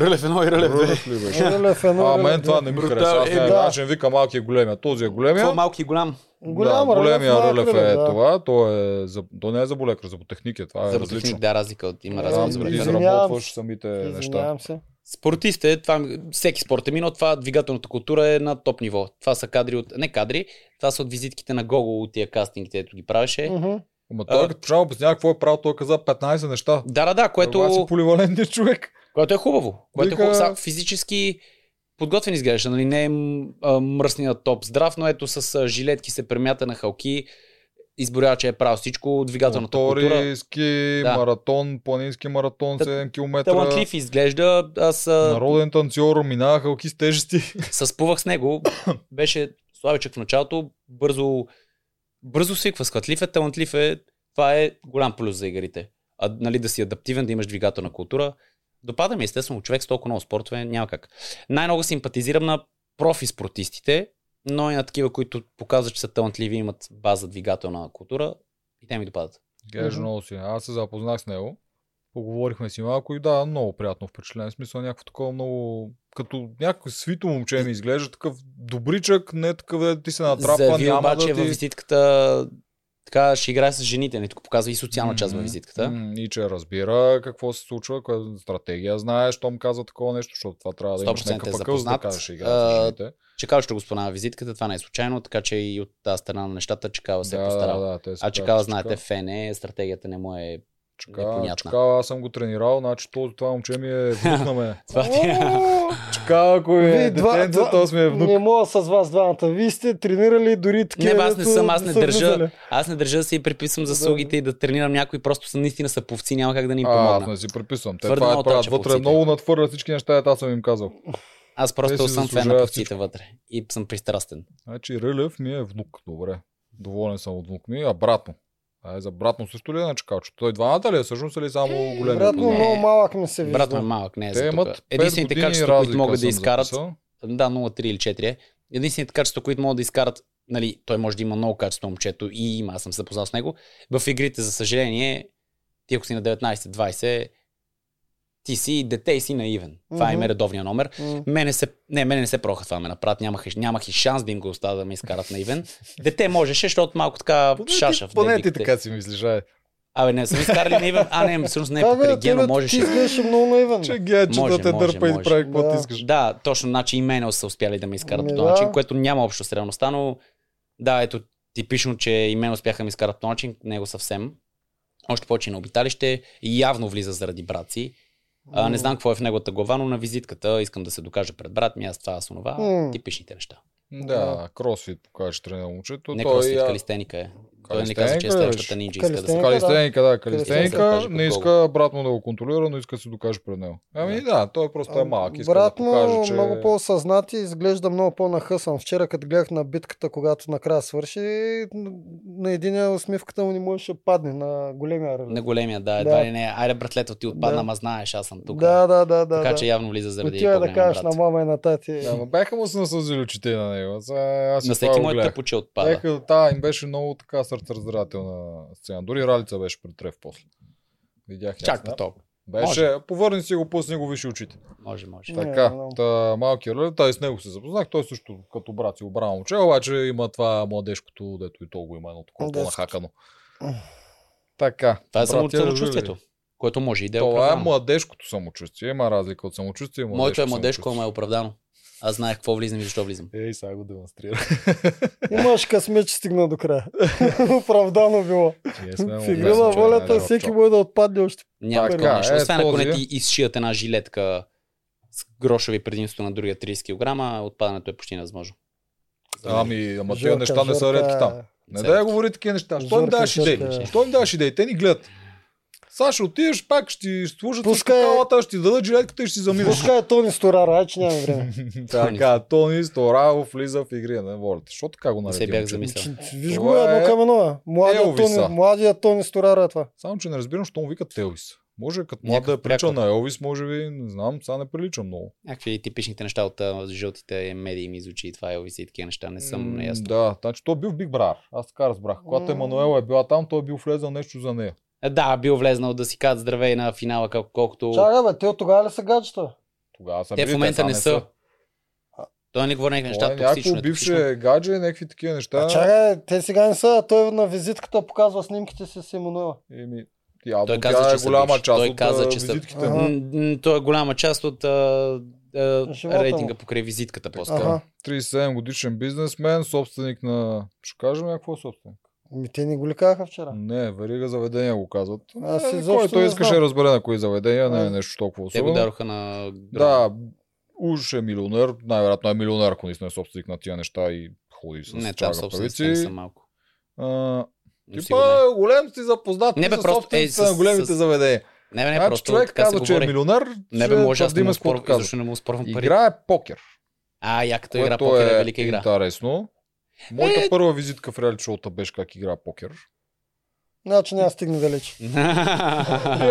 Speaker 3: Рълев едно и
Speaker 1: Рълев ли беше?
Speaker 2: Рълев едно,
Speaker 1: А,
Speaker 2: Рълев
Speaker 1: мен
Speaker 2: две.
Speaker 1: това не ми
Speaker 3: Брутал,
Speaker 1: хареса. Аз
Speaker 3: е,
Speaker 1: не
Speaker 2: да.
Speaker 1: аз ще вика малки и големия. Този е
Speaker 3: Това
Speaker 1: големия.
Speaker 3: е малки и голям.
Speaker 2: Голям
Speaker 1: да,
Speaker 2: рълев,
Speaker 1: големия
Speaker 2: малък
Speaker 1: рълев е
Speaker 2: да.
Speaker 1: това. То, е, за... то не е за болекар, за ботехник е. Това е
Speaker 3: За
Speaker 1: различно.
Speaker 3: ботехник, да, разлика от
Speaker 2: Да,
Speaker 3: има разлика
Speaker 1: Там
Speaker 3: за
Speaker 2: Извинявам
Speaker 3: ботехник.
Speaker 2: се.
Speaker 1: изработваш самите е неща.
Speaker 2: Извинявам се.
Speaker 3: Спортист е, това, всеки спорт е минал, това двигателната култура е на топ ниво. Това са кадри от, не кадри, това са от визитките на Google, от тия кастингите, ето ги правеше.
Speaker 2: Мгм.
Speaker 1: Ама
Speaker 3: А.
Speaker 1: той като почна да обяснява какво е правил, той каза 15 неща.
Speaker 3: Да, да, да,
Speaker 1: Това си
Speaker 3: което,
Speaker 1: поливалентният човек.
Speaker 3: което е хубаво. Което
Speaker 1: Е,
Speaker 3: е
Speaker 1: Вика-
Speaker 3: хубаво. Сега физически подготвен изглежда, нали? Не е м- а, мръсният топ здрав, но ето с а, жилетки се премята на халки, изборява, че е правил всичко, двигателната култура.
Speaker 1: Мотори, ски,
Speaker 3: Да.
Speaker 1: маратон, планински маратон,
Speaker 3: Та-
Speaker 1: 7 км.
Speaker 3: Талантлив изглежда, аз а,
Speaker 1: Народен танцор, минава халки с тежести.
Speaker 3: Съспувах с него. Беше слабичък в началото. Бързо, бързо свиква. Схватлив е, талантлив е. Това е голям плюс за игрите. А, нали, да си адаптивен, да имаш двигателна култура. Допада ми естествено човек с толкова много спортове, няма как. Най-много симпатизирам на профи спортистите, но и на такива, които показват, че са талантливи, имат база двигателна култура и те ми допадат.
Speaker 1: Геш
Speaker 2: Мгм.
Speaker 1: много си. Аз се запознах с него. Поговорихме си малко и да, много приятно впечатление. В смисъл някакво такова много... Като някакво свито момче ми изглежда такъв добричък, не такъв да ти се натрапва,
Speaker 3: Заяви
Speaker 1: няма
Speaker 3: обаче е
Speaker 1: да ти...
Speaker 3: във визитката така ще играе с жените, не тук показва и социална част във
Speaker 1: Мгм.
Speaker 3: визитката.
Speaker 1: М, И че разбира какво се случва, коя стратегия знаеш, щом казва такова нещо, защото това трябва да имаш
Speaker 3: 100% е
Speaker 1: някакъв акъл, за да
Speaker 3: запознат.
Speaker 1: кажеш игра за
Speaker 3: А,
Speaker 1: жените.
Speaker 3: Чекал ще го спомена визитката, това не е случайно, така че и от тази страна на нещата Чекала се е
Speaker 1: Да, да,
Speaker 3: постарал.
Speaker 1: да, те се
Speaker 3: А
Speaker 1: правят,
Speaker 3: Чекала,
Speaker 1: че
Speaker 3: знаете, фен е, стратегията не му е...
Speaker 1: Чакала,
Speaker 3: непонятна.
Speaker 1: чакала, аз съм го тренирал, значи то- това момче ми е внук на мен.
Speaker 3: Това ти е...
Speaker 1: Чакала, ако е
Speaker 2: Вие два-
Speaker 1: детенце,
Speaker 2: два-
Speaker 1: то сме е внук.
Speaker 2: Не мога с вас двамата. Вие сте тренирали дори такива.
Speaker 3: Не, бе, аз не
Speaker 2: дето
Speaker 3: съм, аз не
Speaker 2: са
Speaker 3: държа.
Speaker 2: влизали.
Speaker 3: Аз не държа да се и преписвам
Speaker 2: Да,
Speaker 3: заслугите и да тренирам някой, просто съм наистина са повци, няма как да ни им
Speaker 1: А, аз
Speaker 3: помогна.
Speaker 1: не си преписвам. Те
Speaker 3: Твърде
Speaker 1: това е
Speaker 3: много
Speaker 1: правят
Speaker 3: тънче
Speaker 1: вътре.
Speaker 3: пуците.
Speaker 1: Много надхвърлят всички неща, дето аз съм им казал.
Speaker 3: Аз
Speaker 1: те
Speaker 3: просто
Speaker 1: си
Speaker 3: съм фен на
Speaker 1: заслужават
Speaker 3: повците вътре и съм пристрастен.
Speaker 1: Значи Рълев ми е внук. Добре. Доволен съм от внук ми. А брат му? А е за брат му също ли е на чакалчето? Той двамата ли е всъщност или само големия?
Speaker 2: Вероятно
Speaker 3: Не.
Speaker 2: много малък ми се вижда.
Speaker 3: Брат ме малък, не е
Speaker 1: Те
Speaker 3: за тук.
Speaker 1: имат 5
Speaker 3: Единствените
Speaker 1: години
Speaker 3: качества, които
Speaker 1: разлика
Speaker 3: могат да
Speaker 1: съм
Speaker 3: изкарат,
Speaker 1: записал.
Speaker 3: да, 0-3 или 4 е. Единствените качества, които могат да изкарат, нали, той може да има много качество момчето и има, аз съм се запознал с него. В игрите, за съжаление, ти ако си на 19-20, ти си дете и си наивен. Това mm-hmm.
Speaker 2: Мгм.
Speaker 3: им е редовния номер.
Speaker 2: М.
Speaker 3: Мене се, не, мене не се проха това да ме направят. Нямах, и- нямах и шанс да им го оставя да ме изкарат наивен. Дете можеше, защото малко така
Speaker 1: Поне
Speaker 3: шаша
Speaker 1: ти,
Speaker 3: в
Speaker 1: поне ти
Speaker 3: дебиките.
Speaker 1: така си мислиш, е. ай.
Speaker 3: Абе, не съм изкарали наивен. А, не, всъщност не, е
Speaker 2: Да, бе,
Speaker 3: покрай
Speaker 2: тебе
Speaker 3: гено
Speaker 2: Ти
Speaker 3: можеше.
Speaker 2: изглеждаш много наивен.
Speaker 1: Че гече да
Speaker 3: Може,
Speaker 1: те
Speaker 3: може,
Speaker 1: дърпа и да
Speaker 3: може.
Speaker 1: прави каквото
Speaker 2: Да.
Speaker 1: искаш.
Speaker 3: Да, точно, значи и Менел са успяли да ме изкарат
Speaker 2: Ами
Speaker 3: по този
Speaker 2: да.
Speaker 3: начин, което няма общо с реалността, но да, ето типично, че и мен успяха да ме изкарат по този начин, него съвсем. Още повече на обиталище и явно влиза заради брат си. А, не знам какво е в неговата глава, но на визитката искам да се докажа пред брат ми, аз това, аз онова,
Speaker 2: М.
Speaker 3: типичните неща.
Speaker 1: Да, кросфит покажеш тренира момчето.
Speaker 3: Не
Speaker 1: той,
Speaker 3: кросфит,
Speaker 1: а,
Speaker 3: калистеника е. Той не
Speaker 1: калистеника
Speaker 3: каза, че е
Speaker 1: ли
Speaker 3: следващата
Speaker 1: беше?
Speaker 3: нинджа иска да се...
Speaker 2: Калистеника.
Speaker 1: Калистеника, да, калистеника.
Speaker 3: Калистеника.
Speaker 1: Не иска брат му да го контролира, но иска да се докаже пред него. Ами да, той просто е малък. Иска
Speaker 2: Брат
Speaker 1: да
Speaker 2: му
Speaker 1: покаже, че...
Speaker 2: много по-осъзнат и изглежда много по-нахъсан. Вчера, като гледах на битката, когато накрая свърши, н- на единия усмивката му не можеше да падне на големия ръв.
Speaker 3: На големия, да,
Speaker 2: Да.
Speaker 3: едва ли не. Айде, братлето, ти отпадна,
Speaker 2: Да.
Speaker 3: ама знаеш, аз съм тук.
Speaker 2: Да, да, да, да.
Speaker 3: така
Speaker 2: да.
Speaker 3: че явно влиза заради
Speaker 2: Отива да
Speaker 3: по-големия
Speaker 2: кажеш на
Speaker 3: брат.
Speaker 2: мама и на тати.
Speaker 1: Да, ма бяха му се насъзили очите на него. Сега Аз и това
Speaker 3: На всеки
Speaker 1: го
Speaker 3: му е
Speaker 1: гледах.
Speaker 3: тъпо, че отпада.
Speaker 1: Бяха, да, им беше много така сърцераздирателна сцена. Дори Ралица беше притрев после. Видях
Speaker 3: Чак
Speaker 1: ясно.
Speaker 3: по толкова.
Speaker 1: Беше, повърни си го, пусни го, виж очите.
Speaker 3: Може, може.
Speaker 2: Не,
Speaker 1: Така,
Speaker 2: не, не.
Speaker 1: та, малкият Леле, той с него се запознах, той също като брат си обрана момче, обаче има това младежкото, дето и то го има едно такова
Speaker 2: Младежкото.
Speaker 1: по-нахакано.
Speaker 2: М.
Speaker 1: Така.
Speaker 3: Това е само
Speaker 1: братя Леле.
Speaker 3: самочувствието, което може и да е
Speaker 1: Това е
Speaker 3: оправдано.
Speaker 1: младежкото самочувствие. Има разлика от самочувствие и младежко
Speaker 3: Моето е младежко, ама е
Speaker 1: самочувствие.
Speaker 3: оправдано. Аз знаех какво влизам и защо влизам.
Speaker 1: Ей, сега го демонстрира.
Speaker 2: Имаш късмет, че стигна до края. Оправдано било.
Speaker 1: Ние сме
Speaker 2: В игри
Speaker 1: младежко,
Speaker 2: на
Speaker 1: че е
Speaker 2: волята
Speaker 1: най-жалко.
Speaker 2: всеки може да отпадне още.
Speaker 3: Няма
Speaker 1: Така
Speaker 3: такова
Speaker 1: е,
Speaker 3: нещо. Освен ако не
Speaker 1: този-
Speaker 3: ти изшият една жилетка с грошови предимство на другия 30 кг, отпадането е почти невъзможно. За мен.
Speaker 1: Ами, ама
Speaker 2: Жорка,
Speaker 1: тези неща не са
Speaker 2: Жорка
Speaker 1: редки
Speaker 2: е-
Speaker 1: там. Не
Speaker 3: Цялото.
Speaker 1: да я говори такива неща. Що им
Speaker 2: Жорка,
Speaker 1: даш идеи?
Speaker 2: Жорка.
Speaker 1: Що им даш идеи? Те ни гледат. Саша, отиваш, пак ще служат с
Speaker 2: Пускай-
Speaker 1: калата, ще ти дадат жилетката и ще си заминеш.
Speaker 2: Пускай е Тони Сторара, ай, че нямам време.
Speaker 1: Така, Тони Сторавов влиза в игри на волята. Защо така го
Speaker 3: Не
Speaker 1: нарече?
Speaker 3: се бях
Speaker 1: момче?
Speaker 3: замислял.
Speaker 2: Че- Виж
Speaker 1: Това
Speaker 2: го
Speaker 1: е
Speaker 2: едно към едно. е. Младия
Speaker 1: Елвиса.
Speaker 2: Тони, младия Тони Сторара е това.
Speaker 1: Само, че не разбирам, защо му викат Елвис. Може като млад да е
Speaker 3: Някакъв
Speaker 1: приличал
Speaker 3: прякор.
Speaker 1: на Елвис, може би, не знам, сега не прилича много.
Speaker 3: Някакви типичните неща от а, жълтите медии ми звучи, това е и такива неща, не съм
Speaker 1: М,
Speaker 3: наясно.
Speaker 1: Да, значи той бил в Биг Брар. Аз така разбрах. Когато
Speaker 2: М.
Speaker 1: Емануела е била там, той е бил влезъл нещо за нея.
Speaker 3: Е, Да, бил влезнал да си казват здравей на финала, кол- колкото...
Speaker 2: Чакай, бе, те от тогава ли са гаджета?
Speaker 1: Тогава са
Speaker 3: Те
Speaker 1: били,
Speaker 3: в момента
Speaker 1: сега
Speaker 3: не са. Той не говори някакви
Speaker 1: Това е
Speaker 3: неща, токсично
Speaker 1: някакво
Speaker 3: е токсично.
Speaker 1: бивше гадже, някакви такива
Speaker 2: А
Speaker 1: неща.
Speaker 2: чакай, те сега не са, а той на визитката показва снимките си с Емануела.
Speaker 1: Еми, явно
Speaker 3: Той
Speaker 1: тя
Speaker 3: каза, че
Speaker 1: е
Speaker 3: са
Speaker 1: голяма
Speaker 3: бивши.
Speaker 1: част
Speaker 3: Той
Speaker 1: от
Speaker 3: каза,
Speaker 1: а,
Speaker 3: че са-
Speaker 1: визитките.
Speaker 2: Ага.
Speaker 1: му.
Speaker 3: М, м, Той е голяма част от а, а,
Speaker 2: Живота му.
Speaker 3: рейтинга покрай визитката по
Speaker 2: Ага.
Speaker 3: скоро
Speaker 1: 37 годишен бизнесмен, собственик на... Ще кажем какво е собственик?
Speaker 2: Ми те не го ли казаха вчера?
Speaker 1: Не, верига заведения го казват.
Speaker 2: Аз
Speaker 1: Е,
Speaker 2: изобщо
Speaker 1: който
Speaker 2: не
Speaker 1: искаше
Speaker 2: знам.
Speaker 1: да разбере на кои заведения, не е
Speaker 2: Аз-
Speaker 1: нещо толкова
Speaker 3: Те го
Speaker 1: особено.
Speaker 3: дадоха на...
Speaker 1: Да, уж е милионер, най-вероятно е милионер, ако наистина е собственик на тия неща и ходи с
Speaker 3: Не, там
Speaker 1: чага
Speaker 3: собствените
Speaker 1: павици.
Speaker 3: са малко.
Speaker 1: А,
Speaker 3: Но сигурно
Speaker 1: Типа, голем си запознат
Speaker 3: Не,
Speaker 1: не,
Speaker 3: бе,
Speaker 1: с
Speaker 3: просто, е,
Speaker 1: собствениците
Speaker 3: с-
Speaker 1: на големите
Speaker 3: с-
Speaker 1: заведения.
Speaker 3: Не, бе, не,
Speaker 1: Значи
Speaker 3: просто
Speaker 1: човек
Speaker 3: така се
Speaker 1: каза, че е
Speaker 3: говори.
Speaker 1: милионер,
Speaker 3: Не, бе,
Speaker 1: ще
Speaker 3: може аз
Speaker 1: твърди
Speaker 3: не му
Speaker 1: с каквото
Speaker 3: спорвам,
Speaker 1: казва.
Speaker 3: защо не му спорвам пари.
Speaker 1: Игра е покер,
Speaker 3: А, яката игра,
Speaker 1: което
Speaker 3: покер е
Speaker 1: е
Speaker 3: велика игра.
Speaker 1: интересно. Моята
Speaker 3: Е.
Speaker 1: първа визитка в реалити шоута беше как игра покер.
Speaker 2: Значи няма да стигне далеч.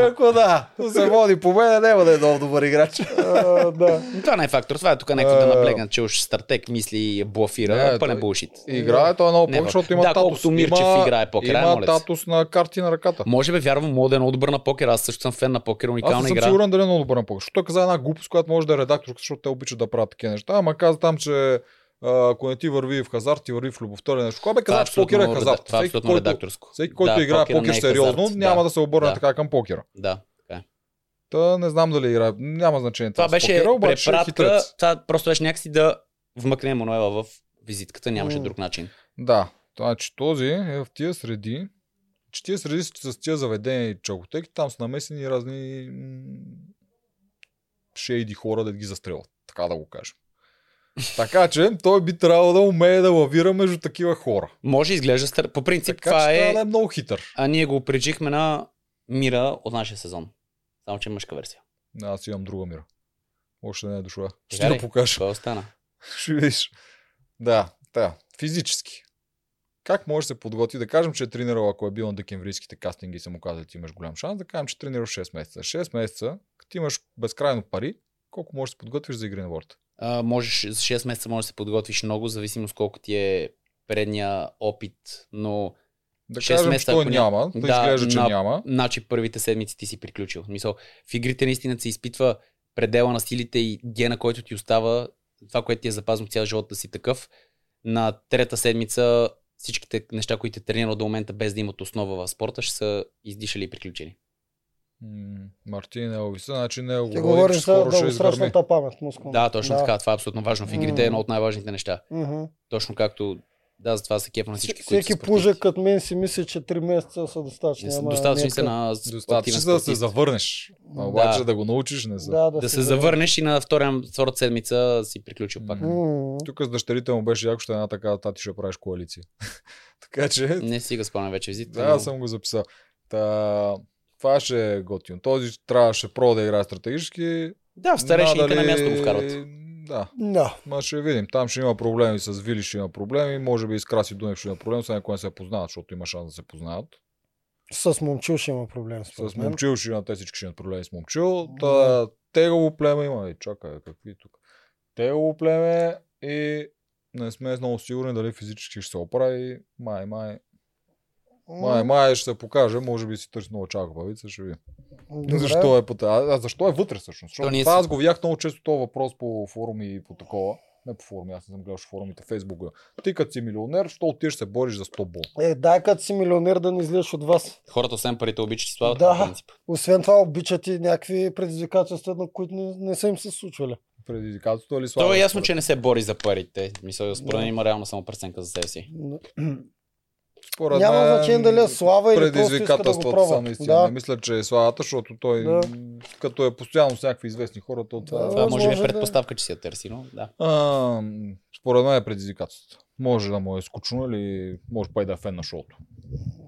Speaker 1: ако да, се води по мен, няма да е много добър играч.
Speaker 2: А, да.
Speaker 3: Това не е фактор, това е тук някой да
Speaker 1: А,
Speaker 3: наблегна, че уж стратег мисли и блофира,
Speaker 1: Не,
Speaker 3: пълен
Speaker 1: Е, той-
Speaker 3: булшит.
Speaker 1: Играе той много
Speaker 3: Не,
Speaker 1: покер, защото има
Speaker 3: да,
Speaker 1: татус.
Speaker 3: колкото Мирчев
Speaker 1: Има-
Speaker 3: играе покер, ай,
Speaker 1: Има
Speaker 3: моля се.
Speaker 1: татус на карти на ръката.
Speaker 3: Може би вярвам, мога да е много добър на покер, аз също съм фен на покер,
Speaker 1: Аз не
Speaker 3: уникална
Speaker 1: съм
Speaker 3: игра.
Speaker 1: сигурен дали е много добър на покер. Защото той каза една глупост, която може да е редактор, защото те обичат да правят такива неща. Ама каза там, че а, ако не ти върви в хазарт, ти върви в любовта или нещо. Кой бе
Speaker 3: Това е
Speaker 1: каза, че покер е
Speaker 3: абсолютно реда-
Speaker 1: хазарт?
Speaker 3: Това е
Speaker 1: Всеки,
Speaker 3: абсолютно
Speaker 1: който,
Speaker 3: редакторско.
Speaker 1: всеки, който
Speaker 3: Да,
Speaker 1: играе
Speaker 3: покера не
Speaker 1: покер
Speaker 3: е
Speaker 1: сериозно,
Speaker 3: хазарт,
Speaker 1: няма
Speaker 3: да.
Speaker 1: да се обърне
Speaker 3: Да.
Speaker 1: така към покера.
Speaker 3: Да, така е.
Speaker 1: Та не знам дали играе. Няма значение.
Speaker 3: Това
Speaker 1: с
Speaker 3: беше
Speaker 1: покера, обаче е
Speaker 3: препратка.
Speaker 1: хитрец.
Speaker 3: Това просто беше някакси да вмъкне Емануела в визитката. Нямаше
Speaker 2: М.
Speaker 3: друг начин.
Speaker 1: Да. Значи този е в тия среди. Че тия среди с- с тия заведения и чалкотеки, там са намесени разни м, шейди хора да ги застрелват. Така да го кажем. Така че той би трябвало да умее да лавира между такива хора.
Speaker 3: Може изглежда стар... По принцип
Speaker 1: Така
Speaker 3: това
Speaker 1: че
Speaker 3: е...
Speaker 1: трябва да е много хитър.
Speaker 3: А ние го причихме на Мира от нашия сезон. Само, че е мъжка версия.
Speaker 1: Аз имам друга мира. Още не е дошла. Ще
Speaker 3: Така
Speaker 1: ти
Speaker 3: ли?
Speaker 1: я покажа.
Speaker 3: Кой остана?
Speaker 1: Ще видиш. Да, да. Физически. Как може да се подготви? Да кажем, че е тренирал, ако е бил на декемврийските кастинги и са му казали, ти имаш голям шанс, да кажем, че е тренирал 6 месеца. 6 месеца, като имаш безкрайно пари, колко можеш да се подготвиш за игри на борта?
Speaker 3: а, можеш, за 6 месеца можеш да се подготвиш много, зависимо с колко ти е предния опит, но
Speaker 1: Да
Speaker 3: Шест
Speaker 1: кажем, че
Speaker 3: месеца,
Speaker 1: той
Speaker 3: ако
Speaker 1: няма, да,
Speaker 3: Да,
Speaker 1: изглежда, че
Speaker 3: на-
Speaker 1: няма.
Speaker 3: значи първите седмици ти си приключил. В Смисъл, в игрите наистина се изпитва предела на силите и гена, който ти остава, това, което ти е запазно цял живот да си такъв. На трета седмица всичките неща, които е тренирал до момента без да имат основа в спорта, ще са издишали и приключени.
Speaker 1: М, Мартин Елвиса, значи не
Speaker 2: Ти
Speaker 1: е
Speaker 2: говориш
Speaker 1: че
Speaker 2: за
Speaker 1: скоро ще изгърми.
Speaker 2: дългосрочната памет мускулна.
Speaker 3: Да, точно да. така. Това е абсолютно важно. В игрите
Speaker 2: М.
Speaker 3: е едно от най-важните неща.
Speaker 2: Мгм.
Speaker 3: Точно както да, затова се кефа на всички, които
Speaker 2: Всеки
Speaker 3: са спортисти.
Speaker 2: пужък като мен си мисли, че 3 месеца са достатъчни. ама
Speaker 3: Достатъчни
Speaker 2: не
Speaker 3: са
Speaker 2: е
Speaker 3: на
Speaker 1: Достатъчно
Speaker 3: активен
Speaker 1: за да се
Speaker 3: спортист.
Speaker 1: завърнеш.
Speaker 2: Да.
Speaker 1: А, Обаче да. го научиш не
Speaker 2: така.
Speaker 1: за.
Speaker 2: Да, да,
Speaker 3: Да
Speaker 2: си
Speaker 3: се
Speaker 2: завърна.
Speaker 3: завърнеш и на втория, втората седмица си приключил пак.
Speaker 1: М.
Speaker 2: Мгм.
Speaker 1: Тук с дъщерите му беше яко, ще е една така, та ти ще правиш коалиция. така че,
Speaker 3: Не си го спомням вече визит.
Speaker 1: да, аз съм го записал. Та, това ще е готино. Този трябваше про да играе стратегически.
Speaker 3: Да, в старешните
Speaker 1: Надали-
Speaker 3: на място го вкарват.
Speaker 1: Да,
Speaker 2: Да.
Speaker 1: ма ще видим. Там ще има проблеми с Вили, ще има проблеми. Може би и с Краси Дунев ще има проблем, сега ако не се познават, защото има шанс да се познават.
Speaker 2: С момчил ще има проблем според
Speaker 1: С
Speaker 2: мен.
Speaker 1: момчил ще имат, те всички ще имат проблеми с момчил.
Speaker 2: Да.
Speaker 1: Та, тегаво племе има. И чакай, бе, какви тук. Тегаво племе и не сме много сигурни дали физически ще се оправи. Май, май. Май, май ще се покаже. Може би си търси нова чакапавица, ще видим.
Speaker 2: Добре.
Speaker 1: Защо е по тази? А защо е вътре всъщност? Защото
Speaker 3: ние
Speaker 1: това
Speaker 3: си-
Speaker 1: аз го видях много често този въпрос по форуми и по такова. Не по форуми, аз не съм гледал форумите, Фейсбука. Ти като си милионер, що отиваш се бориш за 100 бон?
Speaker 2: Е, дай като си милионер да не излезеш от вас.
Speaker 3: Хората освен парите обичат и славата.
Speaker 2: Да.
Speaker 3: Да. Принцип.
Speaker 2: Освен това обичат и някакви предизвикателства, на които не, не са им се случвали.
Speaker 1: Предизвикателството ли слава?
Speaker 3: То е ясно, че не се бори за парите. Мисля, според мен
Speaker 2: Да.
Speaker 3: има реална самопреценка за себе си.
Speaker 1: Според
Speaker 2: Няма
Speaker 1: мен,
Speaker 2: значение дали е слава или просто иска да го
Speaker 1: предизвикателството
Speaker 2: пробва.
Speaker 1: са наистина.
Speaker 2: Да.
Speaker 1: Не мисля, че е славата, защото той
Speaker 2: Да.
Speaker 1: м, като е постоянно с някакви известни хора, то това...
Speaker 2: Да,
Speaker 3: Това може би е
Speaker 2: може да-
Speaker 3: предпоставка, че си я търси, но да.
Speaker 1: А, м, според мен е предизвикателството. Може да му е скучно или може па и да е фен на шоуто.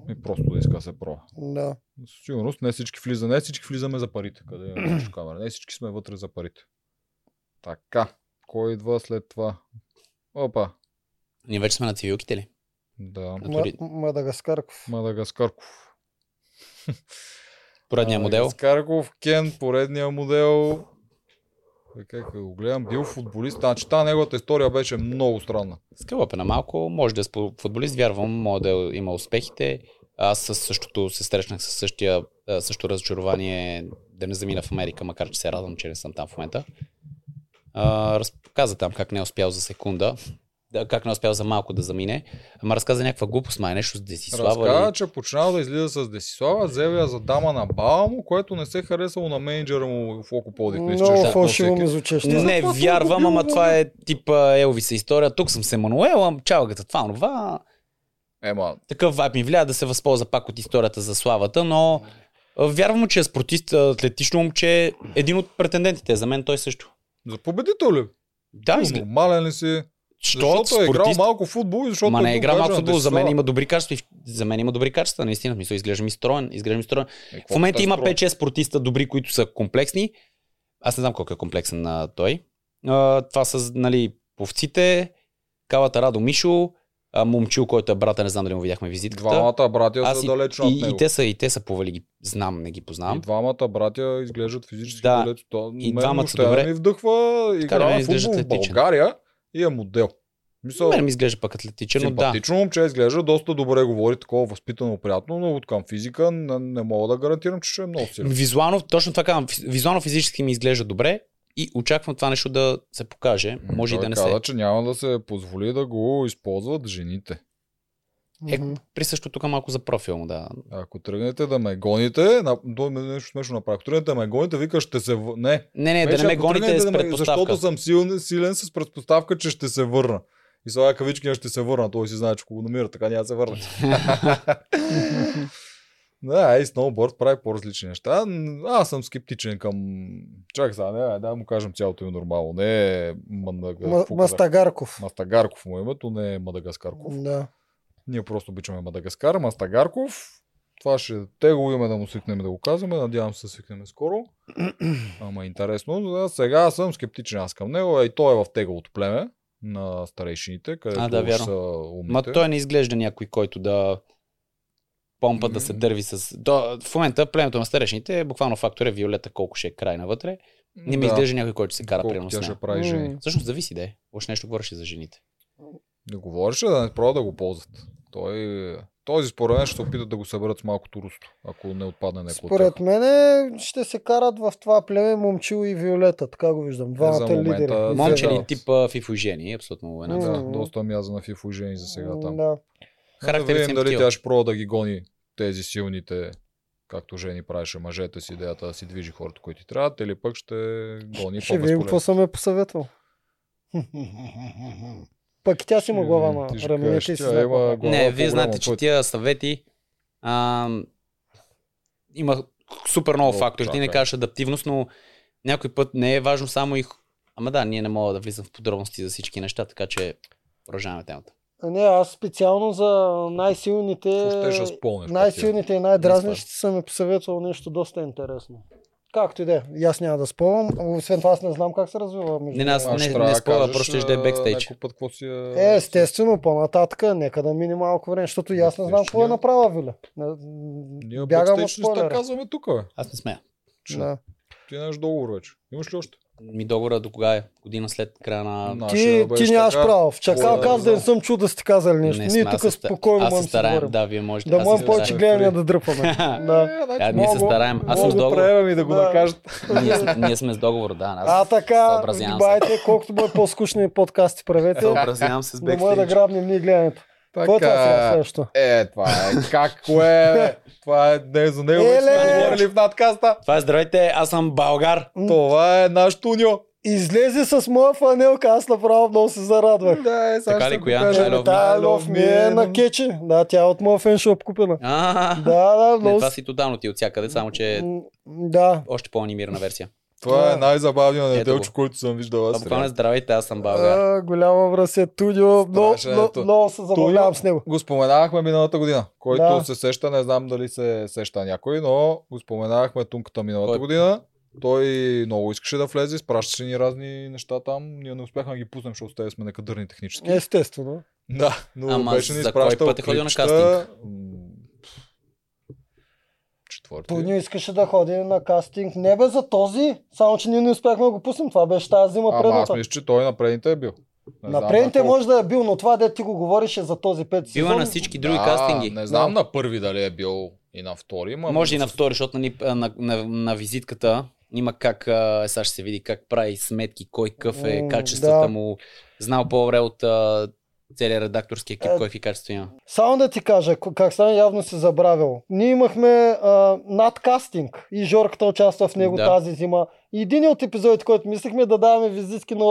Speaker 1: И просто да иска да се пробва.
Speaker 2: Да.
Speaker 1: Със сигурност не всички влиза, не всички влизаме за парите, къде е нашата камера. Не всички сме вътре за парите. Така, кой идва след това? Опа,
Speaker 3: Ние вече сме на цивилките ли?
Speaker 1: да,
Speaker 2: М-
Speaker 3: Дори-
Speaker 2: Мадагаскарков.
Speaker 1: Мадагаскарков.
Speaker 3: Поредния модел.
Speaker 1: Скарков, Кен, поредния модел. Така, като го гледам, бил футболист. Значи, та неговата история беше много странна.
Speaker 3: Скълъпена малко, може да е спо- футболист, вярвам, може да е- има успехите. Аз със същото се срещнах със същия, а, също разочарование да не замина в Америка, макар че се радвам, че не съм там в момента. А, разказа там как не е успял за секунда, да, как не е успял за малко да замине. Ама разказа някаква глупост, май нещо с Десислава.
Speaker 1: Разказа,
Speaker 3: или-
Speaker 1: че починал да излиза с Десислава, взел я за дама на бала му, което не се харесало на менеджера му в Око Пловдив. Мисля, че
Speaker 2: Много
Speaker 1: ще
Speaker 2: фалшиво
Speaker 1: носи-
Speaker 2: ми звучеше.
Speaker 3: Не,
Speaker 2: Затова съм
Speaker 3: вярвам,
Speaker 2: го
Speaker 3: ама
Speaker 2: бил,
Speaker 3: това е типа Елвиса история. Тук съм се Мануел, ам чалгата, това, нова.
Speaker 1: Ема,
Speaker 3: такъв вайб ми влия да се възползва пак от историята за славата, но а, вярвам, че е спортист, а, атлетично момче, един от претендентите. За мен той също.
Speaker 1: за победител ли?
Speaker 3: Да, изглежда.
Speaker 1: Нормален ли си?
Speaker 3: Що
Speaker 1: Защото е играл
Speaker 3: спортист?
Speaker 1: малко футбол и защото
Speaker 3: Ма не
Speaker 1: е
Speaker 3: е
Speaker 1: бил
Speaker 3: играл малко
Speaker 1: граждан на
Speaker 3: футбол, за мен
Speaker 1: Десислава.
Speaker 3: има добри качества. и в- За мен има добри качества, наистина. Мисля, изглежда ми строен. Изглежда ми строен.
Speaker 1: Е, какво
Speaker 3: В момента
Speaker 1: те
Speaker 3: има
Speaker 1: струва?
Speaker 3: 5-6 спортиста добри, които са комплексни. Аз не знам колко е комплексен на той. А, това са, нали, повците, Калата Радо Мишо, а, момчил, който е брата, не знам дали му видяхме визитката.
Speaker 1: Двамата братя
Speaker 3: Аз
Speaker 1: са
Speaker 3: и,
Speaker 1: далеч от
Speaker 3: и,
Speaker 1: е него.
Speaker 3: и, те са, и те са повали, ги знам, не ги
Speaker 1: И
Speaker 3: познавам.
Speaker 1: двамата братя изглеждат физически
Speaker 3: Да.
Speaker 1: далеч. То,
Speaker 3: И
Speaker 1: и мен
Speaker 3: двамата са
Speaker 1: въобще
Speaker 3: добре.
Speaker 1: не ми вдъхва
Speaker 3: да,
Speaker 1: игра на
Speaker 3: изглежда
Speaker 1: футбол в
Speaker 3: атлетичен.
Speaker 1: България и е модел. Мисъл,
Speaker 3: Мен ми изглежда пък атлетичен, но да.
Speaker 1: симпатично момче, изглежда доста добре говори, такова възпитано, приятно, но от към физика не, не мога да гарантирам, че ще е много силен.
Speaker 3: Визуално, точно това казвам, физ- визуално физически ми изглежда добре и очаквам това нещо да се покаже. Може и
Speaker 1: Той
Speaker 3: да не
Speaker 1: каза,
Speaker 3: се.
Speaker 1: че няма да се позволи да го използват жените.
Speaker 2: бе.
Speaker 3: Е,
Speaker 2: Мгм.
Speaker 3: при също тук малко за профил му, да.
Speaker 1: Ако тръгнете да ме гоните, на... до нещо смешно направих, ако тръгнете да ме гоните, вика ще се... в- Не,
Speaker 3: Не, не, да
Speaker 1: Вече,
Speaker 3: не ме
Speaker 1: ако
Speaker 3: гоните
Speaker 1: тръгнете
Speaker 3: с
Speaker 1: да ме-
Speaker 3: предпоставка.
Speaker 1: Защото съм силен, силен с предпоставка, че ще се върна. И сега кавички ще се върна. Той си знае, че ако го намира, така няма да се върна. да, и сноуборд прави по-различни неща. Н- Аз съм скептичен към... Чакай сега, не, бе, да му кажем цялото им нормално. Не е Мандага...
Speaker 2: Ма-
Speaker 1: какво казах?
Speaker 2: Мастагарков.
Speaker 1: Мастагарков му е името, не е Мадагаскарков.
Speaker 2: Да.
Speaker 1: Ние просто обичаме Мадагаскар, Мастагарков. Това ще те го име да му свикнем да го казваме. Надявам се да свикнем скоро. Ама интересно. А сега съм скептичен аз към него. А и той е в теговото племе на старейшините, където
Speaker 3: да,
Speaker 1: уж
Speaker 3: вярно.
Speaker 1: са умните.
Speaker 3: Ма той не изглежда някой, който да помпа да се
Speaker 1: М.
Speaker 3: дърви с... До, в момента племето на старешните, буквално фактор е Виолета колко ще е край навътре. Не ме
Speaker 1: Да.
Speaker 3: издържа някой, който се кара,
Speaker 1: Колко
Speaker 3: примерно с
Speaker 1: Тя ще
Speaker 3: нея.
Speaker 1: прави жени.
Speaker 2: М.
Speaker 3: Всъщност зависи, да е. Още нещо говореше за жените.
Speaker 1: Не говореше да не пробва да го ползват. Той, този според мен ще се опитат да го съберат с малко турство, ако не отпадне някой от
Speaker 2: Според
Speaker 1: тях.
Speaker 2: мен ще се карат в това племе момчило и Виолета, така го виждам.
Speaker 1: за
Speaker 2: Двамата
Speaker 1: момента-
Speaker 2: лидери.
Speaker 1: Да,
Speaker 3: Момче ли
Speaker 1: да.
Speaker 3: тип а, фифо и жени, абсолютно една.
Speaker 2: Е, М.
Speaker 1: Да,
Speaker 2: М.
Speaker 1: доста мяза на фифо и жени за сега там.
Speaker 2: Да.
Speaker 1: Да
Speaker 3: Характерите
Speaker 1: видим
Speaker 3: им
Speaker 1: дали
Speaker 3: такива.
Speaker 1: Е, нали, тя ще пробва да ги гони тези силните, както жени правеше мъжете с идеята да си движи хората, които ти трябват, или пък ще гони
Speaker 2: Ще видим какво
Speaker 1: по-безполезно.
Speaker 2: съм е посъветвал. Пък и тя си има глава на
Speaker 1: Ти ще кажеш,
Speaker 2: раменете и си
Speaker 1: тя
Speaker 2: знае е
Speaker 1: има
Speaker 2: глава.
Speaker 1: глава
Speaker 3: Не, вие
Speaker 1: по-голяма
Speaker 3: знаете,
Speaker 1: от
Speaker 3: че
Speaker 1: твоята.
Speaker 3: тия съвети а, има супер много
Speaker 1: Много
Speaker 3: фактори. Ти не
Speaker 1: чакай.
Speaker 3: кажеш адаптивност, но някой път не е важно само и... Ама да, ние не мога да влизам в подробности за всички неща, така че продължаваме темата.
Speaker 2: Не, аз специално за най-силните,
Speaker 1: Какво ще спомнеш?
Speaker 2: най-силните и
Speaker 3: Не
Speaker 2: най-дразнищи съм е посъветвал нещо доста интересно. Както и да е, и аз няма да спомням. Освен това аз не знам как се развива. между
Speaker 3: Не, аз
Speaker 2: другото.
Speaker 1: Аз
Speaker 3: не-
Speaker 1: трябва да
Speaker 3: спомня,
Speaker 1: кажеш,
Speaker 3: просто ще да е
Speaker 1: а,
Speaker 3: бекстейдж.
Speaker 1: някой път какво си е-
Speaker 2: Е, естествено, по-нататък, нека да мине малко време, защото и аз не знам какво е направила Виля. Не-
Speaker 1: Ние
Speaker 2: Бягам от
Speaker 1: бекстейдж листа
Speaker 2: спойлера.
Speaker 1: казваме тук, бе.
Speaker 3: Аз не смея.
Speaker 1: Че
Speaker 2: Да.
Speaker 1: Ти нямаш договор вече. Имаш ли още?
Speaker 3: Ми договора до кога е? Година след края на...
Speaker 1: На, ще
Speaker 2: Ти,
Speaker 1: бъдеш
Speaker 2: ти нямаш
Speaker 1: така.
Speaker 2: право. В чакал
Speaker 1: Спойлер,
Speaker 2: аз да
Speaker 1: да.
Speaker 2: не съм чул да сте казали нещо.
Speaker 3: Не
Speaker 2: Ние
Speaker 3: сме, аз
Speaker 2: тук
Speaker 3: се ста-
Speaker 2: спокойно
Speaker 3: Аз
Speaker 2: можем да
Speaker 3: се
Speaker 2: си
Speaker 3: стараем,
Speaker 2: говорим.
Speaker 3: да, вие можете.
Speaker 2: Да
Speaker 3: аз се
Speaker 2: можем повече
Speaker 3: старая.
Speaker 1: стараем.
Speaker 2: гледания да дръпваме. Да.
Speaker 1: Е, значи
Speaker 3: Да, Ами, ние се
Speaker 1: мога-
Speaker 3: стараем. Аз съм
Speaker 1: мога
Speaker 3: с
Speaker 1: да
Speaker 3: договор.
Speaker 1: приемем и да го
Speaker 2: Да.
Speaker 1: накажат.
Speaker 3: Ние, с- ние сме с договор, да.
Speaker 2: А
Speaker 3: Аз
Speaker 2: така,
Speaker 3: съобразявам се.
Speaker 2: байте, колкото бъде по-скучни подкасти правете,
Speaker 3: съобразявам се с
Speaker 2: не може да
Speaker 3: бекстейдж.
Speaker 2: грабнем ние гледането. Какво е това сега
Speaker 1: Така.
Speaker 2: следващото?
Speaker 1: Е, това е. Какво е? Това е не за него. вече
Speaker 2: Еле!
Speaker 1: сме говорили в надкаста.
Speaker 3: Това е здравейте, аз съм българ.
Speaker 1: Това е наш Тунио.
Speaker 2: Излезе с моя фанелка, аз направо много се зарадвах.
Speaker 1: Да, е, сега
Speaker 3: Така ли,
Speaker 1: ще го
Speaker 3: коя?
Speaker 1: кажа.
Speaker 3: I love
Speaker 2: Тая лов ми е на кече. Да, тя е от моя феншоп купена.
Speaker 3: А,
Speaker 2: Да, да,
Speaker 3: Не,
Speaker 2: много...
Speaker 3: това
Speaker 2: с-
Speaker 3: си тотално ти от всякъде, само че е
Speaker 2: М, Да,
Speaker 3: още по-анимирана версия.
Speaker 1: Това е най-забавният
Speaker 3: Ето
Speaker 1: неделчо,
Speaker 3: го.
Speaker 1: който съм виждал
Speaker 3: А
Speaker 1: аз.
Speaker 3: буквално е,
Speaker 1: сега.
Speaker 3: здравейте, аз съм българ.
Speaker 2: а, голяма връзка, Тудио, много,
Speaker 1: Страшен е
Speaker 2: много,
Speaker 1: Тудио.
Speaker 2: много се забавлявам с него.
Speaker 1: Го споменавахме миналата година. Който
Speaker 2: Да.
Speaker 1: се сеща, не знам дали се сеща някой, но го споменавахме тунката миналата
Speaker 3: Кой?
Speaker 1: година. Той много искаше да влезе, спращаше ни разни неща там. Ние не успяхме да ги пуснем, защото те сме некадърни технически.
Speaker 2: Естествено.
Speaker 1: Да, но
Speaker 3: Ама
Speaker 1: беше ни
Speaker 3: за кой
Speaker 1: изпращал
Speaker 3: път е ходил на
Speaker 1: клипчета.
Speaker 3: кастинг?
Speaker 1: М, пф. Четвърти.
Speaker 2: Тудио искаше да ходи на кастинг. Не бе за този, само че ние не успяхме да го пуснем. Това беше тази зима
Speaker 1: Ама аз
Speaker 2: предната.
Speaker 1: мисля, че той на предните е бил. Не знам
Speaker 2: На предните
Speaker 1: колко.
Speaker 2: може да е бил, но това, де ти го говореше за този пет сезон.
Speaker 3: Била на всички други кастинги.
Speaker 1: Не знам на първи дали е бил и на втори. Ма
Speaker 3: Може и на втори, защото на, ни- на, на, на визитката има как, а, е, сега ще се види как прави сметки, кой къв е,
Speaker 2: М,
Speaker 3: качествата
Speaker 2: да.
Speaker 3: му. Знал по-добре от а, целият редакторски екип,
Speaker 2: Е,
Speaker 3: кой какви качества има.
Speaker 2: Само да ти кажа, к- как стана явно си забравил. Ние имахме а, надкастинг и Жорката участва в него
Speaker 3: Да.
Speaker 2: да. тази зима. И един от епизодите, който мислехме да даваме визитки на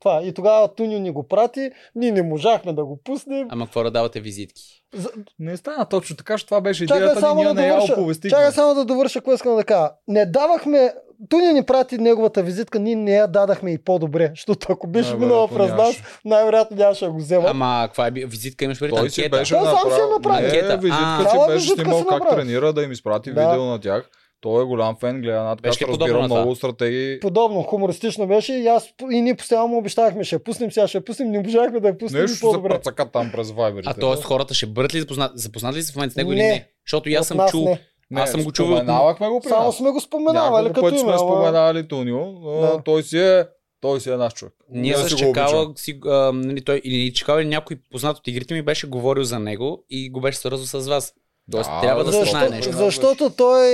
Speaker 2: това. И тогава Тунио ни го прати, ние не можахме да го пуснем.
Speaker 3: Ама какво да давате визитки?
Speaker 2: За...
Speaker 1: Не стана точно така, че това беше
Speaker 2: Чакай
Speaker 1: идеята ни,
Speaker 2: само,
Speaker 1: ние
Speaker 2: да
Speaker 1: не я
Speaker 2: довърша,
Speaker 1: оповестихме.
Speaker 2: чакай само да довърша, какво искам да кажа. Не давахме, Тунио ни прати неговата визитка, ние не я дадахме и по-добре, защото ако беше
Speaker 1: Не, бе,
Speaker 2: минала
Speaker 1: ако
Speaker 2: през нас,
Speaker 1: нямаше.
Speaker 2: най-вероятно нямаше да го взема.
Speaker 3: Ама каква е би- визитка имаш преди
Speaker 1: Той си
Speaker 3: анкета?
Speaker 1: беше
Speaker 2: Той сам си я направи.
Speaker 1: Не,
Speaker 3: е Анкета. А.
Speaker 1: визитка,
Speaker 2: Цяла
Speaker 1: че беше
Speaker 2: визитка
Speaker 1: снимал
Speaker 2: си
Speaker 1: как
Speaker 2: направи.
Speaker 1: тренира, да им изпрати
Speaker 2: Да.
Speaker 1: видео на тях. Той е голям фен, гледа над
Speaker 3: Беше
Speaker 1: каста,
Speaker 3: подобно
Speaker 1: разбира
Speaker 3: на това.
Speaker 1: много стратегии.
Speaker 2: подобно, хумористично беше и аз и ние постоянно му обещахме, ще я пуснем сега, ще я пуснем, не можахме да я пуснем
Speaker 1: Нещо
Speaker 2: Нещо
Speaker 1: ще се
Speaker 2: по-добре.
Speaker 1: пръцака там през вайберите.
Speaker 3: А т.е. хората ще бъдат ли запознати, запознати ли са в момента с него или
Speaker 2: Не.
Speaker 3: не? Защото и аз
Speaker 2: От
Speaker 3: съм
Speaker 2: нас
Speaker 3: чул.
Speaker 2: не.
Speaker 1: Не,
Speaker 3: Аз съм го чувал от-
Speaker 1: Споменавахме го при
Speaker 2: Само
Speaker 1: нас.
Speaker 2: сме го споменавали
Speaker 1: Няколко
Speaker 2: като
Speaker 1: пъти
Speaker 2: име,
Speaker 1: сме
Speaker 2: ама...
Speaker 1: споменавали Тунио, но
Speaker 2: Да.
Speaker 1: той си е той си е наш човек.
Speaker 3: Ние
Speaker 1: си
Speaker 3: с
Speaker 1: го
Speaker 3: Чакала,
Speaker 1: обичаме.
Speaker 3: си, а, нали, той, или Чакала или някой познат от игрите ми беше говорил за него и го беше свързал с вас. Тоест,
Speaker 1: Да,
Speaker 3: трябва да се
Speaker 1: защо-
Speaker 3: знае нещо.
Speaker 1: защо-
Speaker 2: Защото той...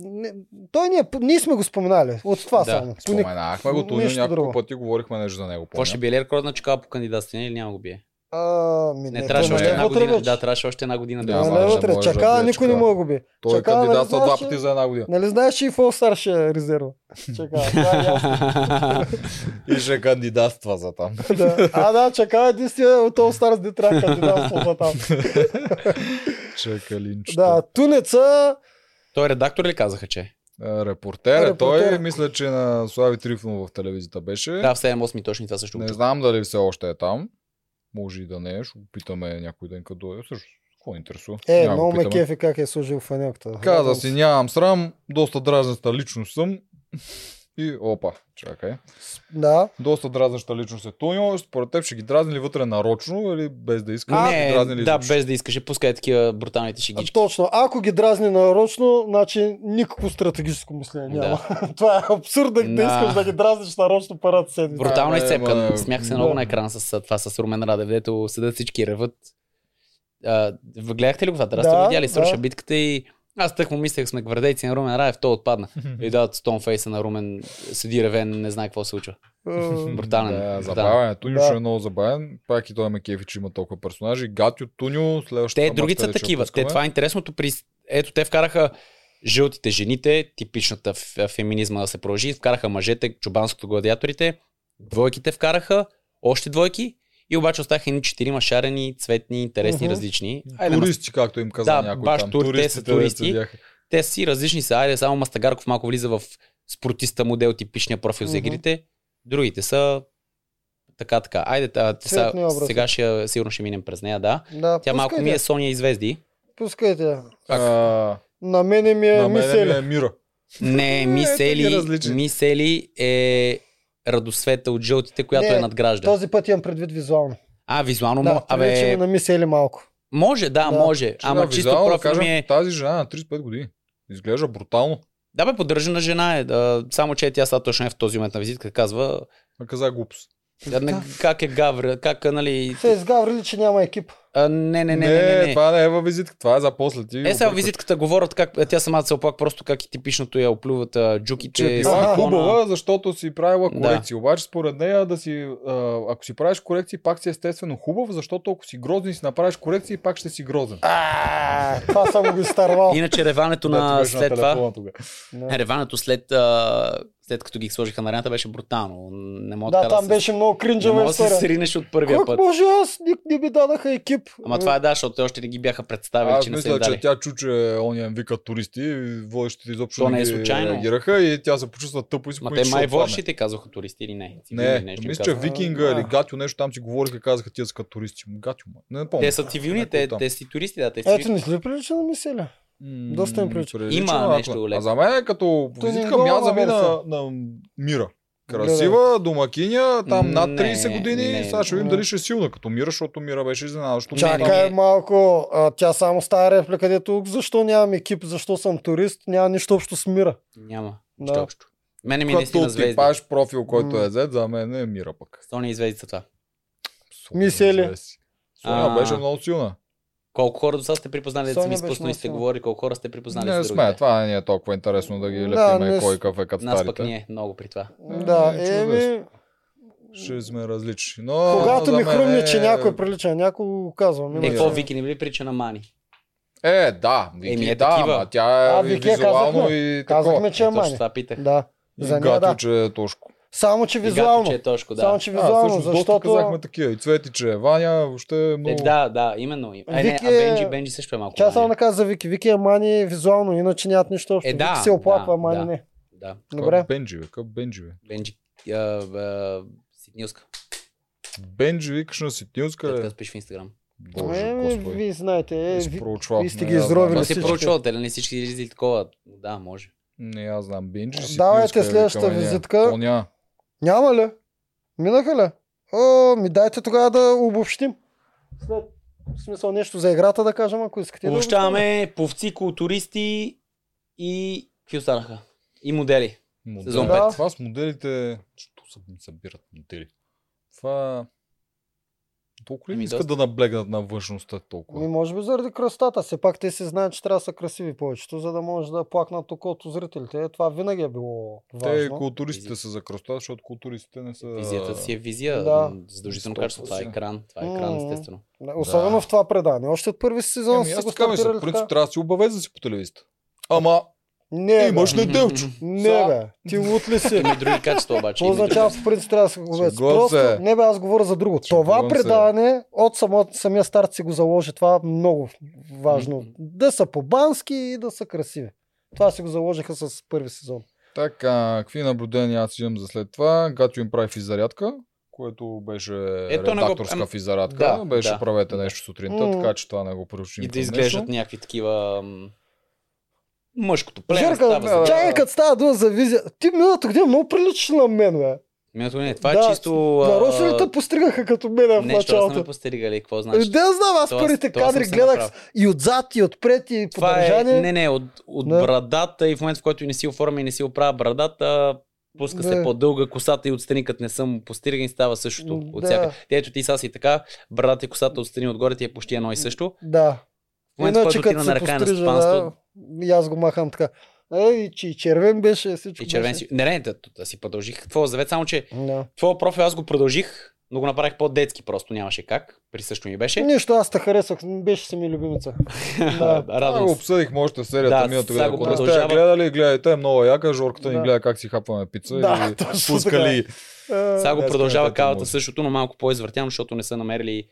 Speaker 2: не- Той ние, ние сме го споменали. От това
Speaker 3: Да.
Speaker 2: само. По ни-
Speaker 1: Споменахме го Тунио
Speaker 2: Нищо
Speaker 1: няколко
Speaker 2: друго.
Speaker 1: пъти, говорихме нещо за него.
Speaker 3: Какво ще
Speaker 1: помня.
Speaker 3: бие рекорд на Чакала по кандидатстване или няма го бие?
Speaker 2: А, ми,
Speaker 3: Не,
Speaker 2: не,
Speaker 3: трябваше
Speaker 2: той
Speaker 3: още
Speaker 2: не е
Speaker 3: една
Speaker 2: вътре
Speaker 3: година.
Speaker 2: вече.
Speaker 3: Да, трябваше още една година да
Speaker 1: Да,
Speaker 3: го
Speaker 2: Не,
Speaker 1: ама
Speaker 2: не е
Speaker 1: не
Speaker 3: свържат.
Speaker 2: вътре.
Speaker 1: може да
Speaker 2: Чакала
Speaker 1: бие
Speaker 2: никой не
Speaker 1: чакала.
Speaker 2: мога го би.
Speaker 1: Той е
Speaker 2: Чакала, нали
Speaker 1: кандидатствал
Speaker 2: знаеш,
Speaker 1: два
Speaker 2: че-
Speaker 1: пъти за една година.
Speaker 2: Нали знаеш, че и в All Star ще е резерва. Чакала. Да, ясно.
Speaker 1: И ще кандидатства за там.
Speaker 2: Да. А, да, чакала единствения от All Stars, де трябва кандидатство за там.
Speaker 1: Чакалинчето.
Speaker 2: Да, Тунеца
Speaker 3: Той редактор ли казаха, че? е?
Speaker 1: Репортер, Репортер. е. Той
Speaker 2: Репортер.
Speaker 1: мисля, че на Слави Трифонов в телевизията беше.
Speaker 3: Да, в 7-8 точно и това също го
Speaker 1: не
Speaker 3: чух.
Speaker 1: знам дали все още е там. Може и да не е. Ще го питаме някой ден, като дойде. Също, какво ни интересува?
Speaker 2: Е,
Speaker 1: Няма го
Speaker 2: много ме
Speaker 1: питаме.
Speaker 2: кефи как е сложил фанелката.
Speaker 1: Каза
Speaker 2: Радвам
Speaker 1: си,
Speaker 2: се.
Speaker 1: нямам срам, доста дразнеста лично съм. И опа, чакай.
Speaker 2: С- Да.
Speaker 1: Доста дразнеща личност е Туньо. Според теб ще ги дразни ли вътре нарочно или без да иска?
Speaker 3: А,
Speaker 1: Ще ги дразни
Speaker 3: не,
Speaker 1: ли
Speaker 3: да,
Speaker 1: изобщо?
Speaker 3: без да искаш, пускай такива бруталните
Speaker 2: А,
Speaker 3: шегички.
Speaker 2: точно. Ако ги дразни нарочно, значи никакво стратегическо мислене няма. Това е абсурд да, да
Speaker 3: Да.
Speaker 2: искаш да ги дразниш нарочно парата седмица.
Speaker 1: Бро-
Speaker 3: Брутална
Speaker 1: Абе,
Speaker 3: изцепка.
Speaker 1: ма,
Speaker 3: Смях се
Speaker 1: да.
Speaker 3: много на екран с а, това с Румен Радев, дето седят всички и реват. А, в- гледахте ли го това? Да,
Speaker 2: Да,
Speaker 3: сте видяли, свърша
Speaker 2: да.
Speaker 3: битката и аз тък му мислех, сме гвардейци на Румен Радев, той отпадна. И дават стонфейса на Румен, седи ревен, не знае какво се случва.
Speaker 2: Е,
Speaker 3: брутален,
Speaker 1: Да,
Speaker 3: брутален.
Speaker 1: забавен. е. Туньо
Speaker 2: Да.
Speaker 1: ще е много забавен. Пак и той ме кефи, че има толкова персонажи. Гатио, Туньо, следващата
Speaker 3: Те
Speaker 1: мачка,
Speaker 3: другите е са
Speaker 1: де ще
Speaker 3: такива. Те,
Speaker 1: пускаме.
Speaker 3: това е интересното. При... Ето, те вкараха жълтите жените, типичната ф- феминизма да се продължи, вкараха мъжете, чубанското гладиаторите, двойките вкараха, още двойки и обаче оставаха едни четирима шарени, цветни, интересни,
Speaker 2: Мгм.
Speaker 3: различни. Айде, ма,
Speaker 1: Туристи, както им каза
Speaker 3: Да,
Speaker 1: някой
Speaker 3: баш
Speaker 1: там.
Speaker 3: тур, те са
Speaker 1: Туристите, де
Speaker 3: туристи.
Speaker 1: седяха.
Speaker 3: те си различни са. Айде, само Мастагарков малко влиза в спортиста модел, типичния профил за
Speaker 2: Мгм.
Speaker 3: игрите. Другите са така, така. Айде, та- те са,
Speaker 2: Цветни образи.
Speaker 3: сега ще, сигурно ще минем през нея, да.
Speaker 2: Да,
Speaker 3: Тя малко ми е Соня и звезди.
Speaker 2: Пускайте. я.
Speaker 3: Е,
Speaker 1: А,
Speaker 2: На мене ми е
Speaker 1: На мен ми
Speaker 2: мисели.
Speaker 1: е мира.
Speaker 3: Не,
Speaker 1: Е, те ги
Speaker 3: Мисели,
Speaker 1: различи.
Speaker 3: Мисели е радосвета от жълтите, която
Speaker 2: Не,
Speaker 3: е надгражда.
Speaker 2: Този път имам предвид визуално.
Speaker 3: А, визуално
Speaker 2: Да,
Speaker 3: му,
Speaker 2: вече ми
Speaker 3: абе,
Speaker 2: на мисели малко.
Speaker 3: може, да,
Speaker 2: Да.
Speaker 3: може. Ама чисто
Speaker 1: визуално
Speaker 3: профил
Speaker 1: кажа,
Speaker 3: ми е...
Speaker 1: Тази жена на 35 години. Изглежда брутално.
Speaker 3: Да, бе, поддържана жена е. Да, само, че тя сега точно е в този момент на визитка, казва
Speaker 1: А каза глупост.
Speaker 3: да, не, как е гавра, как, а, нали...
Speaker 2: Се изгаврили, че няма екип.
Speaker 3: А, не, не, не, не, не, не.
Speaker 1: това не е във визитка, това е за после. Ти
Speaker 3: Е, сега
Speaker 1: объркваш.
Speaker 3: във визитката говорят как а, тя самата се оплак просто как и типичното я оплюват а, джуките.
Speaker 1: че била
Speaker 2: Аха.
Speaker 3: сифона.
Speaker 1: Е, хубава, защото си правила
Speaker 3: е Да.
Speaker 1: корекции. Обаче според нея да си, а, ако си правиш корекции, пак си естествено хубав, защото ако си грозен и си направиш корекции, пак ще си грозен.
Speaker 2: А, това съм го изтървал.
Speaker 3: Иначе реването на
Speaker 1: беше
Speaker 3: след това...
Speaker 1: телефона тогава.
Speaker 2: Да,
Speaker 3: Реването след, а, след като ги сложиха на арената беше брутално. Не мога
Speaker 2: Да,
Speaker 3: така
Speaker 2: там
Speaker 3: да
Speaker 2: беше много
Speaker 3: Се, не
Speaker 2: кринджава
Speaker 3: мога да се
Speaker 2: история.
Speaker 3: сринеш от първия
Speaker 2: Как
Speaker 3: път.
Speaker 2: може аз? Ник не ми дадаха екип.
Speaker 3: Ама това е да, защото те още не ги бяха представили,
Speaker 1: Аз
Speaker 3: че не са им
Speaker 1: мисля, че
Speaker 3: дали.
Speaker 1: тя чу, че ония им вика туристи, и водещите изобщо
Speaker 3: То не е
Speaker 1: ги
Speaker 3: случайно.
Speaker 1: реагираха и тя се почувства тъпо и си
Speaker 3: Ма
Speaker 1: помисли,
Speaker 3: те
Speaker 1: че
Speaker 3: май
Speaker 1: ще отпадне.
Speaker 3: вършите казваха туристи или не. Ти
Speaker 1: Не,
Speaker 3: видели нещо им
Speaker 1: мисля, че
Speaker 3: казаха.
Speaker 1: викинга
Speaker 2: А,
Speaker 1: или
Speaker 2: да.
Speaker 1: гатю нещо там си говориха, казаха, тия са като туристи. Гатю, ма. Не, не помня.
Speaker 3: Те са цивилни,
Speaker 1: е
Speaker 3: те, те си туристи, да, те си
Speaker 2: Ето, не си ли прилича на миселя?
Speaker 1: М,
Speaker 2: Доста им прилича.
Speaker 3: Има
Speaker 1: ако-
Speaker 3: нещо леко.
Speaker 1: А за мен е като
Speaker 2: То не
Speaker 1: визитка
Speaker 2: го
Speaker 1: мяза ми на,
Speaker 2: намерса.
Speaker 1: на Мира. Красива, домакиня, там над
Speaker 3: Не,
Speaker 1: 30 години.
Speaker 3: не,
Speaker 1: сега ще видим
Speaker 2: не.
Speaker 1: дали ще е силна като Мира, защото Мира беше изненадващо.
Speaker 3: Не,
Speaker 1: добра.
Speaker 2: Чакай
Speaker 3: не.
Speaker 2: е малко, а, тя само стара реплика, дето защо нямам екип, защо съм турист, няма нищо общо с мира.
Speaker 3: Няма.
Speaker 2: Да.
Speaker 3: Нищо общо. Мене ми е наистина
Speaker 1: Като
Speaker 3: звезди.
Speaker 1: типаш профил, който
Speaker 2: М.
Speaker 1: е зет, за мен е Мира пък.
Speaker 3: Соня и звезди са това.
Speaker 1: Абсолютно
Speaker 2: Мисели.
Speaker 1: звезди. Соня
Speaker 3: А.
Speaker 1: беше много силна.
Speaker 3: Колко хора до сега сте припознали, да
Speaker 2: Соня
Speaker 3: сме
Speaker 2: беше
Speaker 3: изпуснали и сте
Speaker 2: много
Speaker 3: говорили, колко хора сте припознали
Speaker 1: Не
Speaker 3: за
Speaker 1: сме,
Speaker 3: другите.
Speaker 1: това не е толкова интересно да ги
Speaker 2: Да,
Speaker 1: лепиме
Speaker 2: не с-
Speaker 1: кой кафе като
Speaker 3: Нас пък
Speaker 1: старите.
Speaker 3: ни е много при това.
Speaker 2: Да,
Speaker 1: Е,
Speaker 2: еми,
Speaker 1: Ще сме различни. Но,
Speaker 2: когато
Speaker 1: за
Speaker 2: ми
Speaker 1: мен
Speaker 2: хрумне, че
Speaker 1: е-
Speaker 2: някой прилича, на някой го казвам.
Speaker 3: Е,
Speaker 2: иначе-
Speaker 3: какво, Вики не били прича на Мани?
Speaker 1: Е, да, Вики,
Speaker 3: Еми, е
Speaker 1: да,
Speaker 3: такива.
Speaker 1: ама тя е
Speaker 2: А,
Speaker 1: и
Speaker 2: Вики я
Speaker 1: визуално
Speaker 2: казахме.
Speaker 1: и такова.
Speaker 2: Казахме, че е
Speaker 3: Е, точно
Speaker 2: мани.
Speaker 3: това питах.
Speaker 2: Да, за
Speaker 1: И
Speaker 2: нея, да.
Speaker 1: гато, че е тошко.
Speaker 2: само че
Speaker 3: И гато,
Speaker 2: визуално.
Speaker 3: че е точко, да.
Speaker 2: Само че
Speaker 1: а,
Speaker 2: визуално,
Speaker 1: всъщност, доста
Speaker 2: защото
Speaker 1: казахме такива. И Цвети, че е Ваня, въобще е
Speaker 3: Е,
Speaker 1: много...
Speaker 3: да, да, именно. Е, не,
Speaker 2: Вики
Speaker 3: а
Speaker 2: е-
Speaker 3: Бенджи, Бенджи също е малко.
Speaker 2: тя само
Speaker 3: Мани.
Speaker 2: да каза за Вики. Вики е мани визуално, иначе нямат нищо общо.
Speaker 3: Е, да,
Speaker 2: Вики се оплаква,
Speaker 3: да,
Speaker 2: мани
Speaker 3: да.
Speaker 2: не.
Speaker 3: Да,
Speaker 1: Кой е
Speaker 2: Добре.
Speaker 1: Бенджи, бе, къв Бенджи, бе.
Speaker 3: Бенджи. а, а, Сиднилска.
Speaker 1: Бенджи, викаш на
Speaker 3: Тя Така
Speaker 1: Ситнилска, е...
Speaker 3: спиш в Инстаграм.
Speaker 1: Боже,
Speaker 2: Еми,
Speaker 1: господи.
Speaker 2: вие Ами, знаете. Е, ви...
Speaker 1: Изпроучвал.
Speaker 2: вие сте
Speaker 1: не
Speaker 2: ги
Speaker 1: аз знам.
Speaker 2: изровили.
Speaker 3: Ма
Speaker 2: Абе,
Speaker 3: си
Speaker 2: всички.
Speaker 3: проучвал, те ли не всички излизали такова? Да, може.
Speaker 1: Не, аз знам. Бенджи, Ситнилска
Speaker 2: Давайте
Speaker 1: е, викаме
Speaker 2: следващата
Speaker 1: ние.
Speaker 2: визитка.
Speaker 1: То няма.
Speaker 2: Няма ли? Минаха ли? О, ми дайте тогава да обобщим. След в смисъл нещо за играта да кажем, ако искате. да
Speaker 3: Обобщаваме певци, културисти и какви останаха? И модели.
Speaker 1: Модели.
Speaker 3: Сезон
Speaker 2: пет.
Speaker 1: Това с моделите... Що са ми събират модели? Това... Толкова ли
Speaker 3: Ами,
Speaker 1: ми искат
Speaker 3: доста.
Speaker 1: да наблегнат на външността
Speaker 2: Ми,
Speaker 1: толкова?
Speaker 2: Ами, може би заради кръстата. Все пак те си знаят, че трябва да са красиви повечето, за да може да плакнат тук от зрителите. Е, Това винаги е било
Speaker 1: Те и
Speaker 2: важно.
Speaker 1: културистите са за кръста, защото културистите не са...
Speaker 3: Визията си е визия.
Speaker 2: Да.
Speaker 3: Задължително
Speaker 1: Сто
Speaker 3: качество. Това е
Speaker 1: процента.
Speaker 3: екран. Това е екран,
Speaker 2: М.
Speaker 3: естествено.
Speaker 2: Не, Особено
Speaker 1: Да.
Speaker 2: в това предание. Още от първи сезон
Speaker 1: Еми,
Speaker 2: си
Speaker 1: Ами, аз
Speaker 2: го
Speaker 1: така мисля,
Speaker 2: стартирали
Speaker 1: в
Speaker 2: така.
Speaker 1: принцип трябва да си обаве за си по телевизията. Ама,
Speaker 2: Не,
Speaker 1: Е, имаш
Speaker 2: бе.
Speaker 1: ли делчо?
Speaker 2: Не, бе. Ти лут ли си?
Speaker 3: Има и други качества
Speaker 2: Какво
Speaker 3: обаче. има и други
Speaker 2: означава в принцип трябва да се го
Speaker 1: Шегувам
Speaker 2: гледаш? Просто,
Speaker 1: се.
Speaker 2: не бе, аз говоря за друго.
Speaker 1: Шегувам
Speaker 2: Това
Speaker 1: се.
Speaker 2: предаване от само, самия старт си го заложи. Това е много важно.
Speaker 3: Мгм.
Speaker 2: Да са по-бански и да са красиви. Това си го заложиха с първи сезон.
Speaker 1: Така, какви наблюдения аз имам за след това? Гатю им прави физарядка, което беше
Speaker 3: Ето не го-
Speaker 1: редакторска
Speaker 3: ам,
Speaker 1: физарядка.
Speaker 3: да,
Speaker 1: беше
Speaker 3: да.
Speaker 1: правете нещо сутринта,
Speaker 2: М.
Speaker 1: така че това не го приучим.
Speaker 3: И да
Speaker 1: към
Speaker 3: изглеждат
Speaker 1: нещо.
Speaker 3: някакви такива... м, мъжкото племе става
Speaker 2: Жорка,
Speaker 3: за...
Speaker 2: чакай като става дума за визия. Ти миналата година много приличаш на мен, бе.
Speaker 3: Минато не, това
Speaker 2: Да,
Speaker 3: е чисто... а,
Speaker 2: Нарочно ли те постригаха като мен в
Speaker 3: Нещо, аз не ме
Speaker 2: началото?
Speaker 3: постеригали, какво
Speaker 2: Е,
Speaker 3: значи?
Speaker 2: Да, я знам, аз
Speaker 3: Това-
Speaker 2: първите
Speaker 3: това съм
Speaker 2: кадри
Speaker 3: се
Speaker 2: гледах
Speaker 3: направил.
Speaker 2: и отзад, и отпред, и
Speaker 3: Това е, не,
Speaker 2: подържание.
Speaker 3: не, от, от
Speaker 2: Да.
Speaker 3: брадата и в момента, в който не си оформя и не си оправя брадата, пуска се
Speaker 2: Да.
Speaker 3: по-дълга косата и отстрани, като не съм постирган, става същото от
Speaker 2: Да.
Speaker 3: всяка. Ето ти сега си така, брадата и косата отстрани отгоре ти е почти едно и също.
Speaker 2: Да.
Speaker 3: В момента, в който отива на ръка на
Speaker 2: пострижа,
Speaker 3: стопанство,
Speaker 2: да, и аз го махам така. Е, и, че и червен беше, всичко
Speaker 3: и червен
Speaker 2: беше.
Speaker 3: си. Не, не, да, да си продължих. Твоя завет, само че
Speaker 2: Да.
Speaker 3: твоя профил аз го продължих, но го направих по-детски просто, нямаше как. Присъщо ми беше.
Speaker 2: Нищо, аз те харесах, беше си ми любимица. да. е
Speaker 1: Това го
Speaker 3: Радвам се.
Speaker 1: обсъдихме още в серията
Speaker 3: Да,
Speaker 1: да, миналата
Speaker 3: сега
Speaker 1: година.
Speaker 3: го
Speaker 1: Ако не сте я
Speaker 3: продължава.
Speaker 1: гледали, гледайте, е много яка. Жорката ни
Speaker 2: Да.
Speaker 1: гледа как си хапваме пица
Speaker 2: Да,
Speaker 1: и
Speaker 2: точно така.
Speaker 1: пускали.
Speaker 2: Е,
Speaker 3: Сега го
Speaker 1: Днес
Speaker 3: продължава
Speaker 1: където
Speaker 3: кавата
Speaker 1: може.
Speaker 3: същото, но малко по-извъртям, защото не са намерили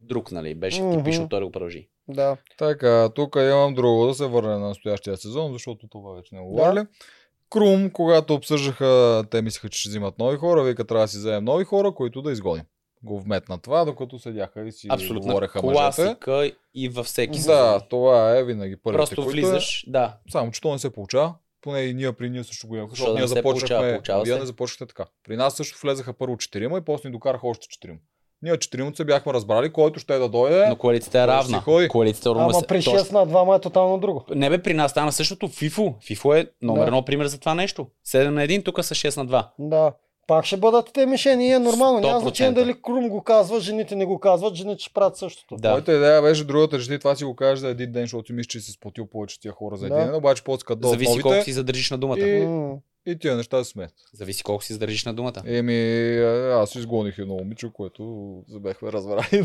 Speaker 3: друг, нали? Беше
Speaker 2: Мгм.
Speaker 3: типично, той да го продължи.
Speaker 2: Да.
Speaker 1: Така, тук имам друго да се върне на настоящия сезон, защото това вече не го
Speaker 2: Да.
Speaker 1: говорили. Крум, когато обсъждаха, те мислеха, че ще взимат нови хора, вика трябва да си вземем нови хора, които да изгоним. Го вметна това, докато седяха и си
Speaker 3: Абсолютно.
Speaker 1: говореха мъжете.
Speaker 3: Класика и във всеки сезон.
Speaker 1: Да, това е винаги първите,
Speaker 3: Просто
Speaker 1: които е.
Speaker 3: влизаш, да.
Speaker 1: Само, че то не се получава. Поне и ние при ние също го имахме.
Speaker 3: Защо
Speaker 1: Защото
Speaker 3: да
Speaker 1: ние
Speaker 3: не се
Speaker 1: започнахме.
Speaker 3: получава? Получава
Speaker 1: вие
Speaker 3: се.
Speaker 1: не започнахте така. При нас също влезаха първо четирима и после ни докараха още четирима. Ние четиримата се бяхме разбрали, който ще е да дойде.
Speaker 3: Но коалицията е
Speaker 1: Той
Speaker 3: равна.
Speaker 1: си ходи.
Speaker 3: Коалицията е
Speaker 2: Ама
Speaker 3: равна.
Speaker 2: при
Speaker 3: Точно.
Speaker 2: 6 на 2 е тотално друго.
Speaker 3: Не бе, при нас стана същото. Фифо. Фифо е номер
Speaker 2: Да.
Speaker 3: едно пример за това нещо. 7 на 1, тук са 6 на 2.
Speaker 2: Да. Пак ще бъдат те мишени и е нормално. Няма
Speaker 3: 100%.
Speaker 2: значение дали Крум го казва, жените не го казват, жените ще правят същото.
Speaker 3: Да.
Speaker 1: Моята идея беше другата, реши това си го кажеш за един ден, защото си мислиш, че си спотил повече тия хора за един
Speaker 2: Да.
Speaker 1: ден, обаче после като дойдат
Speaker 3: Зависи колко
Speaker 1: новите
Speaker 3: си задържиш на думата.
Speaker 1: и,
Speaker 2: М.
Speaker 1: и тия неща се смеят.
Speaker 3: Зависи колко си задържиш на
Speaker 1: Е,
Speaker 3: думата.
Speaker 1: Еми, аз изгоних едно момиче, което се бяхме разбрали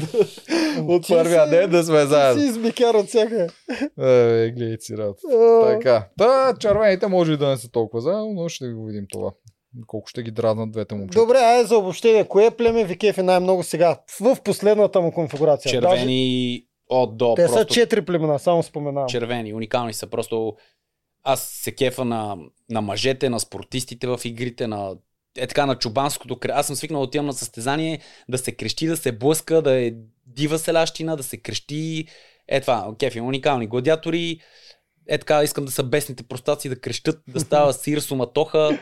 Speaker 1: от
Speaker 2: Ти
Speaker 1: първия
Speaker 2: си-
Speaker 1: ден да сме
Speaker 2: Ти
Speaker 1: заедно.
Speaker 2: си избикяр от всяка.
Speaker 1: Е, гледай си работа. Така. Та, червените може и да не са толкова заедно, но ще го видим това. Колко ще ги дразнат двете момчета.
Speaker 2: Добре, айде за обобщение. Кое племе ви кефи най-много сега? В последната му конфигурация. Даже-
Speaker 3: Червени от до.
Speaker 2: Те са
Speaker 3: просто
Speaker 2: четири племена, само споменавам.
Speaker 3: червени, уникални са. Просто аз се кефа на, на мъжете, на спортистите в игрите, на е така на чубанското кре. Аз съм свикнал да отивам на състезание, да се крещи, да се блъска, да е дива селящина, да се крещи. Е това, кефи, уникални гладиатори. Е така, искам да са бесните простаци, да крещат, да става сир, суматоха.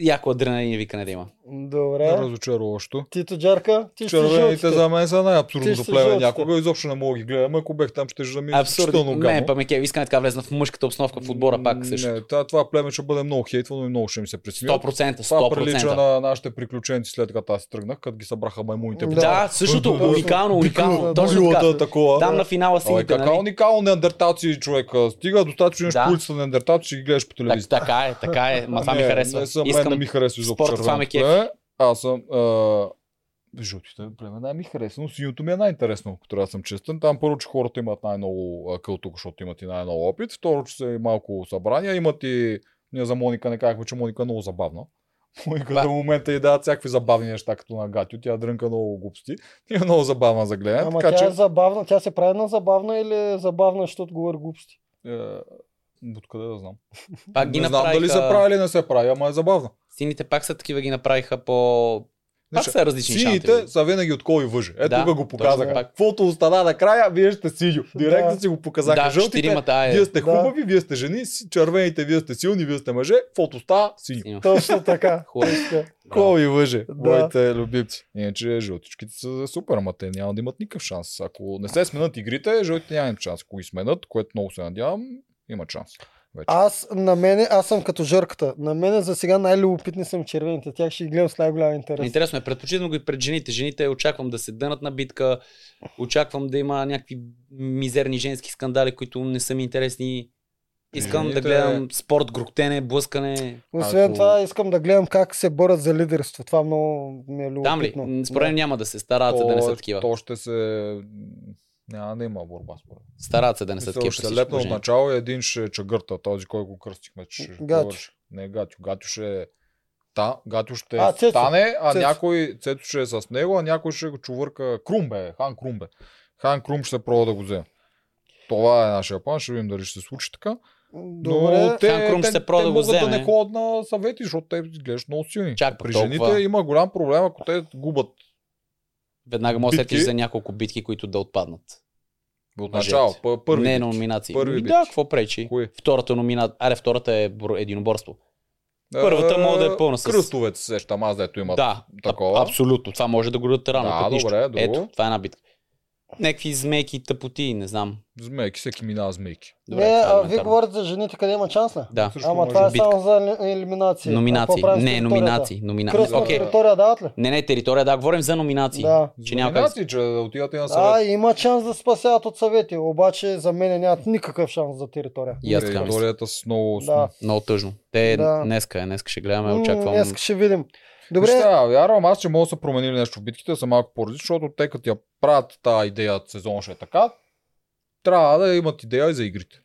Speaker 3: Яко адреналин и викане да има.
Speaker 2: Добре.
Speaker 1: Разочароващо.
Speaker 2: Тито Джарка, ти ще
Speaker 1: Червените за мен са
Speaker 2: Ти
Speaker 1: най-абсурдното
Speaker 2: ще
Speaker 1: племе
Speaker 2: жълтите.
Speaker 1: някога. Изобщо не мога да ги гледам. Ако бех там, ще жами е
Speaker 3: Абсурдно.
Speaker 1: изключително
Speaker 3: Не,
Speaker 1: гадно.
Speaker 3: па ме кефи, искам да така влезна в мъжката обстановка в отбора пак също.
Speaker 1: Не, та- това племе ще бъде много хейтвано и много ще ми се присмива.
Speaker 3: 100%,
Speaker 1: Това прилича
Speaker 3: 100%.
Speaker 1: на нашите приключенци след като аз си тръгнах, като ги събраха маймуните.
Speaker 2: Да.
Speaker 3: Да, същото,
Speaker 1: Да, да, да.
Speaker 3: уникално, уникално.
Speaker 2: Да,
Speaker 3: Точно
Speaker 1: Билата
Speaker 3: така.
Speaker 1: е такова.
Speaker 3: Там на финала
Speaker 1: Ой,
Speaker 3: сините,
Speaker 1: кака
Speaker 3: нали?
Speaker 1: уникално неандерталци човека. Стига достатъчно нещо
Speaker 3: Да.
Speaker 1: по улицата на неандерталци, ще ги гледаш по
Speaker 3: Так,
Speaker 1: телевизията.
Speaker 3: така е, така е. Ма това ми
Speaker 1: Не,
Speaker 3: харесва.
Speaker 1: Не съм, мен не
Speaker 3: Искам
Speaker 1: ми харесва изобщо
Speaker 3: спорт, това ме
Speaker 1: червеното племе. Аз съм... А... Жълтите племе най-ми харесва, но синьото ми е най-интересно, ако трябва да съм честен. Там първо, че хората имат най-много кълтук, защото имат и най-много опит. Второ, че са и малко събрания. Имат и... Ние за Моника не казахме, че Моника е много забавна. Моника
Speaker 3: Ба.
Speaker 1: до момента и дават всякакви забавни неща, като на Гатио. Тя дрънка много глупости. Тя е много забавна за гледане.
Speaker 2: Ама
Speaker 1: така
Speaker 2: тя
Speaker 1: че...
Speaker 2: е забавна, тя се прави на забавна или е забавна, защото говори глупости?
Speaker 1: Е, Откъде е, да знам?
Speaker 3: Пак ги
Speaker 1: не знам
Speaker 3: направиха.
Speaker 1: дали се прави или не се прави, ама е забавна.
Speaker 3: Сините пак са такива, ги направиха по... Пак
Speaker 1: Значи,
Speaker 3: са различни
Speaker 1: Сините
Speaker 3: шантове.
Speaker 1: са винаги от кой въже. Ето
Speaker 3: Да,
Speaker 1: тук го
Speaker 3: точно
Speaker 1: показаха.
Speaker 3: пак.
Speaker 1: Каквото остана накрая, вие сте синьо. Директно
Speaker 2: Да.
Speaker 1: си го показаха.
Speaker 3: Да,
Speaker 1: Жълтите,
Speaker 3: четиримата, а, е.
Speaker 1: вие сте
Speaker 2: Да.
Speaker 1: хубави, вие сте жени, си- червените, вие сте силни, вие сте мъже. Фото става синьо.
Speaker 3: Синьо.
Speaker 2: Точно така. Е,
Speaker 3: Хубаво.
Speaker 2: Точно.
Speaker 3: Браво.
Speaker 1: Кой въже,
Speaker 2: Да.
Speaker 1: моите любимци. Иначе жълтичките са супер, ама те няма да имат никакъв шанс. Ако не се сменят игрите, жълтите няма шанс. Ако ги сменят, което много се надявам, има шанс. Вече.
Speaker 2: Аз на мене, аз съм като жърката. На мене за сега най-любопитни съм червените. Тях ще ги гледам с най-голям интерес.
Speaker 3: Интересно е, предпочитам го и пред жените. Жените очаквам да се дънат на битка, очаквам да има някакви мизерни женски скандали, които не са ми интересни. Искам
Speaker 1: Жените-
Speaker 3: да гледам спорт, груктене, блъскане.
Speaker 2: Освен
Speaker 1: Ако-
Speaker 2: това, искам да гледам как се борят за лидерство. Това много ми е
Speaker 3: Там ли?
Speaker 2: любопитно.
Speaker 3: М, Според мен няма да се стараят се е да не са такива.
Speaker 1: то ще се... Няма да има борба според мен.
Speaker 3: Стараят се да не са
Speaker 1: Мисля,
Speaker 3: такива. при
Speaker 1: ще се
Speaker 3: всички
Speaker 1: лепна от
Speaker 3: положения.
Speaker 1: начало и един ще чагърта, този, кой го кръстихме. Че ще
Speaker 2: Гатю.
Speaker 1: говориш. Не, Гатю. Гатю ще е Та, Гатю ще
Speaker 2: А, Цецо.
Speaker 1: стане, а
Speaker 2: Цецо.
Speaker 1: някой, Цецо ще е с него, а някой ще го чувърка Крумбе, Хан Крумбе. Хан Крум ще се пробва да го вземе. Това е нашия план, ще видим дали ще се случи така. Но
Speaker 2: Добре.
Speaker 1: те,
Speaker 3: Хан Крум
Speaker 1: те,
Speaker 3: ще
Speaker 1: те,
Speaker 3: се пробва да го
Speaker 1: могат да
Speaker 3: вземе.
Speaker 1: не ходят на съвети, защото те изглеждат много силни.
Speaker 3: Чак пък
Speaker 1: При
Speaker 3: толкова.
Speaker 1: жените има голям проблем, ако те губят
Speaker 3: Веднага може да
Speaker 1: битки.
Speaker 3: сетиш за няколко битки, които да отпаднат.
Speaker 1: От
Speaker 3: Мъжете.
Speaker 1: начало, пъ- първи.
Speaker 3: не
Speaker 1: бит.
Speaker 3: номинации.
Speaker 1: Първи
Speaker 3: Ми
Speaker 1: бит.
Speaker 3: да, какво пречи?
Speaker 1: Кои?
Speaker 3: Втората номина... Аре, втората е бро- единоборство. Първата мога да е пълна с-
Speaker 1: Кръстовете се сещам аз, дето имат.
Speaker 3: да,
Speaker 1: такова.
Speaker 3: аб- абсолютно. Това може да го дадат рано.
Speaker 1: Да,
Speaker 3: като нищо.
Speaker 1: добре, друго.
Speaker 3: Ето, това е една битка. Някакви змейки, тъпоти, не знам.
Speaker 1: Змейки, всеки минава змейки.
Speaker 3: Добре,
Speaker 2: не,
Speaker 3: това е
Speaker 2: а вие
Speaker 3: елементарно.
Speaker 2: говорите за жените, къде има шанс ли?
Speaker 3: Да.
Speaker 1: Също
Speaker 2: Ама
Speaker 1: може
Speaker 2: това е
Speaker 3: битка.
Speaker 2: само за ели- елиминации. А
Speaker 3: Номинации.
Speaker 2: какво правим с
Speaker 3: Не,
Speaker 2: територията?
Speaker 3: номинации. Номина...
Speaker 2: Кръстна
Speaker 3: Окей.
Speaker 2: територия дават ли?
Speaker 3: Не, не, територия, да, говорим за номинации.
Speaker 2: Да.
Speaker 3: Че няма как...
Speaker 1: Номинации, Значи, че да отидат и на съвет.
Speaker 2: А, има шанс да спасяват от съвети, обаче за мен нямат никакъв шанс за територия.
Speaker 3: И аз така мисля.
Speaker 1: Територията с много...
Speaker 2: Да.
Speaker 3: Много тъжно. Те
Speaker 2: Да.
Speaker 3: днеска е, днеска ще гледаме,
Speaker 2: М,
Speaker 3: очаквам.
Speaker 2: Днес ще видим.
Speaker 1: Добре.
Speaker 2: Добре,
Speaker 1: вярвам аз, че мога да са променили нещо в битките, да са малко по защото те като я правят тази идея, сезон ще е така, трябва да имат идея и за игрите.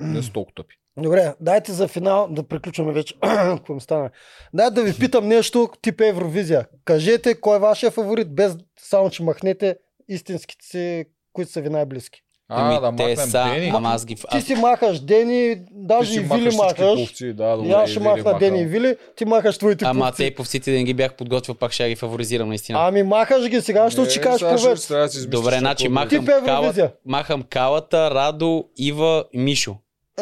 Speaker 1: Не са толкова тъпи.
Speaker 2: добре, дайте за финал да приключваме вече. Какво ми стана? Дай да ви питам нещо тип Евровизия. Кажете кой е вашия фаворит, без само че махнете истинските си, които са ви най-близки.
Speaker 1: А,
Speaker 3: Ами,
Speaker 1: да
Speaker 3: те
Speaker 1: махнем
Speaker 3: са,
Speaker 1: Дени.
Speaker 3: ама аз ги...
Speaker 2: Ти
Speaker 3: Аз...
Speaker 2: си махаш Дени,
Speaker 1: Ти
Speaker 2: даже
Speaker 1: си
Speaker 2: и
Speaker 1: махаш
Speaker 2: Вили
Speaker 1: всички е
Speaker 2: махаш.
Speaker 1: Певци, да, добре,
Speaker 2: И аз ще
Speaker 1: и
Speaker 2: махна
Speaker 1: махам.
Speaker 2: Дени и Вили, ти махаш твоите
Speaker 3: Ама
Speaker 2: певци.
Speaker 3: те повците да не ги бях подготвил, пак ще ги фаворизирам наистина.
Speaker 2: Ами махаш ги сега, защото
Speaker 1: Е,
Speaker 2: ще кажеш
Speaker 1: сега ще-
Speaker 2: повече.
Speaker 1: сега си измислиш
Speaker 3: Добре,
Speaker 1: какво
Speaker 3: значи
Speaker 1: да
Speaker 3: махам,
Speaker 2: Тип Евровизия.
Speaker 3: калата, махам калата, Радо, Ива, Мишо.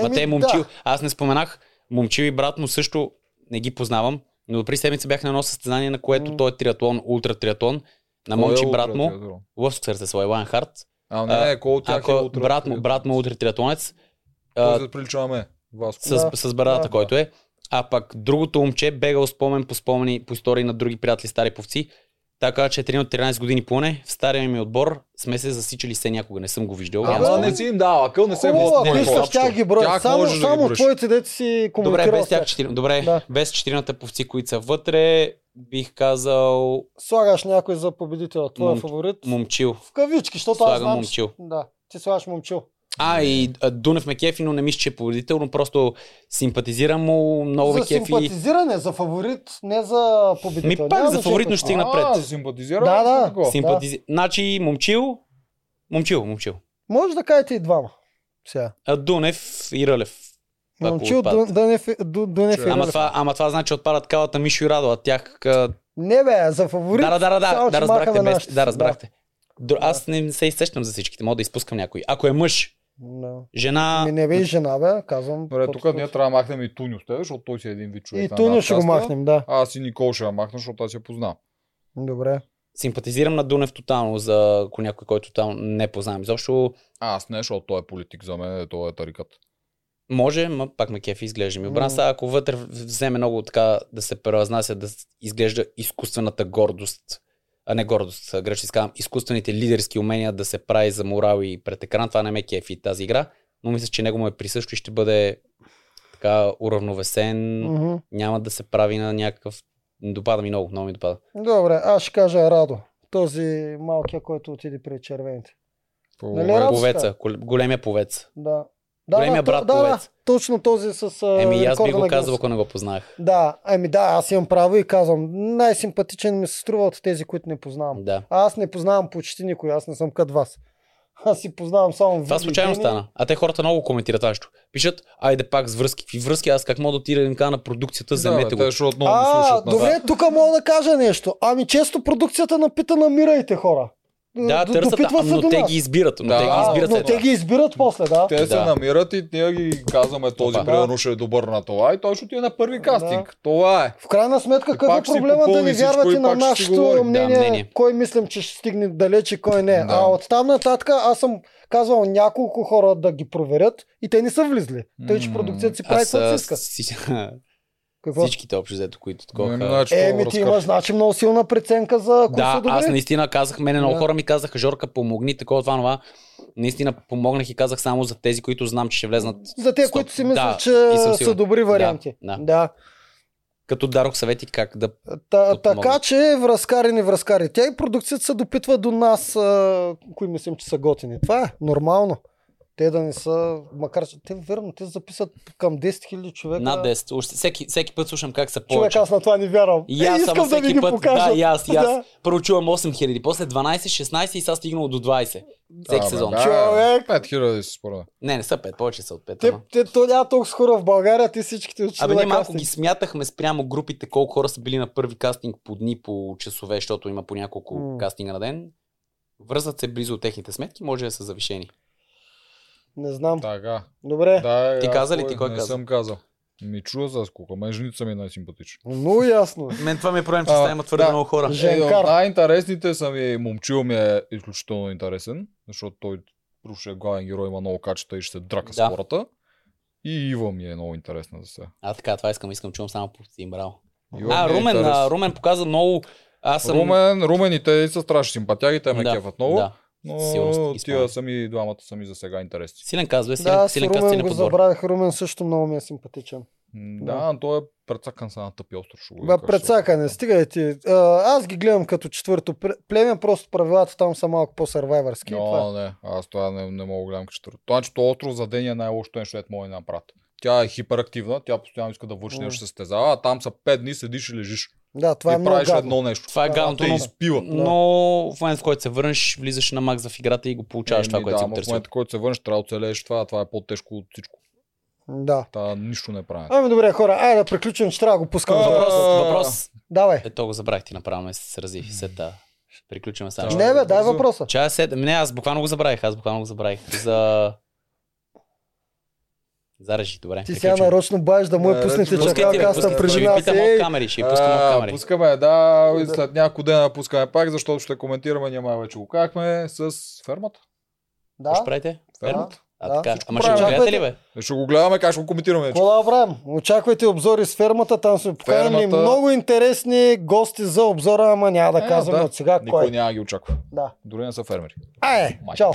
Speaker 3: Ма
Speaker 2: Еми,
Speaker 3: те
Speaker 2: Ами да.
Speaker 3: момчил. Аз не споменах, момчил и брат му също не ги познавам, но при седмица бях на едно състезание, на което
Speaker 2: М.
Speaker 3: той е триатлон, ултра триатлон. На
Speaker 1: Кой е
Speaker 3: момчи
Speaker 1: ултра
Speaker 3: брат му,
Speaker 1: триатлон?
Speaker 3: лъвско сърце свой, Лайн Харт.
Speaker 1: А,
Speaker 3: А,
Speaker 1: не, не, кой от тях е
Speaker 3: Ако
Speaker 1: ултра
Speaker 3: брат му,
Speaker 1: триатлон?
Speaker 3: брат му ултра триатлонец,
Speaker 1: Кой
Speaker 2: е
Speaker 3: а,
Speaker 1: се приличаваме? Васко.
Speaker 3: с,
Speaker 2: Да,
Speaker 3: с брадата,
Speaker 2: да.
Speaker 3: който е. А пък другото момче е бегал спомен по спомени по истории на други приятели, стари повци. Така че е тренирал 13 години поне. В стария ми отбор сме се засичали се някога. Не съм го виждал.
Speaker 1: Ама
Speaker 3: нямам
Speaker 2: бе,
Speaker 3: спомен.
Speaker 1: не си им дава, къл не се е
Speaker 2: Хубаво,
Speaker 1: води.
Speaker 2: ако
Speaker 3: не,
Speaker 2: искаш
Speaker 3: общо.
Speaker 2: тях ги броя.
Speaker 1: Тях
Speaker 2: Само,
Speaker 1: можеш да ги
Speaker 2: само
Speaker 1: броиш.
Speaker 2: твоите дете си
Speaker 3: Добре,
Speaker 2: коментирал.
Speaker 3: без
Speaker 2: с
Speaker 3: тях
Speaker 2: тях.
Speaker 3: четири... Добре,
Speaker 2: Да.
Speaker 3: без четирината повци, които са вътре, бих казал
Speaker 2: Слагаш някой за победител, твой
Speaker 3: Мом-
Speaker 2: фаворит.
Speaker 3: момчил.
Speaker 2: В кавички, защото аз
Speaker 3: Слагам
Speaker 2: знам. че-
Speaker 3: момчил.
Speaker 2: Да, ти слагаш момчил.
Speaker 3: А, и а, Дунев ме кефи, но не мисля, че е победител, но просто симпатизирам му, много ме
Speaker 2: за
Speaker 3: кефи.
Speaker 2: симпатизиране, за фаворит, не за
Speaker 3: Ми
Speaker 2: победител.
Speaker 3: пак
Speaker 2: Няма
Speaker 3: за
Speaker 2: значение
Speaker 3: фаворитно
Speaker 2: кой.
Speaker 3: ще стигна пред.
Speaker 1: А, симпатизирам.
Speaker 2: Да, да.
Speaker 3: Симпатизи... Значи момчил, момчил, момчил.
Speaker 2: Може да кажете и двама. Сега.
Speaker 3: А, Дунев и Рълев. Ако
Speaker 2: Момчил,
Speaker 3: отпадат.
Speaker 2: Ду- Дънев и- Ду- е Дунев и
Speaker 3: е Ама
Speaker 2: Релев.
Speaker 3: това, ама това значи отпадат калата Мишо и Радо, а тях... а,
Speaker 2: Не бе, за фаворит.
Speaker 3: Да, да, да, да,
Speaker 2: само,
Speaker 3: да,
Speaker 2: че
Speaker 3: да, разбрахте.
Speaker 2: махаме
Speaker 3: Без...
Speaker 2: нашите си,
Speaker 3: Да, разбрахте. Др- Аз не се изсещам за всичките, мога да изпускам някой. Ако е мъж,
Speaker 2: Да.
Speaker 3: жена,
Speaker 2: Ми не бе и жена бе, казвам.
Speaker 1: Добре,
Speaker 2: точно.
Speaker 1: тук ние трябва да махнем и Тунио с теб, защото той си е един вид човек.
Speaker 2: И
Speaker 1: на
Speaker 2: Тунио
Speaker 1: нас
Speaker 2: ще го
Speaker 1: каста.
Speaker 2: махнем, да.
Speaker 1: А аз и Никол ще я махна, защото аз я познавам.
Speaker 2: Добре.
Speaker 3: симпатизирам на Дунев тотално за ако някой, който там не познавам. Изобщо
Speaker 1: А, аз не, защото той е политик за мен, е, той е тарикат.
Speaker 3: може, ма пак ме кефи изглежда ми.
Speaker 2: М.
Speaker 3: Обран сега, ако вътре вземе много така да се преразнася, да с- изглежда изкуствената гордост, а не гордост, а, грешно изказвам, изкуствените лидерски умения да се прави за морал и пред екран, това не ме кефи тази игра, но мисля, че него му е присъщо и ще бъде така уравновесен,
Speaker 2: Мгм.
Speaker 3: няма да се прави на някакъв... Допада ми много, много ми допада.
Speaker 2: Добре, аз ще кажа Радо. Този малкия, който отиде при червените. Нали, Радо? Радостта.
Speaker 3: Повеца, кол- големия повец.
Speaker 2: Да. Да,
Speaker 3: Големия
Speaker 2: да,
Speaker 3: брат
Speaker 2: да, да,
Speaker 3: повец.
Speaker 2: точно този с а,
Speaker 3: Еми, аз би
Speaker 2: Е, рекорда
Speaker 3: го
Speaker 2: на
Speaker 3: казал,
Speaker 2: Гинес.
Speaker 3: ако не го познах.
Speaker 2: Да, ами да, аз имам право и казвам, най-симпатичен ми се струва от тези, които не познавам.
Speaker 3: Да.
Speaker 2: А аз не познавам почти никой, аз не съм кът вас. Аз си познавам само
Speaker 3: Това
Speaker 2: Вили и
Speaker 3: случайно
Speaker 2: Дени.
Speaker 3: стана. А те хората много коментират това нещо. Пишат, айде пак с връзки. Какви връзки? Аз как мога да отида да им кажа на продукцията, вземете
Speaker 1: да, Те,
Speaker 3: го.
Speaker 1: защото много ни
Speaker 2: А,
Speaker 1: слушат. на
Speaker 2: добре, тук мога да кажа нещо. Ами често продукцията напита намирайте хора.
Speaker 3: Да,
Speaker 2: Д-
Speaker 3: търсят,
Speaker 2: допитва
Speaker 3: а,
Speaker 2: се до
Speaker 3: но те
Speaker 2: нас.
Speaker 3: ги избират. Но
Speaker 1: Да,
Speaker 3: те ги
Speaker 2: А,
Speaker 3: избират.
Speaker 2: но
Speaker 3: след
Speaker 2: те
Speaker 3: това.
Speaker 2: ги избират после, да.
Speaker 1: Те се
Speaker 3: Да.
Speaker 1: намират и ние ги казваме този
Speaker 3: Опа.
Speaker 1: примерно ще е добър на това и той ще отиде на първи кастинг. Това е.
Speaker 2: В крайна сметка,
Speaker 1: И
Speaker 2: какъв
Speaker 1: пак
Speaker 2: е
Speaker 1: ще си
Speaker 2: проблема да
Speaker 1: попълни
Speaker 2: не
Speaker 1: всичко
Speaker 2: вярвате
Speaker 1: и
Speaker 2: на
Speaker 1: пак ще си
Speaker 2: нашето
Speaker 1: говорим. Да,
Speaker 2: мнение,
Speaker 3: мнение.
Speaker 2: кой мислим, че ще стигне далеч и кой не.
Speaker 1: Да.
Speaker 2: А от там нататък аз съм казвал няколко хора да ги проверят и те не са влизли. Тъй, че
Speaker 1: М,
Speaker 2: продукцията си прави
Speaker 3: Аз
Speaker 2: каквото
Speaker 3: а,
Speaker 2: си иска.
Speaker 3: си-
Speaker 2: Какво?
Speaker 3: всичките общо взето, които
Speaker 1: Еми,
Speaker 3: такова.
Speaker 1: значи,
Speaker 2: Еми,
Speaker 1: това
Speaker 2: ти
Speaker 1: разкър-
Speaker 2: имаш, значи, много силна преценка за кои са
Speaker 3: Да,
Speaker 2: добри.
Speaker 3: аз наистина казах, мене много
Speaker 2: Да.
Speaker 3: хора ми казаха, Жорка, помогни, такова, това, това. Наистина помогнах и казах само за тези, които знам, че ще влезнат.
Speaker 2: За те,
Speaker 3: Стоп.
Speaker 2: които си мислят,
Speaker 3: Да,
Speaker 2: че
Speaker 3: и съм
Speaker 2: са
Speaker 3: сигурен.
Speaker 2: добри варианти.
Speaker 3: Да,
Speaker 2: да.
Speaker 3: Като дарох съвети как да
Speaker 2: Та,
Speaker 3: Подпомогна.
Speaker 2: така че връзкари не връзкари. Тя и продукцията се допитва до нас, а, кои мислим, че са готини. Това е нормално. Те да не са, макар че те верно, те записват към 10 000 човека.
Speaker 3: над 10. Уж- Всеки, всеки път слушам как са
Speaker 2: Човек,
Speaker 3: повече.
Speaker 2: аз на това не вярвам.
Speaker 3: И аз
Speaker 2: е,
Speaker 3: само
Speaker 2: искам да ви
Speaker 3: всеки
Speaker 2: ги
Speaker 3: път. Да,
Speaker 2: покажа.
Speaker 3: и аз, и аз.
Speaker 2: Да.
Speaker 3: Първо чувам 8000, после 12, 16 и сега стигнал до 20.
Speaker 1: Да,
Speaker 3: Всеки
Speaker 1: бе,
Speaker 3: сезон.
Speaker 1: да,
Speaker 2: Човек.
Speaker 1: 5000 си според. мен.
Speaker 3: Не, не са 5, повече са от 5.
Speaker 2: Те, те, то няма толкова с хора в България, ти всичките учили
Speaker 3: Абе,
Speaker 2: на
Speaker 3: ние малко
Speaker 2: кастинг.
Speaker 3: ги смятахме спрямо групите, колко хора са били на първи кастинг по дни, по часове, защото има по няколко
Speaker 2: М.
Speaker 3: кастинга на ден. Връзват се близо от техните сметки, може да са завишени.
Speaker 2: Не знам.
Speaker 1: Така.
Speaker 2: Добре.
Speaker 1: Да,
Speaker 3: Ти
Speaker 1: аз
Speaker 3: каза ли
Speaker 1: кой-
Speaker 3: ти, кой
Speaker 1: не
Speaker 3: каза?
Speaker 1: съм казал. Ми чува за скука, мен женица ми е най-симпатична.
Speaker 2: Много ясно.
Speaker 3: Мен това ми е проблем, че
Speaker 1: А,
Speaker 3: стая има твърде
Speaker 1: да.
Speaker 3: много хора.
Speaker 2: Женкар.
Speaker 1: Е, от най-интересните са ми, момчил ми е изключително интересен, защото той просто ще е главен герой, има много качета и ще се драка
Speaker 3: Да.
Speaker 1: с хората. И Ива ми е много интересна за сега.
Speaker 3: А така, това искам, искам, чувам само по си брал.
Speaker 1: Ива
Speaker 3: А,
Speaker 1: ми е
Speaker 3: Румен,
Speaker 1: интерес.
Speaker 3: а, Румен показа много... Аз съм...
Speaker 1: Румен, Румен и те са страшни симпатяги, те ме
Speaker 3: Да,
Speaker 1: кефат много.
Speaker 3: Да. Сигурно
Speaker 1: Но
Speaker 3: сте
Speaker 1: тия
Speaker 3: ги спомняте.
Speaker 1: сами, двамата сами за сега интересни.
Speaker 3: Силен казва, силен,
Speaker 2: Да,
Speaker 3: да,
Speaker 2: с
Speaker 3: силен казва,
Speaker 2: Румен
Speaker 3: силен
Speaker 2: го
Speaker 3: подбор.
Speaker 2: забравих. Румен също много ми е симпатичен.
Speaker 1: М,
Speaker 2: Да.
Speaker 1: Да, но той е прецакан са на тъпи остро. ще го
Speaker 2: Бе,
Speaker 1: кажа.
Speaker 2: прецакане, стигай ти. А, Аз ги гледам като четвърто пр- племе, просто правилата там са малко по-сървайвърски. и това е.
Speaker 1: Но, не, аз това не, не мога да гледам като четвърто. Това, че то остро за ден е най-лошото нещо, което може да направят. Тя е хиперактивна, тя постоянно иска да върши
Speaker 2: М.
Speaker 1: нещо, се стезава, а там са 5 дни, седиш и лежиш.
Speaker 2: Да, това
Speaker 1: и
Speaker 2: е много
Speaker 1: правиш
Speaker 2: гадно.
Speaker 1: едно нещо.
Speaker 3: Това е
Speaker 1: Това
Speaker 3: гадното,
Speaker 1: те
Speaker 3: но,
Speaker 1: изпива.
Speaker 3: но в момента, в който се върнеш, влизаш на макс в играта и го получаваш това,
Speaker 1: Еми,
Speaker 3: което
Speaker 1: да,
Speaker 3: си
Speaker 1: ама в
Speaker 3: потърсил.
Speaker 1: момента, който се върнеш, трябва да оцелееш това. Това е по-тежко от всичко.
Speaker 2: Да.
Speaker 1: Та нищо не прави.
Speaker 2: Ами добре, хора, айде да приключим, че трябва да го пускам.
Speaker 1: А,
Speaker 2: въпрос.
Speaker 3: Въпрос,
Speaker 1: А.
Speaker 3: въпрос.
Speaker 2: Давай.
Speaker 3: Е, то го забравих ти направо, ме се срази. Сета. Ще приключваме само.
Speaker 1: Да.
Speaker 2: Не, бе, дай
Speaker 1: бързо.
Speaker 2: въпроса.
Speaker 3: Чая седем. Не, аз буквално го забравих. Аз буквално го забравих. За... Зарежи, добре.
Speaker 2: Ти сега
Speaker 3: приключваме.
Speaker 2: нарочно баеш да му е
Speaker 1: Да,
Speaker 2: пуснете
Speaker 1: ръчно.
Speaker 3: Пускайте, бе,
Speaker 1: Чакалка, аз
Speaker 2: чакалката
Speaker 1: пускайте,
Speaker 3: пускайте. Ще
Speaker 2: при нас.
Speaker 3: ви
Speaker 2: е.
Speaker 3: питам от
Speaker 2: Ей,
Speaker 3: камери, ще ви пускам от
Speaker 1: А,
Speaker 3: камери.
Speaker 1: Пускаме, да, и
Speaker 2: Да.
Speaker 1: след няколко дена пускаме пак, защото ще коментираме, няма вече го казахме, с фермата.
Speaker 3: Какво
Speaker 2: Да,
Speaker 3: ще правите?
Speaker 1: Да.
Speaker 3: Верно? А,
Speaker 2: Да.
Speaker 3: така.
Speaker 2: Всичко
Speaker 3: Ама ще го
Speaker 2: правим.
Speaker 3: гледате ли, бе?
Speaker 1: Е, Ще го гледаме, как ще го коментираме. вече.
Speaker 2: Какво да направим? Очаквайте обзори с фермата, там сме поканили
Speaker 1: Фермата.
Speaker 2: много интересни гости за обзора, ама няма да
Speaker 1: Е,
Speaker 2: казваме
Speaker 1: да.
Speaker 2: от сега
Speaker 1: Никой
Speaker 2: кой.
Speaker 1: няма ги очаква.
Speaker 2: Да.
Speaker 1: Дори не са фермери.
Speaker 2: Ае,
Speaker 1: Майка.
Speaker 2: чао.